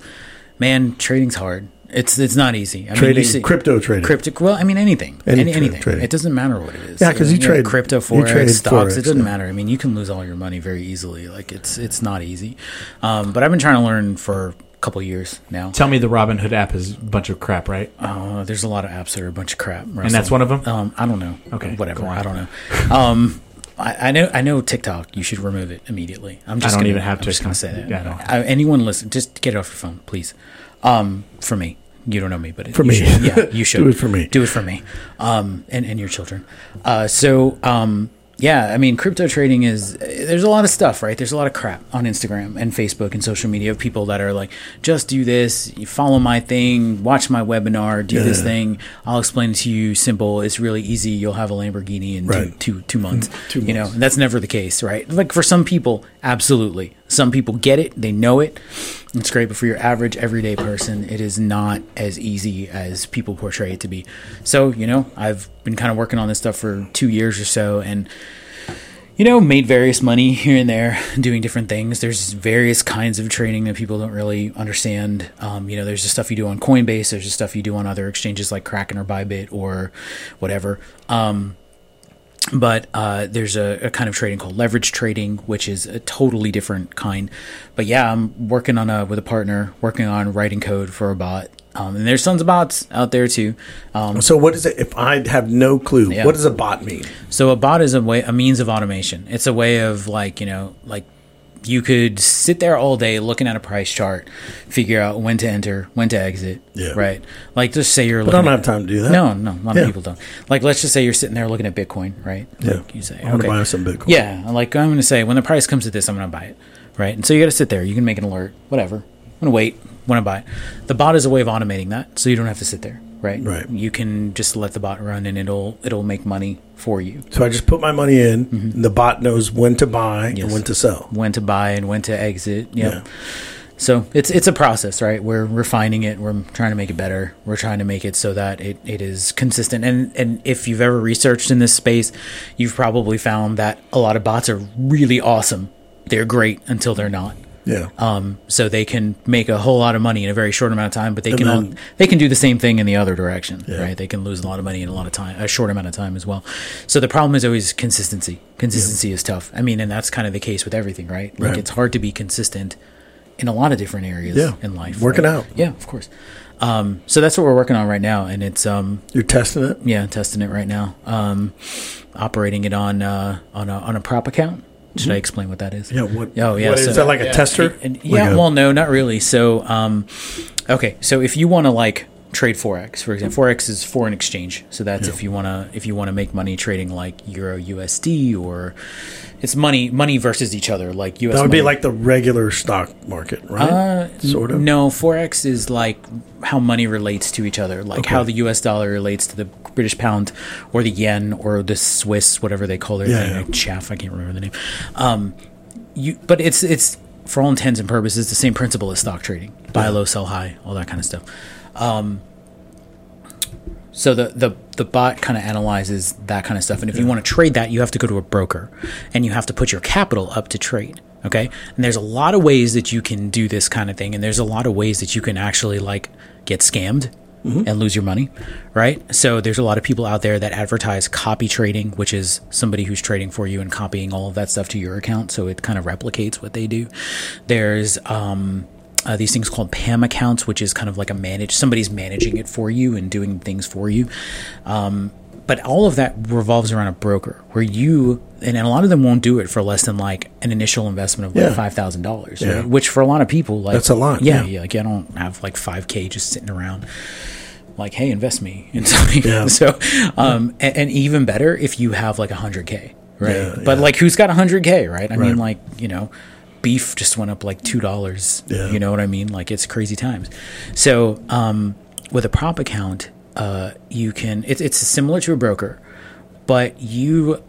Speaker 3: man, trading's hard. It's it's not easy. I mean,
Speaker 2: Trading,
Speaker 3: you see-
Speaker 2: crypto trading.
Speaker 3: Cryptic. Well, I mean anything,
Speaker 2: Any
Speaker 3: any,
Speaker 2: tra-
Speaker 3: anything.
Speaker 2: trading.
Speaker 3: It doesn't matter what it is.
Speaker 2: Yeah, 'cause you
Speaker 3: know,
Speaker 2: trade-
Speaker 3: crypto,
Speaker 2: you
Speaker 3: forex,
Speaker 2: trade
Speaker 3: stocks.
Speaker 2: forex,
Speaker 3: it doesn't
Speaker 2: yeah.
Speaker 3: matter. I mean, you can lose all your money very easily. Like it's it's not easy. Um, but I've been trying to learn for a couple years now.
Speaker 1: Tell me the Robin Hood app is a bunch of crap, right?
Speaker 3: Uh, there's a lot of apps that are a bunch of crap, Russell.
Speaker 1: that's one of 'em?
Speaker 3: Um, I don't know.
Speaker 1: Okay,
Speaker 3: whatever.
Speaker 1: go on.
Speaker 3: I don't know. Um, I, I know. I know TikTok. You should remove it immediately. I'm just.
Speaker 1: don't
Speaker 3: gonna,
Speaker 1: even have
Speaker 3: I'm just
Speaker 1: TikTok.
Speaker 3: gonna say that.
Speaker 1: Yeah, I don't.
Speaker 3: I- anyone listen? Just get it off your phone, please. Um, for me, you don't know me, but it,
Speaker 2: For
Speaker 3: you
Speaker 2: me.
Speaker 3: should. yeah, you should
Speaker 2: Do it for me.
Speaker 3: Do it for me. Um, and and your children. Uh, so um. Yeah, I mean, crypto trading is there's a lot of stuff, right? There's a lot of crap on Instagram and Facebook and social media of people that are like, just do this, you follow my thing, watch my webinar, do this
Speaker 2: Yeah.
Speaker 3: thing. I'll explain it to you. Simple. It's really easy. You'll have a Lamborghini in
Speaker 2: Right. Mm-hmm.
Speaker 3: two, two, two months. you know, and that's never the case, right? Like for some people, absolutely. Some people get it. They know it. It's great. But for your average everyday person, it is not as easy as people portray it to be. So, you know, I've been kind of working on this stuff for two years or so. And you know, made various money here and there doing different things. There's various kinds of trading that people don't really understand. Um, you know, there's the stuff you do on Coinbase, there's the stuff you do on other exchanges like Kraken or Bybit or whatever. Um, but uh, there's a, a kind of trading called leverage trading, which is a totally different kind. But yeah, I'm working on a with a partner, working on writing code for a bot. Um, and there's tons of bots out there too. Um,
Speaker 2: So what is it? If I have no clue,
Speaker 3: Yeah.
Speaker 2: what does a bot mean?
Speaker 3: so a bot is a way, a means of automation. It's a way of like you know, like you could sit there all day looking at a price chart, figure out when to enter, when to exit.
Speaker 2: Yeah.
Speaker 3: Right. Like just say you're.
Speaker 2: But I don't have time to do that.
Speaker 3: No, no, a lot
Speaker 2: Yeah.
Speaker 3: of people don't. Like, let's just say you're sitting there looking at Bitcoin, right?
Speaker 2: Yeah.
Speaker 3: Like, you say,
Speaker 2: I'm
Speaker 3: okay.
Speaker 2: gonna buy some Bitcoin.
Speaker 3: Yeah, like I'm going to say when the price comes to this, I'm going to buy it, right? And so you got to sit there. You can make an alert, whatever. I'm going to wait when I buy it. The bot is a way of automating that, so you don't have to sit there, right?
Speaker 2: Right.
Speaker 3: You can just let the bot run, and it'll it'll make money for you.
Speaker 2: So I just put my money in, and the bot knows when to buy and
Speaker 3: Mm-hmm. Yes.
Speaker 2: when to sell.
Speaker 3: When to buy and when to exit.
Speaker 2: Yeah.
Speaker 3: Yeah. So it's it's a process, right? We're refining it. We're trying to make it better. We're trying to make it so that it, it is consistent. And and if you've ever researched in this space, you've probably found that a lot of bots are really awesome. They're great until they're not.
Speaker 2: Yeah.
Speaker 3: um, so they can make a whole lot of money in a very short amount of time. But they can
Speaker 2: then-
Speaker 3: all, they can do the same thing in the other direction,
Speaker 2: Yeah.
Speaker 3: right? They can lose a lot of money in a lot of time, a short amount of time as well. So the problem is always consistency. Consistency is tough. I mean, and that's kind of the case with everything, right? Like
Speaker 2: Right.
Speaker 3: it's hard to be consistent in a lot of different areas
Speaker 2: Yeah.
Speaker 3: in life.
Speaker 2: Working
Speaker 3: right?
Speaker 2: out.
Speaker 3: yeah, of course. Um, so that's what we're working on right now, and it's um,
Speaker 2: You're testing it.
Speaker 3: yeah, testing it right now. Um, operating it on uh, on a, on a prop account. Should I explain what that is?
Speaker 2: Mm-hmm. Yeah. What?
Speaker 3: Oh, yeah.
Speaker 2: what is
Speaker 3: so-
Speaker 2: that like a tester?
Speaker 3: and- yeah,
Speaker 2: Like a-
Speaker 3: well, no, not really. So, um, okay, so if you want to like trade forex, for example, forex is foreign exchange. So that's if you want to if you want to make money trading like euro USD or it's money money versus each other, like US.
Speaker 2: that would be
Speaker 3: money.
Speaker 2: like the regular stock market, right?
Speaker 3: Uh,
Speaker 2: sort of.
Speaker 3: No, forex is like how money relates to each other, like how the U.S. dollar relates to the British pound, or the yen, or the Swiss, whatever they call their
Speaker 2: Yeah,
Speaker 3: thing,
Speaker 2: yeah.
Speaker 3: like chaff. I can't remember the name. Um, you, but it's it's for all intents and purposes the same principle as stock trading: buy low, sell high, all that kind of stuff. So the the the bot kind of analyzes that kind of stuff, and if you want to trade that, you have to go to a broker, and you have to put your capital up to trade. Okay, and there's a lot of ways that you can do this kind of thing, and there's a lot of ways that you can actually like get scammed. And lose your money, right? So there's a lot of people out there that advertise copy trading, which is somebody who's trading for you and copying all of that stuff to your account. So it kind of replicates what they do. There's um, uh, these things called PAM accounts, which is kind of like a manage somebody's managing it for you and doing things for you. Um, but all of that revolves around a broker where you and, and a lot of them won't do it for less than like an initial investment of like
Speaker 2: Yeah.
Speaker 3: five thousand dollars,
Speaker 2: Yeah.
Speaker 3: right? which for a lot of people like
Speaker 2: That's a lot,
Speaker 3: Yeah,
Speaker 2: yeah.
Speaker 3: yeah. like I don't have like five k just sitting around. Like, hey, invest me in something.
Speaker 2: Yeah.
Speaker 3: so, um, and, and even better if you have like a hundred k, right?
Speaker 2: Yeah,
Speaker 3: but
Speaker 2: yeah.
Speaker 3: like, who's got a hundred k, right? I
Speaker 2: Right.
Speaker 3: mean, like you know, beef just went up like two dollars.
Speaker 2: Yeah.
Speaker 3: You know what I mean? Like it's crazy times. So um, with a prop account, uh, you can it's it's similar to a broker, but you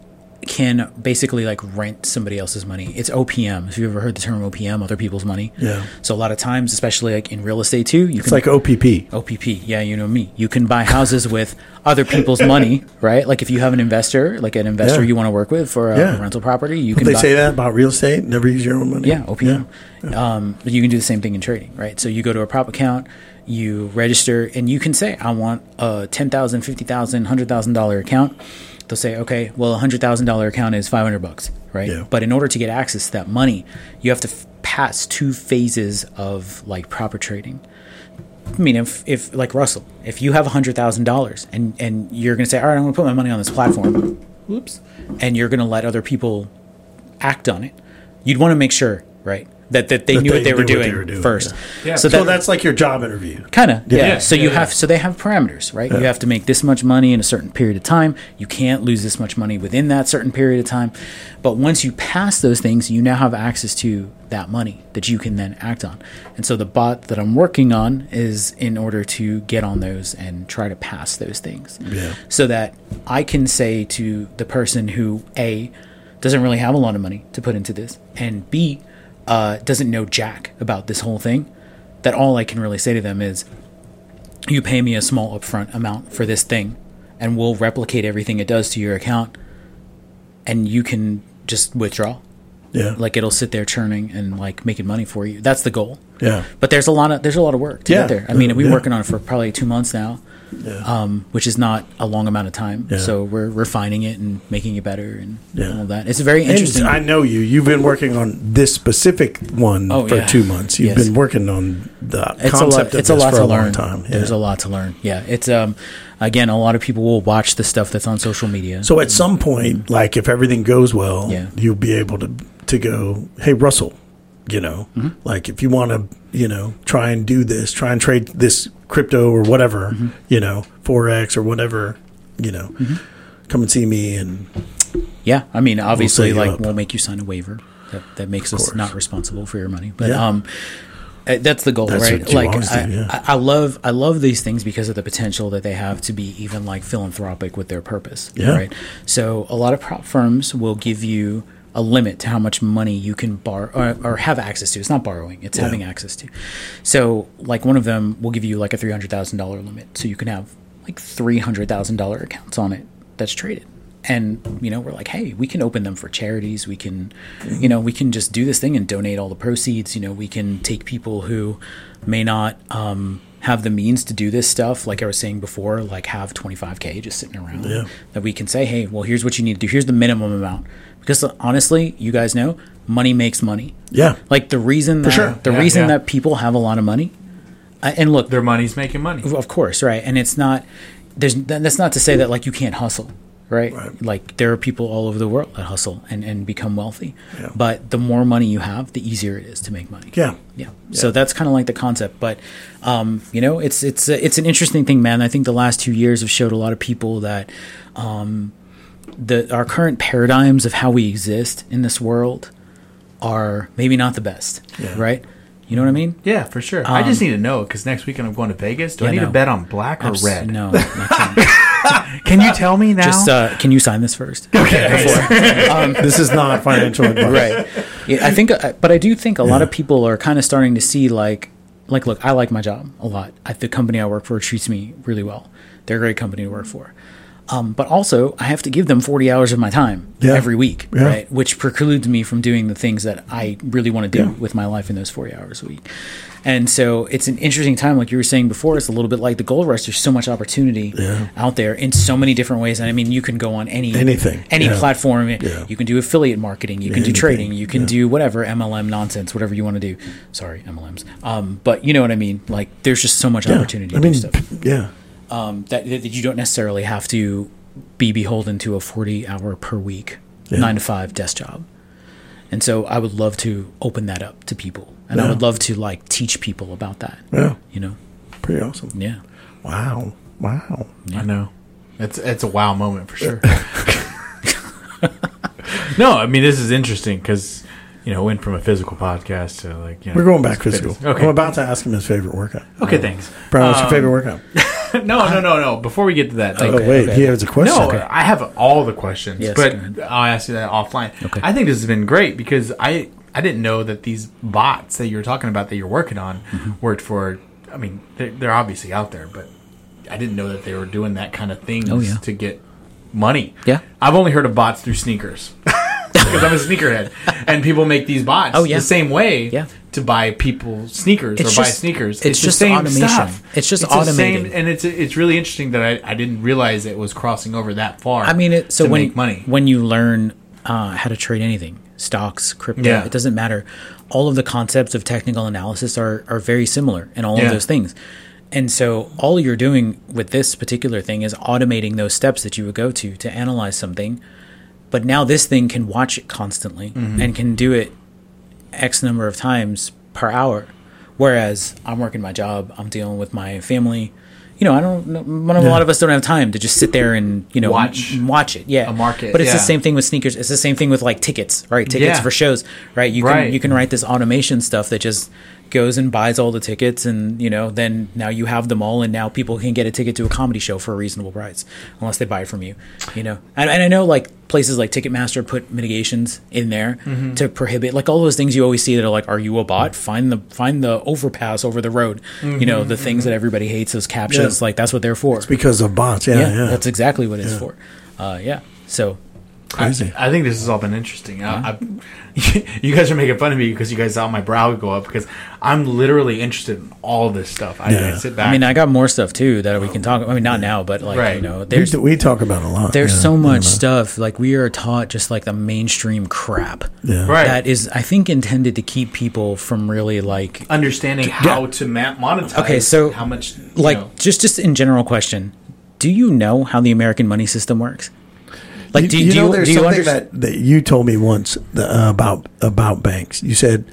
Speaker 3: can basically like rent somebody else's money. It's OPM. If you've ever heard the term OPM, other people's money.
Speaker 2: Yeah.
Speaker 3: So a lot of times, especially like in real estate too, you
Speaker 2: It's
Speaker 3: can
Speaker 2: like OPP.
Speaker 3: OPP. Yeah, you know me. You can buy houses with other people's money, right? Like if you have an investor, like an investor
Speaker 2: Yeah.
Speaker 3: you want to work with for a
Speaker 2: Yeah.
Speaker 3: rental property, you can
Speaker 2: They
Speaker 3: buy.
Speaker 2: say that about real estate. Never use your own money.
Speaker 3: Yeah, OPM. Um, but you can do the same thing in trading, right? So you go to a prop account, you register, and you can say, I want a $10,000, $50,000, $100,000 account. They'll say, okay, well, a $100,000 account is 500 bucks, right?
Speaker 2: Yeah.
Speaker 3: But in order to get access to that money, you have to f- pass two phases of like proper trading. I mean, if, if like Russell, if you have hundred thousand dollars and and you're gonna say, all right, I'm gonna put my money on this platform, whoops, and you're gonna let other people act on it, you'd want to make sure, right, that that they
Speaker 2: That
Speaker 3: knew
Speaker 2: they
Speaker 3: what, they
Speaker 2: knew
Speaker 3: were
Speaker 2: what they
Speaker 3: doing
Speaker 2: were doing,
Speaker 3: first.
Speaker 1: yeah. Yeah,
Speaker 3: So,
Speaker 2: So
Speaker 3: that,
Speaker 2: that's like your job interview.
Speaker 3: kind of yeah.
Speaker 1: Yeah.
Speaker 3: So
Speaker 1: Yeah,
Speaker 3: you
Speaker 1: yeah.
Speaker 3: have so they have parameters, right? You have to make this much money in a certain period of time. You can't lose this much money within that certain period of time. But once you pass those things, you now have access to that money that you can then act on. And so the bot that I'm working on is in order to get on those and try to pass those things.
Speaker 2: Yeah.
Speaker 3: So that I can say to the person who A doesn't really have a lot of money to put into this and B uh, doesn't know jack about this whole thing that all I can really say to them is you pay me a small upfront amount for this thing and we'll replicate everything it does to your account and you can just withdraw
Speaker 2: Yeah.
Speaker 3: like it'll sit there churning and like making money for you that's the goal
Speaker 2: yeah.
Speaker 3: but there's a lot of there's a lot of work to
Speaker 2: Yeah.
Speaker 3: get there i mean we've been
Speaker 2: Yeah.
Speaker 3: working on it for probably two months now um, which is not a long amount of time
Speaker 2: Yeah.
Speaker 3: so we're refining it and making it better and
Speaker 2: Yeah.
Speaker 3: all that it's very
Speaker 2: And
Speaker 3: interesting
Speaker 2: I know you. You've been working on this specific one
Speaker 3: Oh,
Speaker 2: for
Speaker 3: yeah.
Speaker 2: two months. You've
Speaker 3: Yes.
Speaker 2: been working on the
Speaker 3: it's a
Speaker 2: concept
Speaker 3: lot.
Speaker 2: of
Speaker 3: It's
Speaker 2: this
Speaker 3: a lot
Speaker 2: for
Speaker 3: to
Speaker 2: a long
Speaker 3: learn.
Speaker 2: time. Yeah.
Speaker 3: There's a lot to learn. Yeah, it's um, again, a lot of people will watch the stuff that's on social media.
Speaker 2: So at some point, like if everything goes well,
Speaker 3: Yeah.
Speaker 2: you'll be able to to go, hey Russell, you know,
Speaker 3: Mm-hmm.
Speaker 2: like if you want to, you know, try and do this, try and trade this crypto or whatever,
Speaker 3: Mm-hmm.
Speaker 2: you know, forex or whatever, you know, come and see me and
Speaker 3: yeah, I mean, obviously,
Speaker 2: you
Speaker 3: like
Speaker 2: up.
Speaker 3: we'll make you sign a waiver that, that makes us
Speaker 2: course.
Speaker 3: not responsible for your money. But
Speaker 2: Yeah.
Speaker 3: um, uh, that's the goal,
Speaker 2: That's
Speaker 3: right?
Speaker 2: what you
Speaker 3: like,
Speaker 2: always do,
Speaker 3: I,
Speaker 2: yeah.
Speaker 3: I, I love I love these things because of the potential that they have to be even like philanthropic with their purpose.
Speaker 2: Yeah.
Speaker 3: Right. So a lot of prop firms will give you a limit to how much money you can borrow or, or have access to. It's not borrowing; it's having access to. So, like one of them will give you like a three hundred thousand dollar limit, so you can have like three hundred thousand dollar accounts on it that's traded. And you know, we're like, hey, we can open them for charities. We can, you know, we can just do this thing and donate all the proceeds. You know, we can take people who may not. Um, have the means to do this stuff, like I was saying before, like have 25K just sitting around
Speaker 2: Yeah.
Speaker 3: that we can say, hey, well, here's what you need to do. Here's the minimum amount. Because uh, honestly, you guys know money makes money.
Speaker 2: yeah,
Speaker 3: Like the reason that,
Speaker 2: sure.
Speaker 3: the
Speaker 1: Yeah,
Speaker 3: reason
Speaker 1: yeah.
Speaker 3: that people have a lot of money, uh, and look,
Speaker 1: Their money's making money.
Speaker 3: of course, right? And it's not there's th- that's not to say that like you can't hustle, right?
Speaker 2: Right.
Speaker 3: Like there are people all over the world that hustle and and become wealthy.
Speaker 2: Yeah.
Speaker 3: But the more money you have, the easier it is to make money.
Speaker 2: yeah,
Speaker 3: Yeah. So that's kind of like the concept, but um, you know, it's it's it's an interesting thing, man. I think the last two years have showed a lot of people that um, the our current paradigms of how we exist in this world are maybe not the best,
Speaker 2: Yeah.
Speaker 3: right? You know what I mean?
Speaker 1: Yeah, for sure. I just need to know because next weekend I'm going to Vegas. Do I
Speaker 3: Um, yeah,
Speaker 1: need
Speaker 3: no.
Speaker 1: to bet on black or
Speaker 3: Abs-
Speaker 1: red?
Speaker 3: No, I can't.
Speaker 1: Can you tell me now?
Speaker 3: just uh, can you sign this first?
Speaker 2: this is not financial advice.
Speaker 3: right yeah, i think uh, but i do think a lot of people are kind of starting to see like like look i like my job a lot I, the company i work for treats me really well they're a great company to work for um, but also i have to give them 40 hours of my time
Speaker 2: Yeah.
Speaker 3: every week
Speaker 2: Yeah.
Speaker 3: right which precludes me from doing the things that i really want to do with my life in those 40 hours a week and so it's an interesting time like you were saying before it's a little bit like the gold rush there's so much opportunity out there in so many different ways and i mean you can go on any
Speaker 2: Anything.
Speaker 3: any
Speaker 2: Yeah.
Speaker 3: platform
Speaker 2: Yeah.
Speaker 3: you can do affiliate marketing you can do
Speaker 2: anything.
Speaker 3: trading you can do whatever MLM nonsense, whatever you want to do. Sorry, MLMs. Um, but you know what I mean. Like, there's just so much
Speaker 2: Yeah.
Speaker 3: opportunity
Speaker 2: I
Speaker 3: to
Speaker 2: mean,
Speaker 3: do stuff
Speaker 2: yeah,
Speaker 3: um, that, that you don't necessarily have to be beholden to a 40 hour per week nine to five desk job. And so, I would love to open that up to people, and I
Speaker 2: Yeah.
Speaker 3: would love to like teach people about that.
Speaker 2: yeah,
Speaker 3: You know,
Speaker 2: pretty awesome.
Speaker 3: yeah.
Speaker 2: Wow, wow.
Speaker 3: uh,
Speaker 1: I know. It's it's a wow moment for sure. no, I mean this is interesting because
Speaker 6: you know, went from a physical podcast to like you know,
Speaker 2: We're going back physical.
Speaker 6: Okay.
Speaker 2: I'm about to ask him his favorite workout.
Speaker 6: Okay, thanks.
Speaker 2: Brian,
Speaker 1: Uh,
Speaker 3: Um,
Speaker 2: what's your favorite workout?
Speaker 6: No, no, no, no. Before we get to that, like,
Speaker 2: oh wait, he has a question.
Speaker 6: no,
Speaker 3: uh,
Speaker 6: I have all the questions,
Speaker 3: Yes,
Speaker 6: but
Speaker 3: go ahead.
Speaker 6: I'll ask you that offline.
Speaker 3: Okay.
Speaker 6: I think this has been great because I I didn't know that these bots that you were talking about that you're working on
Speaker 3: Mm-hmm.
Speaker 6: worked for. I mean, they're, they're obviously out there, but I didn't know that they were doing that kind of things
Speaker 3: Oh, yeah.
Speaker 6: to get money.
Speaker 3: Yeah.
Speaker 6: I've only heard of bots through sneakers because I'm a sneakerhead, and people make these bots
Speaker 3: Oh, yeah.
Speaker 6: the same way
Speaker 3: Yeah.
Speaker 6: to buy people sneakers or
Speaker 3: It's
Speaker 6: buy
Speaker 3: just-
Speaker 6: sneakers.
Speaker 3: it's just automation. It's just
Speaker 6: the same-
Speaker 3: automated.
Speaker 6: and it's it's really interesting that I, I didn't realize it was crossing over that far.
Speaker 3: I mean, it, so
Speaker 6: to
Speaker 3: when
Speaker 6: make money,
Speaker 3: when you learn uh, how to trade anything, stocks, crypto,
Speaker 6: Yeah.
Speaker 3: it doesn't matter. All of the concepts of technical analysis are are very similar in all
Speaker 6: Yeah.
Speaker 3: of those things. And so all you're doing with this particular thing is automating those steps that you would go to to analyze something. But now this thing can watch it constantly
Speaker 6: Mm-hmm.
Speaker 3: and can do it X number of times per hour. Whereas I'm working my job, I'm dealing with my family. You know, I don't. know- One of a lot of us don't have time to just sit there and you know
Speaker 6: Watch.
Speaker 3: m- watch it. Yeah,
Speaker 6: A market,
Speaker 3: But it's the
Speaker 6: yeah.
Speaker 3: same thing with sneakers. It's the same thing with like tickets, right? Tickets
Speaker 6: Yeah.
Speaker 3: for shows, right? You
Speaker 6: Right.
Speaker 3: can you can write this automation stuff that just goes and buys all the tickets, and you know then now you have them all, and now people can get a ticket to a comedy show for a reasonable price, unless they buy it from you. You know, and, and I know like places like Ticketmaster put mitigations in there
Speaker 2: Mm-hmm.
Speaker 3: to prohibit like all those things you always see that are like, are you a bot? Find the find the overpass over the road. You know, the things that everybody hates, those captions,
Speaker 2: Mm-hmm. Yeah.
Speaker 3: like that's what they're for.
Speaker 2: because of bots. Yeah,
Speaker 3: yeah,
Speaker 2: yeah,
Speaker 3: that's exactly what it's for. Uh, yeah, so
Speaker 2: crazy.
Speaker 6: I think this has all been interesting. I, I, you guys are making fun of me because you guys saw my brow go up because I'm literally interested in all this stuff. I,
Speaker 2: Yeah.
Speaker 6: I sit back.
Speaker 3: I mean, I got more stuff too that we can talk. I mean, not now, but like
Speaker 6: Right.
Speaker 3: you know,
Speaker 2: we,
Speaker 3: there's
Speaker 2: d- we talk about a lot.
Speaker 3: there's
Speaker 2: yeah,
Speaker 3: so
Speaker 2: you
Speaker 3: much
Speaker 2: know.
Speaker 3: stuff. Like we are taught just like the mainstream crap
Speaker 2: Yeah.
Speaker 6: Right.
Speaker 3: that is, I think, intended to keep people from really like
Speaker 6: understanding how to ma- monetize.
Speaker 3: Okay, so,
Speaker 6: how much you
Speaker 3: like
Speaker 6: know.
Speaker 3: just just in general question. Do you know how the American money system works? Like,
Speaker 2: You,
Speaker 3: do,
Speaker 2: you
Speaker 3: do
Speaker 2: know,
Speaker 3: you
Speaker 2: there's
Speaker 3: do you
Speaker 2: something
Speaker 3: understand?
Speaker 2: that, that you told me once the, uh, about about banks. You said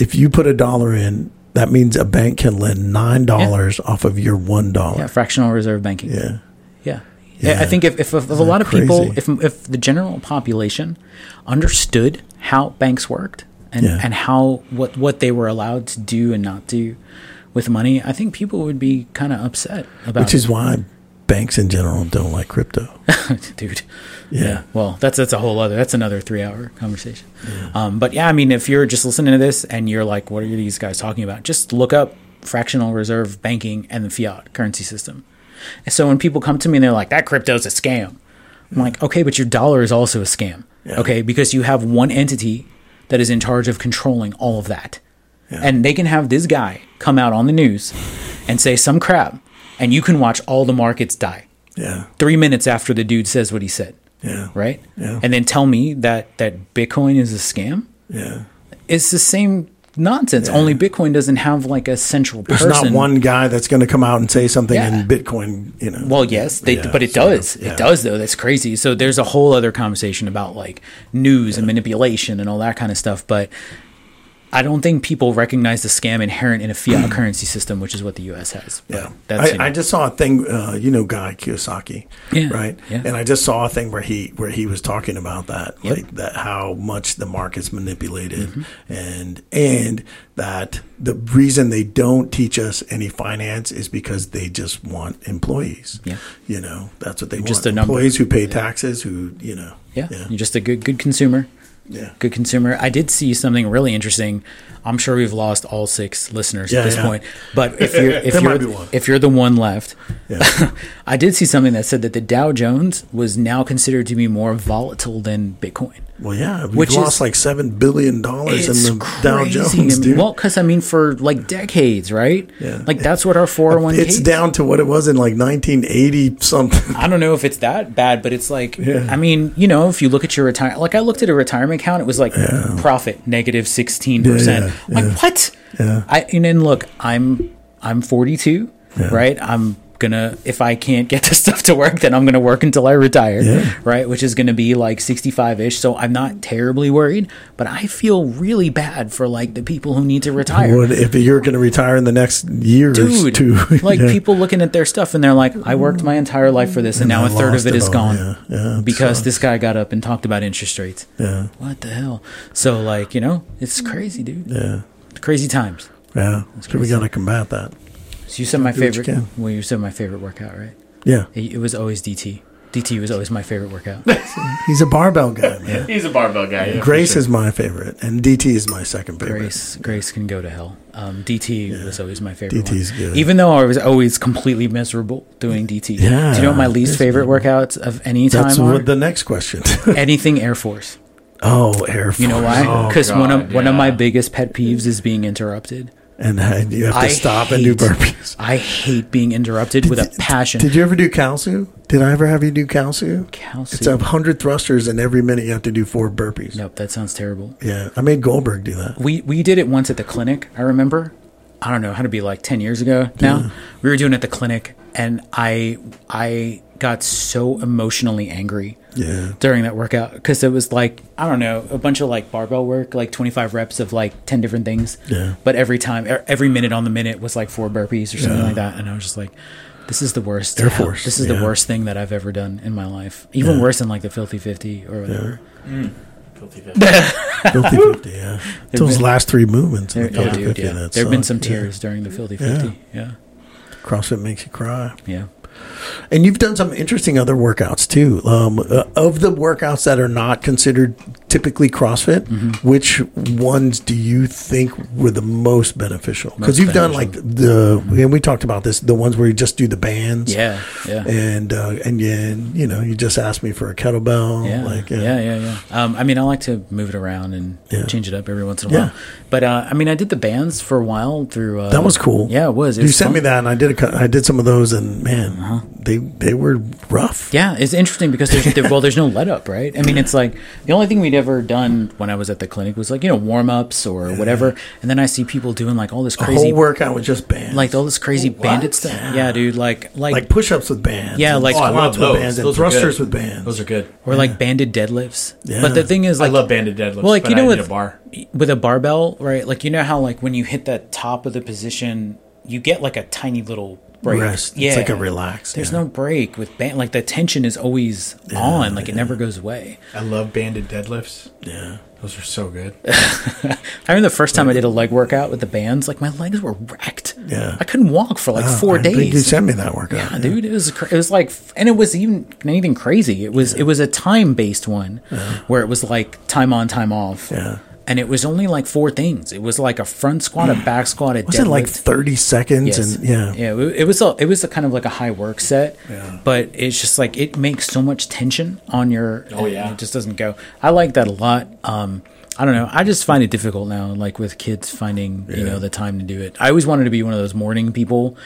Speaker 2: if you put a dollar in, that means a bank can lend nine dollars off of your one
Speaker 3: Yeah,
Speaker 2: dollar.
Speaker 3: fractional reserve banking.
Speaker 2: Yeah.
Speaker 3: Yeah. I- I think if, if, if, a lot of people, if, if the general population understood how banks worked and,
Speaker 2: Yeah.
Speaker 3: and how what, what they were allowed to do and not do with money, I think people would be kind of upset about
Speaker 2: which is why banks in general don't like crypto.
Speaker 3: it. dude. Yeah. Well, that's that's a whole other that's another three hour conversation. Um, but yeah, I mean, if you're just listening to this and you're like, what are these guys talking about? Just look up fractional reserve banking and the fiat currency system. And so when people come to me and they're like, that crypto's a scam, I'm like, okay, but your dollar is also a scam. Okay, because you have one entity that is in charge of controlling all of that. And they can have this guy come out on the news and say some crap, and you can watch all the markets die
Speaker 2: Yeah.
Speaker 3: three minutes after the dude says what he said,
Speaker 2: Yeah.
Speaker 3: right?
Speaker 2: Yeah.
Speaker 3: And then tell me that that Bitcoin is a scam.
Speaker 2: Yeah.
Speaker 3: It's the same nonsense. Only Bitcoin doesn't have like a central
Speaker 2: There's
Speaker 3: person.
Speaker 2: not one guy that's going to come out and say something
Speaker 3: Yeah.
Speaker 2: in Bitcoin, you know.
Speaker 3: Well, yes, they,
Speaker 2: Yeah,
Speaker 3: but it
Speaker 2: so,
Speaker 3: does.
Speaker 2: yeah.
Speaker 3: It does though. That's crazy. So there's a whole other conversation about like news and manipulation and all that kind of stuff. But I don't think people recognize the scam inherent in a fiat currency system, which is what the U.S. has. But
Speaker 2: Yeah,
Speaker 3: that's
Speaker 2: I,
Speaker 3: you know,
Speaker 2: I just saw a thing. Uh, you know, Guy Kiyosaki,
Speaker 3: Yeah,
Speaker 2: right?
Speaker 3: yeah.
Speaker 2: And I just saw a thing where he where he was talking about that, like that how much the market's manipulated,
Speaker 3: Mm-hmm.
Speaker 2: and and that the reason they don't teach us any finance is because they just want employees.
Speaker 3: Yeah.
Speaker 2: you know that's what they want.
Speaker 3: just a number.
Speaker 2: employees who pay taxes, who you know.
Speaker 3: Yeah,
Speaker 2: yeah,
Speaker 3: you're just a good good consumer.
Speaker 2: yeah.
Speaker 3: good consumer. I did see something really interesting. I'm sure we've lost all six listeners
Speaker 2: Yeah,
Speaker 3: at this
Speaker 2: yeah.
Speaker 3: point, but if you're if
Speaker 2: There might
Speaker 3: you're
Speaker 2: be one.
Speaker 3: if you're the one left,
Speaker 2: Yeah.
Speaker 3: I did see something that said that the Dow Jones was now considered to be more volatile than Bitcoin.
Speaker 2: Well, yeah, we've
Speaker 3: Which is-
Speaker 2: lost like seven billion dollars in
Speaker 3: It's
Speaker 2: the Dow
Speaker 3: crazy to
Speaker 2: Jones,
Speaker 3: me.
Speaker 2: dude.
Speaker 3: Well, because I mean, for like decades, right?
Speaker 2: Yeah.
Speaker 3: Like that's what our 401k.
Speaker 2: it's down to what it was in like 1980 something.
Speaker 3: I don't know if it's that bad, but it's like,
Speaker 2: Yeah.
Speaker 3: I mean, you know, if you look at your retire, like I looked at a retirement account, it was like profit negative sixteen percent.
Speaker 2: Yeah, yeah,
Speaker 3: Like what?
Speaker 2: Yeah.
Speaker 3: I and then look, I'm I'm 42, right? I'm gonna if I can't get this stuff to work, then I'm gonna work until I retire,
Speaker 2: Yeah.
Speaker 3: right? Which is gonna be like 65 ish. So I'm not terribly worried, but I feel really bad for like the people who need to retire.
Speaker 2: What if you're going to retire in the next year or
Speaker 3: Dude,
Speaker 2: two?
Speaker 3: like
Speaker 2: Yeah.
Speaker 3: people looking at their stuff and they're like, "I worked my entire life for this, and, now
Speaker 2: I
Speaker 3: a third
Speaker 2: lost
Speaker 3: of it
Speaker 2: it
Speaker 3: is
Speaker 2: all."
Speaker 3: gone
Speaker 2: Yeah. Yeah, it
Speaker 3: because
Speaker 2: sucks.
Speaker 3: this guy got up and talked about interest rates."
Speaker 2: Yeah.
Speaker 3: What the hell? So like, you know, it's crazy, dude.
Speaker 2: Yeah.
Speaker 3: Crazy times.
Speaker 2: Yeah. So we got to combat that.
Speaker 3: So you said my
Speaker 2: what you
Speaker 3: favorite.
Speaker 2: can.
Speaker 3: well, you said my favorite workout, right?
Speaker 2: Yeah.
Speaker 3: It, it was always DT. DT was always my favorite workout.
Speaker 2: He's a barbell guy, man.
Speaker 1: He's a barbell guy. yeah.
Speaker 2: Grace is my favorite, and DT is my second favorite.
Speaker 3: Grace, Grace can go to hell. Um, DT was always my favorite.
Speaker 2: DT is
Speaker 3: one.
Speaker 2: good.
Speaker 3: Even though I was always completely miserable doing DT. Do you know what my
Speaker 2: Yeah,
Speaker 3: least
Speaker 2: it's
Speaker 3: favorite workouts of any time
Speaker 2: That's
Speaker 3: are?
Speaker 2: what the next question.
Speaker 3: Anything Air Force.
Speaker 2: oh, Air Force.
Speaker 3: You know why? Because one of
Speaker 1: God,
Speaker 3: one of
Speaker 1: yeah.
Speaker 3: my biggest pet peeves is being interrupted.
Speaker 2: And I, you have to
Speaker 3: I
Speaker 2: stop and do
Speaker 3: hate-
Speaker 2: burpees.
Speaker 3: I hate being interrupted with a passion.
Speaker 2: Did you ever do Kalsu? Did I ever have you do Kalsu?
Speaker 3: Kalsu?
Speaker 2: It's a hundred thrusters, and every minute you have to do four burpees.
Speaker 3: nope, that sounds terrible.
Speaker 2: Yeah, I made Goldberg do that.
Speaker 3: we we did it once at the clinic. I remember. I don't know how to be like ten years ago now. We were doing it at the clinic, and I I got so emotionally angry
Speaker 2: Yeah.
Speaker 3: during that workout because it was like I don't know a bunch of like barbell work, like twenty five reps of like ten different things.
Speaker 2: Yeah.
Speaker 3: But every time, e- every minute on the minute was like four burpees or something
Speaker 2: Yeah.
Speaker 3: like that, and I was just like. This is the worst.
Speaker 2: Air Force,
Speaker 3: This is
Speaker 2: yeah.
Speaker 3: the worst thing that I've ever done in my life. Even
Speaker 2: Yeah.
Speaker 3: worse than like the Filthy Fifty or whatever.
Speaker 2: Filthy 50, yeah. It's Those
Speaker 3: been-
Speaker 2: last three movements. in
Speaker 3: There,
Speaker 2: the Filthy
Speaker 3: yeah, dude,
Speaker 2: 50,
Speaker 3: yeah.
Speaker 2: that
Speaker 3: There have been some
Speaker 2: sucked, yeah.
Speaker 3: tears during the Filthy Fifty. yeah.
Speaker 2: CrossFit makes you cry.
Speaker 3: Yeah.
Speaker 2: And you've done some interesting other workouts too. Um, uh, of the workouts that are not considered typically CrossFit,
Speaker 3: Mm-hmm.
Speaker 2: which ones do you think were the most beneficial?
Speaker 3: Most
Speaker 2: Because you've done like
Speaker 3: beneficial. Mm-hmm.
Speaker 2: the and we talked about this, the ones where you just do the bands,
Speaker 3: Yeah. Yeah.
Speaker 2: and uh, and yeah, you know, you just asked me for a kettlebell,
Speaker 3: yeah,
Speaker 2: Oh, like
Speaker 3: yeah, yeah, yeah, Um, I mean, I like to move it around and
Speaker 2: Yeah.
Speaker 3: change it up every once in a
Speaker 2: Yeah.
Speaker 3: while. But uh, I mean, I did the bands for a while through. Uh,
Speaker 2: That was cool.
Speaker 3: Yeah, it was. It
Speaker 2: you
Speaker 3: was
Speaker 2: sent
Speaker 3: fun. Uh-huh.
Speaker 2: me that, and I did a, cou- I did some of those, and man, they they were rough.
Speaker 3: Yeah, it's interesting because there's there, well, there's no let up, right? I mean, it's like the only thing we'd ever done when I was at the clinic was like you know warm ups or whatever, and then I see people doing like all this
Speaker 2: The whole
Speaker 3: crazy,
Speaker 2: workout was just bands,
Speaker 3: like all this crazy bandit stuff. Yeah. dude, like like,
Speaker 2: like push-ups with bands,
Speaker 3: Yeah,
Speaker 2: and
Speaker 3: like- Oh, I
Speaker 2: squats
Speaker 1: love those.
Speaker 2: with bands, and
Speaker 1: Those are good.
Speaker 2: thrusters with bands.
Speaker 1: Those are good.
Speaker 3: or like banded deadlifts.
Speaker 2: Yeah.
Speaker 3: But the thing is,
Speaker 1: I
Speaker 3: like,
Speaker 1: love banded deadlifts.
Speaker 3: Well, like
Speaker 1: but
Speaker 3: you know,
Speaker 1: I
Speaker 3: with
Speaker 1: need a bar.
Speaker 3: with a barbell, right? Like you know how like when you hit that top of the position, you get like a tiny little break.
Speaker 2: rest. It's like a relax.
Speaker 3: There's
Speaker 2: yeah.
Speaker 3: no break with band. Like the tension is always on. Like it never goes away.
Speaker 6: I love banded deadlifts.
Speaker 2: Yeah.
Speaker 6: Those are so good.
Speaker 3: I remember the first time I did a leg workout with the bands. Like my legs were wrecked.
Speaker 2: Yeah.
Speaker 3: I couldn't walk for like
Speaker 2: Oh,
Speaker 3: four
Speaker 2: I
Speaker 3: days.
Speaker 2: think you sent me that workout.
Speaker 3: Yeah, dude, it was cra- it was like, and it was even anything crazy. It was it was a time based one where it was like time on, time off.
Speaker 2: Uh-huh. Yeah.
Speaker 3: And it was only like four things. It was like a front squat, a back squat, a
Speaker 2: Was
Speaker 3: deadlift.
Speaker 2: it like 30 seconds?
Speaker 3: Yes.
Speaker 2: And yeah.
Speaker 3: yeah. It it was a it was a kind of like a high work set, but it's just like it makes so much tension on your. Oh
Speaker 1: yeah.
Speaker 3: it just doesn't go. I like that a lot. Um, I don't know. I just find it difficult now, like with kids finding you know the time to do it. I always wanted to be one of those morning people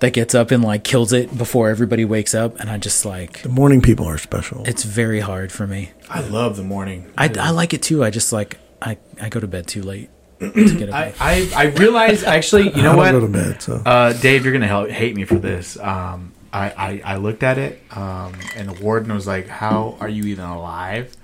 Speaker 3: that gets up and like kills it before everybody wakes up, and I just like
Speaker 2: The morning people are special.
Speaker 3: it's very hard for me.
Speaker 6: I love the morning.
Speaker 3: I, I like it too. I just like I I go to bed too late to get up.
Speaker 6: I, I, I realize actually, you know
Speaker 2: I
Speaker 6: what?
Speaker 2: don't go to bed, so.
Speaker 6: Uh, Dave, you're gonna help, hate me for this. Um, I, I, I looked at it, um, and the warden was like, "How are you even alive?"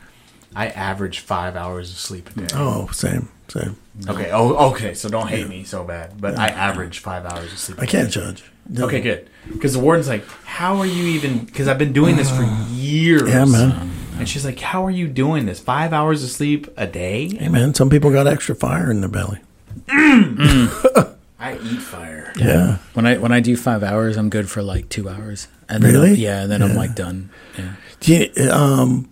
Speaker 6: I average five hours of sleep a day.
Speaker 2: oh, same, same.
Speaker 6: Okay. Oh, okay. So don't hate me so bad, but I average five hours of sleep.
Speaker 2: I can't judge. No.
Speaker 6: Okay, good. Because the warden's like, "How are you even?" Because I've been doing this for years.
Speaker 2: Uh, Yeah, man.
Speaker 6: And she's like, "How are you doing this? Five hours of sleep a day?
Speaker 2: Hey, man, some people got extra fire in their belly.
Speaker 6: I eat fire."
Speaker 2: Yeah.
Speaker 3: When I when I do five hours, I'm good for like two hours, and then
Speaker 2: Really?
Speaker 3: yeah, and then I'm like done. Yeah.
Speaker 2: Do you- um,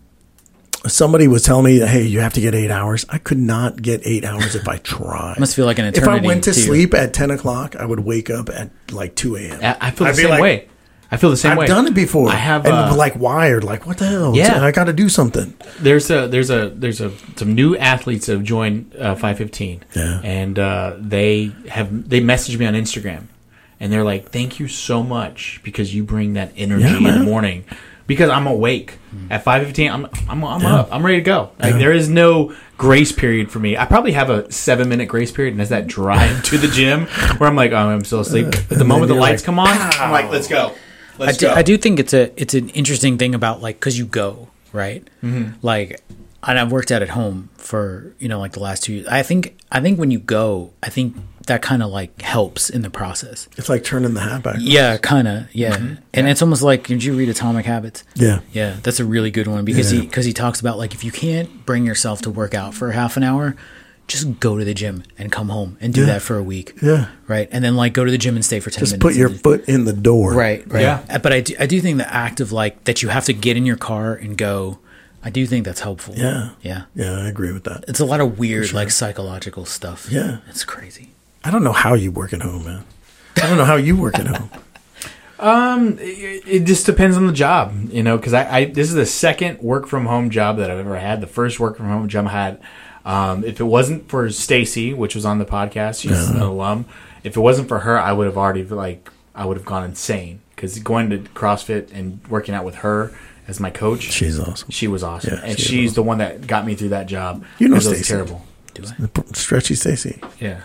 Speaker 2: somebody was telling me, hey, you have to get eight hours. I could not get eight hours if I tried.
Speaker 3: Must feel like an
Speaker 2: if I
Speaker 3: eternity.
Speaker 2: went to
Speaker 3: too.
Speaker 2: sleep at 10 o'clock, I would wake up at like 2 a.m.
Speaker 6: I I feel the
Speaker 2: I'd be
Speaker 6: same
Speaker 2: like,
Speaker 6: way. I feel the same
Speaker 2: I've
Speaker 6: way.
Speaker 2: done it before.
Speaker 6: I have.
Speaker 2: and
Speaker 6: uh,
Speaker 2: like wired, like what the hell?
Speaker 6: Yeah.
Speaker 2: I got to do something.
Speaker 6: there's a there's a there's a some new athletes have joined uh, 515
Speaker 2: Yeah.
Speaker 6: and uh, they have they messaged me on instagram and they're like thank you so much because you bring that energy
Speaker 2: Yeah,
Speaker 6: in the
Speaker 2: man.
Speaker 6: morning
Speaker 1: because I'm awake at five fifteen. I'm I'm, I'm up. I'm ready to go. Like there is no grace period for me. I probably have a seven minute grace period, and that's that drive to the gym where I'm like, oh, I'm still asleep. But the moment the lights come on, I'm like, let's go.
Speaker 3: I
Speaker 1: Let's
Speaker 3: do,
Speaker 1: go.
Speaker 3: I do think it's a it's an interesting thing about like because you go right
Speaker 2: Mm-hmm.
Speaker 3: like and I've worked out at home for you know like the last two years. I think I think when you go, I think that kind of like helps in the process.
Speaker 2: It's like turning the hat back.
Speaker 3: Yeah, kind of. Yeah,
Speaker 2: Mm-hmm.
Speaker 3: and it's almost like did you read Atomic Habits?
Speaker 2: Yeah.
Speaker 3: Yeah, that's a really good one because he because he talks about like if you can't bring yourself to work out for half an hour, just go to the gym and come home and do
Speaker 2: Yeah.
Speaker 3: that for a week.
Speaker 2: Yeah.
Speaker 3: Right, and then like go to the gym and stay for ten
Speaker 2: Just
Speaker 3: minutes.
Speaker 2: put your
Speaker 3: and-
Speaker 2: foot in the door.
Speaker 3: Right, right.
Speaker 6: Yeah.
Speaker 3: Uh, But I do, I do think the act of like that you have to get in your car and go, I do think that's helpful.
Speaker 2: Yeah.
Speaker 3: Yeah.
Speaker 2: Yeah, I agree with that.
Speaker 3: It's a lot of weird like psychological stuff.
Speaker 2: Yeah.
Speaker 3: It's crazy.
Speaker 2: I don't know how you work at home, man. I don't know how you work at home.
Speaker 1: it it just depends on the job, you know. Because I, I, this is the second work from home job that I've ever had. The first work from home job I had, um, if it wasn't for Stacy, which was on the podcast, she's an
Speaker 2: Uh-huh.
Speaker 1: alum. If it wasn't for her, I would have already like I would have gone insane. Because going to CrossFit and working out with her as my coach,
Speaker 2: She's awesome.
Speaker 1: She was awesome,
Speaker 2: Yeah,
Speaker 1: and
Speaker 2: she is
Speaker 1: she's the one that got me through that job.
Speaker 2: You know
Speaker 1: 'cause it was
Speaker 2: Stacy.
Speaker 1: terrible.
Speaker 3: Do I?
Speaker 2: Stretchy Stacy.
Speaker 1: Yeah,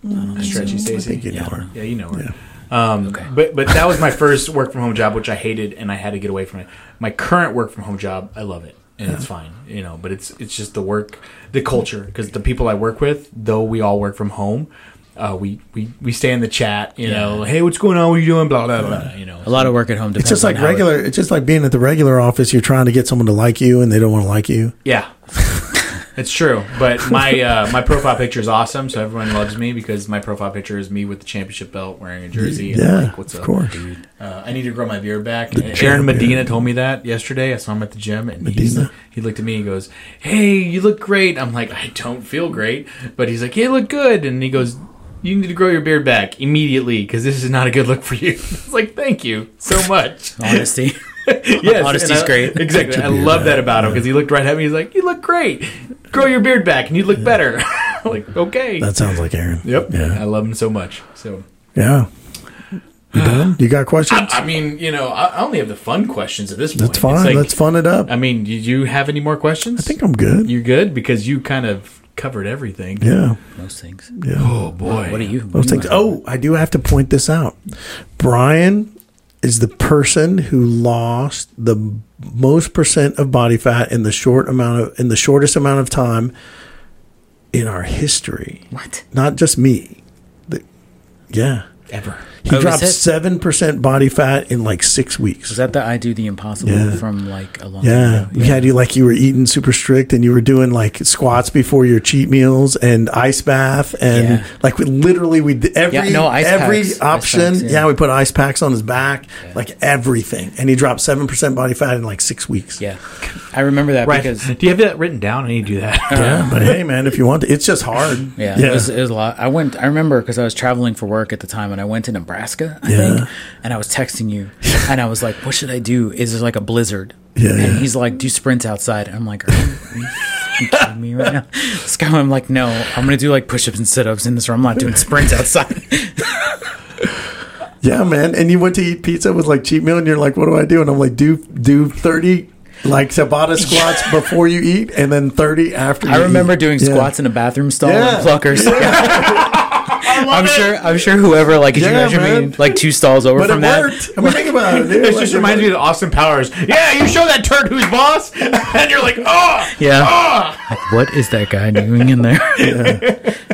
Speaker 1: stretchy
Speaker 2: Mm-hmm. I think
Speaker 1: Stacy.
Speaker 2: you know her.
Speaker 1: Yeah, you know her.
Speaker 2: Yeah.
Speaker 3: Okay.
Speaker 1: But but that was my first work from home job, which I hated, and I had to get away from it. My current work from home job, I love it, and it's fine, you know. But it's it's just the work, the culture, because the people I work with, though we all work from home, uh, we we we stay in the chat, you know. Hey, what's going on? What are you doing? Blah blah blah. You know.
Speaker 3: A lot of work at home depends
Speaker 2: It's just
Speaker 3: on
Speaker 2: like
Speaker 3: how it-
Speaker 2: regular. it's just like being at the regular office. You're trying to get someone to like you, and they don't want to like you.
Speaker 1: Yeah. It's true, but my uh, my profile picture is awesome, so everyone loves me because my profile picture is me with the championship belt, wearing a jersey. and,
Speaker 2: Yeah,
Speaker 1: like, what's
Speaker 2: of
Speaker 1: up?
Speaker 2: course.
Speaker 1: Uh, I need to grow my beard back. Aaron
Speaker 2: champion.
Speaker 1: Medina told me that yesterday. I saw him at the gym, and he's,
Speaker 2: Medina.
Speaker 1: he looked at me and goes, "Hey, you look great." I'm like, "I don't feel great," but he's like, "You look good," and he goes, "You need to grow your beard back immediately because this is not a good look for you." It's like, "Thank you so much."
Speaker 3: honesty.
Speaker 1: yes,
Speaker 3: Honesty's
Speaker 1: and I-
Speaker 3: great.
Speaker 1: Exactly. I love that about him because he looked right at me. He's like, "You look great. Grow your beard back, and you look better." I'm like, okay.
Speaker 2: That sounds like Aaron.
Speaker 1: yep.
Speaker 2: Yeah.
Speaker 1: I love him so much. So.
Speaker 2: Yeah. You done? You got questions?
Speaker 1: I mean, you know, I I only have the fun questions at this point. It's
Speaker 2: That's fine.
Speaker 1: like-
Speaker 2: Let's fun it up.
Speaker 1: I
Speaker 2: I
Speaker 1: mean, did you have any more questions? I
Speaker 2: think I'm good.
Speaker 1: you're good because you kind of covered everything.
Speaker 2: yeah.
Speaker 3: Most things.
Speaker 2: Yeah.
Speaker 1: Oh boy.
Speaker 3: What are you? what
Speaker 2: Those
Speaker 3: do you
Speaker 2: things.
Speaker 3: want?
Speaker 2: Oh, I do have to point this out. Brian is the person who lost the most percent of body fat in the short amount of in the shortest amount of time in our history.
Speaker 3: What?
Speaker 2: Not just me. The, yeah.
Speaker 1: ever?
Speaker 2: He
Speaker 3: Oh,
Speaker 2: dropped
Speaker 3: is it-
Speaker 2: seven percent body fat in like six
Speaker 3: Was
Speaker 2: weeks.
Speaker 3: that the I do the impossible
Speaker 2: Yeah.
Speaker 3: from like a long
Speaker 2: Yeah,
Speaker 3: time ago?
Speaker 2: we had you like you were eating super strict, and you were doing like squats before your cheat meals and ice bath, and
Speaker 3: Yeah.
Speaker 2: like we literally we did every
Speaker 3: Yeah, no, ice
Speaker 2: every
Speaker 3: packs. Ice
Speaker 2: option.
Speaker 3: packs,
Speaker 2: yeah.
Speaker 3: yeah.
Speaker 2: we put ice packs on his back, like everything, and he dropped seven percent body fat in like six weeks.
Speaker 3: Yeah. I remember that
Speaker 1: Right.
Speaker 3: because
Speaker 1: do you have that written down? I need to do that.
Speaker 2: Yeah, but hey, man, if you want to, it's just hard.
Speaker 3: Yeah, It, was, it was a lot. I went. I remember because I was traveling for work at the time, and I went to Nebraska, I
Speaker 2: Yeah.
Speaker 3: think, and I was texting you, and I was like, "What should I do? Is there like a blizzard?"
Speaker 2: Yeah,
Speaker 3: And
Speaker 2: yeah.
Speaker 3: he's like, "Do sprints outside." And I'm like, "Are you, are you fucking kidding me right now?" This guy, I'm like, "No, I'm gonna do like push-ups and sit-ups in this room. I'm not doing sprints outside."
Speaker 2: Yeah, man. And you went to eat pizza with like cheat meal, and you're like, "What do I do?" And I'm like, "Do do thirty like Tabata squats before you eat, and then thirty after."
Speaker 3: I
Speaker 2: you
Speaker 3: remember
Speaker 2: eat.
Speaker 3: doing
Speaker 2: Yeah.
Speaker 3: squats in a bathroom stall
Speaker 2: Yeah.
Speaker 3: and pluckers. I'm sure. I'm sure whoever like, could you
Speaker 2: Yeah,
Speaker 3: imagine
Speaker 2: man.
Speaker 3: me like two stalls over
Speaker 2: But
Speaker 3: from
Speaker 2: it
Speaker 3: that?
Speaker 2: worked. I mean, think about it. dude.
Speaker 1: It
Speaker 2: Like,
Speaker 1: just reminds me of Austin Powers. Yeah, you show that turd who's boss, and you're like, oh,
Speaker 3: Yeah.
Speaker 2: Ah!
Speaker 3: Like, what is that guy doing in there?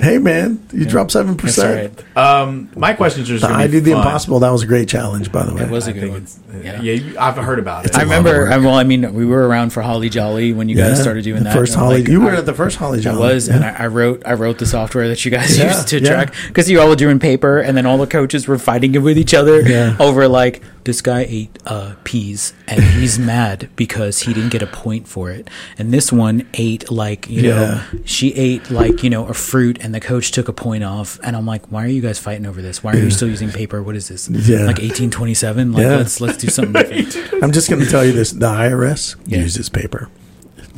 Speaker 2: Hey, man, you dropped seven percent.
Speaker 1: Um, my questions are. Just gonna
Speaker 2: I
Speaker 1: be
Speaker 2: did the
Speaker 1: fun.
Speaker 2: impossible. That was a great challenge, by the way.
Speaker 3: It was a
Speaker 1: I
Speaker 3: good
Speaker 1: think
Speaker 3: one.
Speaker 1: it's, uh, yeah. you- I've heard about it.
Speaker 2: a
Speaker 3: I
Speaker 2: lot of
Speaker 3: remember.
Speaker 2: work.
Speaker 3: I, well, I mean, we were around for Holly Jolly when you guys started doing
Speaker 2: the
Speaker 3: that.
Speaker 2: First
Speaker 3: and,
Speaker 2: Holly,
Speaker 3: like,
Speaker 2: you were
Speaker 3: I-
Speaker 2: at the first Holly
Speaker 3: I
Speaker 2: Jolly.
Speaker 3: was,
Speaker 2: yeah.
Speaker 3: and I, I wrote. I wrote the software that you guys
Speaker 2: Yeah,
Speaker 3: used to
Speaker 2: yeah.
Speaker 3: track because you all were doing paper, and then all the coaches were fighting it with each other
Speaker 2: Yeah.
Speaker 3: over like this guy ate uh, peas and he's mad because he didn't get a point for it, and this one ate like you know
Speaker 2: Yeah.
Speaker 3: she ate like you know a fruit, and the coach took a point off, and I'm like, why are you guys fighting over this? Why are you still using paper? What is this?
Speaker 2: Yeah.
Speaker 3: Like 1827? Like
Speaker 2: Yeah.
Speaker 3: let's let's do something different.
Speaker 2: I'm just going to tell you this: the IRS
Speaker 3: Yeah.
Speaker 2: uses paper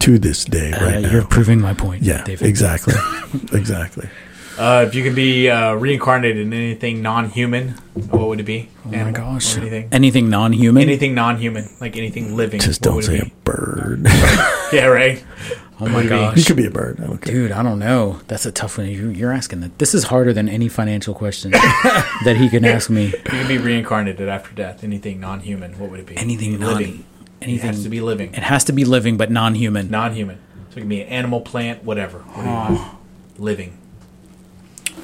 Speaker 2: to this day,
Speaker 3: Uh,
Speaker 2: right
Speaker 3: You're
Speaker 2: now.
Speaker 3: proving my point.
Speaker 2: Yeah,
Speaker 3: David.
Speaker 2: exactly, exactly.
Speaker 1: Uh, if you could be uh, reincarnated in anything non-human, what would it be? Oh my
Speaker 3: gosh.
Speaker 1: anything,
Speaker 3: Anything non-human?
Speaker 1: anything non-human, like anything living.
Speaker 2: Just
Speaker 1: what
Speaker 2: don't
Speaker 1: would it
Speaker 2: say
Speaker 1: be?
Speaker 2: a bird.
Speaker 1: Yeah, right.
Speaker 3: oh my
Speaker 2: you
Speaker 3: gosh.
Speaker 2: could be a bird. I don't care.
Speaker 3: Dude, I don't know. That's a tough one. You, you're asking that. This is harder than any financial question that he can ask me.
Speaker 1: You could be reincarnated after death. Anything non-human, what would it be?
Speaker 3: Anything non-
Speaker 1: living.
Speaker 3: anything-
Speaker 1: it has to be living,
Speaker 3: It has to be living, but non-human.
Speaker 1: non-human. So it can be an animal, plant, whatever. What do you want? Living.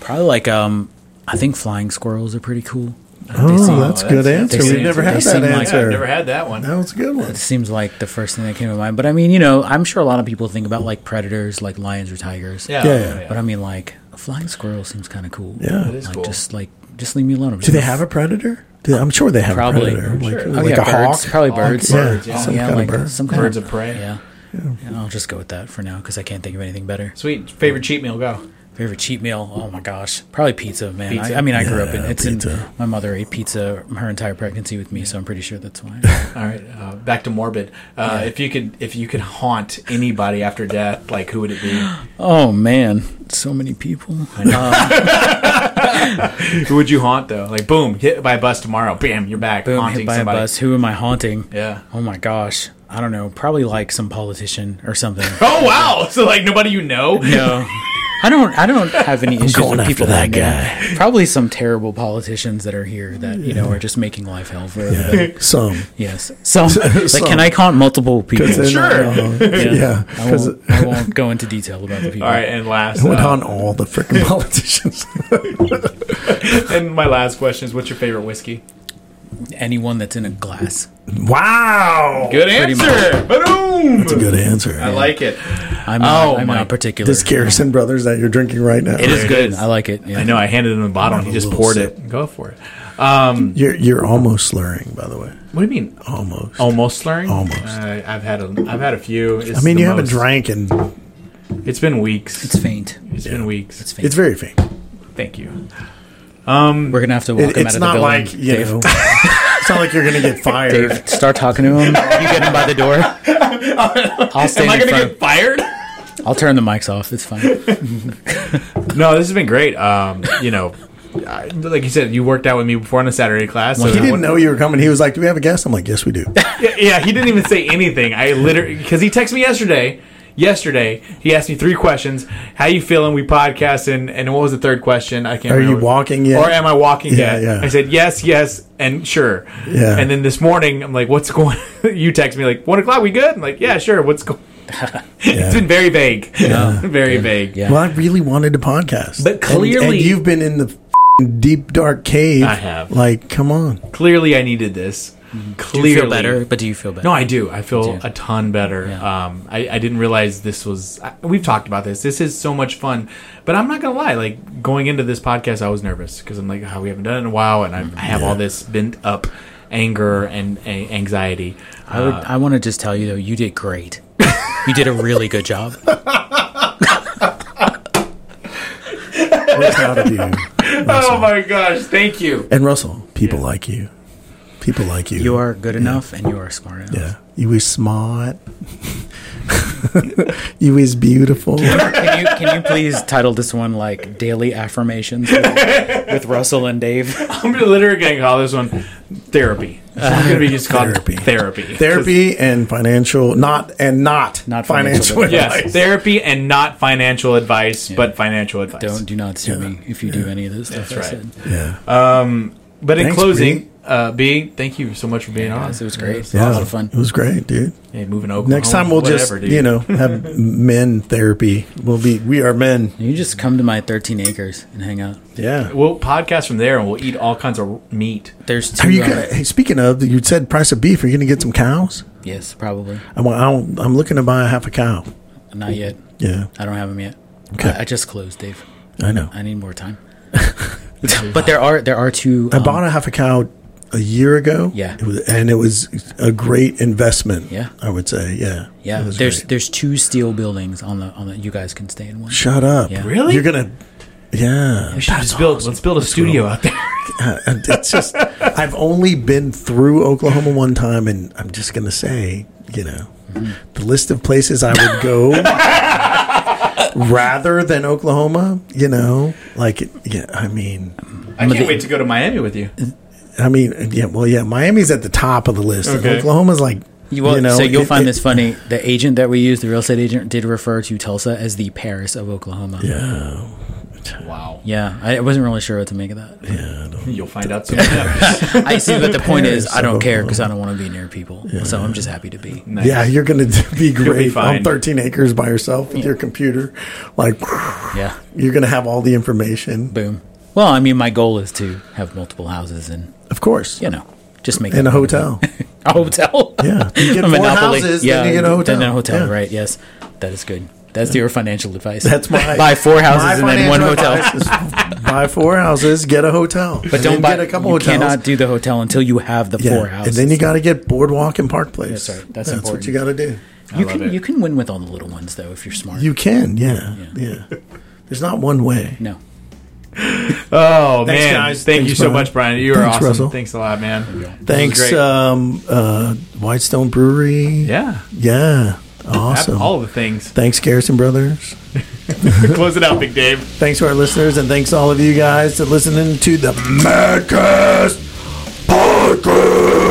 Speaker 3: Probably like um, I think flying squirrels are pretty cool.
Speaker 2: Oh,
Speaker 3: seem-
Speaker 2: that's
Speaker 1: that's-
Speaker 2: a good
Speaker 1: they
Speaker 2: answer.
Speaker 3: seem-
Speaker 2: We've never
Speaker 3: they
Speaker 2: had
Speaker 3: seem
Speaker 2: that
Speaker 3: like-
Speaker 1: Yeah, I've
Speaker 2: answer.
Speaker 1: never had that one.
Speaker 2: that was a good one.
Speaker 3: It seems like the first thing that came to mind. But I mean, you know, I'm sure a lot of people think about like predators, like lions or tigers.
Speaker 1: Yeah,
Speaker 2: Yeah,
Speaker 1: yeah,
Speaker 3: But I mean, like a flying squirrel seems kind of cool.
Speaker 2: Yeah. It
Speaker 1: is
Speaker 3: like
Speaker 1: cool.
Speaker 3: just like just leave me alone. I'm
Speaker 2: Do they have a predator? Do they- I'm sure they have
Speaker 3: Probably.
Speaker 2: a predator. Like,
Speaker 3: Oh,
Speaker 2: like
Speaker 3: yeah,
Speaker 2: a
Speaker 3: birds.
Speaker 2: hawk.
Speaker 3: Probably birds.
Speaker 2: Yeah,
Speaker 1: birds, yeah.
Speaker 2: some kind
Speaker 3: like
Speaker 2: of bird.
Speaker 3: some kind
Speaker 1: Birds
Speaker 3: of
Speaker 1: of prey.
Speaker 3: Yeah. Yeah, I'll just go with that for now because I can't think of anything better.
Speaker 1: Sweet favorite cheat meal. Go.
Speaker 3: Favorite cheat meal? Oh my gosh, probably pizza, man.
Speaker 1: Pizza.
Speaker 3: I, I mean, I grew up in
Speaker 2: Yeah,
Speaker 3: it's
Speaker 2: pizza.
Speaker 3: in my mother ate pizza her entire pregnancy with me, so I'm pretty sure that's why.
Speaker 1: All right, uh, back to morbid. Uh, If you could, if you could haunt anybody after death, like who would it be?
Speaker 3: oh man, so many people.
Speaker 1: who would you haunt though? Like boom, hit by a bus tomorrow. Bam, you're back
Speaker 3: Boom,
Speaker 1: haunting
Speaker 3: hit by
Speaker 1: somebody.
Speaker 3: a bus. Who am I haunting?
Speaker 1: Yeah.
Speaker 3: Oh my gosh, I don't know. Probably like some politician or something.
Speaker 1: Oh wow! So like nobody you know.
Speaker 3: no. I don't. I don't have any issues
Speaker 2: going
Speaker 3: with
Speaker 2: after
Speaker 3: people
Speaker 2: that
Speaker 3: I know. Probably some terrible politicians that are here that you know are just making life hell for everybody.
Speaker 2: Some.
Speaker 3: Yes. So, like,
Speaker 2: Some.
Speaker 3: can I haunt multiple people?
Speaker 2: Because
Speaker 1: Sure.
Speaker 2: uh, yeah.
Speaker 3: I
Speaker 2: Because
Speaker 3: won't, I won't go into detail about the people.
Speaker 1: All right, and last,
Speaker 2: it went
Speaker 1: uh,
Speaker 2: on all the freaking politicians.
Speaker 1: and my last question is: What's your favorite whiskey?
Speaker 3: Anyone that's in a glass.
Speaker 2: wow.
Speaker 1: Good
Speaker 3: Pretty
Speaker 1: answer. Boom.
Speaker 2: That's a good answer.
Speaker 1: I like it.
Speaker 3: I'm
Speaker 1: Oh,
Speaker 3: not, I'm
Speaker 1: my-
Speaker 3: not particular.
Speaker 2: this Garrison Brothers that you're drinking right now.
Speaker 1: It is good.
Speaker 3: I like it. Yeah.
Speaker 1: I know. I handed him the bottle. and He just
Speaker 2: Little
Speaker 1: poured
Speaker 2: sip.
Speaker 1: it. Go for it.
Speaker 2: You're, you're almost slurring, by the way.
Speaker 1: What do you mean?
Speaker 2: Almost.
Speaker 1: Almost slurring.
Speaker 2: Almost.
Speaker 1: Uh, I've had a. I've had a few. It's
Speaker 2: I mean,
Speaker 1: the
Speaker 2: you haven't
Speaker 1: most-
Speaker 2: drank and
Speaker 1: It's been weeks.
Speaker 3: It's faint.
Speaker 1: it's been weeks.
Speaker 3: It's faint.
Speaker 2: it's very faint.
Speaker 1: Thank you.
Speaker 3: We're gonna have to walk
Speaker 2: Um, It,
Speaker 3: him out
Speaker 2: it's
Speaker 3: of the
Speaker 2: not
Speaker 3: building.
Speaker 2: like, you
Speaker 3: Dave,
Speaker 2: know, it's not like you're going to get fired.
Speaker 3: Dave, start talking to him. You get him by the door. I'll
Speaker 1: Am I
Speaker 3: stand in
Speaker 1: gonna
Speaker 3: front.
Speaker 1: get fired?
Speaker 3: I'll turn the mics off. It's fine.
Speaker 1: no, this has been great. Um, you know, I, like you said, you worked out with me before on a Saturday class. So
Speaker 2: He didn't know you were coming. He was like, Do we have a guest? I'm like, Yes, we do.
Speaker 1: Yeah, yeah, he didn't even say anything. I literally because he texted me yesterday. Yesterday, he asked me three questions: How you feeling? We podcasting, and what was the third question? I can't.
Speaker 2: Are you
Speaker 1: remember.
Speaker 2: walking yet?
Speaker 1: Or am I walking
Speaker 2: Yeah,
Speaker 1: yet?
Speaker 2: yeah.
Speaker 1: I said yes, yes, and sure.
Speaker 2: Yeah.
Speaker 1: And then this morning, I'm like, "What's going?" you text me like one o'clock. We good? I'm like, "Yeah, sure." What's going? It's been very vague. very vague.
Speaker 3: Yeah.
Speaker 2: Well, I really wanted a podcast.
Speaker 1: But
Speaker 2: And- And,
Speaker 1: clearly-
Speaker 2: you've been in the f***ing deep, dark cave.
Speaker 1: I have.
Speaker 2: Like, come on.
Speaker 1: Clearly, I needed this. Clearly,
Speaker 3: Do you feel better? But do you feel better?
Speaker 1: No, I do. I
Speaker 3: do.
Speaker 1: feel a ton better.
Speaker 3: Yeah.
Speaker 1: Um, I, I didn't realize this was. I, we've talked about this. This is so much fun. But I'm not gonna lie. Like going into this podcast, I was nervous because I'm like, "How we haven't done it in a while," and I, I have all this bent up anger and a- anxiety.
Speaker 3: I,
Speaker 2: Uh,
Speaker 3: would, I want to just tell you though, you did great. you did a really good job.
Speaker 2: We're proud of you.
Speaker 1: Oh my gosh! Thank you.
Speaker 2: And Russell, people like you. People like you.
Speaker 3: You are good enough, and you are smart enough.
Speaker 2: Yeah. You is smart. you is beautiful.
Speaker 3: Can you can you please title this one like daily affirmations with, with Russell and Dave?
Speaker 1: I'm literally gonna call this one therapy. It's gonna be just called
Speaker 2: Therapy.
Speaker 1: therapy. Therapy.
Speaker 2: Therapy and financial, not and not,
Speaker 3: Not
Speaker 2: financial.
Speaker 3: financial
Speaker 1: Yes,
Speaker 2: advice.
Speaker 1: therapy and not financial advice, but financial advice.
Speaker 3: Don't do not sue me if you do any of this stuff.
Speaker 1: That's
Speaker 3: I said.
Speaker 1: right.
Speaker 2: Yeah.
Speaker 1: But in
Speaker 2: Thanks,
Speaker 1: closing, uh, B, thank you so much for being on.
Speaker 3: Guys, it was great.
Speaker 2: yeah.
Speaker 3: A lot of fun.
Speaker 2: It was great, dude.
Speaker 1: Hey, moving to Oklahoma.
Speaker 2: Next time we'll just,
Speaker 1: whatever, dude.
Speaker 2: you know, have men therapy. We'll be, we are men.
Speaker 3: You just come to my 13 acres and hang out.
Speaker 2: Yeah.
Speaker 1: we'll podcast from there and we'll eat all kinds of meat.
Speaker 3: There's two.
Speaker 2: Are you
Speaker 3: uh,
Speaker 2: gonna, hey, speaking of, you said price of beef. Are you going to get some cows?
Speaker 3: yes, probably.
Speaker 2: I want, I want, I'm looking to buy a half a cow.
Speaker 3: Not yet.
Speaker 2: Yeah.
Speaker 3: I don't have them yet.
Speaker 2: Okay.
Speaker 3: I, I just closed, Dave.
Speaker 2: I know.
Speaker 3: I need more time. but there are there are two. um,
Speaker 2: I bought a half a cow a year ago.
Speaker 3: Yeah.
Speaker 2: It was, and it was a great investment.
Speaker 3: Yeah.
Speaker 2: I would say. Yeah.
Speaker 3: Yeah,
Speaker 2: It was
Speaker 3: there's
Speaker 2: great.
Speaker 3: there's two steel buildings on the on the. You guys can stay in one.
Speaker 2: Shut up.
Speaker 3: Yeah.
Speaker 1: Really?
Speaker 2: You're gonna. Yeah.
Speaker 1: We should just build, let's build a studio out there.
Speaker 2: it's just I've only been through Oklahoma one time, and I'm just gonna say, you know, the list of places I would go. rather than Oklahoma, you know, like yeah, I mean,
Speaker 6: I can't wait to go to Miami with you.
Speaker 2: I mean, yeah, well, yeah, Miami's at the top of the list. and
Speaker 6: Okay.
Speaker 2: Oklahoma's like, you,
Speaker 3: You won't,
Speaker 2: know,
Speaker 3: so you'll
Speaker 2: it-
Speaker 3: find
Speaker 2: it-
Speaker 3: this funny. The agent that we used, the real estate agent, did refer to Tulsa as the Paris of Oklahoma. Yeah,
Speaker 2: Yeah,
Speaker 6: Wow.
Speaker 3: I I wasn't really sure what to make of that.
Speaker 6: You'll find out soon. enough.
Speaker 3: I see, but the point is,
Speaker 2: Paris
Speaker 3: I
Speaker 2: of
Speaker 3: don't care because I don't want to be near people. So I'm just happy to be.
Speaker 6: Nice.
Speaker 2: yeah, you're gonna be great
Speaker 6: fine.
Speaker 2: on 13 acres by yourself with your computer. Like,
Speaker 3: Yeah,
Speaker 2: you're gonna have all the information,
Speaker 3: boom. Well, I mean, my goal is to have multiple houses and
Speaker 2: of course,
Speaker 3: you know just make
Speaker 2: in
Speaker 3: that
Speaker 2: a hotel.
Speaker 3: a hotel.
Speaker 2: Yeah, you get
Speaker 3: A
Speaker 2: four
Speaker 3: monopoly.
Speaker 2: houses, then you get a hotel.
Speaker 3: Then a hotel,
Speaker 2: Yeah.
Speaker 3: right? Yes, that is good. That's your financial advice.
Speaker 2: That's my
Speaker 3: buy four
Speaker 2: my
Speaker 3: houses and then one
Speaker 2: financial
Speaker 3: hotel.
Speaker 2: advice is buy four houses, get a hotel,
Speaker 3: But don't buy.
Speaker 2: get a couple
Speaker 3: you
Speaker 2: hotels.
Speaker 3: cannot do the hotel until you have the
Speaker 2: yeah.
Speaker 3: four houses.
Speaker 2: and then you got to get boardwalk and park place.
Speaker 3: That's right. That's
Speaker 2: what
Speaker 3: important.
Speaker 2: you got to do.
Speaker 3: You can you can win with all the little ones though if you're smart.
Speaker 2: You can, yeah, yeah. There's not one way.
Speaker 3: no,
Speaker 6: Oh
Speaker 2: Thanks,
Speaker 6: man!
Speaker 2: guys.
Speaker 6: Thank you
Speaker 2: Thanks,
Speaker 6: so
Speaker 2: Brian.
Speaker 6: much, Brian. You are
Speaker 2: Thanks,
Speaker 6: awesome.
Speaker 2: Russell.
Speaker 6: Thanks a lot, man. This was
Speaker 2: Thanks,
Speaker 6: great.
Speaker 2: um, uh, Whitestone Brewery.
Speaker 6: yeah.
Speaker 2: yeah, awesome.
Speaker 6: All the things.
Speaker 2: Thanks, Garrison Brothers.
Speaker 6: Close it out, Big Dave.
Speaker 2: Thanks to our listeners, and thanks to all of you guys to listening to the Madcast Podcast.